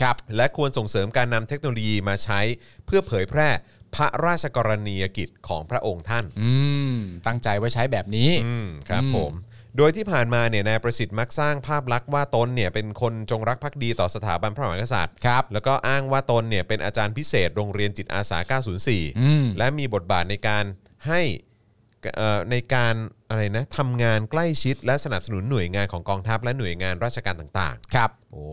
Speaker 3: ครับ
Speaker 2: และควรส่งเสริมการนำเทคโนโลยีมาใช้เพื่อเผยแพร่พระราชกรณียกิจของพระองค์ท่าน
Speaker 3: อืม ตั้งใจไว้ใช้แบบนี้
Speaker 2: อืมครับ
Speaker 3: อืม
Speaker 2: ผม โดยที่ผ่านมาเนี่ยนายประสิทธิ์มักสร้างภาพลักษณ์ว่าตนเนี่ยเป็นคนจงรักภักดีต่อสถาบันพระมหากษัตริย์
Speaker 3: ครับ
Speaker 2: แล้วก็อ้างว่าตนเนี่ยเป็นอาจารย์พิเศษโรงเรียนจิตอาสา
Speaker 3: อืม
Speaker 2: 904 และมีบทบาทในการให้เอ่อในการอะไรนะทำงานใกล้ชิด และสนับสนุนหน่วยงานของกองทัพ และหน่วยงานราชการต่าง
Speaker 3: ครับ
Speaker 2: ๆ โอ้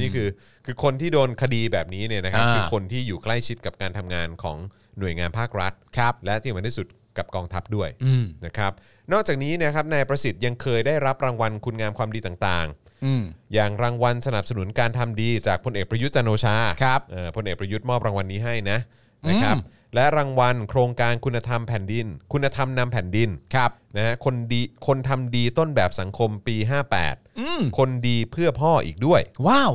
Speaker 2: นี่คือคือคนที่โดนคดีแบบนี้เนี่ยนะครับ
Speaker 3: อ่า
Speaker 2: คือคนที่อยู่ใกล้ชิดกับการทำงานของหน่วยงานภาครัฐ
Speaker 3: ครับ
Speaker 2: และที่สำคัญที่สุดกับกองทัพด้วย
Speaker 3: อืม
Speaker 2: นะครับนอกจากนี้นะครับนายประสิทธิ์ยังเคยได้รับรางวัลคุณงามความดีต่าง
Speaker 3: อืม
Speaker 2: ๆ อย่างรางวัลสนับสนุนการทำดีจากพลเอกประยุทธ์จันทร์โอชา
Speaker 3: ครับ
Speaker 2: เอ่อพลเอกประยุทธ์มอบรางวัลนี้ให้นะนะครับและรางวัลโครงการคุณธรรมแผ่นดิน คุณธรรมนำแผ่นดิน
Speaker 3: ครับ
Speaker 2: นะฮะคนดีคนทำดีต้นแบบสังคมปี 58 คนดีเพื่อพ่ออีกด้วย
Speaker 3: ว้าว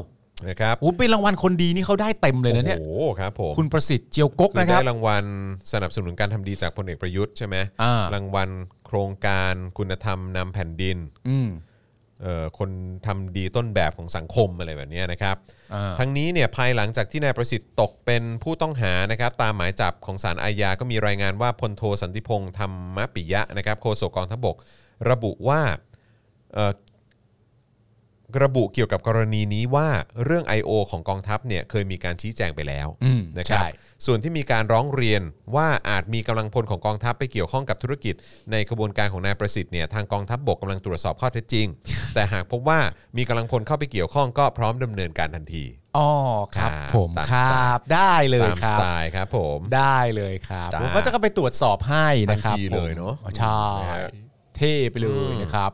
Speaker 2: นะครับ
Speaker 3: โอ้เป็นรางวัลคนดีนี่เขาได้เต็มเลยนะเนี่ย
Speaker 2: โอ้โหครับผม
Speaker 3: คุณประสิทธิ์เจียวกก
Speaker 2: คือ
Speaker 3: นะครับ
Speaker 2: ได้รางวัลสนับสนุนการทำดีจากพลเอกประยุทธ์ใช่ไหม
Speaker 3: อ่าร
Speaker 2: รางวัลโครงการคุณธรรมนำแผ่นดิน
Speaker 3: อืม
Speaker 2: เอ่อคนทำดีต้นแบบของสังคมอะไรแบบเนี้ยนะครับ
Speaker 3: อ่า
Speaker 2: ทั้งนี้เนี่ยภายหลังจากที่นายประสิทธิ์ตกเป็นผู้ต้องหานะครับตามหมายจับของศาลอาญาก็มีรายงานว่าพลโทสันติพงษ์ธรรมปิยะนะครับโฆษกกองทพบก ระบุว่าเอ่อระบุเกี่ยวกับกรณีนี้ว่าเรื่อง I.O. ของกองทัพเนี่ยเคยมีการชี้แจงไปแล้ว
Speaker 3: อืม
Speaker 2: นะครับ
Speaker 3: ใช่
Speaker 2: ส่วนที่มีการร้องเรียนว่าอาจมีกำลังพลของกองทัพไปเกี่ยวข้องกับธุรกิจ ในขบวนการของนายประสิทธิ์เนี่ยทางกองทัพบกกำลังตรวจสอบข้อเท็จจ ริง แต่หากพบว่ามีกำลังพลเข้าไปเกี่ยวข้องก็พร้อมดำเนินการทันที
Speaker 3: อ๋อครับ
Speaker 2: ครับ
Speaker 3: ผม
Speaker 2: ตาม
Speaker 3: ค
Speaker 2: สไตล์
Speaker 3: รับได้เลย
Speaker 2: ตาม
Speaker 3: ค
Speaker 2: ส
Speaker 3: รับ
Speaker 2: ไตล์ครับผม
Speaker 3: ได้เลยครับ
Speaker 2: จ้า
Speaker 3: ผมก็จะก็ไปตรวจสอบให้นะครับ
Speaker 2: ทันที
Speaker 3: ผม
Speaker 2: เลยเนอะ
Speaker 3: ใช่
Speaker 2: นะฮะ
Speaker 3: เท่ไปเลยนะครับ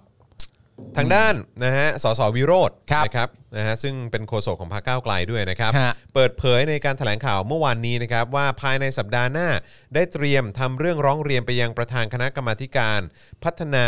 Speaker 2: ทางด้านนะฮะสสวิโรธ
Speaker 3: ครับ
Speaker 2: นะครับนะฮะซึ่งเป็นโฆษกของพรรคก้าวไกลด้วยนะครับ
Speaker 3: ฮะ
Speaker 2: เปิดเผยในการถแถลงข่าวเมื่อวานนี้นะครับ ว่าภายในสัปดาห์หน้า ได้เตรียมทำเรื่องร้องเรียนไปยังประธานคณะกรรมาธิการ พัฒนา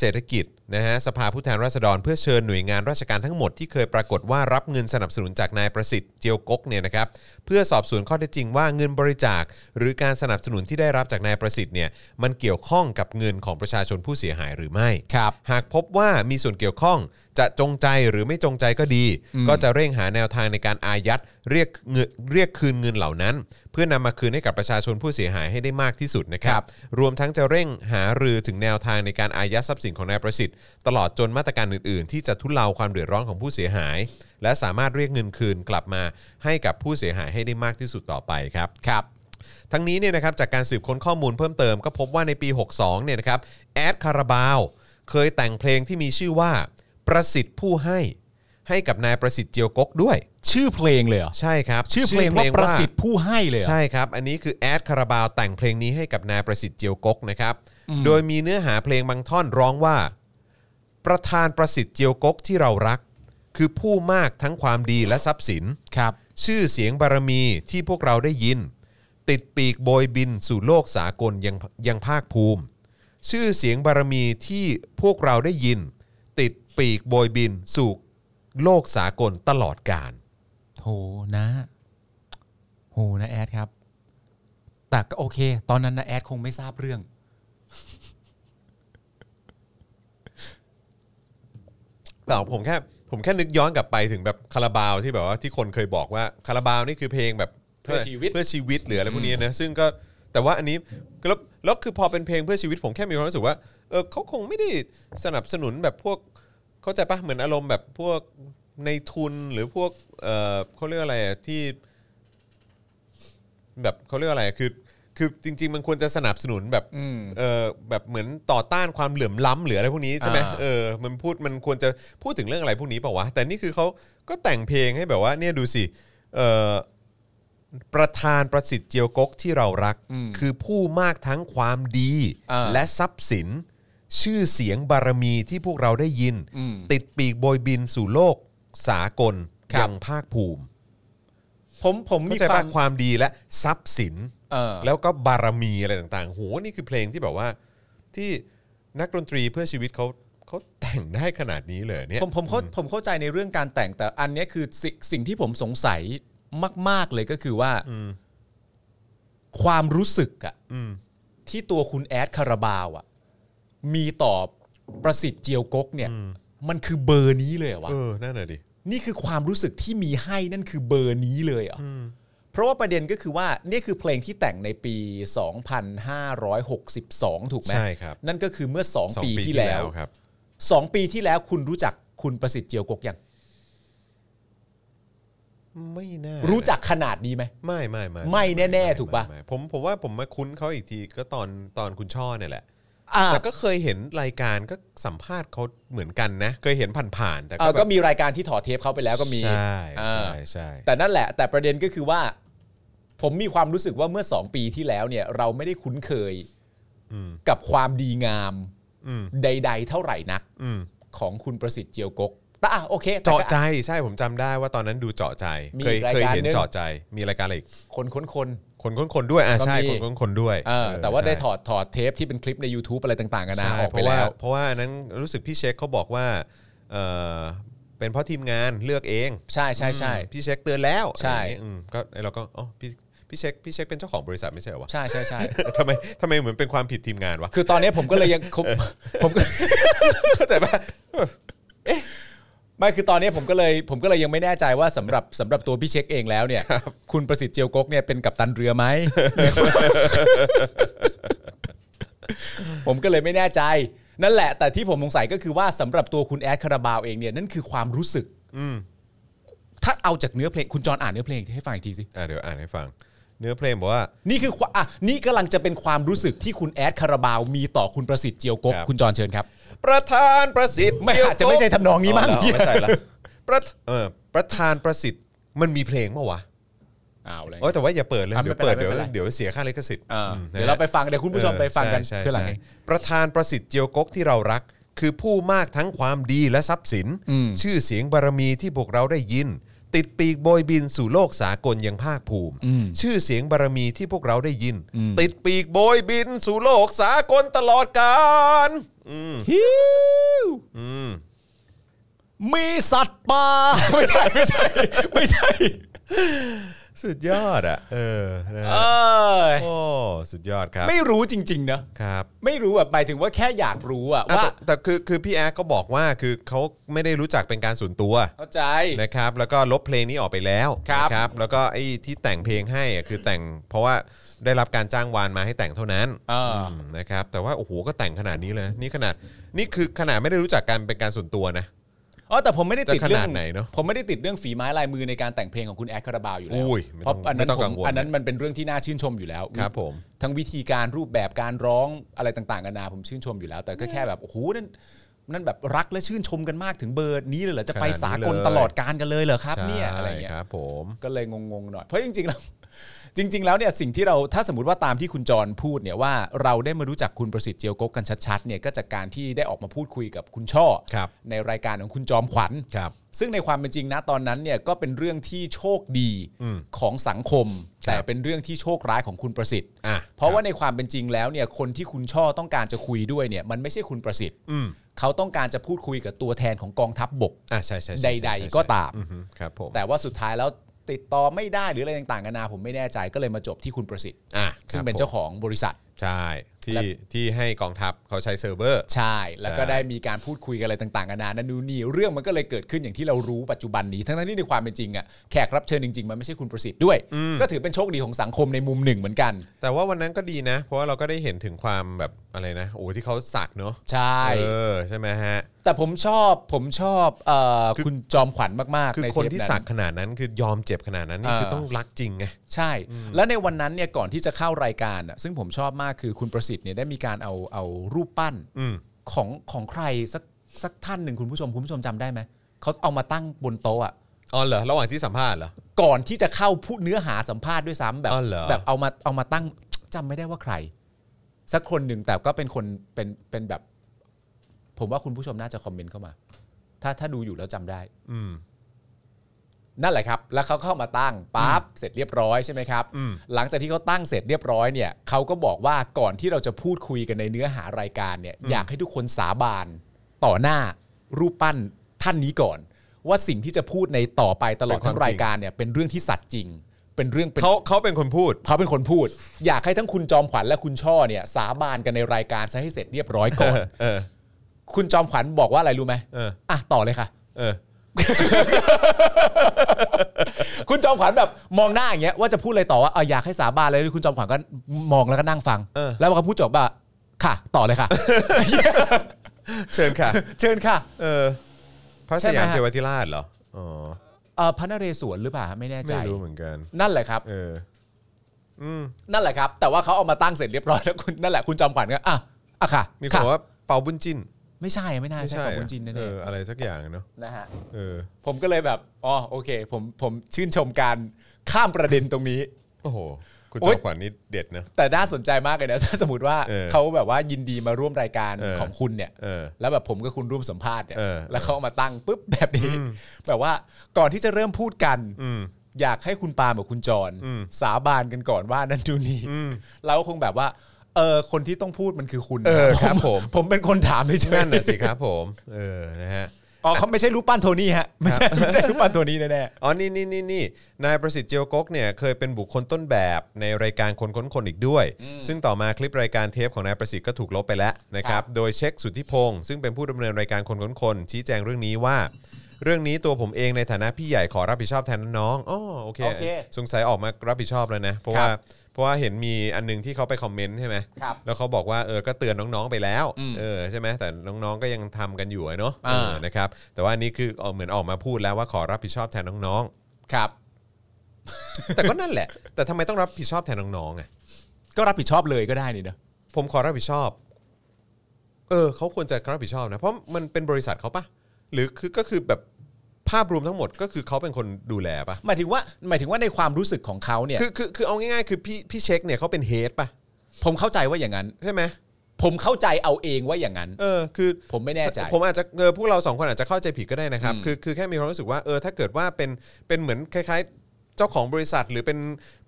Speaker 2: เศรษฐกิจ นะฮะสภาผู้แทนราษฎรเพื่อเชิญหน่วยงานราชการทั้งหมดที่เคยปรากฏว่ารับเงินสนับสนุนจากนายประสิทธิ์เจียวกกเนี่ยนะครับเพื่อสอบสวนข้อเท็จจริงว่าเงินบริจาค หรือการสนับสนุนที่ได้รับจากนายประสิทธิ์เนี่ยมันเกี่ยวข้องกับเงินของประชาชนผู้เสียหายหรือไม่
Speaker 3: ครับ
Speaker 2: หากพบว่ามีส่วนเกี่ยวข้องจะจงใจหรือไม่จงใจก็ดี ก็จะเร่งหาแนวทางในการอายัดเรียกเงินเรียกคืนเงินเหล่านั้น เพื่อนำมาคืนให้กับประชาชนผู้เสียหายให้ได้มากที่สุดนะครั
Speaker 3: ครับ บ
Speaker 2: รวมทั้งจะเร่งหารือถึงแนวทางในการอายัดทรัพย์สินของนายประสิทธิ์ ตลอดจนมาตรการอื่นๆ ที่จะทุเลาความเดือดร้อนของผู้เสียหาย และสามารถเรียกเงินคืนกลับมาให้กับผู้เสียหายให้ได้มากที่สุดต่อไปครับ
Speaker 3: ครับ
Speaker 2: ทั้งนี้เนี่ยนะครับจากการสืบค้นข้อมูลเพิ่มเติมก็พบว่าในปี 62เนี่ยนะครับแอดคาราบาวเคยแต่งเพลงที่มีชื่อว่า ประสิทธิ์ผู้ให้ ให้กับนายประสิทธิ์เจียวกกด้วย
Speaker 3: ชื่อเพลงเลยเหรอ
Speaker 2: ใช่ครับ
Speaker 3: ชื่อเพลงว่าประสิทธิ์ผู้ให้เลยเหรอ
Speaker 2: ใช่ครับ อันนี้คือแอดคาราบาวแต่งเพลงนี้ให้กับนายประสิทธิ์เจียวกกนะครับโดยมีเนื้อหาเพลงบางท่อนร้องว่า ประธานประสิทธิ์เจียวกกที่เรารัก คือผู้มากทั้งความดีและทรัพย์สิน
Speaker 3: ครับ
Speaker 2: ชื่อเสียงบารมีที่พวกเราได้ยิน ติดปีกโบยบินสู่โลกสากลยังยังภาคภูมิ ชื่อเสียงบารมีที่พวกเราได้ยิน ติดปีกโบยบินสู่โลกสากลตลอดกาล
Speaker 3: โหนะโหนะแอดครับ แต่ก็โอเค ตอนนั้นนะแอดคงไม่ทราบเรื่อง
Speaker 2: เปล่าผมแค่ผมแค่นึกย้อนกลับไปถึงแบบคาราบาวที่แบบว่าที่คนเคยบอกว่าคาราบาวนี่คือเพลงแบบ
Speaker 3: เพื่อชีวิต
Speaker 2: เพื่อชีวิตหรืออะไรพวกนี้นะซึ่งก็แต่ว่าอันนี้แล้วแล้วคือพอเป็นเพลงเพื่อชีวิตผมแค่มีความรู้สึกว่าเออเขาคงไม่ได้สนับสนุนแบบพวก เข้าใจปะเหมือนอารมณ์แบบพวกในทุนหรือพวกเออเขาเรียกอะไรอะที่ แบบเขาเรียกอะไรอะคือคือจริง ๆ มันควรจะสนับสนุนแบบ
Speaker 3: อืม
Speaker 2: เออแบบเหมือนต่อต้านความเหลื่อมล้ำหรืออะไรพวกนี้ใช่ไหม
Speaker 3: อ่า
Speaker 2: เออมันพูดมันควรจะพูดถึงเรื่องอะไรพวกนี้เปล่าวะแต่นี่คือเขาก็แต่งเพลงให้แบบว่าเนี่ยดูสิเออประธานประสิทธิ์เจียวกกที่เรารัก คือผู้มากทั้งความดี
Speaker 3: อ่า
Speaker 2: และทรัพย์สิน ชื่อเสียงบารมีที่พวกเราได้ยิน ติดปีกโบยบินสู่โลกสากล
Speaker 3: ครับ
Speaker 2: ยังภาคภูมิ
Speaker 3: ผมผม
Speaker 2: เข้า
Speaker 3: มี
Speaker 2: ใจ
Speaker 3: ควา
Speaker 2: ป่ะ
Speaker 3: ม
Speaker 2: ความดีและทรัพย์สิน
Speaker 3: เออ
Speaker 2: แล้วก็บารมีอะไรต่างๆโหนี่คือเพลงที่แบบว่า ที่นักดนตรีเพื่อชีวิตเขาเขาแต่งได้ขนาดนี้เลยเนี่ย
Speaker 3: ผมผมเข้าผมเข้าใจในเรื่องการแต่งแต่อันเนี้ยคือสิ่งสิ่งที่ผมสงสัยมาก ๆ เลยก็คือว่าความรู้สึกอะ
Speaker 2: อืม
Speaker 3: ที่ตัวคุณแอดคาราบาวอะมีต่อประสิทธิ์เจียวกกเนี่ย มันคือเบอร์นี้เลยเหรอวะ
Speaker 2: เออนั่นน่ะดิ
Speaker 3: นี่คือความรู้สึกที่มีให้นั่นคือเบอร์นี้เลยเหรออเพราะว่าประเด็นก็คือว่านี่คือเพลงที่แต่งในปี 2562 ถูกไหม
Speaker 2: ใช่ครับ
Speaker 3: นั่นก็คือเมื่อ
Speaker 2: สอ
Speaker 3: 2
Speaker 2: ง
Speaker 3: ปี
Speaker 2: ปี
Speaker 3: ที่
Speaker 2: ที่
Speaker 3: แล้
Speaker 2: แล้ว วครับ
Speaker 3: สองปีที่แล้วคุณรู้จักคุณประสิทธิ์เจียวกกยัง
Speaker 2: ไม่น่า
Speaker 3: รู้
Speaker 2: รู้
Speaker 3: จักขนาดนี้ไหม
Speaker 2: ไม่ไม่ไม่
Speaker 3: ไม่แน่ๆถูกปะ
Speaker 2: ไม่ไม่ผมผมว่าผมมาคุ้นเขาอีกทีก็ตอนตอนคุณช่อเนี่ยแหละ
Speaker 3: อ่า
Speaker 2: แต่ก็เคยเห็นรายการก็สัมภาษณ์เขาเหมือนกันนะ เคยเห็นผ่านๆแต่
Speaker 3: เอ่อ
Speaker 2: แบบ
Speaker 3: ก็มีรายการที่ถอดเทปเขาไปแล้วก็มี
Speaker 2: ใช่
Speaker 3: อ่า
Speaker 2: ใช่ใช่
Speaker 3: แต่นั่นแหละ แต่ประเด็นก็คือว่า ผมมีความรู้สึกว่าเมื่อ 2 ปีที่แล้วเนี่ย เราไม่ได้คุ้นเคย
Speaker 2: อืม
Speaker 3: กับความดีงาม
Speaker 2: อืม
Speaker 3: ใด ๆ เท่าไหร่นัก
Speaker 2: อืม
Speaker 3: ของคุณประสิทธิ์เจียวกกแต่อ่ะโอเคแต่
Speaker 2: เจาะ
Speaker 3: ก็
Speaker 2: ใจใช่ผมจำได้ว่าตอนนั้นดูเจาะใจ
Speaker 3: มี
Speaker 2: เคย
Speaker 3: ราย
Speaker 2: เคย
Speaker 3: การ
Speaker 2: เห็น
Speaker 3: หนึ่ง
Speaker 2: เจาะใจมีรายการอะไรอีก
Speaker 3: คนคนคน
Speaker 2: คนค้นคนด้วยอ่า
Speaker 3: ก็
Speaker 2: ใช่
Speaker 3: มี
Speaker 2: คนค้นคนด้วย
Speaker 3: เออแต่ว่าได้
Speaker 2: ใช่
Speaker 3: ถอดถอดเทปที่เป็นคลิปใน YouTube อะไรต่างๆกันนะ
Speaker 2: ใช่
Speaker 3: ออก
Speaker 2: เพ
Speaker 3: ไป
Speaker 2: ราะว่า
Speaker 3: แล้ว
Speaker 2: เพราะว่าอันนั้นรู้สึกพี่เช็คเขาบอกว่าเออเป็นเพราะทีมงานเลือกเอง
Speaker 3: ใช่ใช่ใช่
Speaker 2: พี่เช็คเตือนแล้วอะ
Speaker 3: ใช่
Speaker 2: ไรอย่างเงี้ยอืมก็เราก็อ๋อพี่พี่เช็คพี่เช็คเป็นเจ้าของบริษัทไม่ใช่เหรอวะ
Speaker 3: ใช่ใช่ใช่
Speaker 2: ทำไมทำไมเหมือนเป็นความผิดทีมงานวะ
Speaker 3: คือตอนนี้ผมก็เลยยังผมผมก็
Speaker 2: เข้าใจป่ะ
Speaker 3: ไม่คือตอนนี้ผมก็เลยผมก็เลยยังไม่แน่ใจว่าสำหรับสำหรับตัวพี่เช็คเองแล้วเนี่ย คุณประสิทธิ์เจียวกกเนี่ยเป็นกัปตันเรือไหม ผมก็เลยไม่แน่ใจ นั่นแหละ แต่ที่ผมสงสัยก็คือว่าสำหรับตัวคุณแอดคาราบาวเองเนี่ยนั่นคือความรู้สึก
Speaker 2: อืม
Speaker 3: ถ้าเอาจากเนื้อเพลงคุณจอนอ่านเนื้อเพลงให้ฟังอีกทีสิ
Speaker 2: อ่าเดี๋ยวอ่านให้ฟัง เนื้อเพลงบอกว่า
Speaker 3: นี่คือความอ่ะนี่กำลังจะเป็นความรู้สึกที่คุณแอดคาราบาวมีต่อคุณประสิทธิ์เจียวกก
Speaker 2: ครับ
Speaker 3: คุณจรเชิญครับ
Speaker 2: ประธานประสิทธิ์
Speaker 3: ไม่อาจจะไม่ใช่ทำนองนี้มั้ง
Speaker 2: เหรอไม่ใช่ละประเออประธานประสิทธิ์มันมีเพลงเมื่อวะ
Speaker 3: เอาเลย
Speaker 2: โอ้ยแต่ว่าอย่าเปิดเลย
Speaker 3: อ่ะไม่
Speaker 2: เดี๋ยว
Speaker 3: เป็นไร
Speaker 2: เปิดเดี๋ยว
Speaker 3: ไม่เป็นไร
Speaker 2: เดี๋ยวเสียค่าลิขสิทธิ์
Speaker 3: อ่า
Speaker 2: อืมนะ
Speaker 3: เดี๋ยว
Speaker 2: ฮะ
Speaker 3: เราไปฟังเดี๋ยวคุณผู้ชมไปฟังกัน
Speaker 2: ใช่ใช่
Speaker 3: เพื่อหลังไง
Speaker 2: ใช่ประธานประสิทธิ์เจียวกกที่เรารัก คือผู้มากทั้งความดีและทรัพย์สิน
Speaker 3: อืม
Speaker 2: ชื่อเสียงบารมีที่พวกเราได้ยิน ติดปีกโบยบินสู่โลกสากลยังภาคภูมิ
Speaker 3: อืม
Speaker 2: ชื่อเสียงบารมีที่พวกเราได้ยิน
Speaker 3: อืม
Speaker 2: ติดปีกโบยบินสู่โลกสากลตลอดกาลอืม
Speaker 3: ฮิว
Speaker 2: อืม
Speaker 3: มีสัตว์ป่า ไม่ใช่ไม่ใช่ไม่ใช่
Speaker 2: สุดยอดอ่ะ เออนะฮะ
Speaker 3: เออ
Speaker 2: โอ้สุดยอดครับ
Speaker 3: ไม่รู้จริงๆนะครับ ไม่รู้แบบหมายถึงว่าแค่อยากรู้อะ
Speaker 2: อ่ะ
Speaker 3: ว่า
Speaker 2: แต่แต่คือคือพี่แอ๊กก็บอกว่าคือเขาไม่ได้รู้จักเป็นการส่วนตัว
Speaker 3: เข้าใจ
Speaker 2: นะครับ แล้วก็ลบเพลงนี้ออกไปแล้ว
Speaker 3: ครับ
Speaker 2: นะแล้วก็ไอ้ที่แต่งเพลงให้อ่ะคือแต่งเพราะว่าได้รับการจ้างวานมาให้แต่งเท่านั้น
Speaker 3: เออ
Speaker 2: มนะครับ แต่ว่าโอ้โหก็แต่งขนาดนี้เลยนี่ขนาดนี่คือขนาดไม่ได้รู้จักกันเป็นการส่วนตัวนะ
Speaker 3: อ๋อแต่ผมไม่ได้ติด
Speaker 2: จะขนาด
Speaker 3: เรื่อง
Speaker 2: ไหนเนอะ
Speaker 3: ผมไม่ได้ติดเรื่องฝีไม้ลายมือในการแต่งเพลงของคุณแอดคาราบาวอยู่แล้ว
Speaker 2: อุ้ยไม่
Speaker 3: เพ
Speaker 2: ต้อ
Speaker 3: ราะ
Speaker 2: ง
Speaker 3: อัน
Speaker 2: ไม่
Speaker 3: นั้น
Speaker 2: ต้อง
Speaker 3: ผ
Speaker 2: กั
Speaker 3: ม
Speaker 2: งวล
Speaker 3: อันนั้นมันเป็นเรื่องที่น่าชื่นชมอยู่แล้ว
Speaker 2: ครับผม
Speaker 3: ทั้งวิธีการรูปแบบการร้องอะไรต่างๆกันานาผมชื่นชมอยู่แล้ว แต่ก็แค่แบบโอ้โหนั่นนั่นแบบรักและชื่นชมกันมากถึงเบอร์นี้เลยเหรอจะไปสากลตลอดการกันเลยเหรอครับเนี่ยอะไรอย่างเงี้ย
Speaker 2: ใช่ครับผม
Speaker 3: ก็เลยงงๆหน่อย เพราะจริงๆแล้ว จริง ๆ แล้วเนี่ยสิ่งที่เราถ้าสมมติว่าตามที่คุณจรพูดเนี่ยว่าเราได้มารู้จักคุณประสิทธิ์เจียวกกกันชัดๆเนี่ยก็จากการที่ได้ออกมาพูดคุยกับคุณช่อ
Speaker 2: ครับ
Speaker 3: ในรายการของคุณจอมขวัญ
Speaker 2: ครับ
Speaker 3: ซึ่งในความเป็นจริงนะตอนนั้นเนี่ยก็เป็นเรื่องที่โชคดี
Speaker 2: อืม
Speaker 3: ของสังคม
Speaker 2: ครับ
Speaker 3: แต่เป็นเรื่องที่โชคร้ายของคุณประสิทธิ์
Speaker 2: อ่ะ
Speaker 3: เพราะว่าในความเป็นจริงแล้วเนี่ยคนที่คุณช่อต้องการจะคุยด้วยเนี่ยมันไม่ใช่คุณประสิทธิ์
Speaker 2: อืม
Speaker 3: เขาต้องการจะพูดคุยกับตัวแทนของกองทัพบบก
Speaker 2: อ่ะใช่ใช่ใช่
Speaker 3: ใ
Speaker 2: ใช่
Speaker 3: ด
Speaker 2: ใช่
Speaker 3: ๆก็ตาม
Speaker 2: อือฮึครับผม
Speaker 3: แต่ว่าสุดท้ายแล้วติดต่อไม่ได้หรืออะไรต่างๆกันานาผมไม่แน่ใจก็เลยมาจบที่คุณประสิทธิ์
Speaker 2: อ่ะ
Speaker 3: ซึ่งเป็น
Speaker 2: ครับผม
Speaker 3: เจ้าของบริษัท
Speaker 2: ใช่ที่
Speaker 3: และ
Speaker 2: ที่ให้กองทัพเขาใช้เซิร์ฟเวอร์
Speaker 3: ใช่ แล้วก็
Speaker 2: ใช่
Speaker 3: ได้มีการพูดคุยกันอะไรต่างๆกันานานั่นนู่นนี่เรื่องมันก็เลยเกิดขึ้นอย่างที่เรารู้ปัจจุบันนี้ ทั้งๆที่ในความเป็นจริงอ่ะแขกรับเชิญจริงๆมันไม่ใช่คุณประสิทธิ์ด้วย ก็ถือเป็นโชคดีของสังคมในมุมหนึ่งเหมือนกัน
Speaker 2: แต่ว่าวันนั้นก็ดีนะ เพราะว่าเราก็ได้เห็นถึงความแบบอะไรนะ โอ้ที่เขาสักเนาะ
Speaker 3: ใช่
Speaker 2: เออใช่ไหมฮะ
Speaker 3: แต่ผมชอบผมชอบเอ่อ
Speaker 2: คือ
Speaker 3: คุณจอมขวัญมากๆ
Speaker 2: คือ
Speaker 3: ใน
Speaker 2: คน
Speaker 3: เทป
Speaker 2: ที่
Speaker 3: นั้
Speaker 2: สัก
Speaker 3: น
Speaker 2: ขนาดนั้นคือยอมเจ็บขนาดนั้นนี่
Speaker 3: เออ
Speaker 2: คือต้องรักจริงไง
Speaker 3: ใช่ แล้วในวันนั้นเนี่ยก่อนที่จะเข้ารายการอ่ะซึ่งผมชอบมากคือคุณประสิทธิ์เนี่ยได้มีการเอาเอารูปปั้น
Speaker 2: อืม
Speaker 3: ของของใครสักสักท่านหนึ่งคุณผู้ชมคุณผู้ชมจำได้ไหมเขาเอามาตั้งบนโต๊ะอะ
Speaker 2: อ๋อเหรอระหว่างที่สัมภาษณ์เหรอ
Speaker 3: ก่อนที่จะเข้าพูดเนื้อหาสัมภาษณ์ด้วยซ้ำแบบ
Speaker 2: อ๋อเหรอ
Speaker 3: แบบเอามาเอามาตั้งจำไม่ได้ว่าใคร สักคนหนึ่งแต่ก็เป็นคนเป็นเป็นแบบ ผมว่าคุณผู้ชมน่าจะคอมเมนต์เข้ามา ถ้าถ้าดูอยู่แล้วจำได้
Speaker 2: อืม
Speaker 3: นั่นแหละครับ แล้วเขาเข้ามาตั้งปั๊บเสร็จเรียบร้อยใช่ไหมครับ
Speaker 2: อืม
Speaker 3: หลังจากที่เขาตั้งเสร็จเรียบร้อยเนี่ยเขาก็บอกว่าก่อนที่เราจะพูดคุยกันในเนื้อหารายการเนี่ย อยากให้ทุกคนสาบานต่อหน้ารูปปั้นท่านนี้ก่อน ว่าสิ่งที่จะพูดในต่อไปตลอดทั้งรายการเนี่ยเป็นเรื่องที่สัตย์จริง เป็นเรื่องเป็น
Speaker 2: เขาเขาเป็นคนพูด
Speaker 3: เขาเป็นคนพูด อยากให้ทั้งคุณจอมขวัญและคุณช่อเนี่ย สาบานกันในรายการซะให้เสร็จเรียบร้อยก่อน
Speaker 2: เออ
Speaker 3: คุณจอมขวัญบอกว่าอะไรรู้ไหม
Speaker 2: เออ
Speaker 3: อ่ะต่อเลยค่ะ
Speaker 2: เออ
Speaker 3: คุณจอมขวัญแบบมองหน้าอย่างเงี้ยว่าจะพูดอะไรต่อว่าเอออยากให้สาบานเลยคุณจอมขวัญก็มองแล้วก็นั่งฟัง
Speaker 2: เออ
Speaker 3: แล้วพอเขาพูดจบว่าค่ะ ต่อเลยค่ะ
Speaker 2: เชิญค่ะ
Speaker 3: เชิญค่ะ
Speaker 2: เออ พระ
Speaker 3: ใช่
Speaker 2: ส
Speaker 3: ไหม
Speaker 2: ยาม
Speaker 3: ฮะ
Speaker 2: เทวทิราชเหรอ อ๋อ
Speaker 3: เออพระนเรศวรหรือเปล่าไม่แน่ใจ
Speaker 2: ไม่รู้เหมือนกัน
Speaker 3: นั่นแหละครับ
Speaker 2: เออ อืม
Speaker 3: นั่นแหละครับ แต่ว่าเขาเอามาตั้งเสร็จเรียบร้อยแล้วคุณนั่นแหละคุณจอมขวัญก็อ่ะอ่ะค่ะ
Speaker 2: มีคน
Speaker 3: ค่ะ
Speaker 2: บอกว่าเปาบุญจิน
Speaker 3: ไม่ใช่ไม่น่าใช่ของคุณจินแน่
Speaker 2: เอ
Speaker 3: ๆ
Speaker 2: ออะไรสักอย่างอะเนาะ
Speaker 3: นะฮะ
Speaker 2: เออ
Speaker 3: ผมก็เลยแบบอ๋อโอเค ผมผมชื่นชมการข้ามประเด็นตรงนี้
Speaker 2: โอ้โห คุณ
Speaker 3: โอ๊
Speaker 2: จอย มขวัญนี่เด็ดนะ
Speaker 3: แต่น่าสนใจมากเลยนะ ถ้าสมมติว่า
Speaker 2: เออ
Speaker 3: เขาแบบว่ายินดีมาร่วมรายการ
Speaker 2: เออ
Speaker 3: ของคุณเนี่ย
Speaker 2: เออ
Speaker 3: แล้วแบบผมกับคุณร่วมสัมภาษณ์เนี่ย
Speaker 2: เออ
Speaker 3: แล้วเขาเอามาตั้งปุ๊บ แบบนี้ แบบว่าก่อนที่จะเริ่มพูดกัน
Speaker 2: อืม
Speaker 3: อยากให้คุณปาล์มกับคุณจร
Speaker 2: อืม
Speaker 3: สาบานกันก่อนว่านั่นดูนี่
Speaker 2: อืม
Speaker 3: เราก็คงแบบว่าเออคนที่ต้องพูดมันคือคุณ
Speaker 2: เออครับผม
Speaker 3: ผม เป็นคนถามเลยใช่ไหม
Speaker 2: นั่นน่ะสิครับผม เออ นะฮะ
Speaker 3: อ๋อเขาไม่ใช่รูปปั้นโทนี่ฮะ ไม่ใช่ไม่ใช่รูปปั้นโทนี่แน่
Speaker 2: อ๋อ นี่นี่นี่นี่นายประสิทธิ์เจียวกกเนี่ยเคยเป็นบุคคลต้นแบบในรายการคนค้นคนอีกด้วย ซึ่งต่อมาคลิปรายการเทปของนายประสิทธิ์ก็ถูกลบไปแล้วนะครับ โดยเช็คสุทธิพงศ์ซึ่งเป็นผู้ดำเนินรายการคนค้นคนชี้แจงเรื่องนี้ว่า เรื่องนี้ตัวผมเองในฐานะพี่ใหญ่ขอรับผิดชอบแทนน้องอ๋อโอเค สงสัยออกมารับผิดชอบแล้วนะ เพราะว่าเพราะว่าเห็นมีอันนึงที่เขาไปคอมเมนต์ใช่ไหม
Speaker 3: ๆครับ
Speaker 2: แล้วเขาบอกว่าเออก็เตือนน้องๆไปแล้ว
Speaker 3: อืม
Speaker 2: เออใช่ไหมแต่น้องๆก็ยังทำกันอยู่อะเนาะ
Speaker 3: อ่า
Speaker 2: เออนะครับแต่ว่าอันนี้คือเอาเหมือนออกมาพูดแล้วว่าขอรับผิดชอบแทนน้องๆ
Speaker 3: ครับ
Speaker 2: แต่ก็นั่นแหละ แต่ทำไมต้องรับผิดชอบแทนน้องๆอ่ะ
Speaker 3: ก็รับผิดชอบเลยก็ได้นี่เนอะ
Speaker 2: ผมขอรับผิดชอบ เออเขาควรจะรับผิดชอบนะเพราะมันเป็นบริษัทเขาปะหรือคือก็คือแบบภาพรวมทั้งหมดก็คือเขาเป็นคนดูแลปะ
Speaker 3: หมายถึงว่าหมายถึงว่าในความรู้สึกของเขาเนี่ย
Speaker 2: คือคือคือเอาง่ายๆคือพี่พี่เช็คเนี่ยเขาเป็นเฮดปะ
Speaker 3: ผมเข้าใจว่าอย่างนั้น
Speaker 2: ใช่ไหม
Speaker 3: ผมเข้าใจเอาเองว่าอย่างนั้น
Speaker 2: เออคือ
Speaker 3: ผมไม่แน่ใจ
Speaker 2: ผมอาจจะเออพวกเราสองคนอาจจะเข้าใจผิดก็ได้นะครับ
Speaker 3: อืม
Speaker 2: คือคือแค่มีความรู้สึกว่าเออถ้าเกิดว่าเป็นเป็นเหมือนคล้ายๆ เจ้าของบริษัทหรือเป็น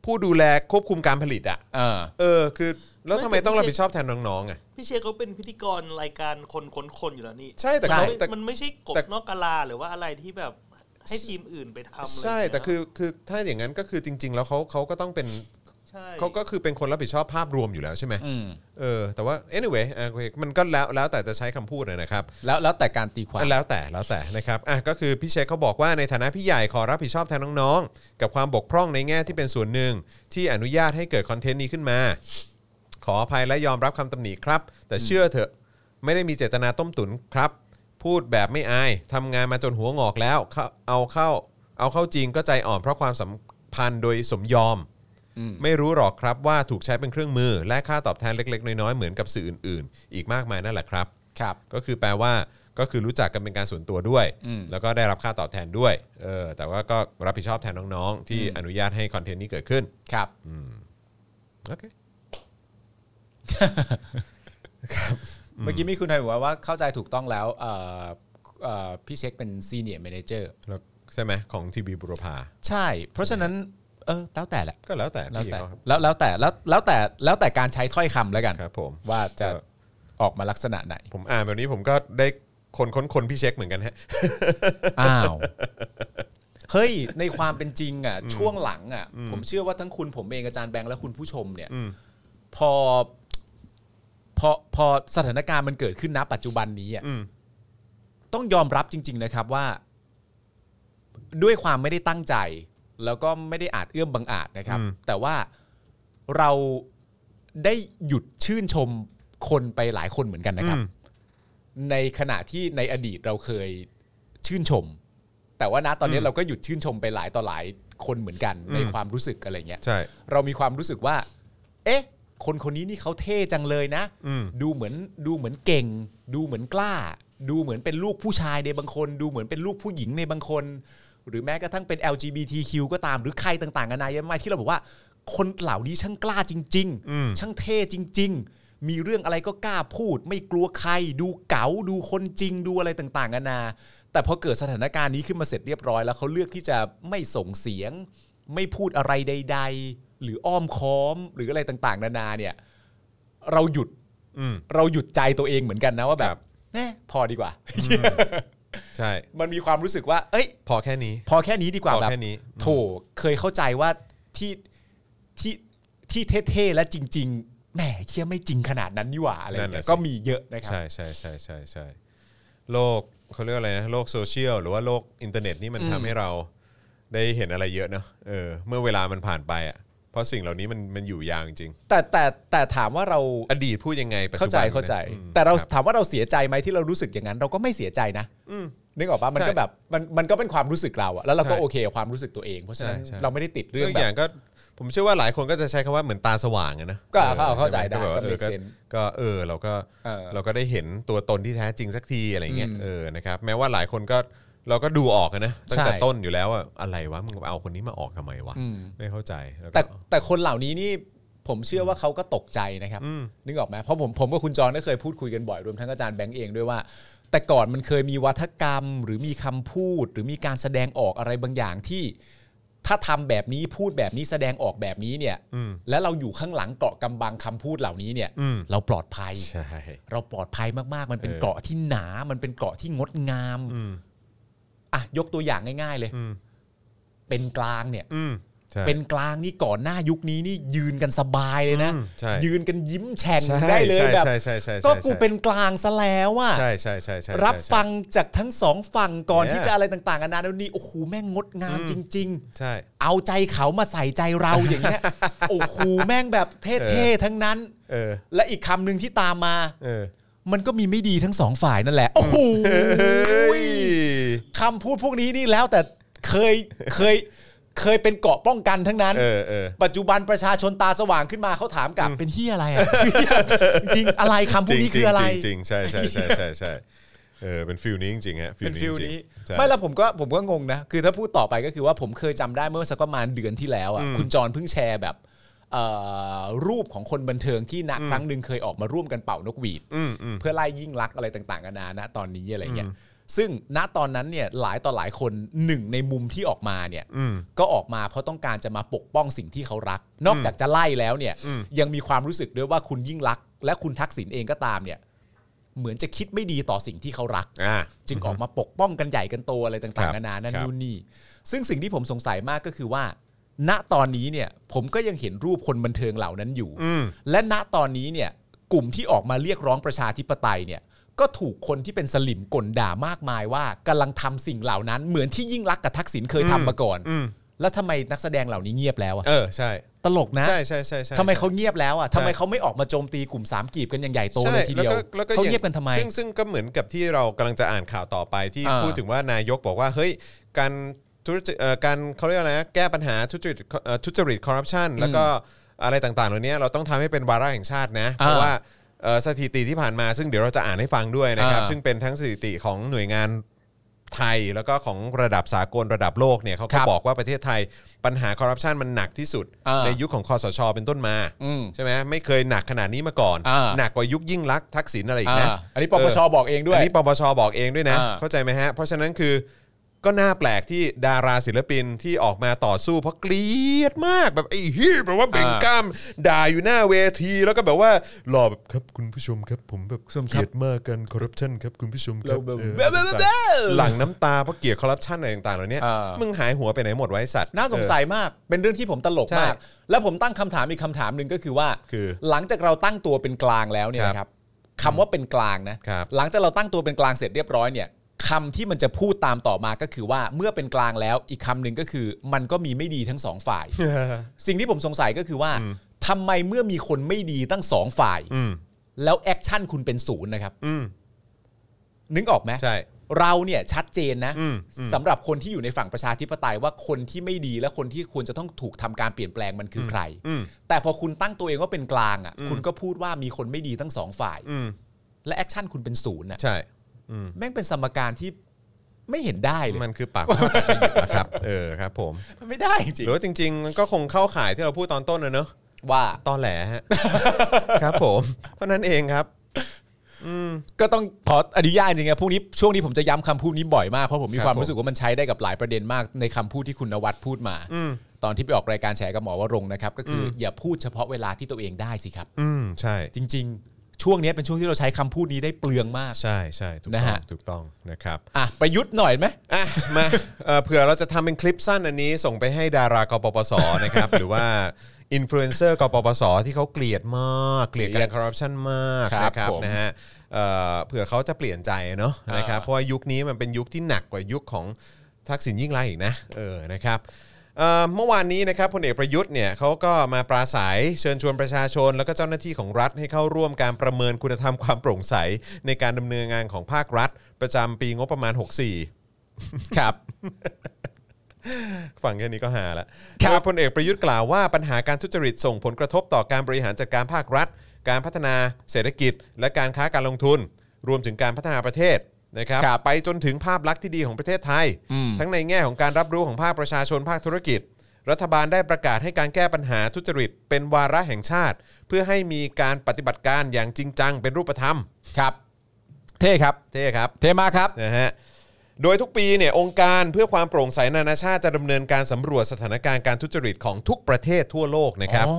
Speaker 2: ผู้ดูแลควบคุมการผลิตอ่ะ
Speaker 3: า
Speaker 2: เออคือแล้ว
Speaker 4: ไม่
Speaker 2: ทำไม
Speaker 4: แต่
Speaker 2: ต้อง
Speaker 4: ไม่
Speaker 2: รับ
Speaker 4: ใช่
Speaker 2: ผิดชอบแทนน้องๆอ่ะ
Speaker 4: พี่เชียร์เขาเป็นพิธีกรรายการคนคนคนอยู่แล้วนี่
Speaker 2: ใช่แต่
Speaker 3: ใช่
Speaker 2: เขา
Speaker 4: ไม่
Speaker 2: แต่
Speaker 4: มันไม่ใช่กบ
Speaker 2: แต่
Speaker 4: นอกกาลาหรือว่าอะไรที่แบบให้ทีมอื่นไปทำอะไร
Speaker 2: ใช่
Speaker 4: ย่างเงี้ย
Speaker 2: แต่คือคือถ้าอย่างนั้นก็คือจริง ๆ แล้วเขาเขาก็ต้องเป็น
Speaker 4: ใช่
Speaker 2: เขาก็คือเป็นคนรับผิดชอบภาพรวมอยู่แล้วใช่ไหม
Speaker 3: อืม
Speaker 2: เออแต่ว่า anyway อ่ะโอเคมันก็แล้วแล้วแต่จะใช้คำพูดอะนะครับ
Speaker 3: แล้วแล้วแต่การตีความ
Speaker 2: แล้วแต่แล้วแต่นะครับอ่ะก็คือพี่เชคเขาบอกว่าในฐานะพี่ใหญ่ขอรับผิดชอบแทนน้องๆ กับความบกพร่องในแง่ที่เป็นส่วนหนึ่ง ที่อนุญาตให้เกิดคอนเทนต์นี้ขึ้นมา ขออภัยและยอมรับคำตำหนิครับ แต่เชื่อเถอะไม่ได้มีเจตนาต้มตุ๋นครับ พูดแบบไม่อายทำงานมาจนหัวงอกแล้วเข้าเอาเข้า เอาเข้าจริงก็ใจอ่อนเพราะความสัมพันธ์โดยสมยอม
Speaker 3: อืม
Speaker 2: ไม่รู้หรอกครับว่าถูกใช้เป็นเครื่องมือ และค่าตอบแทนเล็ก ๆ น้อยๆเหมือนกับสื่ออื่น ๆ อีกมากมายนั่นแหละครับ
Speaker 3: ครับ
Speaker 2: ก็คือแปลว่าก็คือรู้จักกันเป็นการส่วนตัวด้วย
Speaker 3: อืม
Speaker 2: แล้วก็ได้รับค่าตอบแทนด้วยเออแต่ว่าก็รับผิดชอบแทนน้องๆ ที่
Speaker 3: อืม
Speaker 2: อนุญาตให้คอนเทนต์นี้เกิดขึ้น
Speaker 3: ครับ
Speaker 2: โอเค
Speaker 3: เมื่อกี้มีคุณไทยบอกว่าว่าเข้าใจถูกต้องแล้วเอ่อเอ่อพี่เช็คเป็นซีเนียร์แมเนเจอร์
Speaker 2: แล้วใช่ไหมของทีวีบุรพา
Speaker 3: ใช่ เพราะฉะนั้นเออแล้วแต่แหละ
Speaker 2: ก็แล้วแต่
Speaker 3: แล้ว
Speaker 2: พี่
Speaker 3: แต่
Speaker 2: เขาครับ
Speaker 3: แล้วแล้วแต่แล้วแล้วแต่แล้วแต่การใช้ถ้อยคำแล้วกัน
Speaker 2: ครับผม
Speaker 3: ว่าจะ
Speaker 2: เออ
Speaker 3: ออกมาลักษณะไหน
Speaker 2: ผมอ่านแบบนี้ผมก็ได้คนค้นคนพี่เช็คเหมือนกันฮะ
Speaker 3: อ้าว เฮ้ย ในความเป็นจริงอ่ะ ช่วงหลังอ่ะ ผมเชื่อว่าทั้งคุณผมเองอาจารย์แบงค์และคุณผู้ชมเนี่ย
Speaker 2: อืม
Speaker 3: พอ พอพอสถานการณ์มันเกิดขึ้นนะปัจจุบันนี้อ่ะ
Speaker 2: อืม
Speaker 3: ต้องยอมรับจริง ๆ นะครับว่า ด้วยความไม่ได้ตั้งใจ แล้วก็ไม่ได้อาจเอื้อมบังอาจนะครับ แต่ว่าเราได้หยุดชื่นชมคนไปหลายคนเหมือนกันนะครับ
Speaker 2: อืม
Speaker 3: ในขณะที่ในอดีตเราเคยชื่นชม แต่ว่าณตอนนี้เราก็หยุดชื่นชมไปหลายต่อหลายคนเหมือนกัน ในความรู้สึกอะไรเงี้ย
Speaker 2: ใช่
Speaker 3: เรามีความรู้สึกว่า เอ๊ะ คนคนนี้นี่เขาเท่จังเลยนะ
Speaker 2: อืม
Speaker 3: ดูเหมือนดูเหมือนเก่ง ดูเหมือนกล้า ดูเหมือนเป็นลูกผู้ชายในบางคน ดูเหมือนเป็นลูกผู้หญิงในบางคน หรือแม้กระทั่งเป็น LGBTQ ก็ตามหรือใครต่างๆกันานาเยอะมากที่เราบอกว่า คนเหล่านี้ช่างกล้าจริง ๆ ช่างเท่จริง ๆ มีเรื่องอะไรก็กล้าพูด ไม่กลัวใคร ดูเก๋าดูคนจริงดูอะไรต่างๆกันานา แต่พอเกิดสถานการณ์นี้ขึ้นมาเสร็จเรียบร้อยแล้วเขาเลือกที่จะไม่ส่งเสียง ไม่พูดอะไรใด ๆ หรืออ้อมค้อมหรืออะไรต่างๆ นานาเนี่ย เราหยุด
Speaker 2: อืม
Speaker 3: เราหยุดใจตัวเองเหมือนกันนะว่าแบ
Speaker 2: ครับ บ
Speaker 3: แน่พอดีกว่า
Speaker 2: ใช่
Speaker 3: มันมีความรู้สึกว่า เอ้ย
Speaker 2: พอแค่นี้
Speaker 3: พอแค่นี้ดีกว่า
Speaker 2: พอ
Speaker 3: แบบ
Speaker 2: แค่นี้
Speaker 3: โถเคยเข้าใจว่าที่ที่ที่เท่ๆและจริง ๆแหมเชี่ยไม่จริงขนาดนั้นนี่หว่าอะไร
Speaker 2: นั่นแห
Speaker 3: เงี้
Speaker 2: ละ
Speaker 3: ย
Speaker 2: สิ
Speaker 3: ก็มีเยอะนะครับ
Speaker 2: ใช่ใช่ใช่ใช่ใช่โลกเขาเรียกอะไรนะโลกโซเชียลหรือว่าโลกอินเทอร์เน็ตนี่มัน
Speaker 3: อืม
Speaker 2: ทำให้เราได้เห็นอะไรเยอะเนอะเออเมื่อเวลามันผ่านไปอ่ะเพราะสิ่งเหล่านี้มันมันอยู่ยาวจริง
Speaker 3: แต่แต่แต่ถามว่าเรา
Speaker 2: ๆอดีตพูดยังไงปัจจุบัน
Speaker 3: เข้าใจ
Speaker 2: นี่ย
Speaker 3: เข้าใจ
Speaker 2: อืม
Speaker 3: แต่เรา
Speaker 2: คบ
Speaker 3: ถามว่าเราเสียใจไหมที่เรารู้สึกอย่างนั้น เราก็ไม่เสียใจนะนึกออกปะมัน
Speaker 2: ใช่
Speaker 3: ก็แบบมันมันก็เป็นความรู้สึกเราอะแล้วเราก็
Speaker 2: ใช่
Speaker 3: โอเคกับความรู้สึกตัวเอง เพราะฉะนั้น
Speaker 2: ใช่ใช่
Speaker 3: เราไม่ได้ติดเรื่
Speaker 2: เรื่
Speaker 3: อ
Speaker 2: อง ง
Speaker 3: แบ
Speaker 2: อบ ย่างก็ผมเชื่อว่าหลายคนก็จะใช้คำว่าเหมือนตาสว่างอะนะ
Speaker 3: ก็เข้าเข้าใจได้
Speaker 2: ก็แบบว่าเออ
Speaker 3: ก็ make
Speaker 2: ก็
Speaker 3: sense
Speaker 2: ก็เออเราก็
Speaker 3: เออ
Speaker 2: เราก็ได้เห็นตัวตนที่แท้จริงสักทีอะไรเงี้ย
Speaker 3: อืม
Speaker 2: เออนะครับแม้ว่าหลายคนก็เราก็ดูออกอะนะตั้งแต่
Speaker 3: ใช่
Speaker 2: ต้นอยู่แล้วว่าอะไรวะมึงเอาคนนี้มาออกทำไมวะ
Speaker 3: อืม
Speaker 2: ไม่เข้าใจล้วก็
Speaker 3: แต่แต่คนเหล่านี้นี่ผมเชื่อว่าเขาก็ตกใจนะครับ
Speaker 2: อืม
Speaker 3: นึกออกไหมเพราะผมผมกับคุณจรก็เคยพูดคุยกันบ่อยรวมทั้งอาจารย์แบงค์เองด้วยว่า แต่ก่อนมันเคยมีวัฒกรรม หรือมีคำพูด หรือมีการแสดงออกอะไรบางอย่างที่ ถ้าทำแบบนี้พูดแบบนี้แสดงออกแบบนี้เนี่ย
Speaker 2: อืม
Speaker 3: และเราอยู่ข้างหลังเกราะกำบังคำพูดเหล่านี้เนี่ย
Speaker 2: อืม
Speaker 3: เราปลอดภัย
Speaker 2: ใช่
Speaker 3: เราปลอดภัยมากๆ มันเป็น
Speaker 2: เออ
Speaker 3: เกราะที่หนา มันเป็นเกราะที่งดงาม
Speaker 2: อืม
Speaker 3: อ่ะยกตัวอย่างง่าย ๆ เลย
Speaker 2: อืม
Speaker 3: เป็นกลางเนี่ย
Speaker 2: อืมใช่
Speaker 3: เป็นกลางนี่ก่อนหน้ายุคนี้นี่ยืนกันสบายเลยนะ
Speaker 2: อืมใช่
Speaker 3: ยืนกันยิ้มแฉ่ง
Speaker 2: ใช่
Speaker 3: ได้เลย
Speaker 2: ใช่
Speaker 3: แบบ
Speaker 2: ใช่ใช่ใช่ใช่
Speaker 3: ก็กูเป็นกลางซะแล้วอะ
Speaker 2: ใช่ใช่ใช่ใช่ใช่
Speaker 3: รับฟังจากทั้งสองฝั่งก่อน
Speaker 2: เนี่ย
Speaker 3: ที่จะอะไรต่างๆกันานาแล้วนี่โอ้โหแม่งงดงามจริง
Speaker 2: ใช่
Speaker 3: ๆ เอาใจเขามาใส่ใจเราอย่างเงี้ย โอ้โหแม่งแบบ
Speaker 2: เอ
Speaker 3: เท่
Speaker 2: อ
Speaker 3: ๆทั้งนั้น
Speaker 2: เออ
Speaker 3: และอีกคำหนึ่งที่ตามมา
Speaker 2: เออ
Speaker 3: มันก็มีไม่ดีทั้งสองฝ่ายนั่นแหละโอ้โห
Speaker 2: เฮ้ย
Speaker 3: คำพูดพวกนี้นี่แล้วแต่เคยเคยเคยเป็นเกราะป้องกันทั้งนั้น
Speaker 2: เออเออ
Speaker 3: ปัจจุบันประชาชนตาสว่างขึ้นมาเขาถามกลับเป็นเฮียอะไรอะ จริงๆอะไรคำพวกนี้คืออะไร
Speaker 2: จริงๆจริงๆใช่ใช่ใช่ใช่ใช่เออเป็นฟิลนี้จริงๆฮะ
Speaker 3: เป็นฟิล
Speaker 2: จริง
Speaker 3: นี้
Speaker 2: ๆใช่
Speaker 3: ไม่แล้วผมก็ผมก็งงนะ คือถ้าพูดต่อไปก็คือว่าผมเคยจำได้เมื่อสักประมาณเดือนที่แล้วอ่ะ
Speaker 2: อืม
Speaker 3: คุณจรเพิ่งแชร์แบบ เอ่อรูปของคนบันเทิงที่ณครั้งหนึ่งเคยออกมาร่วมกันเป่านกหวีด
Speaker 2: อืมอืม
Speaker 3: เพื่อไล่ยิ่งลักษณ์อะไรต่างๆกันานาณตอนนี้อะไรเงี้ยซึ่งณตอนนั้นเนี่ยหลายต่อหลายคนหนึ่งในมุมที่ออกมาเนี่ย
Speaker 2: อืม
Speaker 3: ก็ออกมาเพราะต้องการจะมาปกป้องสิ่งที่เขารัก นอกจากจะไล่แล้วเนี่ย
Speaker 2: อืม
Speaker 3: ยังมีความรู้สึกด้วยว่าคุณยิ่งลักษณ์และคุณทักษิณเองก็ตามเนี่ยเหมือนจะคิดไม่ดีต่อสิ่งที่เขารัก
Speaker 2: อ่า
Speaker 3: จึงออกมาปกป้องกันใหญ่กันโตอะไร
Speaker 2: ครั
Speaker 3: ต่าง
Speaker 2: บ
Speaker 3: ๆนานานั่น
Speaker 2: ครับ
Speaker 3: นู่นนี่ ซึ่งสิ่งที่ผมสงสัยมากก็คือว่า ณตอนนี้เนี่ยผมก็ยังเห็นรูปคนบันเทิงเหล่านั้นอยู่
Speaker 2: อืม
Speaker 3: และณตอนนี้เนี่ยกลุ่มที่ออกมาเรียกร้องประชาธิปไตยเนี่ยก็ถูกคนที่เป็นสลิมกลด่ามากมายว่ากำลังทำสิ่งเหล่านั้น เหมือนที่ยิ่งรักษณ์กับทักษิณเคยทำมาก่อน
Speaker 2: อืม
Speaker 3: แล้วทำไมนักแสดงเหล่านี้เงียบแล้วอะ
Speaker 2: เออใช่
Speaker 3: ตลกนะ
Speaker 2: ใช่ใช่ใช่ใช่
Speaker 3: ทำไมเขาเงียบแล้วอะทำไมเขาไม่ออกมาโจมตีกลุ่มสามกีบกันอย่างใหญ่โตเลยทีเดียว
Speaker 2: ใช่แล้แล้
Speaker 3: เขา
Speaker 2: อง
Speaker 3: เงียบกันทำไม
Speaker 2: ซึ่งซึ่งก็เหมือนกับที่เรากำลังจะอ่านข่าวต่อไปที่
Speaker 3: อ่า
Speaker 2: พูดถึงว่านายกบอกว่าเฮ้ยการทุจริตเอ่อการเขาเรียกว่าอะไรนะแก้ปัญหาทุจริตเอ่อทุจริตคอร์รัปชันแล้วก็อะไรต่างๆเหล่านี้เราต้องทำให้เป็นวาระแห่งชาตินะ
Speaker 3: อ่า
Speaker 2: เพราะว่าเอ่อสถิติที่ผ่านมาซึ่งเดี๋ยวเราจะอ่านให้ฟังด้วยนะครับ
Speaker 3: อ่า
Speaker 2: ซึ่งเป็นทั้งสถิติของหน่วยงานไทยแล้วก็ของระดับสากลระดับโลกเนี่ยเขา
Speaker 3: ค
Speaker 2: ก็
Speaker 3: รับ
Speaker 2: บอกว่าประเทศไทยปัญหาคอร์รัปชันมันหนักที่สุด
Speaker 3: อ่า
Speaker 2: ในยุคของคอสช เป็นต้นมา
Speaker 3: อืม
Speaker 2: ใช่ไหมไม่เคยหนักขนาดนี้มาก่อน
Speaker 3: อ่า
Speaker 2: หนักกว่ายุคยิ่งลักษณ์ทักษิณอะไรอีกนะ
Speaker 3: อ่าอันนี้ปปชบอกเองด้วย
Speaker 2: อันนี้ปปชบอกเองด้วยนะ
Speaker 3: อ่า
Speaker 2: เข้าใจไหมฮะ เพราะฉะนั้นคือก็น่าแปลกที่ดาราศิลปินที่ออกมาต่อสู้เพราะเกลียดมากแบบไอ้เฮียแบบว่าเบ่ง
Speaker 3: อ่าก
Speaker 2: ล้ามด่าอยู่หน้าเวที แล้วก็แบบว่าหล่อแบบครับคุณผู้ชมครับผมแบบ
Speaker 3: คุณผู้ชมครับ
Speaker 2: เกลียดมากกันคอร์รัปชันครับคุณผู้ชมค
Speaker 3: แล้
Speaker 2: รับ
Speaker 3: วแบบ
Speaker 2: เออ
Speaker 3: แบ๊ะแบ๊ะแบ๊ะแบ๊ะ
Speaker 2: หลังน้ำตาเพราะเกลียดคอร์รัปชันอะไรต่างๆเหล่านี้
Speaker 3: อ่ามึ
Speaker 2: มึงหายหัวไปไหนหมดไวะไอ้สัตว์
Speaker 3: น่าสงสัยมาก เป็นเรื่องที่ผมตลก
Speaker 2: ใช่
Speaker 3: มาก แล้วผมตั้งคำถามอีกคำถามหนึ่งก็คือว่า
Speaker 2: คือ
Speaker 3: หลังจากเราตั้งตัวเป็นกลางแล้วเนี่ยนะครับคำว่าเป็นกลางนะ
Speaker 2: ครับ
Speaker 3: หลังจากเราตั้งตัวเป็นกลางเสร็จเรียบร้อยเนี่ยคำที่มันจะพูดตามต่อมาก็คือว่าเมื่อเป็นกลางแล้วอีกคำหนึ่งก็คือ มันก็มีไม่ดีทั้งสองฝ่าย
Speaker 2: เออ
Speaker 3: สิ่งที่ผมสงสัยก็คือว่าทำไมเมื่อมีคนไม่ดีตั้งสองฝ่าย
Speaker 2: อืม
Speaker 3: แล้วแอคชั่นคุณเป็นศูนย์นะครับ
Speaker 2: อืม
Speaker 3: นึกออกไหม
Speaker 2: ใช่
Speaker 3: เราเนี่ยชัดเจนนะ
Speaker 2: อืมอืม
Speaker 3: สำหรับคนที่อยู่ในฝั่งประชาธิปไตยว่าคนที่ไม่ดีและคนที่ควรจะต้องถูกทำการเปลี่ยนแปลงมันคือใคร
Speaker 2: อืม
Speaker 3: แต่พอคุณตั้งตัวเองว่าเป็นกลางอ่ะคุณก็พูดว่ามีคนไม่ดีทั้งสองฝ่าย
Speaker 2: อืม
Speaker 3: และแอคชั่นคุณเป็นศูนย์อ่ะ
Speaker 2: ใช่ อืม
Speaker 3: แม่งเป็นสมการที่ไม่เห็นได้เลย
Speaker 2: มันคือปากว่าปากขยิบนะครับ เออครับผม
Speaker 3: มันไม่ได้จริ
Speaker 2: ห
Speaker 3: ง
Speaker 2: รือว่าจริงๆมันก็คงเข้าข่ายที่เราพูดตอนต้นนะเนอะ
Speaker 3: ๆว่า
Speaker 2: ตอนแหลฮะ ครับผมเท่านั้นเองครับ
Speaker 3: ก็ต้องขออนุญาตจริงๆนะพวกนี้ช่วงนี้ผมจะย้ำคำพูดนี้บ่อยมากเพราะผมมี
Speaker 2: ครับ
Speaker 3: ความ
Speaker 2: ผม
Speaker 3: รู้สึกว่ามันใช้ได้กับหลายประเด็นมากในคำพูดที่คุณนวัดพูดมา
Speaker 2: อืม
Speaker 3: ตอนที่ไปออกรายการแฉกับหมอวรงค์นะครับก็คือออย่าพูดเฉพาะเวลาที่ตัวเองได้สิครับ
Speaker 2: อืม ใช่
Speaker 3: จริงๆ ช่วงนี้เป็นช่วงที่เราใช้คำพูดนี้ได้เปลืองมาก
Speaker 2: ใช่ใช่ถูกต้
Speaker 3: นะ
Speaker 2: อง
Speaker 3: ฮะ
Speaker 2: ถูกต้องนะครับ
Speaker 3: อ่ะประยุทธ์หน่อยไหม
Speaker 2: อ่ะมาเอ่อเผื่อเราจะทำเป็นคลิปสั้นอันนี้ ส่งไปให้ดารากปปสนะครับ หรือว่าอินฟลูเอนเซอร์กปปสที่เขาเกลียดมากเกลียดการคอร์รัปชันมาก
Speaker 3: ครับ
Speaker 2: นะครับ
Speaker 3: ผม
Speaker 2: นะฮะเอ่อเผื่อเขาจะเปลี่ยนใจเนอะนะครับ
Speaker 3: อ่า
Speaker 2: เพราะว่ายุคนี้มันเป็นยุคที่หนักกว่ายุคของทักษิณยิ่งไรกษณ์อีกนะเออนะครับเอ่อเมื่อวานนี้นะครับพลเอกประยุทธ์เนี่ยเขาก็มาปราศัยเชิญชวนประชาชน แล้วก็เจ้าหน้าที่ของรัฐให้เข้าร่วมการประเมินคุณธรรมความโปร่งใส ในการดำเนินงานของภาครัฐ ประจำปีงบประมาณ 64
Speaker 3: ครับ
Speaker 2: ฟังแค่นี้ก็หาละ
Speaker 3: ครับ
Speaker 2: โดยพลเอกประยุทธ์กล่าวว่าปัญหาการทุจริตส่งผลกระทบต่อการบริหารจัดการภาครัฐ การพัฒนาเศรษฐกิจ และการค้าการลงทุน รวมถึงการพัฒนาประเทศนะครับ
Speaker 3: ครับ
Speaker 2: ไปจนถึงภาพลักษณ์ที่ดีของประเทศไทย
Speaker 3: อืม
Speaker 2: ทั้งในแง่ของการรับรู้ของภาคประชาชนภาคธุรกิจ รัฐบาลได้ประกาศให้การแก้ปัญหาทุจริต เป็นวาระแห่งชาติ เพื่อให้มีการปฏิบัติการอย่างจริงจังเป็นรูปธรรม
Speaker 3: ครับ เท่ครับ
Speaker 2: เท่ครับ
Speaker 3: เท่มากครับ
Speaker 2: นะฮะ โดยทุกปีเนี่ยองค์การเพื่อความโปร่งใสนานาชาติจะดำเนินการสำรวจสถานการณ์การทุจริตของทุกประเทศทั่วโลกนะครับ
Speaker 3: อ๋อ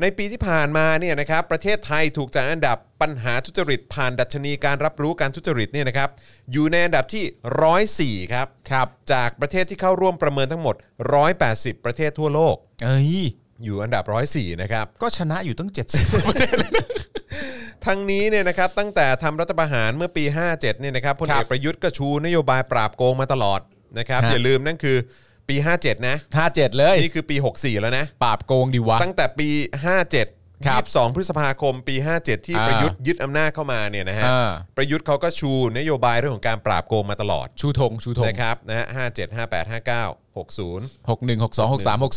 Speaker 2: ในปีที่ผ่านมาเนี่ยนะครับประเทศไทยถูกจัดอันดับปัญหาทุจริต ผ่านดัชนีการรับรู้การทุจริตเนี่ยนะครับอยู่ในอันดับที่ 104 ครับ
Speaker 3: ครับ
Speaker 2: จากประเทศที่เข้าร่วมประเมินทั้งหมด 180 ประเทศทั่วโลก
Speaker 3: เอ้ย
Speaker 2: อยู่อันดับ 104 นะครับ
Speaker 3: ก็ชนะอยู่ตั้ ง 70
Speaker 2: ทั้งนี้เนี่ยนะครับตั้งแต่ทำรัฐประหารเมื่อปี 57เนี่ยนะครับพล
Speaker 3: ค
Speaker 2: เอ
Speaker 3: รั
Speaker 2: บ กประยุทธ์ก็ชูนโยบายปราบโกงมาตลอดนะครับ
Speaker 3: ฮะ
Speaker 2: อย่าลืมนั่นคือปี 57 นะ
Speaker 3: 57 เลย
Speaker 2: นี่คือปี 64 แล้วนะ
Speaker 3: ปราบโกงดีวะ
Speaker 2: ตั้งแต่ปี 57
Speaker 3: ครับ
Speaker 2: 22 พฤษภาคมปี 57 ที่
Speaker 3: อ่า
Speaker 2: ประยุทธ์ยึดอำนาจเข้ามาเนี่ยนะฮะ
Speaker 3: อ่า
Speaker 2: ประยุทธ์เขาก็ชูนโยบายเรื่องของการปราบโกงมาตลอด
Speaker 3: ชูธงชูธง
Speaker 2: นะครับนะฮะ57 58 59 60
Speaker 3: 61 62
Speaker 2: หก
Speaker 3: 63 64
Speaker 2: สามหก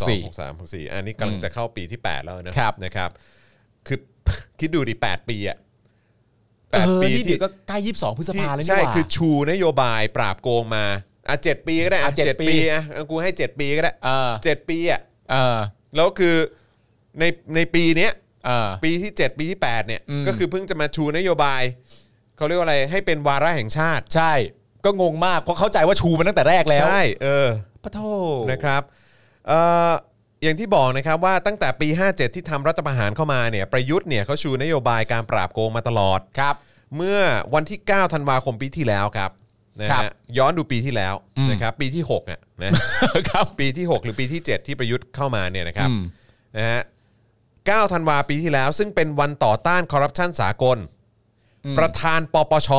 Speaker 2: สี่อันนี้กำลังจะเข้าปีที่ 8 แล้วนะครับ นะครับ คือ คิดดูดิ 8 ปีอะ
Speaker 3: เอ
Speaker 2: 8
Speaker 3: อ
Speaker 2: ปี
Speaker 3: นี่
Speaker 2: ที่
Speaker 3: เดี๋ยวก็ใกล้ 22 พฤษ
Speaker 2: ที่
Speaker 3: ภาแล้วนี่
Speaker 2: ใช่
Speaker 3: หว่า
Speaker 2: คือชูนโยบายปราบโกงมาอ่ะเจ็ดปีก็ได้อ่ะ
Speaker 3: อ่ะเจ็ด
Speaker 2: เจ็ด
Speaker 3: ปี
Speaker 2: ปีอ่ะกูให้ 7 ปีก็ได้
Speaker 3: เออ
Speaker 2: เจ็ดปีอะ
Speaker 3: เออ
Speaker 2: แล้วคือ ในในปีเนี้ย
Speaker 3: เออ
Speaker 2: ปีที่ 7 ปีที่ 8 เนี่ย
Speaker 3: อืม
Speaker 2: ก็คือเพิ่งจะมาชูนโยบาย เขาเรียกว่าอะไรให้เป็นวาระแห่งชาติ
Speaker 3: ใช่ ก็งงมากเพราะเข้าใจว่าชูมันตั้งแต่แรกแล้ว
Speaker 2: ใช่เออ
Speaker 3: ปะโท
Speaker 2: นะครับเอ่ออย่างที่บอกนะครับว่าตั้งแต่ปี 57 ที่ทำรัฐประหารเข้ามาเนี่ยประยุทธ์เนี่ยเขาชูนโยบายการปราบโกงมาตลอด
Speaker 3: ครับ
Speaker 2: เมื่อวันที่ 9 ธันวาคมปีที่แล้วครับนะ
Speaker 3: ครั
Speaker 2: ฮะ
Speaker 3: บ
Speaker 2: ย้อนดูปีที่แล้ว
Speaker 3: อืม
Speaker 2: นะครับปีที่6อ่ะนะ
Speaker 3: ครับ
Speaker 2: ปีที่ 6 หรือปีที่ 7 ที่ประยุทธ์เข้ามาเนี่ยนะครับ
Speaker 3: อืม
Speaker 2: นะฮะ9ธันวาปีที่แล้ว ซึ่งเป็นวันต่อต้านคอร์รัปชันสากล ประธานปปช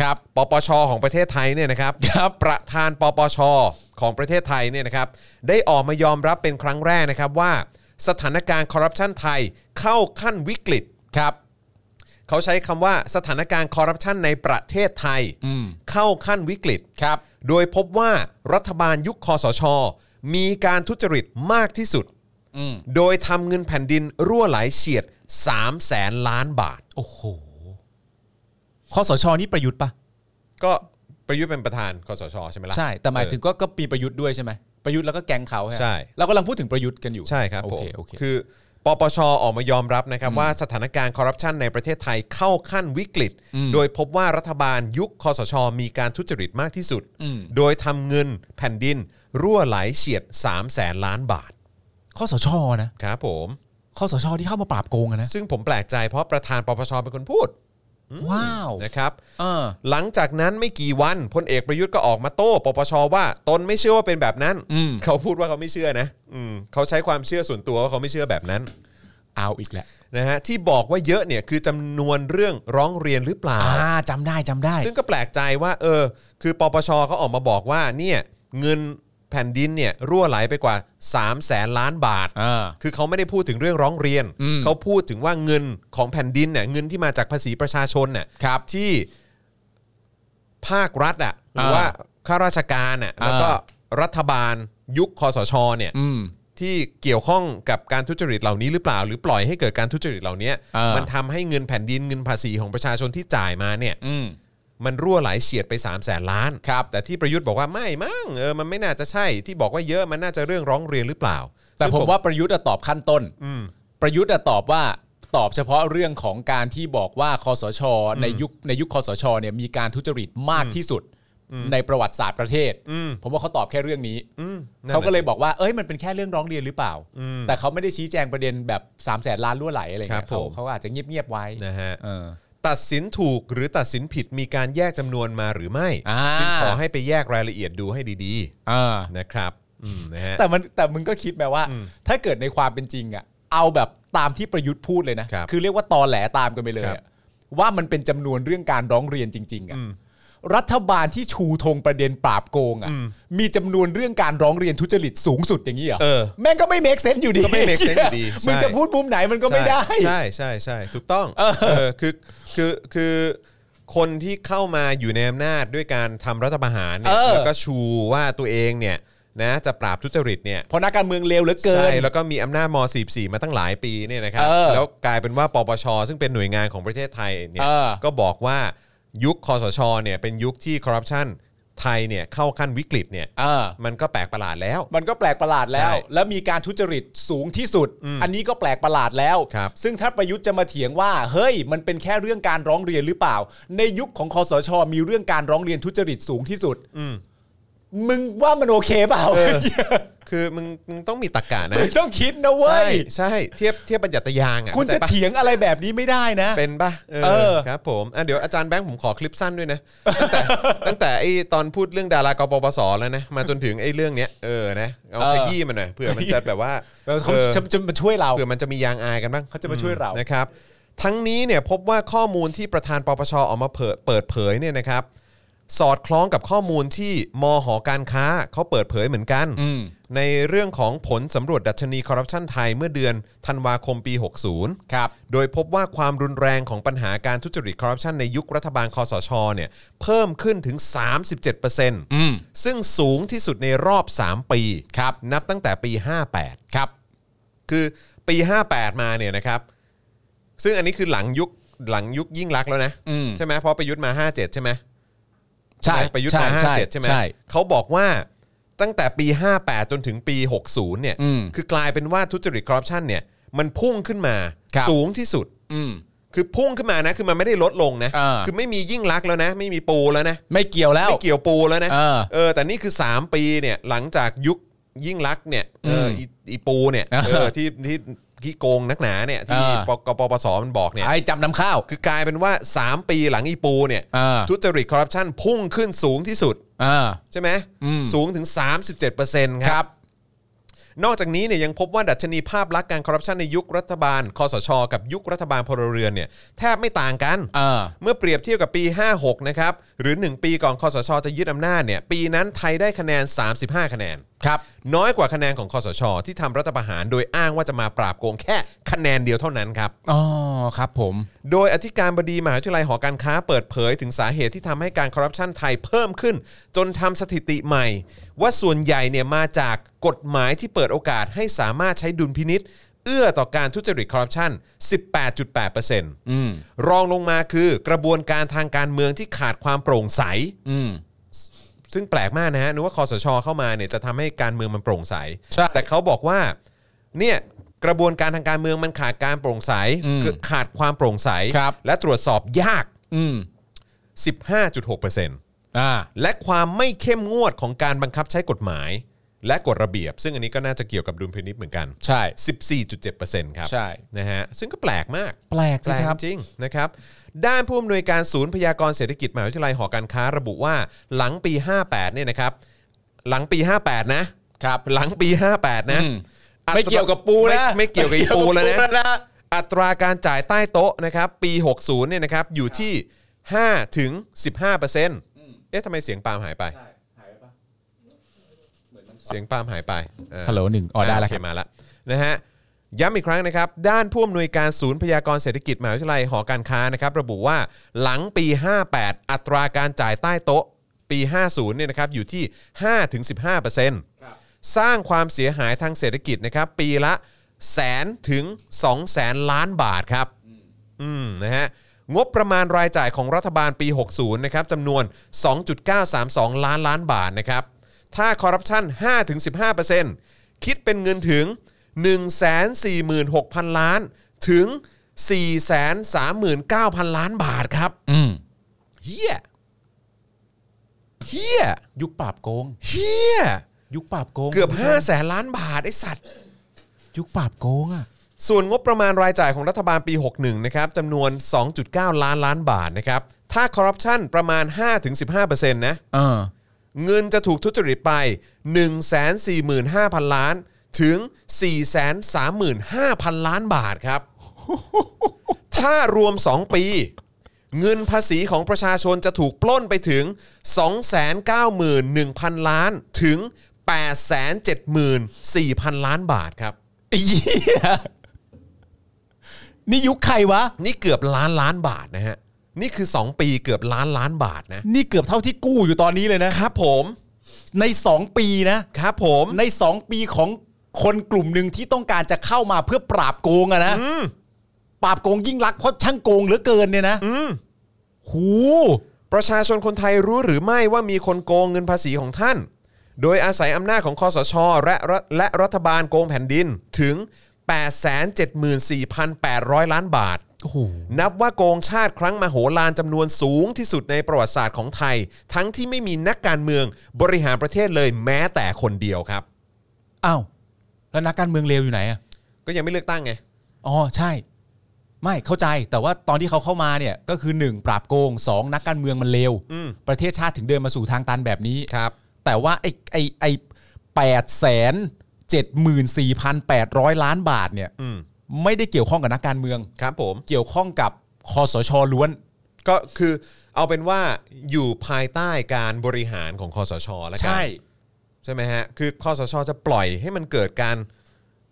Speaker 3: ครับ
Speaker 2: ปปช ของประเทศไทยเนี่ยนะครับ
Speaker 3: ครับ
Speaker 2: ประธานปปช ของประเทศไทยเนี่ยนะครับ ได้ออกมายอมรับเป็นครั้งแรกนะครับว่าสถานการณ์คอร์รัปชันไทยเข้าขั้นวิกฤต
Speaker 3: ครับ
Speaker 2: เขาใช้คำว่าสถานการณ์คอร์รัปชันในประเทศไทย
Speaker 3: อืม
Speaker 2: เข้าขั้นวิกฤต
Speaker 3: ครับ
Speaker 2: โดยพบว่ารัฐบาลยุคคอสช มีการทุจริตมากที่สุด
Speaker 3: อืม
Speaker 2: โดยทำเงินแผ่นดินรั่วไหลเฉียด3 0 0แสนล้านบาท
Speaker 3: โอ้โหคอสชนี่ประยุทธ์ปะ
Speaker 2: ก็ประยุทธ์เป็นประธานคอสชใช่ไหมล่ะ
Speaker 3: ใช่ แต่หมายถึง
Speaker 2: เอ
Speaker 3: ก็ก็ปีประยุทธ์ด้วยใช่ไหมประยุทธ์แล้วก็แกงเขาไหม
Speaker 2: ใช่
Speaker 3: เรากำลังพูดถึงประยุทธ์กันอยู่
Speaker 2: อใช่ครับ
Speaker 3: โอ
Speaker 2: ผม
Speaker 3: เคโอเค
Speaker 2: คือปปชออกมายอมรับนะครับว่าสถานการณ์คอร์รัปชันในประเทศไทยเข้าขั้นวิกฤต
Speaker 3: อืม
Speaker 2: โดยพบว่ารัฐบาลยุคคอสช มีการทุจริตมากที่สุด
Speaker 3: อืม
Speaker 2: โดยทำเงินแผ่นดินรั่วไหลเฉียด3 0 0แสนล้านบาท
Speaker 3: คอสชนะครับ
Speaker 2: ผม
Speaker 3: คอสชที่เข้ามาปราบโกงอะนะ
Speaker 2: ซึ่งผมแปลกใจเพราะประธานปปชเป็นคนพูด
Speaker 3: ว้าว
Speaker 2: นะครับ
Speaker 3: เออ
Speaker 2: หลังจากนั้นไม่กี่วันพลเอกประยุทธ์ก็ออกมาโต้ปปชว่าตนไม่เชื่อว่าเป็นแบบนั้น
Speaker 3: อืม
Speaker 2: เขาพูดว่าเขาไม่เชื่อนะอืมเขาใช้ความเชื่อส่วนตัวว่าเขาไม่เชื่อแบบนั้น
Speaker 3: เอาอีกแล้ว
Speaker 2: นะฮะที่บอกว่าเยอะเนี่ยคือจำนวนเรื่องร้องเรียนหรือเปล่า
Speaker 3: อ่าจำได้จำได้
Speaker 2: ซึ่งก็แปลกใจว่าเออคือปปชเขาออกมาบอกว่าเนี่ยเงินแผ่นดินเนี่ยรั่วไหลไปกว่า3 0 0แสนล้านบาท
Speaker 3: อ่า
Speaker 2: คือเขาไม่ได้พูดถึงเรื่องร้องเรียน
Speaker 3: อืม
Speaker 2: เขาพูดถึงว่าเงินของแผ่นดินเนี่ยเงินที่มาจากภาษีประชาชนเนี่ย
Speaker 3: ครับ
Speaker 2: ที่ภาครัฐอ่ะหรือ
Speaker 3: อ่า
Speaker 2: ว่าข้าราชการอ่ะ
Speaker 3: อ่า
Speaker 2: แล้วก็รัฐบาลยุคคอสชเนี่ย
Speaker 3: อืม
Speaker 2: ที่เกี่ยวข้องกับการทุจริตเหล่านี้หรือเปล่า หรือปล่อยให้เกิดการทุจริตเหล่านี้
Speaker 3: อ่ามั
Speaker 2: มันทำให้เงินแผ่นดินเงินภาษีของประชาชนที่จ่ายมาเนี่ย
Speaker 3: อืม
Speaker 2: มันรั่วไหลเฉียดไป3ามแสนล้านครับแต่ที่ประยุทธ์บอกว่าไม่มั้งเออมันไม่น่าจะใช่ ที่บอกว่าเยอะมันน่าจะเรื่องร้องเรียนหรือเปล่า
Speaker 3: แต่
Speaker 2: ซึ่ง
Speaker 3: ผมว่าประยุทธ์อะตอบขั้นต้น
Speaker 2: อืม
Speaker 3: ประยุทธ์อะตอบว่าตอบเฉพาะเรื่องของการที่บอกว่าคอสช ในยุคในยุคคอสชเนี่ยมีการทุจริตมากที่สุดในประวัติศาสตร์ประเทศ
Speaker 2: อืม
Speaker 3: ผมว่าเขาตอบแค่เรื่องนี้
Speaker 2: อืมนั่นน่ะ
Speaker 3: เขาก็เลย
Speaker 2: สิ
Speaker 3: บอกว่าเอ้ยมันเป็นแค่เรื่องร้องเรียนหรือเปล่า
Speaker 2: อืม
Speaker 3: แต่เขาไม่ได้ชี้แจงประเด็นแบบ3ามแสนล้านรั่วไหลอะไร
Speaker 2: ครั
Speaker 3: เงี้
Speaker 2: บ
Speaker 3: ยเขา
Speaker 2: ผม
Speaker 3: เขาอาจจะเงียบๆไว้
Speaker 2: นะฮะ
Speaker 3: เออ
Speaker 2: ตัดสินถูกหรือตัดสินผิดมีการแยกจำนวนมาหรือไม่
Speaker 3: อ่า
Speaker 2: จึงขอให้ไปแยกรายละเอียดดูให้ดี
Speaker 3: อ่า
Speaker 2: ๆนะครับอืมนะฮะ
Speaker 3: แต่มันแต่มึงก็คิดแบบว่า
Speaker 2: อืม
Speaker 3: ถ้าเกิดในความเป็นจริงอ่ะเอาแบบตามที่ประยุทธ์พูดเลยนะครับ อเรียกว่าตอแหลตามกันไปเลย
Speaker 2: ครับ
Speaker 3: อะว่ามันเป็นจำนวนเรื่องการร้องเรียนจริง ๆ
Speaker 2: อื
Speaker 3: อ่ะ
Speaker 2: ม
Speaker 3: รัฐบาลที่ชูธงประเด็นปราบโกงอ่ะ
Speaker 2: อืม
Speaker 3: มีจำนวนเรื่องการร้องเรียนทุจริตสูงสุดอย่างนี้เหรอ
Speaker 2: เออ
Speaker 3: แม่งก็ไม่เมคเซนต์อยู่ดี
Speaker 2: ก็ไม่ make sense อยู่ดีใช่
Speaker 3: มึงจะพูดมุมไหนมันก็ไม่ได้
Speaker 2: ใช่ใช่ใช่ใช่ถูกต้อง
Speaker 3: เออ
Speaker 2: เออคือคือคือคนที่เข้ามาอยู่ในอำนาจด้วยการทำรัฐประหารเนี่ย
Speaker 3: เออ
Speaker 2: แล้วก็ชูว่าตัวเองเนี่ยนะจะปราบทุจริตเนี่ย
Speaker 3: เพราะนักการเมืองเลวเหลือเกิ
Speaker 2: ใช่
Speaker 3: น
Speaker 2: แล้วก็มีอำนาจม .44 มาตั้งหลายปีเนี่ยนะครับ
Speaker 3: เออ
Speaker 2: แล้วกลายเป็นว่าปปช ซึ่งเป็นหน่วยงานของประเทศไทยเนี่ย
Speaker 3: เออ
Speaker 2: ก็บอกว่ายุคคอสชเนี่ยเป็นยุคที่คอร์รัปชันไทยเนี่ยเข้าขั้นวิกฤตเนี่ย
Speaker 3: เออ
Speaker 2: มันก็แปลกประหลาดแล้ว
Speaker 3: มันก็แปลกประหลาดแล้ว
Speaker 2: ใช่
Speaker 3: แล้วมีการทุจริตสูงที่สุด
Speaker 2: อืม
Speaker 3: อันนี้ก็แปลกประหลาดแล้ว
Speaker 2: ครับ
Speaker 3: ซึ่งถ้าประยุทธ์จะมาเถียงว่า เฮ้ย มันเป็นแค่เรื่องการร้องเรียนหรือเปล่า ในยุคของคอสช มีเรื่องการร้องเรียนทุจริตสูงที่สุด
Speaker 2: อืม
Speaker 3: มึงว่ามันโอเคเปล่า
Speaker 2: เออ คือมึงมึงต้องมีตรกกะนะ
Speaker 3: มึงต้องคิดนะเว้
Speaker 2: ใช่
Speaker 3: ย
Speaker 2: ใช่เทียบเทียบบัญญัติยางอ่ะ
Speaker 3: คุณจะ
Speaker 2: เข้าใป
Speaker 3: เถียงอะไรแบบนี้ไม่ได้นะ
Speaker 2: เป็นปะ
Speaker 3: เออ
Speaker 2: ครับผมอ่ะเดี๋ยวอาจารย์แบงค์ผมขอคลิปสั้นด้วยนะ ตั้งแต่ ตั้งแต่ไอ้ตอนพูดเรื่องดารากปปสแล้วนะ มาจนถึงไอ้เรื่องเนี้ยเออนะเอาขยี้มันหน่อยเผื่อมันจะแบบว่า
Speaker 3: เออเขา
Speaker 2: เออ
Speaker 3: จะจะมาช่วยเรา
Speaker 2: เผื่อมันจะมียางอายกันบ้าง
Speaker 3: เขาจะมาช่วยเรา
Speaker 2: อืนะครับ ทั้งนี้เนี่ยพบว่าข้อมูลที่ประธานปปชออกมาเผยเปิดเผยเนี่ยนะครับ สอดคล้องกับข้อมูลที่มหอการค้าเขาเปิดเผยเหมือนกัน
Speaker 3: อืม
Speaker 2: ในเรื่องของผลสำรวจดัชนีคอร์รัปชันไทยเมื่อเดือนธันวาคมปี 60
Speaker 3: ครับ
Speaker 2: โดยพบว่าความรุนแรงของปัญหาการทุจริตคอร์รัปชันในยุครัฐบาลคอสชเนี่ยเพิ่มขึ้นถึง
Speaker 3: อืม
Speaker 2: 37%ซึ่งสูงที่สุดในรอบ 3 ปี
Speaker 3: ครับ
Speaker 2: นับตั้งแต่ปี 58
Speaker 3: ครับ
Speaker 2: คือปี 58 มาเนี่ยนะครับ ซึ่งอันนี้คือหลังยุคหลังยุคยิ่งรักษณ์แล้วนะ
Speaker 3: อืม
Speaker 2: ใช่ไหมเพราะประยุทธ์มา 57 ใช่ไหม
Speaker 3: ใช่
Speaker 2: ไหมประยุทธ์มา
Speaker 3: ใช่
Speaker 2: 57 ใช่ไหม
Speaker 3: ใช่
Speaker 2: เขาบอกว่าตั้งแต่ปี 58 จนถึงปี 60 เนี่ย
Speaker 3: อืม
Speaker 2: คือกลายเป็นว่าทุจริตคอร์รัปชันเนี่ย มันพุ่งขึ้นมา
Speaker 3: ครับ
Speaker 2: สูงที่สุด
Speaker 3: อืม
Speaker 2: คือพุ่งขึ้นมานะคือมันไม่ได้ลดลงนะ
Speaker 3: อ่า
Speaker 2: คือไม่มียิ่งลักษณ์แล้วนะ ไม่มีปูแล้วนะ
Speaker 3: ไม่เกี่ยวแล้ว
Speaker 2: ไม่เกี่ยวปูแล้วนะ
Speaker 3: อ่า
Speaker 2: เออแต่นี่คือ 3 ปีเนี่ยหลังจากยุคยิ่งลักษณ์เนี่ยเอออ
Speaker 3: ม
Speaker 2: อีอีปูเนี่ย
Speaker 3: อ่า
Speaker 2: เออที่ที่ที่โกงนักหนาเนี่ยที่
Speaker 3: อ่า
Speaker 2: ปกปปสมันบอกเนี่ย
Speaker 3: ไอ้จำนำข้าว
Speaker 2: คือกลายเป็นว่า 3 ปีหลังอีปูเนี่ย
Speaker 3: อ่า
Speaker 2: ทุจริตคอร์รัปชันพุ่งขึ้นสูงที่สุด
Speaker 3: อ่า
Speaker 2: ใช่ไหม
Speaker 3: อืม
Speaker 2: สูงถึง 37%ค
Speaker 3: ค
Speaker 2: รั
Speaker 3: รับ บ
Speaker 2: นอกจากนี้เนี่ยยังพบว่าดัชนีภาพลักษณ์การคอร์รัปชันในยุครัฐบาลคอสช กับยุครัฐบาลพลเรือนเนี่ยแทบไม่ต่างกัน
Speaker 3: อ่า
Speaker 2: เมื่อเปรียบเทียบกับปี 56 นะครับ หรือ 1 ปีก่อนคอสช จะยึดอำนาจเนี่ย ปีนั้นไทยได้คะแนน 35 คะแนน
Speaker 3: ครับ
Speaker 2: น้อยกว่าคะแนนของคอสช ที่ทำรัฐประหาร โดยอ้างว่าจะมาปราบโกงแค่คะแนนเดียวเท่านั้นครับ
Speaker 3: อ๋อ ครับผม
Speaker 2: โดยอธิการบดีมหาวิทยาลัยหอการค้าเปิดเผยถึงสาเหตุที่ทำให้การคอร์รัปชันไทยเพิ่มขึ้น จนทำสถิติใหม่ ว่าส่วนใหญ่เนี่ยมาจากกฎหมายที่เปิดโอกาสให้สามารถใช้ดุลพินิษเอื้อต่อการทุจริตคอร์รัปชัน 18.8%
Speaker 3: อืม
Speaker 2: รองลงมาคือกระบวนการทางการเมืองที่ขาดความโปร่งใส
Speaker 3: อืม
Speaker 2: ซึ่งแปลกมากนะฮะนึกว่าคอสช เข้ามาเนี่ยจะทำให้การเมืองมันโปร่งใส
Speaker 3: ใช่
Speaker 2: แต่เขาบอกว่าเนี่ยกระบวนการทางการเมืองมันขาดการโปร่งใส
Speaker 3: อืม
Speaker 2: คือขาดความโปร่งใส
Speaker 3: ครับ
Speaker 2: และตรวจสอบยาก
Speaker 3: อืม
Speaker 2: 15.6%
Speaker 3: อ่า
Speaker 2: และความไม่เข้มงวดของการบังคับใช้กฎหมาย และกฎระเบียบ ซึ่งอันนี้ก็น่าจะเกี่ยวกับดุลพินิจเหมือนกัน
Speaker 3: ใช่
Speaker 2: 14.7%ครับ
Speaker 3: ใช่
Speaker 2: นะฮะซึ่งก็แปลกมาก
Speaker 3: แปลก
Speaker 2: แป
Speaker 3: สิ
Speaker 2: ล
Speaker 3: ครับ
Speaker 2: กจริงนะครับด้านผู้อำนวยการศูนย์พยากรณ์เศรษฐกิจมหาวิทยาลัยหอการค้าระบุว่าหลังปี 58เนี่ยนะครับหลังปี 58 นะ
Speaker 3: ครับ
Speaker 2: หลังปี 58 นะ
Speaker 3: อืม
Speaker 2: อัตรา
Speaker 3: ไม่เกี่ยวกับปูนะ
Speaker 2: ไม่ไม่เกี่ยวกับอีปูแล้ว
Speaker 3: ไม่เกี่ยวกับปู
Speaker 2: นะ
Speaker 3: แล้วนะ
Speaker 2: อัตราการจ่ายใต้โต๊ะนะครับปี 60เนี่ยนะครับอยู่ที่5ถึง15เปอร์เซ็นต์เอ๊ะทำไมเสียงปาล์มหายไป เสียงปาล์มหายไปเออ
Speaker 3: ฮัลโหลหนึ่งอ๋อได้แล้ว
Speaker 2: โอ
Speaker 3: ครับ
Speaker 2: เคมาละนะฮะย้ำอีกครั้งนะครับ ด้านผู้อำนวยการศูนย์พยากรณ์เศรษฐกิจมหาวิทยาลัยหอการค้านะครับ ระบุว่าหลังปี 58 อัตราการจ่ายใต้โต๊ะปี 50เนี่ยนะครับอยู่ที่
Speaker 3: ครับ
Speaker 2: 5-15%สร้างความเสียหายทางเศรษฐกิจนะครับ ปีละแสนถึง2แสนล้านบาทครับ อืมนะฮะงบประมาณรายจ่ายของรัฐบาลปี 60 นะครับจำนวน 2.932 ล้านล้านบาทนะครับ ถ้าคอร์รัปชัน5-15%คิดเป็นเงินถึง 146,000 ล้าน ถึง 439,000 ล้านบาทครับ
Speaker 3: อืม
Speaker 2: เฮียเฮีย
Speaker 3: ยุคปราบโกง
Speaker 2: เฮีย
Speaker 3: ยุคปราบโกง
Speaker 2: เกือบ5แสนล้านบาท ไอ้สัตว์
Speaker 3: ยุคปราบโกงอ่ะ
Speaker 2: ส่วนงบประมาณรายจ่ายของรัฐบาลปี 61 นะครับจำนวน 2.9 ล้านล้านบาทนะครับ ถ้าคอร์รัปชันประมาณ 5-15%นะ
Speaker 3: เออ
Speaker 2: เงินจะถูกทุจริตไป 145,000 ล้านถึง 435,000 ล้านบาทครับ ถ้ารวม 2 ปี เงินภาษีของประชาชนจะถูกปล้นไปถึง 291,000 ล้านถึง 874,000 ล้านบาทครับ
Speaker 3: ไอ้เหี้ยนี่ยุคใครวะ
Speaker 2: นี่เกือบล้านล้านบาทนะฮะ นี่คือ 2 ปีเกือบล้านล้านบาทนะ
Speaker 3: นี่เกือบเท่าที่กู้อยู่ตอนนี้เลยนะ
Speaker 2: ครับผม
Speaker 3: ใน 2 ปีนะ
Speaker 2: ครับผม
Speaker 3: ใน 2 ปีของคนกลุ่มหนึ่งที่ต้องการจะเข้ามาเพื่อปราบโกงอะนะปราบโกงยิ่งรักษณ์เพราะช่างโกงเหลือเกินเนี่ยนะหู
Speaker 2: ประชาชนคนไทยรู้หรือไม่ว่ามีคนโกงเงินภาษีของท่าน โดยอาศัยอำนาจของคอสช และรัฐและรัฐบาลโกงแผ่นดินถึง 874,800 ล้านบาท
Speaker 3: โอ้โห
Speaker 2: นับว่าโกงชาติครั้งมโหฬารจำนวนสูงที่สุดในประวัติศาสตร์ของไทย ทั้งที่ไม่มีนักการเมืองบริหารประเทศเลยแม้แต่คนเดียวครับ
Speaker 3: อ้าวแล้วนักการเมืองเลวอยู่ไหนอะ
Speaker 2: ก็ยังไม่เลือกตั้งไง
Speaker 3: อ๋อใช่ ไม่เข้าใจแต่ว่าตอนที่เขาเข้ามาเนี่ย ก็คือ 1 ปราบโกง 2 นักการเมืองมันเลว
Speaker 2: อืม
Speaker 3: ประเทศชาติถึงเดินมาสู่ทางตันแบบนี้
Speaker 2: ครับ
Speaker 3: แต่ว่าไอ้ไอ้ไอ้แปดแสนเจ็ดหมื่นสี่พันแปดร้อยล้านบาทเนี่ย
Speaker 2: อืม
Speaker 3: ไม่ได้เกี่ยวข้องกับนักการเมือง
Speaker 2: ครับผม
Speaker 3: เกี่ยวข้องกับคอสชล้วน
Speaker 2: ก็คือเอาเป็นว่าอยู่ภายใต้การบริหารของคอสช แล้วกัน ใช่ไหมฮะ คือคอสช จะปล่อยให้มันเกิดการ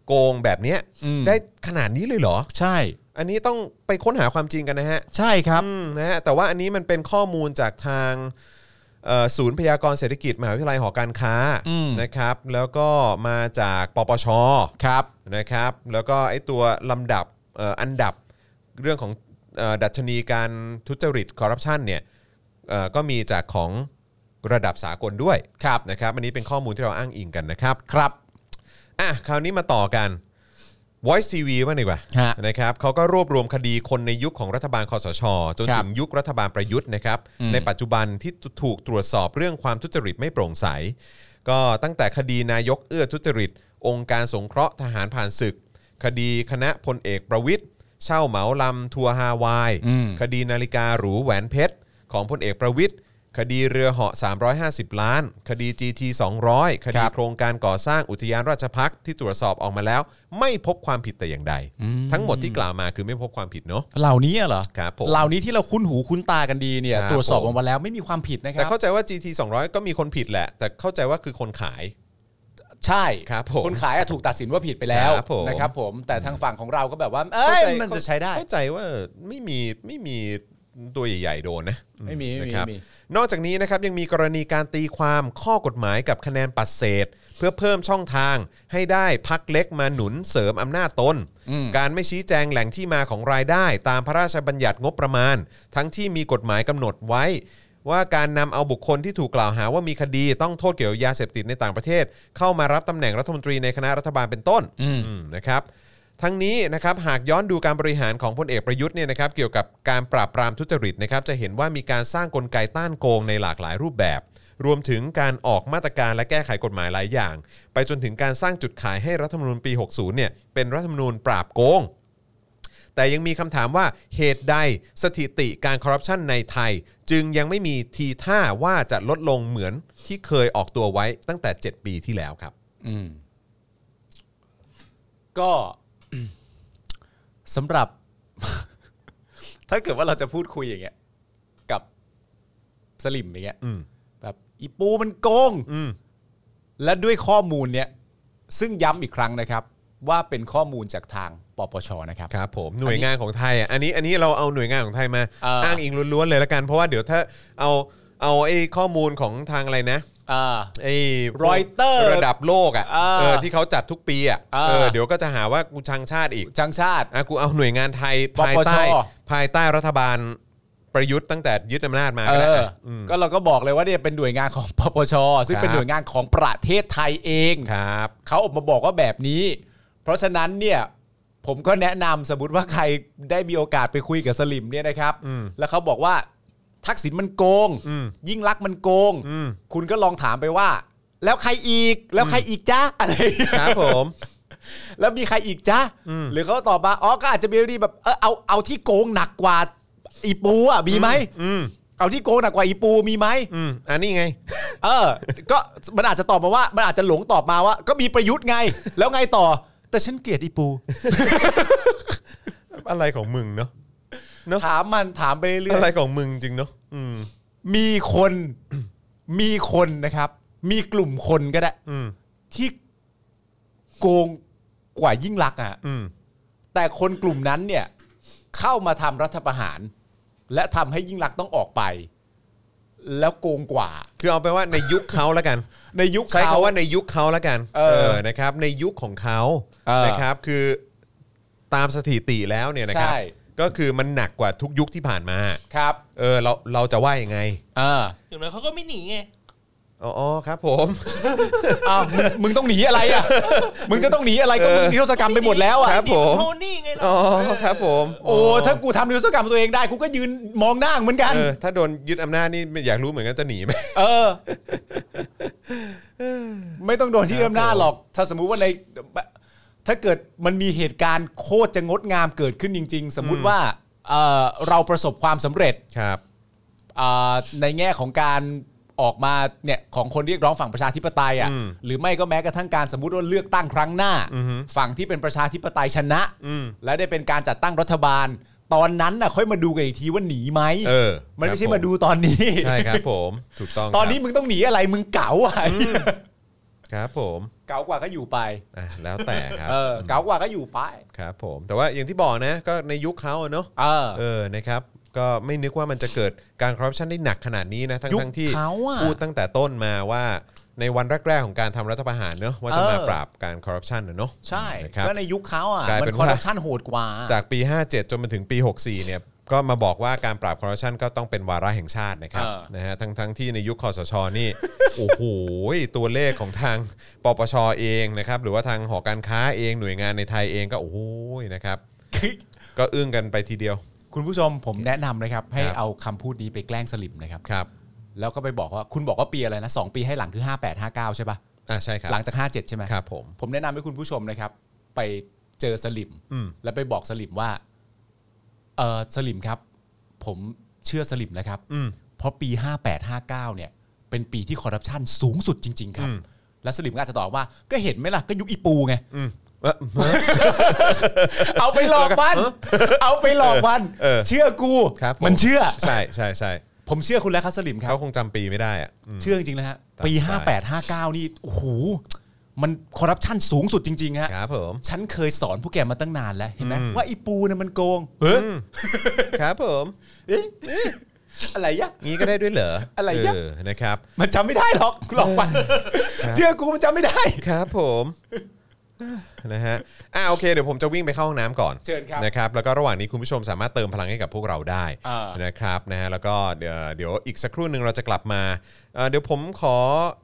Speaker 2: โกงแบบเนี้ย
Speaker 3: อืม
Speaker 2: ได้ขนาดนี้เลยเหรอ
Speaker 3: ใช่
Speaker 2: อันนี้ต้องไปค้นหาความจริงกันนะฮะ
Speaker 3: ใช่ครับ
Speaker 2: อืมนะฮะ แต่ว่าอันนี้มันเป็นข้อมูลจากทางเอ่อศูนย์พยากรณ์เศรษฐกิจมหาวิทยาลัยหอการค้า
Speaker 3: อืม
Speaker 2: นะครับ แล้วก็มาจากปปช
Speaker 3: ครับ
Speaker 2: นะครับ แล้วก็ไอ้ตัวลำดับเอ่ออันดับเรื่องของเอ่อดัชนีการทุจริตคอร์รัปชันเนี่ยเอ่อก็มีจากของระดับสากลด้วย
Speaker 3: ครับ
Speaker 2: นะครับ อันนี้เป็นข้อมูลที่เราอ้างอิงกันนะครับ
Speaker 3: ครับ
Speaker 2: อ่ะคราวนี้มาต่อกัน Voice TV บ้างดีกว่า
Speaker 3: ฮะ
Speaker 2: นะครับเขาก็รวบรวมคดีคนในยุคของรัฐบาลคอสช จน
Speaker 3: ครับ
Speaker 2: ถึงยุครัฐบาลประยุทธ์นะครับ ในปัจจุบันที่ถูกตรวจสอบเรื่องความทุจริตไม่โปร่งใส ก็ตั้งแต่คดีนายกเอื้อทุจริต องค์การสงเคราะห์ทหารผ่านศึก คดีคณะพลเอกประวิทย์เช่าเหมาลำทัวร์ฮาวาย
Speaker 3: อืม
Speaker 2: คดีนาฬิกาหรูแหวนเพชร ของพลเอกประวิทย์คดีเรือเหาะ 350 ล้าน คดี GT 200 คดีโครงการก่อสร้างอุทยานราชพักษ์ที่ตรวจสอบออกมาแล้ว ไม่พบความผิดแต่อย่างใด ทั้งหมดที่กล่าวมาคือไม่พบความผิดเนาะ
Speaker 3: เหล่านี้เหรอ
Speaker 2: ครับผม
Speaker 3: เหล่านี้ที่เราคุ้นหูคุ้นตากันดีเนี่ย
Speaker 2: ครับ
Speaker 3: ตรวจสอบ
Speaker 2: ผ
Speaker 3: อ
Speaker 2: ม
Speaker 3: อกมาแล้วไม่มีความผิดนะค
Speaker 2: แต่
Speaker 3: รับ
Speaker 2: เข้าใจว่า GT 200 ก็มีคนผิดแหละ แต่เข้าใจว่าคือคนขาย
Speaker 3: ใช่
Speaker 2: ครับผม
Speaker 3: นขายอะถูกตัดสินว่าผิดไปแล้ว
Speaker 2: ครับผม
Speaker 3: นะครับผมแต่ทางฝั่งของเราก็แบบว่าเอ้
Speaker 2: เข้ายใจ
Speaker 3: มันจะใช้ได้
Speaker 2: เข้าใจว่าไม่มีไม่มีตัวใหญ่ๆโดนนะ
Speaker 3: ไม่มีไม่มี
Speaker 2: นะครับ
Speaker 3: ไม่มี
Speaker 2: นอกจากนี้นะครับยังมีกรณีการตีความข้อกฎหมายกับคะแนนปัดเศษ เพื่อเพิ่มช่องทางให้ได้พักเล็กมาหนุนเสริมอำนาจตน การไม่ชี้แจงแหล่งที่มาของรายได้ ตามพระราชบัญญัติงบประมาณ ทั้งที่มีกฎหมายกำหนดไว้ ว่าการนำเอาบุคคลที่ถูกกล่าวหาว่ามีคดีต้องโทษเกี่ยวกับยาเสพติดในต่างประเทศ เข้ามารับตำแหน่งรัฐมนตรีในคณะรัฐบาลเป็นต้นอืมนะครับ ทั้งนี้นะครับหากย้อนดูการบริหารของพลเอกประยุทธ์เนี่ยนะครับเกี่ยวกับการปราบปรามทุจริตนะครับจะเห็นว่ามีการสร้างกลไกต้านโกงในหลากหลายรูปแบบ รวมถึงการออกมาตรการและแก้ไขกฎหมายหลายอย่าง ไปจนถึงการสร้างจุดขายให้รัฐธรรมนูญปี 60เนี่ยเป็นรัฐธรรมนูญปราบโกง แต่ยังมีคำถามว่าเหตุใดสถิติการคอร์รัปชันในไทย จึงยังไม่มีทีท่าว่าจะลดลงเหมือนที่เคยออกตัวไว้ตั้งแต่ 7 ปีที่แล้วครับ
Speaker 3: อืมก็ สำหรับ ถ้าเกิดว่าเราจะพูดคุยอย่างเงี้ย กับสลิมอย่างเงี้ย
Speaker 2: อืม
Speaker 3: แบบอีปูมันโกง
Speaker 2: อืม
Speaker 3: และด้วยข้อมูลเนี้ยซึ่งย้ำอีกครั้งนะครับ ว่าเป็นข้อมูลจากทางปปชนะครับ
Speaker 2: ครับผมหน่วยงานของไทยอ่ะอันนี้อันนี้เราเอาหน่วยงานของไทยมา
Speaker 3: เอออ้
Speaker 2: อ้างอิงล้วนๆเลยละกัน เพราะว่าเดี๋ยวถ้าเอาเอาไอ้ข้อมูลของทางอะไรนะ
Speaker 3: อ่า
Speaker 2: ไอ้
Speaker 3: Reuters
Speaker 2: ระดับโลกอ่ะ
Speaker 3: อ่า
Speaker 2: เออที่เขาจัดทุกปีอ่ะ
Speaker 3: อ่า
Speaker 2: เออเดี๋ยวก็จะหาว่ากูชังชาติอีก
Speaker 3: จังชาติ
Speaker 2: อ่ะกูเอาหน่วยงานไทย
Speaker 3: ปปช
Speaker 2: ภายใต้ภายใต้รัฐบาลประยุทธ์ตั้งแต่ยึดอำนาจมา
Speaker 3: เอ
Speaker 2: ก็ได้
Speaker 3: อ
Speaker 2: อ่ะ
Speaker 3: อ
Speaker 2: ม
Speaker 3: ก็เราก็บอกเลยว่าเนี่ยเป็นหน่วยงานของปปช ซึ่
Speaker 2: ค
Speaker 3: ง
Speaker 2: รับ
Speaker 3: เป็นหน่วยงานของประเทศไทยเอง
Speaker 2: ครับ
Speaker 3: เขาออกมาบอกว่าแบบนี้ เพราะฉะนั้นเนี่ย ผมก็แนะนำสมมติว่าใครได้มีโอกาสไปคุยกับสลิมเนี่ยนะครับ
Speaker 2: อืม
Speaker 3: แล้วเขาบอกว่า ทักษิณมันโกง
Speaker 2: อืม
Speaker 3: ยิ่งรักษณ์มันโกง
Speaker 2: อืม
Speaker 3: คุณก็ลองถามไปว่า แล้วใครอีกแล้วใครอีกจ้าอะไรอย่างเงี้ย
Speaker 2: ครับผม
Speaker 3: แล้วมีใครอีกจ้า
Speaker 2: อืม
Speaker 3: หรือเขาตอบมาอ๋อก็อาจจะมีดีแบบเออเอาเอาที่โกงหนักกว่าอีปูอ่ะมีไหม
Speaker 2: อืม
Speaker 3: เอาที่โกงหนักกว่าอีปูมีไหม
Speaker 2: อืมอันนี้ไง
Speaker 3: เออ ก็มันอาจจะตอบมาว่า มันอาจจะหลงตอบมาว่า ก็มีประยุทธ์ไง แล้วไงต่อ แต่ฉันเกลียดอีปู
Speaker 2: อะไรของมึงเนาะ
Speaker 3: ถามมันถามไปเรื่
Speaker 2: อะไร
Speaker 3: อย
Speaker 2: ของมึงจริงเนาะอืม
Speaker 3: ๆมีคน มีคนนะครับ มีกลุ่มคนก็ได้
Speaker 2: อืม
Speaker 3: ที่โกงกว่ายิ่งรักษณ์อ่ะ
Speaker 2: อืม
Speaker 3: แต่คนกลุ่มนั้นเนี่ยเข้ามาทำรัฐประหาร และทำให้ยิ่งรักษณ์ต้องออกไป แล้วโกงกว่า
Speaker 2: คือเอาไปนว่าในยุคเขาแล้วกัน
Speaker 3: ในยุค
Speaker 2: ใช้
Speaker 3: เขา
Speaker 2: คาว่าในยุคเขาแล้วกัน
Speaker 3: เออ
Speaker 2: นะครับ ในยุคของเขา
Speaker 3: เออ
Speaker 2: นะครับคือตามสถิติแล้วเนี่ยนะครับ
Speaker 3: ใช่
Speaker 2: ก็คือมันหนักกว่าทุกยุคที่ผ่านมา
Speaker 3: ครับ
Speaker 2: เออเราเราจะว่ายังไง
Speaker 3: อ่า
Speaker 4: อย่างน้อยเขาก็ไม่หนีไง
Speaker 2: อ๋ออ๋อครับผม
Speaker 3: อ้าวมึงมึงต้องหนีอะไรอ่ะ มึงจะต้องหนีอะไรก็มึงนิรศกรรมไปหมดแล้วอ่ะ
Speaker 2: ครับ ผม
Speaker 4: โทนี่ไง
Speaker 2: อ๋อ
Speaker 4: เนาะ
Speaker 2: ครับผม
Speaker 3: โอ้ถ้ากูทำนิรศกรรมตัวเองได้กูก็ยืนมองหน้ามึงเหมือนกัน
Speaker 2: เออถ้าโดนยึดอำนาจนี่อยากรู้เหมือนกันจะหนีไหม
Speaker 3: เออ ไม่ต้องโดนที่
Speaker 2: ครับ
Speaker 3: อำนาจ
Speaker 2: ผม
Speaker 3: หรอก ถ้าสมมุติว่าใน ถ้าเกิดมันมีเหตุการณ์โคตรจะงดงามเกิดขึ้นจริง ๆ สมมุติว่าเอ่อเราประสบความสำเร็จ
Speaker 2: ครับ
Speaker 3: อ่าในแง่ของการออกมาเนี่ยของคนเรียกร้องฝั่งประชาธิปไตยอ่ะ
Speaker 2: อืม
Speaker 3: หรือไม่ก็แม้กระทั่งการสมมติว่าเลือกตั้งครั้งหน้า
Speaker 2: อือฮึ
Speaker 3: ฝั่งที่เป็นประชาธิปไตยชนะ
Speaker 2: อืม
Speaker 3: และได้เป็นการจัดตั้งรัฐบาล ตอนนั้นน่ะค่อยมาดูกันอีกทีว่าหนีไหม
Speaker 2: เออ
Speaker 3: มันไม่ใช่
Speaker 2: ค
Speaker 3: มา
Speaker 2: รับผ
Speaker 3: ดูตอนนี้
Speaker 2: ใช่ครับ ผมถูกต้อง
Speaker 3: ตอนนี้
Speaker 2: ครับ
Speaker 3: มึงต้องหนีอะไรมึงเก๋าอ่ะ
Speaker 2: ครับผม
Speaker 3: เก๋ากว่าก็อยู่ไป
Speaker 2: อ่ะแล้วแต่ครับ
Speaker 3: เออเก๋ากว่าก็อยู่ไป
Speaker 2: ครับผม แต่ว่าอย่างที่บอกนะก็ในยุคเขาอะเนาะ
Speaker 3: เออ
Speaker 2: เออ นะครับ ก็ไม่นึกว่ามันจะเกิดการคอร์รัปชันได้หนักขนาดนี้นะ ทั้ง
Speaker 3: ยุค
Speaker 2: ทั้งที่
Speaker 3: เขาอะ
Speaker 2: พูดตั้งแต่ต้นมาว่าในวันแรก ๆ ของการทำรัฐประหารเนอะว่าจะมา
Speaker 3: เออ
Speaker 2: ปราบการคอร์รัปชันนะเนอะ
Speaker 3: ใช่
Speaker 2: นะครับ
Speaker 3: ก็ในยุคเขาอ่ะ
Speaker 2: กลาย
Speaker 3: มั
Speaker 2: เป็น
Speaker 3: นคอร์รัป
Speaker 2: ว่า
Speaker 3: ชันโหดกว่า
Speaker 2: จากปี 57 จนมาถึงปี 64 เนี่ย ก็มาบอกว่าการปราบคอร์รัปชันก็ต้องเป็นวาระแห่งชาตินะครับ
Speaker 3: เออ
Speaker 2: นะฮะทั้งทั้งที่ในยุคคอสชนี่ โอ้โหตัวเลขของทางปปชเองนะครับหรือว่าทางหอการค้าเองหน่วยงานในไทยเองก็โอ้โหนะครับ ก็อึ้งกันไปทีเดียว
Speaker 3: คุณผู้ชมผมแนะนำนะครับ ให้
Speaker 2: ครับ
Speaker 3: เอาคำพูดนี้ไปแกล้งสลิมนะครับ
Speaker 2: ครับ
Speaker 3: แล้วก็ไปบอกว่าคุณบอกว่าปีอะไรนะสองปีให้หลังคือ 58 59 ใช่ปะ
Speaker 2: อ่าใช่ครับ
Speaker 3: หลังจาก 57 ใช่ไหม
Speaker 2: ครับผม
Speaker 3: ผมแนะนำให้คุณผู้ชมนะครับ ไปเจอสลิม
Speaker 2: อืม
Speaker 3: แล้วไปบอกสลิมว่าเออสลิมครับ ผมเชื่อสลิมนะครับ
Speaker 2: อืม
Speaker 3: เพราะปี 58 59 เนี่ย เป็นปีที่คอร์รัปชันสูงสุดจริง ๆ ครับ
Speaker 2: อืม
Speaker 3: แล้วสลิมก็อาจจะตอบว่า ก็เห็นไหมล่ะ ก็ยุคอีปูไง
Speaker 2: อืมเอ่อ
Speaker 3: เอาไปหลอกมัน เอาไปหลอกมัน
Speaker 2: เออ
Speaker 3: เชื่อกู
Speaker 2: ครับผม
Speaker 3: มันเชื่อ
Speaker 2: ใช่ใช่ใช่
Speaker 3: ผมเชื่อคุณแล้วครับสลิมครับ
Speaker 2: เขาคงจำปีไม่ได้อะอืม
Speaker 3: เชื่อจริงๆนะฮะ
Speaker 2: ตาม
Speaker 3: ปี
Speaker 2: สไตล์
Speaker 3: 58 59 นี่โอ้โหมันคอร์รัปชันสูงสุดจริง ๆ ฮะ
Speaker 2: ครับผม
Speaker 3: ฉันเคยสอนพวกแกมาตั้งนานแล้ว เห็นไหม
Speaker 2: อืม
Speaker 3: ว่าอีปูเนี่ยมันโกง เฮ้ย
Speaker 2: อืมครับผม
Speaker 3: เอ๊ะเอ๊ะอะไรยะ
Speaker 2: งี้ก็ได้ด้วยเหรอ
Speaker 3: อะไรเนี่ย
Speaker 2: เนะครับ
Speaker 3: มันจำไม่ได้หรอกหลอกมันเชื่อกูมันจำไม่ได้
Speaker 2: ครับผมนะฮะอ่าโอเคเดี๋ยวผมจะวิ่งไปเข้าห้องน้ำก่อน
Speaker 3: เชิญครับ
Speaker 2: นะครับแล้วก็ระหว่างนี้คุณผู้ชมสามารถเติมพลังให้กับพวกเราได้
Speaker 3: อ่าน
Speaker 2: นะครับนะฮะแล้วก็เดี๋ยวเดี๋ยวอีกสักครู่หนึ่งเราจะกลับมาเอ่อเดี๋ยวผมขอ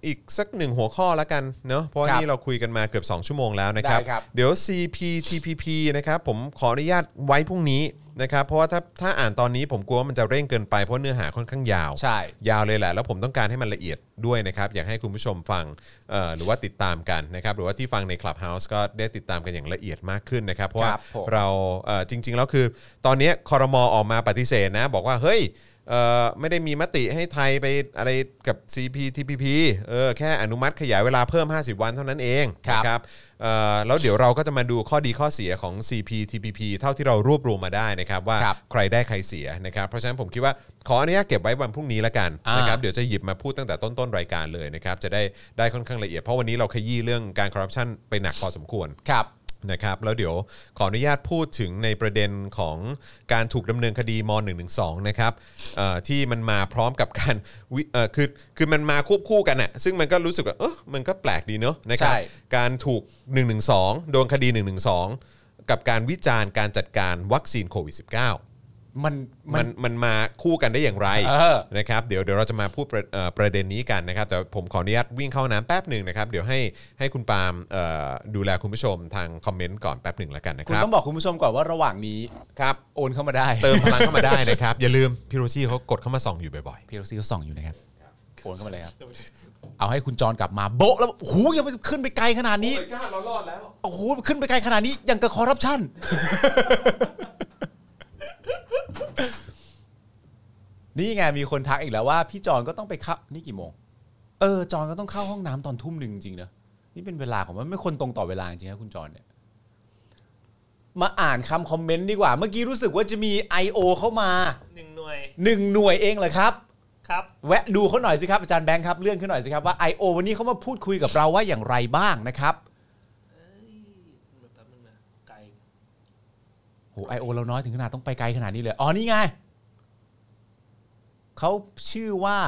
Speaker 2: อีกสักหนึ่งหัวข้อละกันเนาะเพราะว่านี่เราคุยกันมาเกือบ 2 ชั่วโมงแล้วนะครับ
Speaker 3: ได้ครับ
Speaker 2: เดี๋ยว CPTPP นะครับผมขออนุญาตไว้พรุ่งนี้นะครับเพราะว่าถ้าถ้าอ่านตอนนี้ผมกลัวว่ามันจะเร่งเกินไปเพราะเนื้อหาค่อนข้างยาว
Speaker 3: ใช่
Speaker 2: ยาวเลยแหละ แล้วผมต้องการให้มันละเอียดด้วยนะครับ อยากให้คุณผู้ชมฟังเอ่อหรือว่าติดตามกันนะครับ หรือว่าที่ฟังใน Clubhouse ก็ได้ติดตามกันอย่างละเอียดมากขึ้นนะครับ เพราะว่า
Speaker 3: ครับผม
Speaker 2: เราเอ่อจริง ๆ แล้วคือ ตอนนี้คอรมอออกมาปฏิเสธนะ บอกว่า เฮ้ยเอ่อไม่ได้มีมติให้ไทยไปอะไรกับ CPTPP เออแค่อนุมัติขยายเวลาเพิ่ม 50 วันเท่านั้นเอง
Speaker 3: ครับ
Speaker 2: นะ นะครับเอ่อแล้วเดี๋ยวเราก็จะมาดูข้อดีข้อเสียของ CPTPP เท่าที่เรารวบรวมมาได้นะครับว่า
Speaker 3: ครับ
Speaker 2: ใครได้ใครเสียนะครับ เพราะฉะนั้นผมคิดว่าขออนุญาตเก็บไว้วันพรุ่งนี้ละกัน
Speaker 3: อ่าน
Speaker 2: นะครับเดี๋ยวจะหยิบมาพูดตั้งแต่ต้นๆรายการเลยนะครับจะได้ได้ค่อนข้างละเอียดเพราะวันนี้เราขยี้เรื่องการคอร์รัปชันไปหนักพอสมควร
Speaker 3: ครับ
Speaker 2: นะครับแล้วเดี๋ยวขออนุญาตพูดถึงในประเด็นของการถูกดำเนินคดีม .112 นะครับเอ่อที่มันมาพร้อมกับการ วิเอ่อคือคือมันมาควบคู่กันน่ะซึ่งมันก็รู้สึกว่าเออมันก็แปลกดีเนอะนะครับ
Speaker 3: ใช่
Speaker 2: การถูก 112 โดนคดี 112 กับการวิจารณ์การจัดการวัคซีนโควิด -19
Speaker 3: มันมั
Speaker 2: มัน นมันมาคู่กันได้อย่างไร
Speaker 3: เออ
Speaker 2: นะครับเดี๋ยวเดี๋ยวเราจะมาพูดประเอ่อประเด็นนี้กันนะครับ แต่ผมขออนุญาตวิ่งเข้าน้ำแป๊บหนึ่งนะครับ เดี๋ยวให้ให้คุณปาล์มเอ่อดูแลคุณผู้ชมทางคอมเมนต์ก่อนแป๊บหนึ่งแล้วกันนะ
Speaker 3: คุ
Speaker 2: ค
Speaker 3: ณ
Speaker 2: รับ
Speaker 3: ต้องบอกคุณผู้ชมก่อนว่าระหว่างนี้
Speaker 2: ครับ
Speaker 3: โอนเข้ามาได้
Speaker 2: เติมพลังเข้ามาได้นะครับ อย่าลืมพี่โรซี่เขากดเข้ามาส่องอยู่บ่อย
Speaker 3: พี่โรซี่เขาส่องอยู่นะครับโอนเข้ามาเลยครับ เอาให้คุณจรกลับมาโบะแล้วโอ้โหยังไม่ขึ้นไปไกลขนาด
Speaker 2: ๆ
Speaker 3: นี้
Speaker 2: กล้าเรารอดแล้ว
Speaker 3: โอ้โหขึ้นไปไกลขนาดนี้ยังกับคอร์รัปชัน นี่ไงมีคนทักอีกแล้วว่า พี่จอนก็ต้องไปเข้านี่กี่โมง เออจอนก็ต้องเข้าห้องน้ำตอนทุ่มหนึ่งจริงๆนะนี่เป็นเวลาของมันไม่คนตรงต่อเวลาจริงๆนะคุณจอนเนี่ย มาอ่านคำคอมเมนต์ดีกว่า เมื่อกี้รู้สึกว่าจะมี I.O. เข้ามา
Speaker 4: หนึ่งหน่วย
Speaker 3: หนึ่งหน่วยเองเหรอครับ
Speaker 4: ครับ
Speaker 3: แวะดูเขาหน่อยสิครับอาจารย์แบงค์ครับเลื่อนขึ้นหน่อยสิครับว่า I.O. วันนี้เขามาพูดคุยกับเราว่าอย่างไรบ้างนะครับ
Speaker 4: แป๊บนึงนะไกล
Speaker 3: โหไอโอเราน้อยถึงขนาดต้องไปไกลขนาดนี้เลย อ๋อนี่ไงเขาชื่อว่า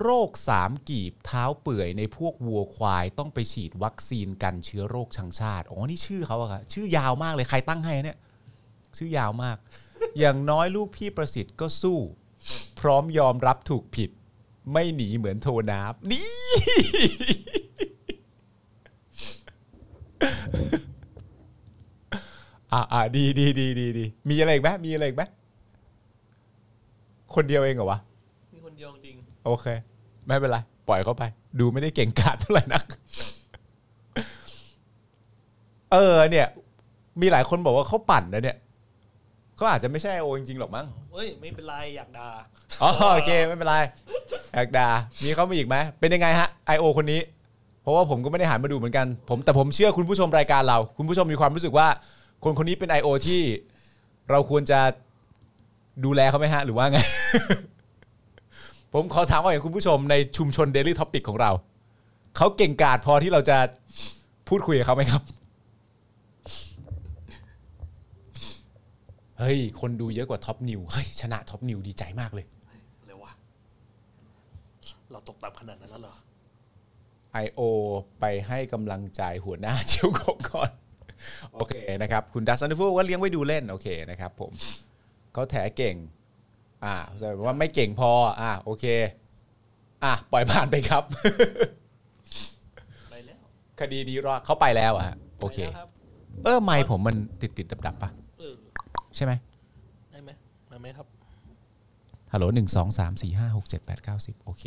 Speaker 3: โรคสามกีบเท้าเปื่อยในพวกวัวควายต้องไปฉีดวัคซีนกันเชื้อโรคชังชาติ อ๋อนี่ชื่อเขาอะครับชื่อยาวมากเลยใครตั้งให้เนี่ย ชื่อยาวมาก อย่างน้อยลูกพี่ประสิทธิ์ก็สู้ พร้อมยอมรับถูกผิด ไม่หนีเหมือนโทนาฟนี่ อ่าอ่าดีดีดีดีดีมีอะไรอีกไหมมีอะไรอีกไหมคนเดียวเองเหรอวะ
Speaker 4: มีคนเดียวจริง
Speaker 3: โอเค ไม่เป็นไร ปล่อยเขาไป ดูไม่ได้เก่งกาจเท่าไหร่นัก เออ เนี่ย มีหลายคนบอกว่าเขาปั่นนะเนี่ยเขาอาจจะไม่ใช่โอจริงๆหรอกมั้ง
Speaker 4: เอ้ยไม่เป็นไรอยากด่า
Speaker 3: อ๋อโอเค ไม่เป็นไรอยากดามีเขามาอีกไหมเป็นยังไงฮะไอโอคนนี้ เพราะว่าผมก็ไม่ได้หันมาดูเหมือนกัน ผมแต่ผมเชื่อคุณผู้ชมรายการเรา คุณผู้ชมมีความรู้สึกว่า คนคนนี้เป็น I.O. ที่เราควรจะดูแลเขาไหมฮะ หรือว่าไง ผมขอถามว่าอย่างคุณผู้ชมในชุมชน Daily Topic ของเรา เขาเก่งกาจพอที่เราจะพูดคุยกับเขาไหมครับ เฮ้ย คนดูเยอะกว่าท็อปนิวเฮ้ย ชนะท็อปนิวดีใจมากเลย
Speaker 4: เลยวะเราตกต่ำขนาดนั้นแล้วเหรอ
Speaker 3: I.O. ไปให้กำลังใจหัวหน้า เจียวกบก่อน โอเคนะครับ คุณดัสซันเดอร์ฟูก็เลี้ยงไว้ดูเล่น โอเคนะครับผม เขาแถเก่ง อ่าแสดงว่าไม่เก่งพอ อ่าโอเค อ่ะปล่อยผ่านไปครับ
Speaker 4: ไปแล้ว
Speaker 3: คดีนี้รอดเขาไปแล้วอะฮะโอเค
Speaker 4: ไปแล้วรับ
Speaker 3: เออไม่ผมมันติดติดดับดับๆปะ
Speaker 4: เออ
Speaker 3: ใช่ไหม
Speaker 4: ได้ไหมมาไหมครับ
Speaker 3: ฮัลโหลหนึ่งสองสามสี่ห้าหกเจ็ดแปดเก้าสิบโอเค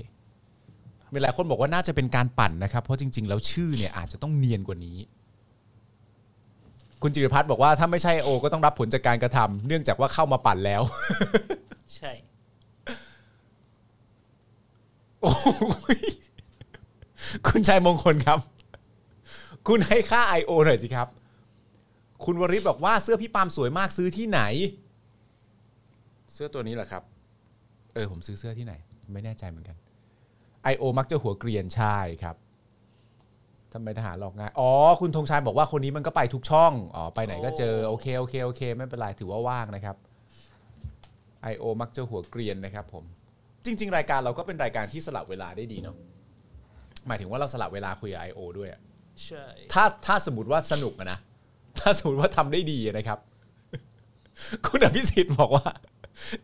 Speaker 3: มีหลายคนบอกว่าน่าจะเป็นการปั่นนะครับ เพราะจริง ๆ แล้วชื่อเนี่ยอาจจะต้องเนียนกว่านี้ คุณจิรพัฒน์บอกว่าถ้าไม่ใช่โอ ก็ต้องรับผลจากการกระทำเนื่องจากว่าเข้ามาปั่นแล้ว
Speaker 4: ใช่
Speaker 3: โอ้ยคุณชัยมงคลครับ คุณให้ค่า I.O. หน่อยสิครับ คุณวริศบอกว่าเสื้อพี่ปาล์มสวยมากซื้อที่ไหน เสื้อตัวนี้เหรอครับ เออ ผมซื้อเสื้อที่ไหน ไม่แน่ใจเหมือนกัน I.O. มักจะหัวเกรียนใช่ครับทำไมทหารหลอกง่าย อ๋อ คุณธงชัยบอกว่าคนนี้มันก็ไปทุกช่อง อ๋อ ไปไหนก็เจอ โอเค โอเค โอเค ไม่เป็นไร ถือว่าว่างนะครับ I.O. มักจะหัวเกรียนนะครับผม จริง ๆ รายการเราก็เป็นรายการที่สลับเวลาได้ดีเนาะหมายถึงว่าเราสลับเวลาคุยกับ I.O. ด้วยอะ
Speaker 4: ใช่
Speaker 3: ถ้าถ้าสมมติว่าสนุกอะนะ ถ้าสมมติว่าทำได้ดีอะนะครับ คุณอภิสิทธิ์บอกว่า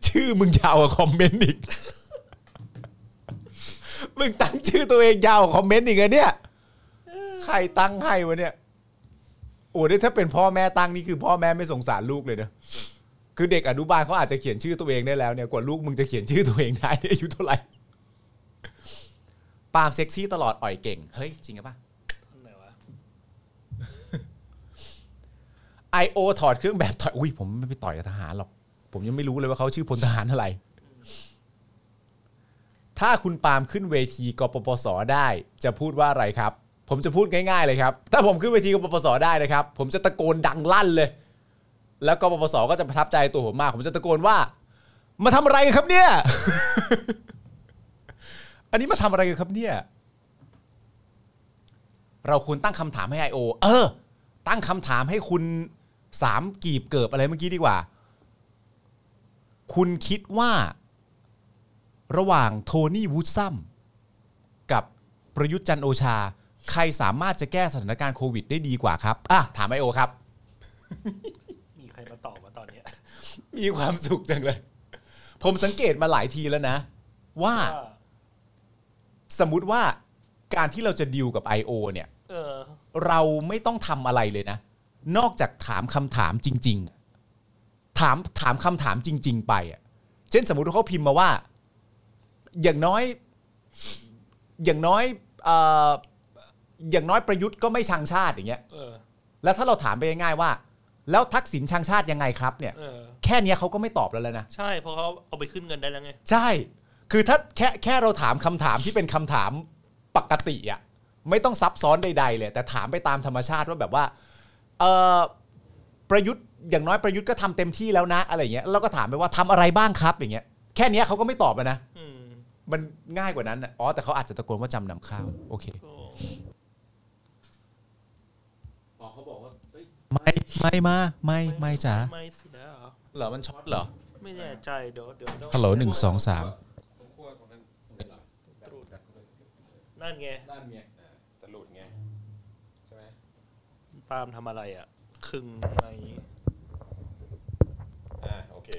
Speaker 3: ชื่อมึงยาวกว่าคอมเมนต์อีก มึงตั้งชื่อตัวเองยาวกว่าคอมเมนต์อีกเหรอเนี่ย ใครตั้งให้วะเนี่ย โอ้ยถ้าเป็นพ่อแม่ตั้งนี่คือพ่อแม่ไม่สงสารลูกเลยเนอะคือเด็กอนุบาลเขาอาจจะเขียนชื่อตัวเองได้แล้วเนี่ยกว่าลูกมึงจะเขียนชื่อตัวเองได้เนี่ยอายุเท่าไหร่ปาล์มเซ็กซี่ตลอดอ่อยเก่ง เฮ้ย จริงหรือเปะ
Speaker 4: ไหนวะ
Speaker 3: I.O. ถอดเครื่องแบบต่อย อุ้ยผมไม่ไปต่อยกับทหารหรอก ผมยังไม่รู้เลยว่าเขาชื่อพลทหารอะไร ถ้าคุณปาล์มขึ้นเวทีกปปสได้ จะพูดว่าอะไรครับ ผมจะพูดง่ายๆเลยครับ ถ้าผมขึ้นเวทีกปปสได้นะครับ ผมจะตะโกนดังลั่นเลย แล้วกปปสก็จะประทับใจตัวผมมาก ผมจะตะโกนว่า มาทำอะไรกันครับเนี่ย อันนี้มาทำอะไรกันครับเนี่ย เราควรตั้งคำถามให้ I.O. เออ ตั้งคำถามให้คุณสามกีบเกิบอะไรเมื่อกี้ดีกว่า คุณคิดว่า ระหว่างโทนี่วูดซัมกับประยุทธ์จันทร์โอชา ใครสามารถจะแก้สถานการณ์โควิดได้ดีกว่าครับ อ่ะ ถามไอโอครับ
Speaker 4: มีใครมาตอบมาตอนเนี้ย
Speaker 3: มีความสุขจังเลย ผมสังเกตมาหลายทีแล้วนะ ว่า
Speaker 4: ว่า
Speaker 3: สมมุติว่าการที่เราจะดิวกับ I.O. เนี่ย
Speaker 4: เออ
Speaker 3: เราไม่ต้องทำอะไรเลยนะ นอกจากถามคำถามจริง ๆ ถามถามคำถามจริง ๆ ไปอ่ะ เช่นสมมุติว่าเขาพิมพ์มาว่า อย่างน้อย อย่างน้อยเอ่ออย่างน้อยประยุทธ์ก็ไม่ชังชาติอย่างเงี้ย
Speaker 4: เออ
Speaker 3: แล้วถ้าเราถามไปง่ายๆว่า แล้วทักษิณชังชาติยังไงครับเนี่ย
Speaker 4: เออ
Speaker 3: แค่เนี้ยเขาก็ไม่ตอบแล้วแล้วนะ
Speaker 4: ใช่เพราะเขาเอาไปขึ้นเงินได้แล้วไง
Speaker 3: ใช่ คือถ้าแค่แค่เราถามคำถามที่เป็นคำถามปกติอะไม่ต้องซับซ้อนใดๆเลย แต่ถามไปตามธรรมชาติว่าแบบว่าเออประยุทธ์อย่างน้อยประยุทธ์ก็ทำเต็มที่แล้วนะ อะไรอย่างเงี้ยแล้วก็ถามไปว่าทำอะไรบ้างครับอย่างเงี้ยแค่เนี้ยเขาก็ไม่ตอบอะนะ
Speaker 4: อืม
Speaker 3: มันง่ายกว่านั้นอะอ๋อแต่เขาอาจจะตะโกนว่าจำนำข้าวโอเค
Speaker 4: โอ้
Speaker 3: ไม่ไม่มาไม่ไม่จ๋า
Speaker 4: ไม่เสียเหรอ
Speaker 3: เหรอมันช็อตเหรอ
Speaker 4: ไม่แน่ใจเดี๋ยวเดี๋ยวเดี๋ยว
Speaker 3: ฮัลโหลหนึ่งสองสาม
Speaker 4: นั่นไง
Speaker 3: นั่นไง
Speaker 2: จะหลุดไงใช่ไหม
Speaker 4: ตามทำอะไรอ่ะครึ่งอะไรอย่างงี้
Speaker 2: อ่าโอเค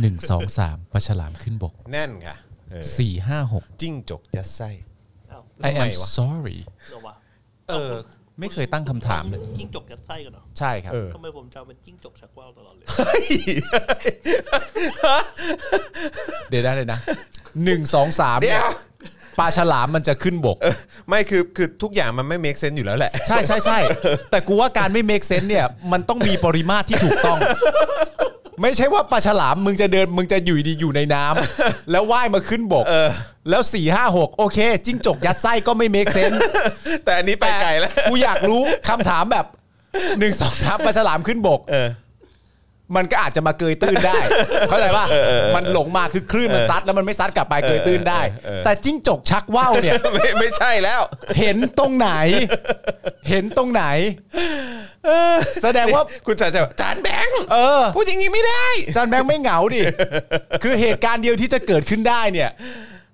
Speaker 3: หนึ่งสองสามปลาฉลามขึ้นบก
Speaker 2: แน่นค่ะเออ
Speaker 3: สี่ห้าหก
Speaker 2: จิ้งจกยัดไส้
Speaker 4: อ้าว
Speaker 3: I
Speaker 2: ทำไม
Speaker 3: am
Speaker 2: วะ
Speaker 3: sorry
Speaker 4: เหรอวะ
Speaker 3: เออ ไม่เคยตั้งคำถามเลย
Speaker 4: จิ้งจกยัดไส้กันเหรอ
Speaker 3: ใช่ครับ
Speaker 2: เออ
Speaker 4: ทำไมผมจำเป็นจิ้งจกชักว่าวตลอดเลย
Speaker 3: เดี๋ยวได้เลยนะหนึ่งสองสามเนี่ยปลาฉลามมันจะขึ้นบก
Speaker 2: ไม่คือคือทุกอย่างมันไม่ make sense อยู่แล้วแหละ
Speaker 3: ใช่ใช่ใช่แต่กูว่าการไม่ make sense เนี่ย มันต้องมีปริมาตรที่ถูกต้อง ไม่ใช่ว่าปลาฉลามมึงจะเดินมึงจะอยู่ดีอยู่ในน้ำแล้วว่ายมาขึ้นบกแล้วสี่ห้าหกโอเค จิ้งจกยัดไส้ก็ไม่ make sense
Speaker 2: แต่อันนี้ไปไกลแล้ว
Speaker 3: กูอยากรู้คำถามแบบหนึ่งสองสามปลาฉลามขึ้นบก
Speaker 2: เออ
Speaker 3: มันก็อาจจะมาเกยตื้นได้ เข้าใจป่ะมันหลงมาคือคลื่นมันซัดแล้วมันไม่ซัดกลับไปเกยตื้นได้
Speaker 2: เออเออ
Speaker 3: แต่จิ้งจกชักว่าวเนี่ย
Speaker 2: ไม่ไม่ใช่แล้ว
Speaker 3: เห็นตรงไหน เห็นตรงไหนแสดงว่า
Speaker 2: คุณจ๋าจะบอกจานแบงค์
Speaker 3: เออ
Speaker 2: พูดอย่างนี้ไม่ได้
Speaker 3: อาจานแบงค์ไม่เหงาดิ คือเหตุการณ์เดียวที่จะเกิดขึ้นได้เนี่ย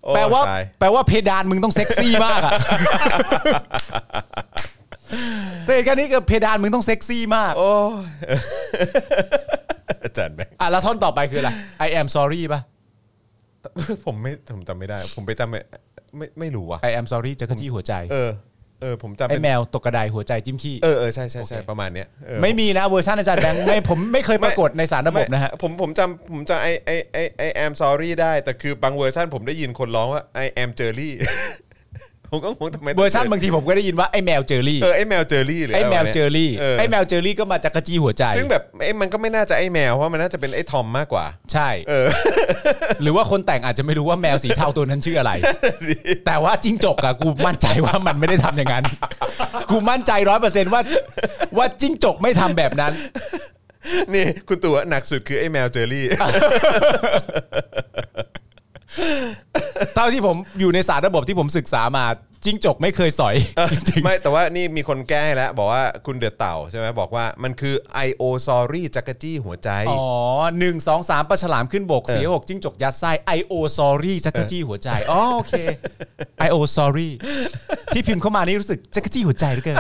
Speaker 2: โอ้
Speaker 3: แปลว่า
Speaker 2: ตาย
Speaker 3: แปลว่าเพดานมึงต้องเซ็กซี่มากอะ แต่เหตุการณ์นี้กับเพดานมึงต้องเซ็กซี่มาก
Speaker 2: โอ้ย อาจารย์แบงค์
Speaker 3: อ่ะแล้วท่อนต่อไปคืออะไร I am sorry ป่ะ
Speaker 2: ผมไม่ผมจำไม่ได้ ผมไปจำไม่ไม่ไม่รู้ว่ะ
Speaker 3: I am sorry จะขจี้หัวใจ
Speaker 2: เออ เออ ผมจำ
Speaker 3: ไอ
Speaker 2: เป็น
Speaker 3: แมวตกกระไดหัวใจจิ้มขี้
Speaker 2: เออเออใช่ใช่ใช่
Speaker 3: โอเค
Speaker 2: ประมาณเนี้ยเออ
Speaker 3: ไม่มีนะเวอร์ชันอาจารย์แบงค์ไม่ผมไม่เคยปรากฏในสารระบบนะฮะ
Speaker 2: ไม่ผมผมจำผมจำไอไอไอไอแอม sorry ได้ แต่คือบางเวอร์ชันผมได้ยินคนร้องว่า I am Jerry ผมก็งงทำไมต้ง
Speaker 3: เวอร์ชันบางทีผมก็ได้ยินว่าไอแมวเจอรี่
Speaker 2: เออไอแมวเจอรี่หรือ
Speaker 3: ไอแมว
Speaker 2: ะระ
Speaker 3: เจอรี่
Speaker 2: เออ
Speaker 3: ไอแมวเจอรี่ก็มาจากกระจี้หัวใจ
Speaker 2: ซึ่งแบบไอยมันก็ไม่น่าจะไอแมว เพราะมันน่าจะเป็นไอทอมมากก ว่า
Speaker 3: ใช่ หรือว่าคนแต่งอาจจะไม่รู้ว่าแมวสีเทาตัวนั้นชื่ออะไร แต่ว่าจิ้งจกอะกูมั่นใจว่ามันไม่ได้ทำอย่างนั้น กูมั่นใจร้อยเปอร์เซนต์ว่าว่าจิ้งจกไม่ทำแบบนั้น
Speaker 2: นี่คุณตัวหนักสุดคือไอแมวเจอรี่
Speaker 3: เท่าที่ผมอยู่ในสารระบบที่ผมศึกษามาจิ้งจกไม่เคยสอย จริง
Speaker 2: ไม่แต่ว่านี่มีคนแก้ให้แล้ว บอกว่าคุณเดือดเต่าใช่ไหมบอกว่ามันคือ I.O. Sorry จักรจี้หัวใจ
Speaker 3: ๆอ๋อหนึ่งสองสามปลาฉลามขึ้นบกเสียหกจิ้งจกยัดไส้ไอโอซอรี่จักรจี้หัว ใจอ๋อโอเคไอโอซอรี่ที่พิมพ์เข้ามานี่รู้สึกจักรจี้หัวใจเหลือเกิน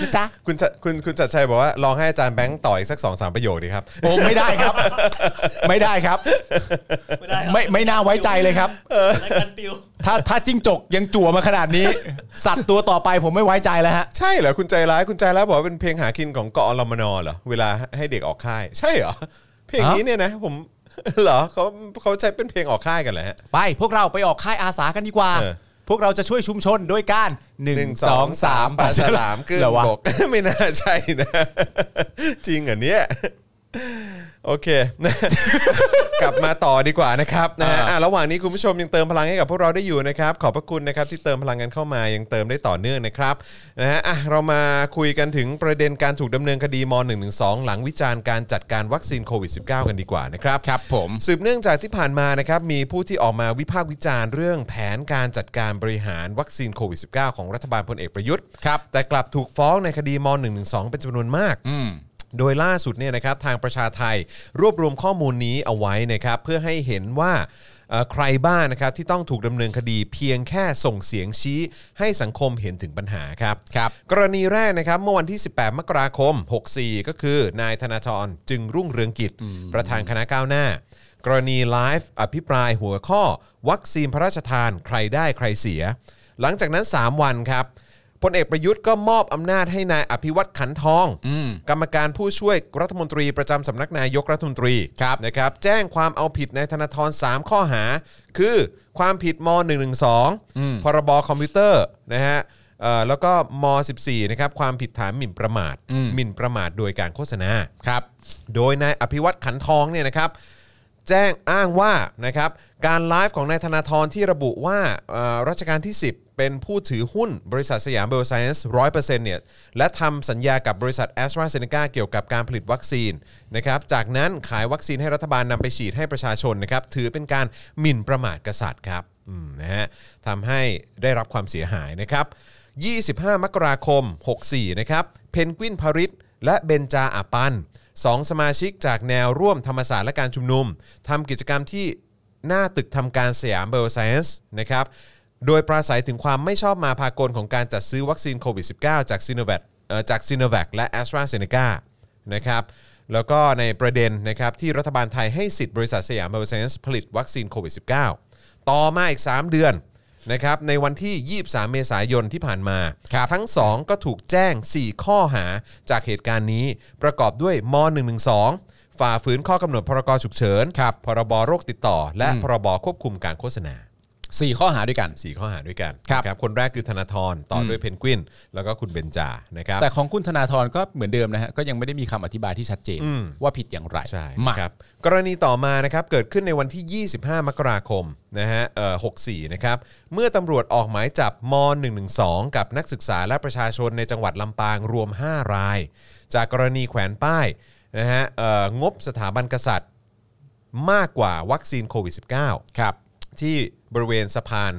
Speaker 3: นะจ๊ะ
Speaker 2: คุณ จะคุณคุณจัดชัยบอกว่าลองให้อาจารย์แบงค์ต่ออีกสักสองสามประโยคดีครับ
Speaker 3: โอ้ไม่ได้ครับ ไม่ได้ครับ
Speaker 4: ไม่ได้ครับ
Speaker 3: ไม่ไม่น่าไว้ใจเลยครับ
Speaker 4: รายการปิว
Speaker 3: ถ้าถ้าจิ้งจกยังจั่วมาขนาดนี้ สัตว์ตัวต่อไปผมไม่ไว้ใจแล้วฮะ
Speaker 2: ใช่เหรอ คุณใจร้ายคุณใจร้ายบอกว่าเป็นเพลงหากินของกอรมนเหรอ เวลาให้เด็กออกค่าย ใช่เหรอ เพลงนี้เนี่ยนะ ผม เหรอเขาเขาใช้เป็นเพลงออกค่ายกันเหรอฮะ
Speaker 3: ไป พวกเราไปออกค่ายอาสากันดีกว่า
Speaker 2: เออ
Speaker 3: พวกเราจะช่วยชุมชนด้วยการ1 2 3
Speaker 2: ปลาฉลามขึ้น
Speaker 3: เหรอวะ
Speaker 2: บก ไม่น่าใช่นะ จริงเหรอเนี่ยโอเค กลับมาต่อดีกว่านะครับนะฮะอ่ะระหว่างนี้คุณผู้ชมยังเติมพลังให้กับพวกเราได้อยู่นะครับ ขอบพระคุณนะครับที่เติมพลังกันเข้ามายังเติมได้ต่อเนื่องนะครับนะฮะอ่ะเรามาคุยกันถึงประเด็นการถูกดำเนินคดีม .112 หลังวิจารณ์การจัดการวัคซีนโควิด -19 กันดีกว่านะครับ
Speaker 3: ครับผม
Speaker 2: สืบเนื่องจากที่ผ่านมานะครับมีผู้ที่ออกมาวิพากษ์วิจารณ์เรื่องแผนการจัดการบริหารวัคซีนโควิด -19 ของรัฐบาลพลเอกประยุทธ์
Speaker 3: ครับ
Speaker 2: แต่กลับถูกฟ้องในคดีม .112 เป็นจำนวนมาก โดยล่าสุดเนี่ยนะครับทางประชาไทยรวบรวมข้อมูลนี้เอาไว้นะครับเพื่อให้เห็นว่าเอ่อใครบ้างนะครับที่ต้องถูกดำเนินคดีเพียงแค่ส่งเสียงชี้ให้สังคมเห็นถึงปัญหาครับ
Speaker 3: ครับ
Speaker 2: กรณีแรกนะครับเมื่อวันที่ 18 มกราคม 64 ก็คือนายธนาธรจึงรุ่งเรืองกิจ ประธานคณะก้าวหน้า กรณีไลฟ์อภิปรายหัวข้อ วัคซีนพระราชทานใครได้ใครเสีย หลังจากนั้น 3 วันครับพลเอกประยุทธ์ก็มอบอำนาจให้นายอภิวัตขันทอง กรรมการผู้ช่วยรัฐมนตรีประจำสำนักนายกรัฐมนตรี
Speaker 3: ครับ
Speaker 2: นะครับแจ้งความเอาผิดนายธนาธร3ข้อหา คือความผิดม .112 พรบคอมพิวเตอร์นะฮะ เอ่อแล้วก็ม .14 นะครับความผิดฐานหมิ่นประมาทหมิ่นประมาทโดยการโฆษณา
Speaker 3: ครับ
Speaker 2: โดยนายอภิวัตขันทองเนี่ยนะครับ แจ้งอ้างว่านะครับการไลฟ์ของนายธนาธรที่ระบุว่าเอ่อรัชกาลที่ 10 เป็นผู้ถือหุ้นบริษัทสยามเบลไซเอนซ์ร้อยเปอร์เซ็นต์เนี่ยและทำสัญญากับบริษัทแอสตราเซเนกาเกี่ยวกับการผลิตวัคซีนนะครับจากนั้นขายวัคซีนให้รัฐบาลนำไปฉีดให้ประชาชนนะครับถือเป็นการหมิ่นประมาทกษัตริย์ครับอืมนะฮะทำให้ได้รับความเสียหายนะครับ 25 มกราคม 64 นะครับ เพนกวินพริตและเบนจาอาปันสองสมาชิกจากแนวร่วมธรรมศาสตร์และการชุมนุมทำกิจกรรมที่หน้าตึกทำการสยามเบลไซเอนส์นะครับ โดยปราศัยถึงความไม่ชอบมาพากลของการจัดซื้อวัคซีนโควิด -19 จากซีโนแวคจากซีโนแวคและแอสตราเซเนกานะครับ แล้วก็ในประเด็นนะครับที่รัฐบาลไทยให้สิทธิ์บริษัทสยามเบลไซเอนส์ผลิตวัคซีนโควิด -19 ต่อมาอีก 3 เดือนนะครับในวันที่ 23 เมษายนที่ผ่านมา
Speaker 3: ครับ
Speaker 2: ทั้ง 2 ก็ถูกแจ้ง 4 ข้อหาจากเหตุการณ์นี้ ประกอบด้วยม .112 ฝ่าฝืนข้อกำหนดพรกฉุกเฉิน
Speaker 3: ครับ
Speaker 2: พรบโรคติดต่อ และพรบควบคุมการโฆษณา
Speaker 3: สี่ข้อหาด้วยกัน
Speaker 2: สี่ข้อหาด้วยกัน
Speaker 3: ครับ
Speaker 2: นะครับ คนแรกคือธนาธรต่ออด้วยเพนกวิน แล้วก็คุณเบนจา นะครับ
Speaker 3: แต่ของคุณธนาธรก็เหมือนเดิมนะฮะก็ยังไม่ได้มีคำอธิบายที่ชัดเจนว่าผิดอย่างไร
Speaker 2: ใช่
Speaker 3: มา
Speaker 2: ครับกรณีต่อมานะครับเกิดขึ้นในวันที่ 25 มกราคมนะฮะเอ่อ64 นะครับ เมื่อตำรวจออกหมายจับม .112 กับนักศึกษาและประชาชนในจังหวัดลำปางรวม 5 ราย จากกรณีแขวนป้ายนะฮะเอ่องบสถาบันกษัตริย์มากกว่าวัคซีนโควิด -19
Speaker 3: ครับ
Speaker 2: ที่บริเวณสะพาน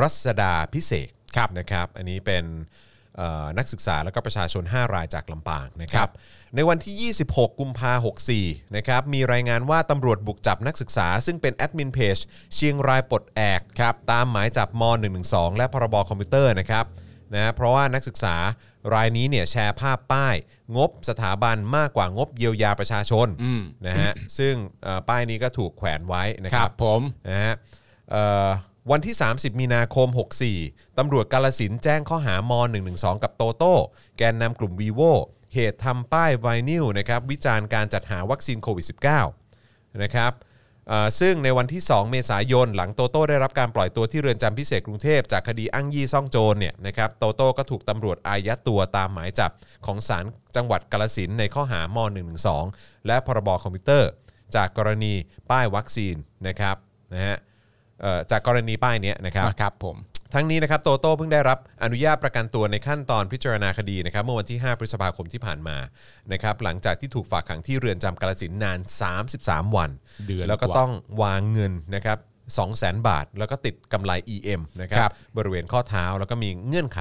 Speaker 2: รัศดาพิเศษก
Speaker 3: ครับ
Speaker 2: นะครับ อันนี้เป็นเอ่อนักศึกษาแล้วก็ประชาชน 5 รายจากลำปางนะค
Speaker 3: ค
Speaker 2: รั
Speaker 3: รับ บ
Speaker 2: ในวันที่ 26 กุมภา64 นะครับ มีรายงานว่าตำรวจบุกจับนักศึกษา ซึ่งเป็นแอดมินเพจเชียงรายปลดแอกครับตามหมายจับม .112 และพรบคอมพิวเตอร์นะครับนะเพราะว่านักศึกษา รายนี้เนี่ยแชร์ภาพป้าย งบสถาบันมากกว่างบเยียวยาประชาชน
Speaker 3: อืม
Speaker 2: นะฮะซึ่งเอ่อป้ายนี้ก็ถูกแขวนไว้นะ
Speaker 3: ค
Speaker 2: ค
Speaker 3: รั
Speaker 2: รั
Speaker 3: บบ ผม
Speaker 2: นะฮะเอ่อวันที่ 30 มีนาคม 64 ตำรวจกาลสินธุ์แจ้งข้อหาม112 กับโตโต้ แกนนำกลุ่ม v ีโวเหตุทำป้ายไวนิลนะครับวิจารณ์การจัดหาวัคซีนโควิด -19 นะครับเอ่อซึ่งในวันที่ 2 เมษายน หลังโตโต้ได้รับการปล่อยตัวที่เรือนจำพิเศษกรุงเทพจากคดีอ้างยี่ซ่องโจรเนี่ยนะครับโตโต้ก็ถูกตำรวจอายัดตัวตามหมายจับของศาลจังหวัดกาลสินธุ์ในข้อหาม112 และพรบคอมพิวเตอร์ จากกรณีป้ายวัคซีนนะครับนะฮะเอ่อจากกรณีป้ายเนี้ยนะครับ
Speaker 3: นะครับผม
Speaker 2: ทั้งนี้นะครับโตโต้เพิ่งได้รับอนุญาตประกันตัวในขั้นตอนพิจารณาคดีนะครับเมื่อวันที่ 5 พฤษภาคมที่ผ่านมานะครับหลังจากที่ถูกฝากขังที่เรือนจำกาลสินธุ์นาน 33 วัน
Speaker 3: เดือน
Speaker 2: แล้วก็
Speaker 3: กว่า
Speaker 2: ต้องวางเงินนะครับ200,000 บาท แล้วก็ติดกำไร EM นะครั
Speaker 3: ครับ บ
Speaker 2: บริเวณข้อเท้าแล้วก็มีเงื่อนไข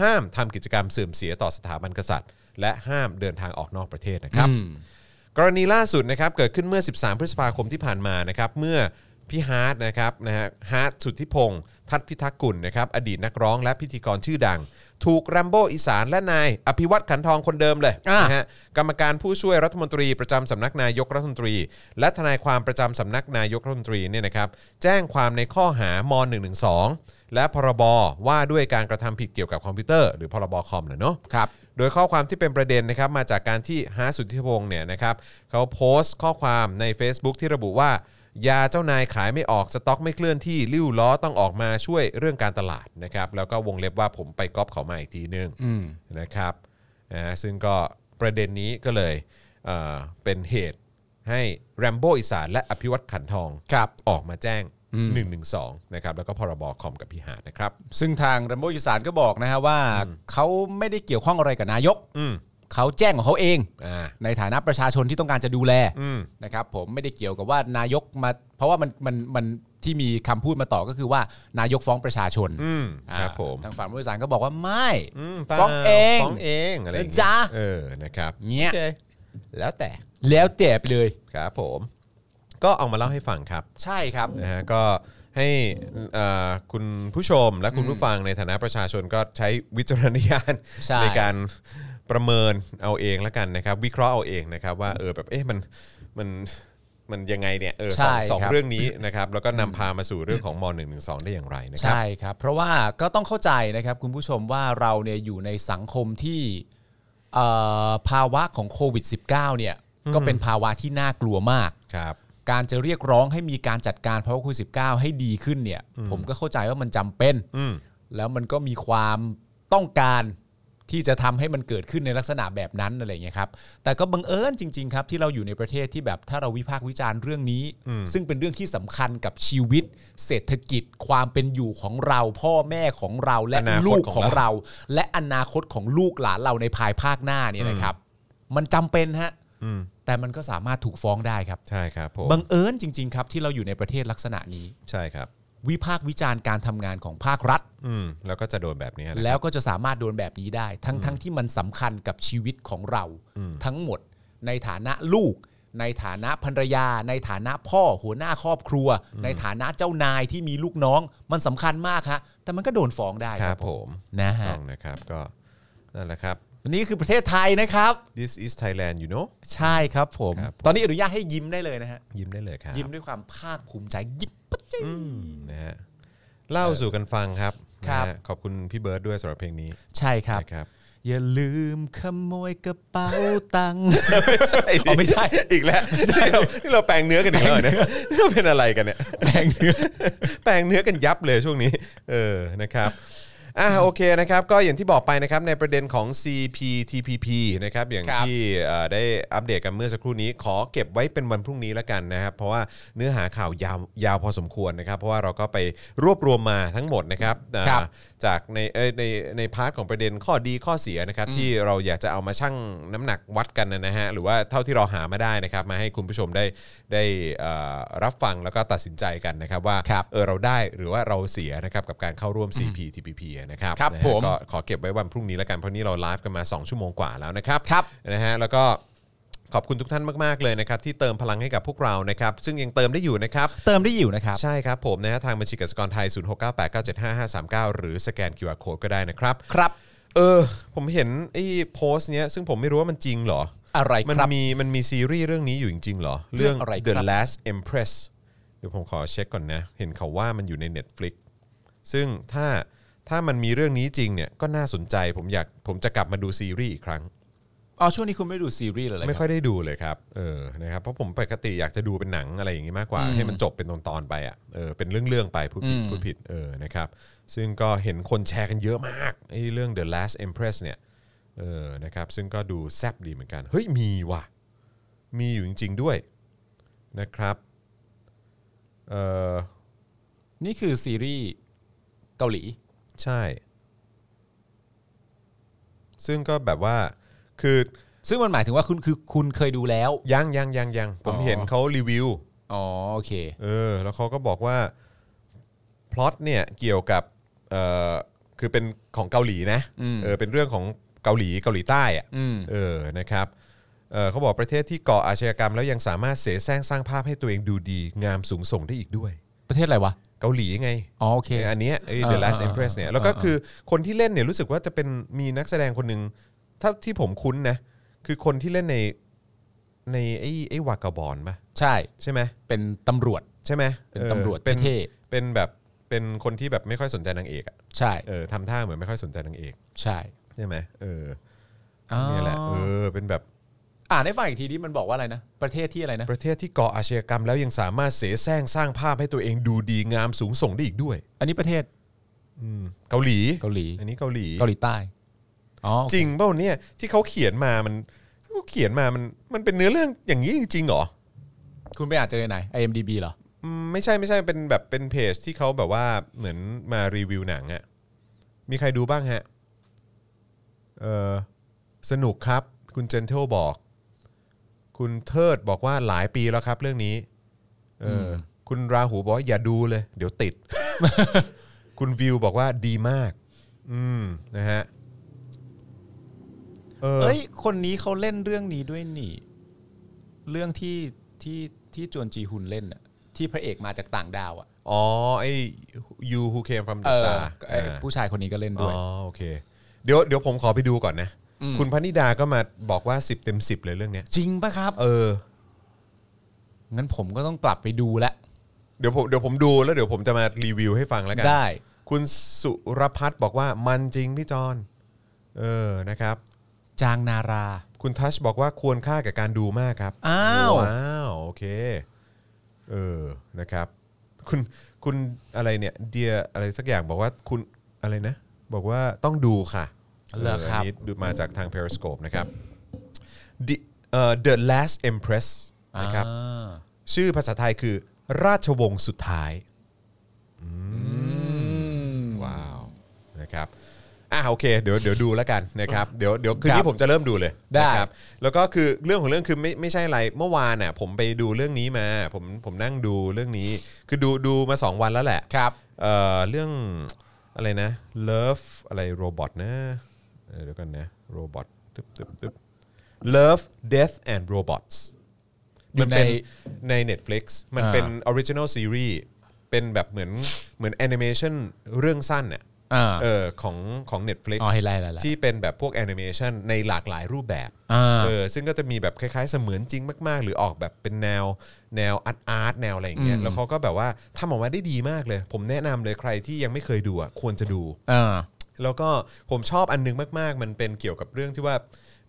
Speaker 2: ห้ามทำกิจกรรมเสื่อมเสียต่อสถาบันกษัตริย์ และห้ามเดินทางออกนอกประเทศนะครับ กรณีล่าสุดนะครับเกิดขึ้นเมื่อ 13 พฤษภาคมที่ผ่านมานะครับเมื่อพี่ฮาร์ดนะครับนะฮะฮาร์ดสุทธิพงศ์ทัตพิทักษ์กุลนะครับอดีตนักร้องและพิธีกรชื่อดัง ถูกแรมโบ้อีสานและนายอภิวัตขันทองคนเดิมเลย
Speaker 3: อ่าน
Speaker 2: นะฮะกรรมการผู้ช่วยรัฐมนตรีประจำสำนักนายกรัฐมนตรี และทนายความประจำสำนักนายกรัฐมนตรีเนี่ยนะครับแจ้งความในข้อหาม112 และพรบว่าด้วยการกระทำผิดเกี่ยวกับคอมพิวเตอร์หรือพรบคอมเนอะเนาะ
Speaker 3: ครับ
Speaker 2: โดยข้อความที่เป็นประเด็นนะครับมาจากการที่ฮาร์ทสุทธิพงศ์เนี่ยนะครับเขาโพสต์ข้อความใน Facebook ที่ระบุว่า ยาเจ้านายขายไม่ออกสต็อกไม่เคลื่อนที่ลิ้วล้อต้องออกมาช่วยเรื่องการตลาดนะครับแล้วก็วงเล็บว่าผมไปก๊อปเขามาอีกทีนึงนะครับนะซึ่งก็ประเด็นนี้ก็เลยเอ่อเป็นเหตุให้แรมโบ้อีสานและอภิวัตขันทอง
Speaker 3: ครับ
Speaker 2: ออกมาแจ้ง 112นะครับแล้วก็พรบคอมกับพิหารนะครับ
Speaker 3: ซึ่งทางรัมโบอีสานก็บอกนะฮะว่าเขาไม่ได้เกี่ยวข้องอะไรกับนายก
Speaker 2: อืม
Speaker 3: เขาแจ้งของเขาเอง
Speaker 2: อ่า
Speaker 3: ในฐานะประชาชนที่ต้องการจะดูแล
Speaker 2: อืม
Speaker 3: นะครับผมไม่ได้เกี่ยวกับว่านายกมา เพราะว่ามันมันมันที่มีคำพูดมาต่อก็คือว่านายกฟ้องประชาชน
Speaker 2: อืม
Speaker 3: อ่า
Speaker 2: ครับผม
Speaker 3: ทางฝั่งรัมโบอีสานก็บอกว่าไม่
Speaker 2: มปล่า
Speaker 3: ฟ้องเอง
Speaker 2: ฟ้องเองอะไรอย่าง
Speaker 3: นะจ๊ะ
Speaker 2: เงี้ยเออนะครับ
Speaker 3: เงี้ย
Speaker 2: โอคแล้วแต่
Speaker 3: แล้วแต่ไปเลย
Speaker 2: ครับผม ก็เอามาเล่าให้ฟังครับ
Speaker 3: ใช่ครับ
Speaker 2: นะฮะก็ให้เอ่อคุณผู้ชมและคุณผู้ฟังในฐานะประชาชนก็ใช้วิจารณญาณ
Speaker 3: ใช่
Speaker 2: ในการประเมินเอาเองแล้วกันนะครับ วิเคราะห์เอาเองนะครับ ว่าเออแบบเอ๊ะมันมันมันยังไงเนี่ยเออสอง
Speaker 3: ใช่
Speaker 2: สอง
Speaker 3: ครับ
Speaker 2: เรื่องนี้นะครับ แล้วก็นำพามาสู่เรื่องของม .112 ได้อย่างไรนะครับ
Speaker 3: ใช่ครับ เพราะว่าก็ต้องเข้าใจนะครับคุณผู้ชมว่าเราเนี่ยอยู่ในสังคมที่เอ่อภาวะของโควิด -19 เนี่ยก็เป็นภาวะที่น่ากลัวมาก
Speaker 2: ครับ
Speaker 3: การจะเรียกร้องให้มีการจัดการภาวะโควิด -19 ให้ดีขึ้นเนี่ย ผมก็เข้าใจว่ามันจำเป็น
Speaker 2: อืม
Speaker 3: แล้วมันก็มีความต้องการที่จะทำให้มันเกิดขึ้นในลักษณะแบบนั้นอะไรอย่างเงี้ยครับ แต่ก็บังเอิญจริง ๆ ครับ ที่เราอยู่ในประเทศที่แบบถ้าเราวิพากษ์วิจารณ์เรื่องนี้ ซึ่งเป็นเรื่องที่สำคัญกับชีวิต เศรษฐกิจ ความเป็นอยู่ของเรา พ่อแม่ของเราและ
Speaker 2: อนาคต
Speaker 3: ลูก
Speaker 2: ของ
Speaker 3: ของเรา และอนาคตของลูกหลานเราในภายภาคหน้าเนี่ยนะครับ มันจำเป็นฮะแต่มันก็สามารถถูกฟ้องได้ครับ
Speaker 2: ใช่ครับผม
Speaker 3: บังเอิญจริง ๆ ครับ ที่เราอยู่ในประเทศลักษณะนี้
Speaker 2: ใช่ครับ
Speaker 3: วิพากษ์วิจารณ์การทำงานของภาครัฐ
Speaker 2: อืมแล้วก็จะโดนแบบนี้นะ
Speaker 3: แล้วก็จะสามารถโดนแบบนี้ได้ ทั้งทั้งที่มันสำคัญกับชีวิตของเรา ทั้งหมดในฐานะลูก ในฐานะภรรยา ในฐานะพ่อหัวหน้าครอบครัว ในฐานะเจ้านายที่มีลูกน้อง มันสำคัญมากฮะแต่มันก็โดนฟ้องได้
Speaker 2: ครับผม
Speaker 3: นะ
Speaker 2: ถูก
Speaker 3: ฮะ
Speaker 2: ต้องนะครับก็นั่นแหละครับ
Speaker 3: นี่คือประเทศไทยนะครับ
Speaker 2: this is Thailand you know
Speaker 3: ใช่ครับผม
Speaker 2: ครับผม
Speaker 3: ตอนนี้อนุญาตให้ยิ้มได้เลยนะฮะ
Speaker 2: ยิ้มได้เลยครับ
Speaker 3: ยิ้มด้วยความภาคภูมิใจยิ้มปั๊ดจิ้ง
Speaker 2: นะฮะเล่าสู่กันฟังครับ
Speaker 3: ครับ
Speaker 2: นะฮะขอบคุณพี่เบิร์ดด้วยสำหรับเพลงนี้
Speaker 3: ใช่ครับ
Speaker 2: นะครับ
Speaker 3: อย่าลืมขโมยกระเป๋าตังค์
Speaker 2: ใช่
Speaker 3: อ๋อไม่ใช่
Speaker 2: อีกแล้วที่เราที่เราแปลงเนื้อกันอีกแล้วเหรอเนี่ยนี่เราเป็นอะไรกันเนี่ย
Speaker 3: แปลงเนื้อ
Speaker 2: แปลงเนื้อกันยับเลยช่วงนี้ เออ นะครับ อ่ะโอเคนะครับ ก็อย่างที่บอกไปนะครับในประเด็นของ CPTPP นะครับอย่าง
Speaker 3: ครับ
Speaker 2: ที่เอ่อได้อัปเดตกันเมื่อสักครู่นี้ขอเก็บไว้เป็นวันพรุ่งนี้แล้วกันนะครับ เพราะว่าเนื้อหาข่าวยาวยาวพอสมควรนะครับ เพราะว่าเราก็ไปรวบรวมมาทั้งหมดนะครับอ่า
Speaker 3: ครับ
Speaker 2: จากในเอ้ยในในพาร์ทของประเด็นข้อดีข้อเสียนะครับที่เราอยากจะเอามาชั่งน้ำหนักวัดกันนะฮะหรือว่าเท่าที่เราหามาได้นะครับ มาให้คุณผู้ชมได้ได้เอ่อรับฟังแล้วก็ตัดสินใจกันนะครับว่า
Speaker 3: ครับ
Speaker 2: เออเราได้หรือว่าเราเสียนะครับกับการเข้าร่วม CPTPP นะครับ
Speaker 3: ครับ
Speaker 2: นะฮะ
Speaker 3: ผม
Speaker 2: ก็ขอเก็บไว้วันพรุ่งนี้แล้วกันเพราะนี่เราไลฟ์กันมา 2 ชั่วโมงกว่าแล้วนะครับ
Speaker 3: ครับ
Speaker 2: นะฮะแล้วก็ขอบคุณทุกท่านมาก ๆ เลยนะครับที่เติมพลังให้กับพวกเรานะครับ ซึ่งยังเติมได้อยู่นะครับ
Speaker 3: เติมได้อยู่นะครับ
Speaker 2: ใช่ครับผมนะฮะทางบัญชีกสิกรไทย 0698975539 หรือสแกน QR Code ก็ได้นะครับ
Speaker 3: ครับ
Speaker 2: เอ เออ ผมเห็นไอ้โพสต์เนี้ยซึ่งผมไม่รู้ว่ามันจริงเหรอ
Speaker 3: อะไร
Speaker 2: มัน
Speaker 3: ครับ
Speaker 2: มีมันมีซีรีส์เรื่องนี้อยู่จริงๆเหรอ
Speaker 3: เรื่
Speaker 2: เรื่อ
Speaker 3: อง
Speaker 2: ง
Speaker 3: อะไร
Speaker 2: The
Speaker 3: ครับ
Speaker 2: Last Empress เดี๋ยวผมขอเช็คก่อนนะ เห็นเขาว่ามันอยู่ใน Netflix ซึ่งถ้าถ้ามันมีเรื่องนี้จริงเนี่ยก็น่าสนใจผมอยากผมจะกลับมาดูซีรีส์อีกครั้ง
Speaker 3: อ๋อช่วงนี้คุณไม่ดูซีรีส์เหรออะไร
Speaker 2: ไม่
Speaker 3: ค
Speaker 2: ค่
Speaker 3: รับ
Speaker 2: อยได้ดูเลยครับเออนะครับเพราะผมปกติอยากจะดูเป็นหนังอะไรอย่างงี้มากกว่า ให้มันจบเป็นตอนตอนๆไปอ่ะเออเป็นเรื่องๆไปพูดผิดพูดผิดเออนะครับซึ่งก็เห็นคนแชร์กันเยอะมากไอ้เรื่อง The Last Empress เนี่ยเออนะครับซึ่งก็ดูแซบดีเหมือนกัน เฮ้ยมีว่ะ มีอยู่จริง ๆด้วยนะครับเออ
Speaker 3: นี่คือซีรีส์เกาหลี
Speaker 2: ใช่ ซึ่งก็แบบว่าคือ
Speaker 3: ซึ่งมันหมายถึงว่าคุณคือคุณเคยดูแล้ว
Speaker 2: ยังยังยังยังผม
Speaker 3: อ๋อ
Speaker 2: เห็นเขารีวิว
Speaker 3: อ๋อโอเค
Speaker 2: เออแล้วเขาก็บอกว่าพล็อตเนี่ยเกี่ยวกับเออคือเป็นของเกาหลีนะเออเป็นเรื่องของเกาหลีเกาหลีใต้อะ
Speaker 3: อืม
Speaker 2: เออนะครับเออเขาบอกประเทศที่ก่ออาชญากรรม แล้วยังสามารถเสแสร้งสร้างภาพให้ตัวเองดูดีงามสูงส่งได้อีกด้วย
Speaker 3: ประเทศอะไรวะ
Speaker 2: เกาหลีไง
Speaker 3: อ๋อโอเค
Speaker 2: อันเนี้ยไอ้ The
Speaker 3: อ่า
Speaker 2: Last
Speaker 3: อ่า
Speaker 2: Empress เนี่ยแล้วก็คือคนที่เล่นเนี่ยรู้สึกว่าจะเป็นมีนักแสดงคนหนึ่งถ้าที่ผมคุ้นนะคือคนที่เล่นในในไอ้ไอ้วากาบอลปะ
Speaker 3: ใช่
Speaker 2: ใช่ไหม
Speaker 3: เป็นตำรวจ
Speaker 2: ใช่ไหม
Speaker 3: เป็นตำรวจ
Speaker 2: ออเป็น
Speaker 3: เท่
Speaker 2: เป็นแบบเป็นคนที่แบบไม่ค่อยสนใจนางเอกอะ
Speaker 3: ใช่
Speaker 2: เออทำท่าเหมือนไม่ค่อยสนใจนางเอก
Speaker 3: ใช่
Speaker 2: ใช่ไหมเออ
Speaker 3: อ๋อ
Speaker 2: เนี่ยแหละเออเป็นแบบ
Speaker 3: อ่านให้ฟังอีกทีนี้มันบอกว่าอะไรนะ ประเทศที่อะไรนะ
Speaker 2: ประเทศที่ก่ออาชญากรรม แล้วยังสามารถเสแสร้งสร้างภาพให้ตัวเองดูดีงามสูงส่งได้อีกด้วย
Speaker 3: อันนี้ประเทศ
Speaker 2: อืมเกาหลี
Speaker 3: เกาหลี
Speaker 2: อันนี้เกาหลี
Speaker 3: เกาหลีใต้อ๋อโอเค
Speaker 2: จริงเปล่าเนี่ยที่เขาเขียนมามันเขาเขียนมามันมันเป็นเนื้อเรื่องอย่างนี้จริงๆเหรอ
Speaker 3: คุณไปอ่านเจอในไหน IMDB เหรอ
Speaker 2: อืมไม่ใช่ไม่ใช่เป็นแบบเป็นเพจที่เขาแบบว่าเหมือนมารีวิวหนังอะมีใครดูบ้างฮะเออ สนุกครับ คุณเจนเทลบอก คุณเทิดบอกว่าหลายปีแล้วครับเรื่องนี้เอออคุณราหูบอกว่าอย่าดูเลย เดี๋ยวติด คุณวิวบอกว่าดีมาก อืมนะฮะเออ
Speaker 3: เอ้ย คนนี้เขาเล่นเรื่องนี้ด้วยนี่ เรื่องที่ที่ที่จวนจีฮุนเล่นอะที่พระเอกมาจากต่างดาวอะ
Speaker 2: อ๋อไอ้ you who came from
Speaker 3: เอ
Speaker 2: the
Speaker 3: อ
Speaker 2: star
Speaker 3: ไอ้ผู้ชายคนนี้ก็เล่นด้วย
Speaker 2: อ๋อโอเค เดี๋ยวเดี๋ยวผมขอไปดูก่อนนะ คุณพนิดาก็มาบอกว่า 10 เต็ม 10 เลยเรื่องเนี้ย
Speaker 3: จริงปะครับ
Speaker 2: เออ
Speaker 3: งั้นผมก็ต้องกลับไปดูละ
Speaker 2: เดี๋ยวผมเดี๋ยวผมดูแล้วเดี๋ยวผมจะมารีวิวให้ฟังแล้วกัน
Speaker 3: ได้
Speaker 2: คุณสุรพัฒน์บอกว่ามันจริงพี่จอนเออนะครับ
Speaker 3: จางนารา
Speaker 2: คุณทัชบอกว่าควรค่ากับการดูมากครับ
Speaker 3: อ้าว
Speaker 2: ว้าวโอเคเออนะครับ คุณคุณอะไรเนี่ยเดียอะไรสักอย่างบอกว่าคุณอะไรนะ บอกว่าต้องดูค่ะ
Speaker 3: เหรอครับ
Speaker 2: นนี้ดูมาจากทาง Periscope นะครับ The เอ่อ The Last Empress นะครับ
Speaker 3: อ่า
Speaker 2: ชื่อภาษาไทยคือราชวงศ์สุดท้าย ว้าว นะครับ อ่ะโอเค เดี๋ยว เดี๋ยวดูแล้วกันนะครับ เดี๋ยว เดี๋ยวคืน
Speaker 3: ครั
Speaker 2: นี้
Speaker 3: บ
Speaker 2: ผมจะเริ่มดูเลย
Speaker 3: ได้
Speaker 2: นะครับ แล้วก็คือเรื่องของเรื่องคือไม่ ไม่ใช่อะไร เมื่อวานน่ะผมไปดูเรื่องนี้มา ผม ผมนั่งดูเรื่องนี้ คือดู ดูมา 2 วันแล้วแหละ
Speaker 3: ครับ
Speaker 2: เอ่อเรื่องอะไรนะ Love อะไรโรบอทนะเออเดี๋ยวกันนะโรบอทตึ๊บตึ๊บตึ๊บ Love Death and Robots
Speaker 3: อยู่
Speaker 2: มัน
Speaker 3: ใน
Speaker 2: เป็นใน Netflix มัน
Speaker 3: อ่า
Speaker 2: เป็น Original Series เป็นแบบเหมือนเหมือนแอนิเมชันเรื่องสั้นเนี่ย
Speaker 3: อ่า
Speaker 2: เออของของ Netflix
Speaker 3: อ๋อเห็นแล้วเห็นแล้ว
Speaker 2: ที่เป็นแบบพวกแอนิเมชันในหลากหลายรูปแบบ
Speaker 3: อ่า
Speaker 2: เออซึ่งก็จะมีแบบคล้ายๆเสมือนจริงมากๆ หรือออกแบบเป็นแนวแนวอาร์ตอาร์ตแนวอะไรอย่างเงี้ย
Speaker 3: อืม
Speaker 2: แล้วเขาก็แบบว่าทำออกมาได้ดีมากเลย ผมแนะนำเลยใครที่ยังไม่เคยดูอ่ะควรจะดู
Speaker 3: อ่า
Speaker 2: แล้วก็ผมชอบอันนึงมาก ๆ มันเป็นเกี่ยวกับเรื่องที่ว่า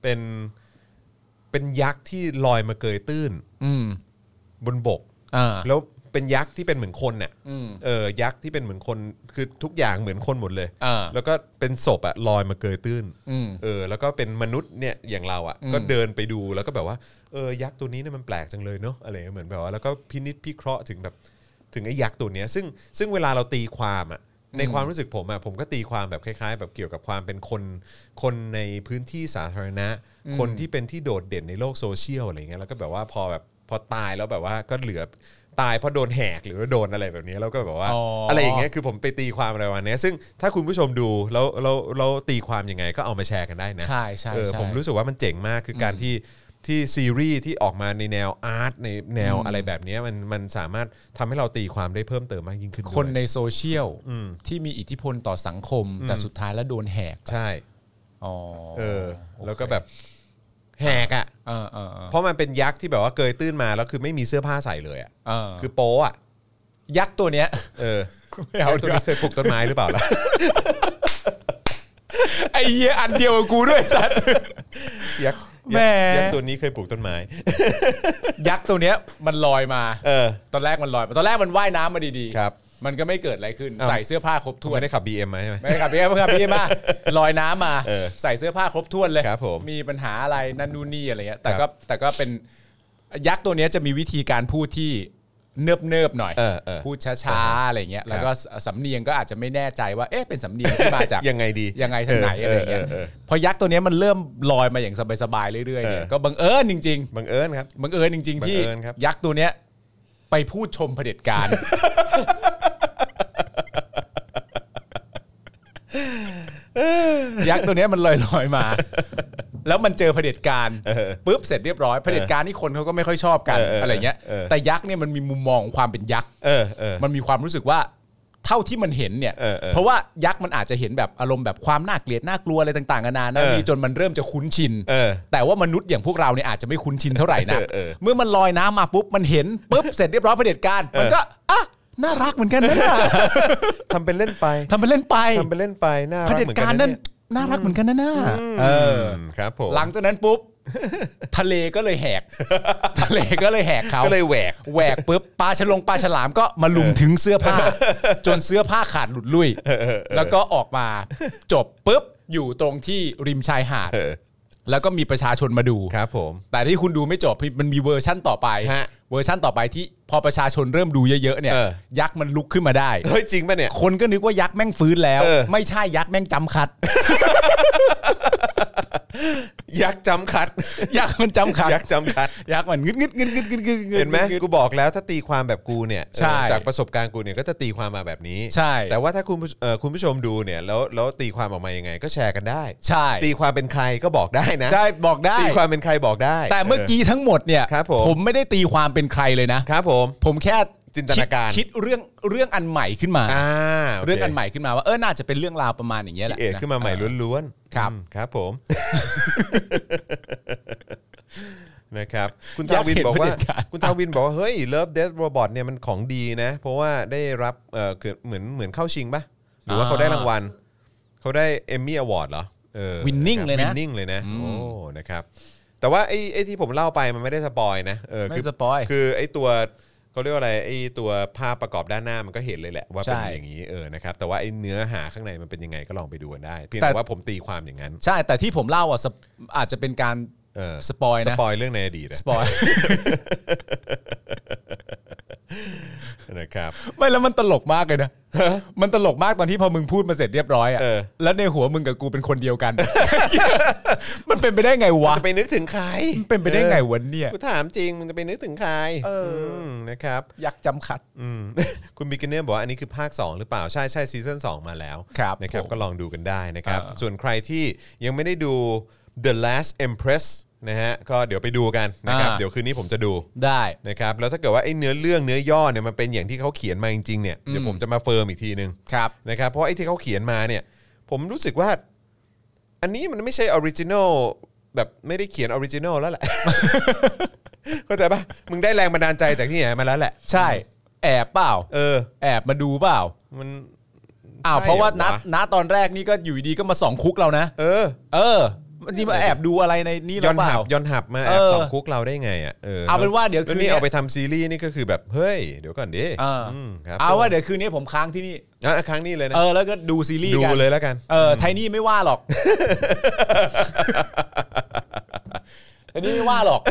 Speaker 2: เป็นเป็นยักษ์ที่ลอยมาเกยตื้น
Speaker 3: อืม
Speaker 2: บนบก
Speaker 3: อ่า
Speaker 2: แล้วเป็นยักษ์ที่เป็นเหมือนคนเนี่ย
Speaker 3: อืม
Speaker 2: เออยักษ์ที่เป็นเหมือนคนคือทุกอย่างเหมือนคนหมดเลย
Speaker 3: อ่า
Speaker 2: แล้วก็เป็นศพอะลอยมาเกยตื้น
Speaker 3: อืม
Speaker 2: เออแล้วก็เป็นมนุษย์เนี่ยอย่างเราอ่ะ
Speaker 3: อืม
Speaker 2: ก็เดินไปดูแล้วก็แบบว่าเออยักษ์ตัวนี้เนี่ยมันแปลกจังเลยเนาะอะไรเหมือนแบบว่าแล้วก็พินิจพิเคราะห์ถึงแบบถึงไอ้ยักษ์ตัวเนี้ยซึ่งซึ่งเวลาเราตีความอ่ะในความรู้สึกผมอ่ะผมก็ตีความแบบคล้าย ๆ แบบเกี่ยวกับความเป็นคนคนในพื้นที่สาธารณะ
Speaker 3: อืม
Speaker 2: คนที่เป็นที่โดดเด่นในโลกโซเชียลอะไรเงี้ยแล้วก็แบบว่าพอแบบพอตายแล้วแบบว่าก็เหลือตายเพราะโดนแหกหรือว่าโดนอะไรแบบนี้แล้วก็แบบว่า
Speaker 3: อ๋ออ
Speaker 2: อะไรอย่างเงี้ยคือผมไปตีความอะไรวันนี้ยซึ่งถ้าคุณผู้ชมดูแล้วเราเราตีความยังไงก็เอามาแชร์กันได้นะ
Speaker 3: ใช่ใช่
Speaker 2: เออ
Speaker 3: ใช่
Speaker 2: ผมรู้สึกว่ามันเจ๋งมากคือการที่ที่ซีรีส์ที่ออกมาในแนวอาร์ตในแนว
Speaker 3: อืม
Speaker 2: อะไรแบบเนี้ยมันมันสามารถทำให้เราตีความได้เพิ่มเติมมากยิ่งขึ้นด้วย
Speaker 3: คนในโซเชียลที่มีอิทธิพลต่อสังคม แต่สุดท้ายแล้วโดนแหก
Speaker 2: ใช่
Speaker 3: อ๋อ
Speaker 2: เออ แล้วก็แบบแหกอ่ะ
Speaker 3: เออเออเออ
Speaker 2: เพราะมันเป็นยักษ์ที่แบบว่าเกยตื้นมาแล้วคือไม่มีเสื้อผ้าใส่เลยอ่ะ
Speaker 3: เออ
Speaker 2: คือโป๊อ่ะ
Speaker 3: ยักษ์ตัวเนี้ย
Speaker 2: เออ
Speaker 3: ไม่เอา
Speaker 2: ยักษ์ตัว
Speaker 3: ดีกว่า
Speaker 2: นี้เคยปลูกต้นไม้หรือเปล่าล่ะ
Speaker 3: ไอ้เหี้ยอันเดียวกับกูด้วยสัตว์
Speaker 2: ยักษ์
Speaker 3: แหม
Speaker 2: ยักษ์ตัวนี้เคยปลูกต้นไม้
Speaker 3: ยักษ์ตัวเนี้ยมันลอยมา
Speaker 2: เออ
Speaker 3: ตอนแรกมันลอยมาตอนแรกมันว่ายน้ำมาดี
Speaker 2: ครับ
Speaker 3: มันก็ไม่เกิดอะไรขึ้น ใส่เสื้อผ้าครบ
Speaker 2: ทุก
Speaker 3: ถ้ว
Speaker 2: คน นได้ขับ BM มาใช่ไหม
Speaker 3: ไม่ได้ขับพี่เอ็มครับพี่เอ็มมาลอยน้ำมา
Speaker 2: เออ
Speaker 3: ใส่เสื้อผ้าครบถ้วนเลย
Speaker 2: ครับผม
Speaker 3: มีปัญหาอะไรนั่นนู่นนี่อะไรเงี้ยแต่
Speaker 2: ครั
Speaker 3: ก็
Speaker 2: บ
Speaker 3: แต่ก็เป็นยักษ์ตัวเนี้ยจะมีวิธีการพูดที่เนิบเนิบๆหน่อย
Speaker 2: เออเออ
Speaker 3: พูดช้าๆอะไรเงี้ยแล้วก็สำเนียงก็อาจจะไม่แน่ใจว่าเอ๊ะเป็นสำเนียงที่มาจาก
Speaker 2: ยังไงดี
Speaker 3: ยังไงทางไหนอะไรเงี้ย
Speaker 2: เออเออเออ
Speaker 3: พอยักษ์ตัวเนี้ยมันเริ่มลอยมาอย่างสบายๆเรื่อยๆเนี่ย
Speaker 2: เออ
Speaker 3: ก็บังเอิญจริง ๆ
Speaker 2: บังเอิญครับ
Speaker 3: บังเอิญจริง ๆ ที่
Speaker 2: บังเอิญครับ
Speaker 3: ยักษ์ตัวเนี้ย ไปพูดชมเผด็จการ ยักษ์ตัวเนี้ยมันลอยๆมา แล้วมันเจอเผด็จการปุ๊บเสร็จเรียบร้อยเผด็จการนี่คนเขาก็ไม่ค่อยชอบกัน
Speaker 2: เออเออ
Speaker 3: อะไรเงี้ย
Speaker 2: เออ
Speaker 3: แต่ยักษ์เนี่ยมันมีมุมมองของความเป็นยักษ์
Speaker 2: เออเออ
Speaker 3: มันมีความรู้สึกว่าเท่าที่มันเห็นเนี่ย
Speaker 2: เออเออ
Speaker 3: เพราะว่ายักษ์มันอาจจะเห็นแบบอารมณ์แบบความน่าเกลียดน่ากลัวอะไรต่างๆนานานะ
Speaker 2: เออ
Speaker 3: มีจนมันเริ่มจะคุ้นชิน
Speaker 2: เออ
Speaker 3: แต่ว่ามนุษย์อย่างพวกเราเนี่ยอาจจะไม่คุ้นชินเท่าไหร่นะ
Speaker 2: เออเออ
Speaker 3: เมื่อมันลอยน้ำมาปุ๊บมันเห็นปุ๊บเสร็จเรียบร้อยเผด็จการมันก็อ่ะน่ารักเหมือนกันนะเนี่ย
Speaker 2: ทำเป็นเล่นไป
Speaker 3: ทำเป็นเล่นไป
Speaker 2: ทำเป็นเล่นไปน่า
Speaker 3: เผ
Speaker 2: รัก
Speaker 3: ด็จ
Speaker 2: เหมือน
Speaker 3: กา
Speaker 2: กั
Speaker 3: ร
Speaker 2: น
Speaker 3: นั่น
Speaker 2: เย
Speaker 3: น่ารักเหมือนกันนะน่าเออ
Speaker 2: อืมครับผม
Speaker 3: หลังจากนั้นปุ๊บ ทะเลก็เลยแหก ทะเลก็เลยแหกเขา
Speaker 2: ก็เลยแหวก
Speaker 3: แหวกปุ๊บปลาฉลงปลาฉลามก็มาลุมถึงเสื้อผ้า จนเสื้อผ้าขาดหลุดลุ่ยแล้วก็ออกมาจบปุ๊บอยู่ตรงที่ริมชายหาด
Speaker 2: เออ
Speaker 3: แล้วก็มีประชาชนมาดู
Speaker 2: ครับผม
Speaker 3: แต่ที่คุณดูไม่จบมันมีเวอร์ชั่นต่อไป
Speaker 2: ฮะ
Speaker 3: เวอร์ชั่นต่อไปที่พอประชาชนเริ่มดูเยอะๆเนี่ย
Speaker 2: เออ
Speaker 3: ยักษ์มันลุกขึ้นมาได้
Speaker 2: เฮ้ยจริงป่ะเนี่ย
Speaker 3: คนก็นึกว่ายักษ์แม่งฟื้นแล้ว
Speaker 2: เออ
Speaker 3: ไม่ใช่ยักษ์แม่งจำคัด
Speaker 2: ยักษ์จำคัด
Speaker 3: ยักษ์มันจำคัด
Speaker 2: ยักษ์จำคัด
Speaker 3: ยักษ์มันงึดงึดงึดงึดงึดงึดงึด
Speaker 2: เห็นไหมกูบอกแล้วถ้าตีความแบบกูเนี่ย
Speaker 3: ใช่
Speaker 2: เออจากประสบการณ์กูเนี่ยก็จะตีความมาแบบนี้
Speaker 3: ใช่
Speaker 2: แต่ว่าถ้าคุณผู้เอ่อคุณผู้ชมดูเนี่ยแล้วแล้วตีความออกมายังไง ก็แชร์กันได้
Speaker 3: ใช่
Speaker 2: ตีความเป็นใครก็บอกได้นะ
Speaker 3: ใช่บอกได้
Speaker 2: ตีความเป็นใครบอกได้
Speaker 3: แต่เมื่อกี้ทั้งหมดเนี่ย
Speaker 2: ครับผม
Speaker 3: ผมไม่ได้ตีความเป็นใครเลยนะ
Speaker 2: ครับผม
Speaker 3: ผมแค่
Speaker 2: จินตนาการ
Speaker 3: คิดคิดเรื่องเรื่องอันใหม่ขึ้นมา
Speaker 2: อ่าโค
Speaker 3: เรื่องอันใหม่ขึ้นมาว่าเออน่าจะเป็นเรื่องราวประมาณอย่างเงี้ยแหละ
Speaker 2: เอก
Speaker 3: ะ
Speaker 2: ขึ้นมาใหม่ล้วนๆ
Speaker 3: ครับ
Speaker 2: อืมครับผม นะครับ คุณทาย
Speaker 3: อาก
Speaker 2: วิน
Speaker 3: เห็น
Speaker 2: บอกว่า
Speaker 3: เผด็จการ
Speaker 2: คุณทาวินบอกว่า เฮ้ย Love Death Robot เนี่ยมันของดีนะ เพราะว่าได้รับเอ่อเกิดเหมือนเหมือนเข้าชิงปะหรือว่าเขาได้รางวัล เขาได้เอมมี่อวอร์ดเหรอเออ
Speaker 3: Winning เลยนะ
Speaker 2: วินนิ่งเลยนะ โอ้ นะครับ แต่ว่าไอ้ไอ้ที่ผมเล่าไปมันไม่ได้สปอยนะเออคื
Speaker 3: ไม่สปอย
Speaker 2: คือไอ้ตัวเขาเรียกว่าอะไรไอ้ตัวภาพประกอบด้านหน้ามันก็เห็นเลยแหละว่าเป็น
Speaker 3: ใช่
Speaker 2: อย่างนี้เออนะครับแต่ว่าไอ้เนื้อหาข้างในมันเป็นยังไงก็ลองไปดูกันได้ เพียง
Speaker 3: แต่
Speaker 2: แต่ว่าผมตีความอย่างนั้น
Speaker 3: ใช่แต่ที่ผมเล่าอ่ะสปอาจจะเป็นการ
Speaker 2: เออ
Speaker 3: สปอย
Speaker 2: ส
Speaker 3: นะ
Speaker 2: ปอยเรื่องในอดีตอะ
Speaker 3: สปอย
Speaker 2: นะครับ
Speaker 3: ไม่แล้วมันตลกมากเลยนะมันตลกมากตอนที่พอมึงพูดมาเสร็จเรียบร้อยอ่ะ
Speaker 2: เออ
Speaker 3: แล้วในหัวมึงกับกูเป็นคนเดียวกัน มันเป็นไปได้ไงวะ
Speaker 2: จะไปนึกถึงใคร
Speaker 3: มันเป็นไปได้ไงวะเนี่ย
Speaker 2: กูถามจริงมึงจะไปนึกถึงใคร
Speaker 3: เอออื
Speaker 2: มนะครับ
Speaker 3: ยักษ์จำคัด
Speaker 2: อืม คุณบิกเนอร์บอกว่าอันนี้คือภาค 2 หรือเปล่าใช่ใช่ซีซั่น2มาแล้ว
Speaker 3: ครับ
Speaker 2: นะครับ
Speaker 3: ผม
Speaker 2: ก็ลองดูกันได้นะครับ
Speaker 3: เออ
Speaker 2: ส่วนใครที่ยังไม่ได้ดู The Last Empress นะฮะก็เดี๋ยวไปดูกันนะครับเดี๋ยวคืนนี้ผมจะดู
Speaker 3: ได้
Speaker 2: นะครับแล้วถ้าเกิดว่าไอ้เนื้อเรื่องเนื้อย่อเนี่ยมันเป็นอย่างที่เขาเขียนมาจริงๆเนี่ยเดี๋ยวผมจะมาเฟิร์มอีกทีนึง
Speaker 3: ครับ
Speaker 2: นะครับเพราะไอ้ที่เขาเขียนมาเนี่ย ผมรู้สึกว่า อันนี้มันไม่ใช่ออริจินอลแบบไม่ได้เขียนออริจินอลแล้วแหละ เข้าใจปะมึงได้แรงบันดาลใจจากที่ไหนมาแล้วแหละ
Speaker 3: ใช่ แอบเปล่า
Speaker 2: เออ
Speaker 3: แอบมาดูเปล่า
Speaker 2: มัน
Speaker 3: อ้าว
Speaker 2: ใช่
Speaker 3: เพราะว่า
Speaker 2: เหร
Speaker 3: นั
Speaker 2: อ
Speaker 3: ด
Speaker 2: วะ
Speaker 3: นัดตอนแรกนี่ก็อยู่ดีๆก็มาส่องคุกเรานะ
Speaker 2: เออ
Speaker 3: เออวันนี่มาแอบดูอะไรในนี่หรื
Speaker 2: ย้อ
Speaker 3: อน เป
Speaker 2: หั
Speaker 3: ล่า
Speaker 2: บย้อนหับมาแอบ
Speaker 3: เออ
Speaker 2: สองคุกเราได้ไงอ่ะเออ
Speaker 3: เอาเป็นว่าเดี๋ยว
Speaker 2: แล้
Speaker 3: คืนเนี่
Speaker 2: นี่
Speaker 3: ย
Speaker 2: เอาไปทำซีรีส์นี่ก็คือแบบเฮ้ยเดี๋ยวก่อนดิ
Speaker 3: เอออ
Speaker 2: มครับ
Speaker 3: เอาว่าเดี๋ยวคืนนี้ผมค้างที่นี่
Speaker 2: อ่ะครั้งนี้เลยนะ
Speaker 3: เออแล้วก็ดูซีรีส์
Speaker 2: ดู
Speaker 3: กัน
Speaker 2: เลยแล้วกัน
Speaker 3: เออไทนี่ไม่ว่าหรอกไทนี่ไม่ว่าหรอก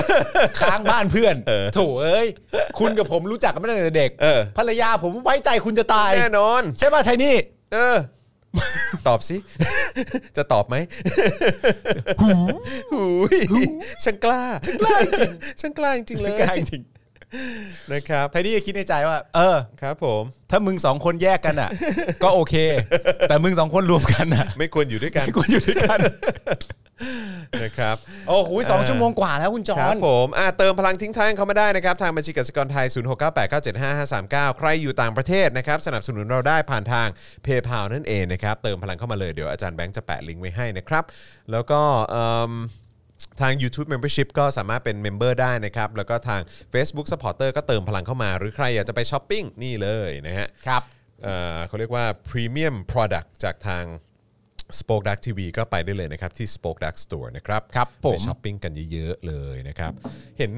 Speaker 3: ค้างบ้านเพื่อนโถเอ้ยคุณกับผมรู้จักกันมาตั้งแต่เด็ก
Speaker 2: เออ
Speaker 3: ภรรยาผมไว้ใจคุณจะตาย
Speaker 2: แน่นอน
Speaker 3: ใช่ป่ะไทนี่
Speaker 2: เออ ตอบสิ จะตอบไหมหูหูช่างกล้าช่างกล้าจริงช่างกล้าจริงๆเลย
Speaker 3: กล้าจริง
Speaker 2: นะครับ
Speaker 3: ไทนี่ก็คิดในใจว่า เออ
Speaker 2: ครับผม
Speaker 3: ถ้ามึงสองคนแยกกันอ่ะ ก็โอเค แต่มึงสองคนรวมกันอ่ะ
Speaker 2: ไม่ควรอยู่ด้วยกัน
Speaker 3: ไม่ควรอยู่ด้วยกัน
Speaker 2: นะครับ
Speaker 3: โอ้โหสองชั่วโมงกว่าแล้วคุณจอ
Speaker 2: ครับ
Speaker 3: ห์น
Speaker 2: ผมอ่ะเติมพลังทิ้งท้ายเข้ามาได้นะครับ ทางบัญชีกสิกรไทย 0698975539 ใครอยู่ต่างประเทศนะครับ สนับสนุนเราได้ผ่านทางเพย์พานั่นเองนะครับ เติมพลังเข้ามาเลย เดี๋ยวอาจารย์แบงค์จะแปะลิงก์ไว้ให้นะครับ แล้วก็เอิ่มทาง YouTube Membership ก็สามารถเป็นเมมเบอร์ได้นะครับ แล้วก็ทาง Facebook Supporter ก็เติมพลังเข้ามา หรือใครอยากจะไปช้อปปิ้งนี่เลยนะฮะ
Speaker 3: ครับ
Speaker 2: เอ่อเขาเรียกว่า Premium Product จากทาง Spoke Dark TV ก็ไปได้เลยนะครับ ที่ Spoke Dark Store นะครับ
Speaker 3: ครับผม
Speaker 2: ไปช้อปปิ้งกันเยอะๆเลยนะครับ เห็น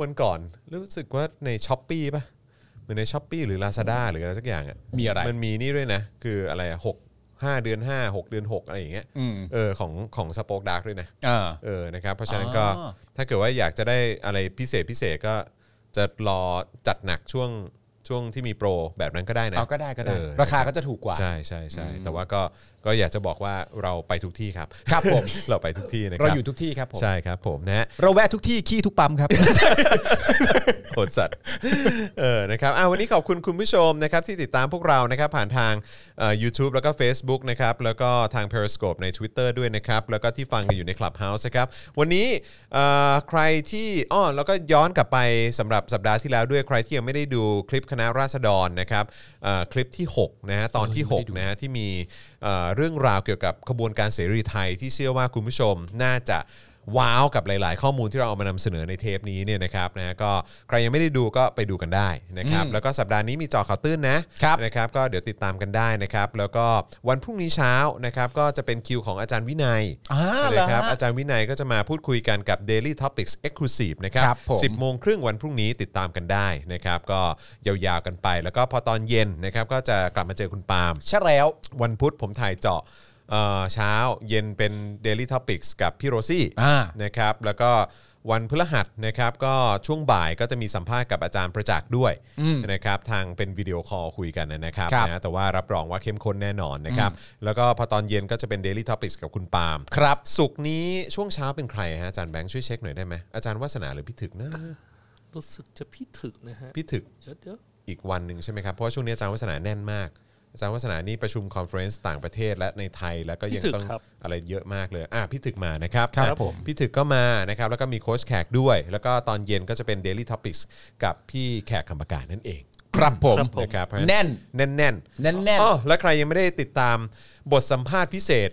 Speaker 2: วันก่อนรู้สึกว่าใน s h อ p e e ป่ะเหมือนใน s h อ p e e หรือ Lazada หรืออะไรสักอย่างอ่ะ
Speaker 3: มีอะไร
Speaker 2: มันมีนี่ด้วยนะ คืออะไรอะหกห้าเดือน 5 6 เดือน 6 อะไรอย่างเงี้ย
Speaker 3: อืม
Speaker 2: เออของของ Spoke Dark ด้วยนะ
Speaker 3: เออ
Speaker 2: เออ นะครับ เพราะฉะนั้นก็
Speaker 3: อ๋อ
Speaker 2: ถ้าเกิดว่าอยากจะได้อะไรพิเศษพิเศษก็จะรอจัดหนักช่วงช่วงที่มีโปรแบบนั้นก็ได้นะ
Speaker 3: เอาก็ได้ก็ได้
Speaker 2: เออ
Speaker 3: ราคาก็จะถูกกว่า
Speaker 2: ใช่ใช่ใช่แต่ว่าก็ก็อยากจะบอกว่าเราไปทุกที่ครับ
Speaker 3: ครับผม
Speaker 2: เราไปทุกที่นะค
Speaker 3: เรา
Speaker 2: รับ
Speaker 3: อยู่ทุกที่ครับผม
Speaker 2: ใช่ครับผมนะฮะ
Speaker 3: เราแวะทุกที่ขี้ทุกปั๊มครับ
Speaker 2: โหดสัตว์ เออ นะครับอ่ะวันนี้ขอบคุณคุณผู้ชมนะครับ ที่ติดตามพวกเรานะครับ ผ่านทางยูทูบแล้วก็ Facebook นะครับ แล้วก็ทาง Periscope ใน Twitter ด้วยนะครับ แล้วก็ที่ฟังกันอยู่ใน Clubhouse นะครับ วันนี้เอ่อใครที่อ้อแล้วก็ย้อนกลับไปสำหรับสัปดาห์ที่แล้วด้วยใครที่ยังไม่ได้ดูคลิปคณะราษฎรนะครับเอ่อคลิปที่ 6 นะฮะ ตอนที่
Speaker 3: เออยังไม่ได้
Speaker 2: 6
Speaker 3: ดู
Speaker 2: นะฮะที่มีเอ่อเรื่องราวเกี่ยวกับขบวนการเสรีไทยที่เชื่อว่าคุณผู้ชมน่าจะว้าวกับหลาย ๆ ข้อมูลที่เราเอามานำเสนอในเทปนี้เนี่ยนะครับนะฮะก็ใครยังไม่ได้ดูก็ไปดูกันได้นะครับ
Speaker 3: อืม
Speaker 2: แล้วก็สัปดาห์นี้มีเจอข่าวตื้นนะครับ นะครับก็เดี๋ยวติดตามกันได้นะครับ แล้วก็วันพรุ่งนี้เช้านะครับก็จะเป็นคิวของอาจารย์วินัย
Speaker 3: อ่าเหรอ
Speaker 2: นะค
Speaker 3: ฮะ
Speaker 2: รับอาจารย์วินัยก็จะมาพูดคุยกันกับ Daily Topics Exclusive นะครับ
Speaker 3: ครับผม
Speaker 2: 10โมงครึ่งวันพรุ่งนี้ติดตามกันได้นะครับ ก็ยาวๆกันไป แล้วก็พอตอนเย็นนะครับ ก็จะกลับมาเจอคุณปาล์ม
Speaker 3: ใช่แล้ว
Speaker 2: วันพุธผมถ่ายเจาะเอ่อเช้าเย็นเป็น Daily Topics กับพี่โรซี่
Speaker 3: อ่า
Speaker 2: นะครับแล้วก็วันพฤหัสนะครับ ก็ช่วงบ่ายก็จะมีสัมภาษณ์กับอาจารย์ประจักษ์ด้วยนะครับทางเป็นวิดีโอคอลคุยกันนะครับ
Speaker 3: ครับ
Speaker 2: นะแต่ว่ารับรองว่าเข้มข้นแน่นอนนะครับแล้วก็พอตอนเย็นก็จะเป็น Daily Topics กับคุณปาล์ม
Speaker 3: ครับ
Speaker 2: สุกร์นี้ช่วงเช้าเป็นใครฮะอาจารย์แบงค์ช่วยเช็คหน่อยได้ไหมอาจารย์วัสนาหรือพี่ถึกนะ
Speaker 4: รู้สึกจะพี่ถึกนะฮะ
Speaker 2: พี่ถึก
Speaker 4: เดี๋ยวเดี๋ยว
Speaker 2: อีกวันหนึ่งใช่ไหมครับเพราะว่าช่วงนี้อาจารย์วัสนาแน่นมาก อาจารย์วัสนานี่ประชุมคอนเฟอเรนซ์ต่างประเทศและในไทยแล้วก็ยังต้องอะไรเยอะมากเลยอ่ะพี่ถึกมานะครับ
Speaker 3: ครับ
Speaker 2: อ่ะ
Speaker 3: ผม
Speaker 2: พี่ถึกก็มานะครับแล้วก็มีโค้ชแขกด้วย แล้วก็ตอนเย็นก็จะเป็น Daily Topics กับพี่แขกคำประกาศนั่นเอง
Speaker 3: ครับผม
Speaker 2: นะครับเพราะฉะ
Speaker 3: แน่น
Speaker 2: แน่นแน่นๆ
Speaker 3: แน่นแน่น
Speaker 2: อ๋อและใครยังไม่ได้ติดตามบทสัมภาษณ์พิเศษ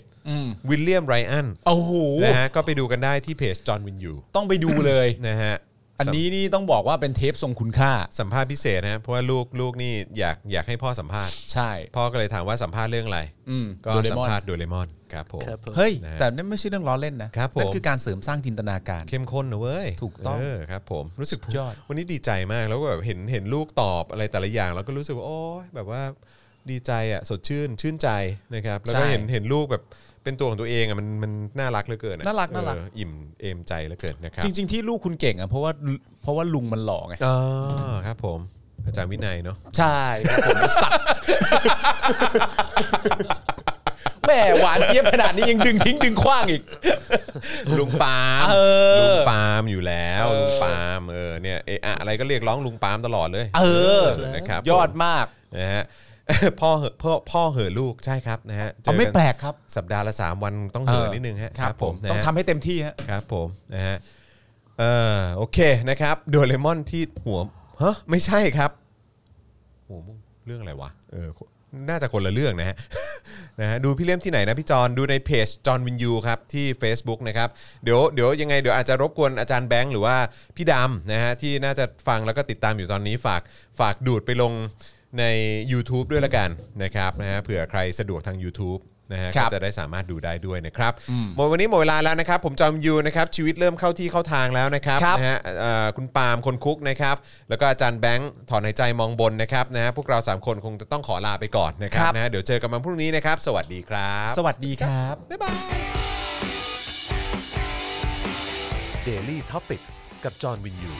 Speaker 2: วิลเลียมไรอัน
Speaker 3: โอ้โห
Speaker 2: นะฮะก็ไปดูกันได้ที่เพจจอห์นวินยู
Speaker 3: ต้องไปดูเลย
Speaker 2: นะฮะ
Speaker 3: อันนี้นี่ต้องบอกว่าเป็นเทปทรงคุณค่า
Speaker 2: สัมภาษณ์พิเศษนะฮะเพราะว่าลูกลูกนี่อยากอยากให้พ่อสัมภาษณ์
Speaker 3: ใช่
Speaker 2: พ่อก็เลยถามว่าสัมภาษณ์เรื่องอะไร
Speaker 3: อืม
Speaker 2: ก็
Speaker 3: โดเร
Speaker 2: สั
Speaker 3: ม
Speaker 2: ม
Speaker 3: อน
Speaker 2: ภาษณ์โดเรมอนครับผม
Speaker 4: ครับผม
Speaker 3: เฮ้ย
Speaker 2: นะฮะ
Speaker 3: แต่นั่นไม่ใช่เรื่องล้อเล่นนะครับ
Speaker 2: ผม
Speaker 3: นั่นคือการเสริมสร้างจินตนาการ
Speaker 2: เข้มข้นนะเว้ย
Speaker 3: ถูกต้อง
Speaker 2: เออครับผมรู้สึก
Speaker 3: สุดยอด
Speaker 2: วันนี้ดีใจมากแล้วก็แบบเห็นเห็นลูกตอบอะไรแต่ละอย่างแล้วก็รู้สึกว่าโอ้ยแบบว่าดีใจอ่ะสดชื่นชื่นใจนะครับแล้วก็เห็นเห็นลูกแบบเป็นตัวของตัวเองอ่ะมันมันน่ารักเหลือเกินอะ
Speaker 3: น่ารักน่ารัก
Speaker 2: เอออิ่มเอมใจเหลือเกินนะครับ
Speaker 3: จริง ๆ ที่ลูกคุณเก่งอ่ะเพราะว่าเพราะว่าลุงมันหล่อไง
Speaker 2: อ๋อครับผมอาจารย์วินัยเนาะ
Speaker 3: ใช่ครับผมไอ้สัตว์ แม่หวานเจี๊ยบขนาดนี้ยังดึงทิ้งดึงคว้างอีก
Speaker 2: ลุงปาล์ม
Speaker 3: เออ
Speaker 2: ลุงปาล์มอยู่แล้ว
Speaker 3: เออ
Speaker 2: ลุงปาล์มเออเนี่ยเอะอะอะไรก็เรียกร้องลุงปาล์มตลอดเลย
Speaker 3: เออ
Speaker 2: นะครับ
Speaker 3: ยอดมาก
Speaker 2: นะฮ ะ พ่อเหอะพ่อพ่อเหอะลูกใช่ครับนะฮะเจอ
Speaker 3: เอาไม่
Speaker 2: กัน
Speaker 3: แปลกครับ
Speaker 2: สัปดาห์ละ 3 วันต้องเหนื่อยนิดนึงฮะ
Speaker 3: ครับผม
Speaker 2: นะ
Speaker 3: ต้อง
Speaker 2: ฮะ
Speaker 3: ทำให้เต็มที่ฮะ
Speaker 2: ครับผมนะฮะเออโอเคนะครับโดเรมอนที่หัวฮะไม่ใช่ครับหัวมุงเรื่องอะไรวะเออน่าจะคนละเรื่องนะฮะ นะฮะดูพี่เล่มที่ไหนนะพี่จอนดูในเพจจอนวินยูครับที่ Facebook นะครับเดี๋ยวเดี๋ยวยังไงเดี๋ยวอาจจะรบกวนอาจารย์แบงค์หรือว่าพี่ดำนะฮะที่น่าจะฟังแล้วก็ติดตามอยู่ตอนนี้ฝากฝากดูดไปลงใน YouTube ด้วยละกันนะครับนะฮะเผื่อใครสะดวกทาง YouTube นะฮะ
Speaker 3: ครั
Speaker 2: ก็
Speaker 3: บ
Speaker 2: จะ ได้สามารถดูได้ด้วยนะครับหมดวันนี้หมดเวลาแล้วนะครับ ผมจอมยูนะครับชีวิตเริ่มเข้าที่เข้าทางแล้วนะครับ
Speaker 3: ครับ
Speaker 2: นะฮะเอ่อคุณปาล์มคนคุกนะครับแล้วก็อาจารย์แบงค์ถอนหายใจมองบนนะครับนะฮะพวกเราสามคนคงจะต้องขอลาไปก่อนนะครับ
Speaker 3: ครับ
Speaker 2: นะฮะเดี๋ยวเจอกันวันพรุ่งนี้นะครับ สวัสดีครับ
Speaker 3: สวัสดีครับ
Speaker 2: บ๊ายบาย
Speaker 1: Daily t o p i c กกับจอห์นวินยู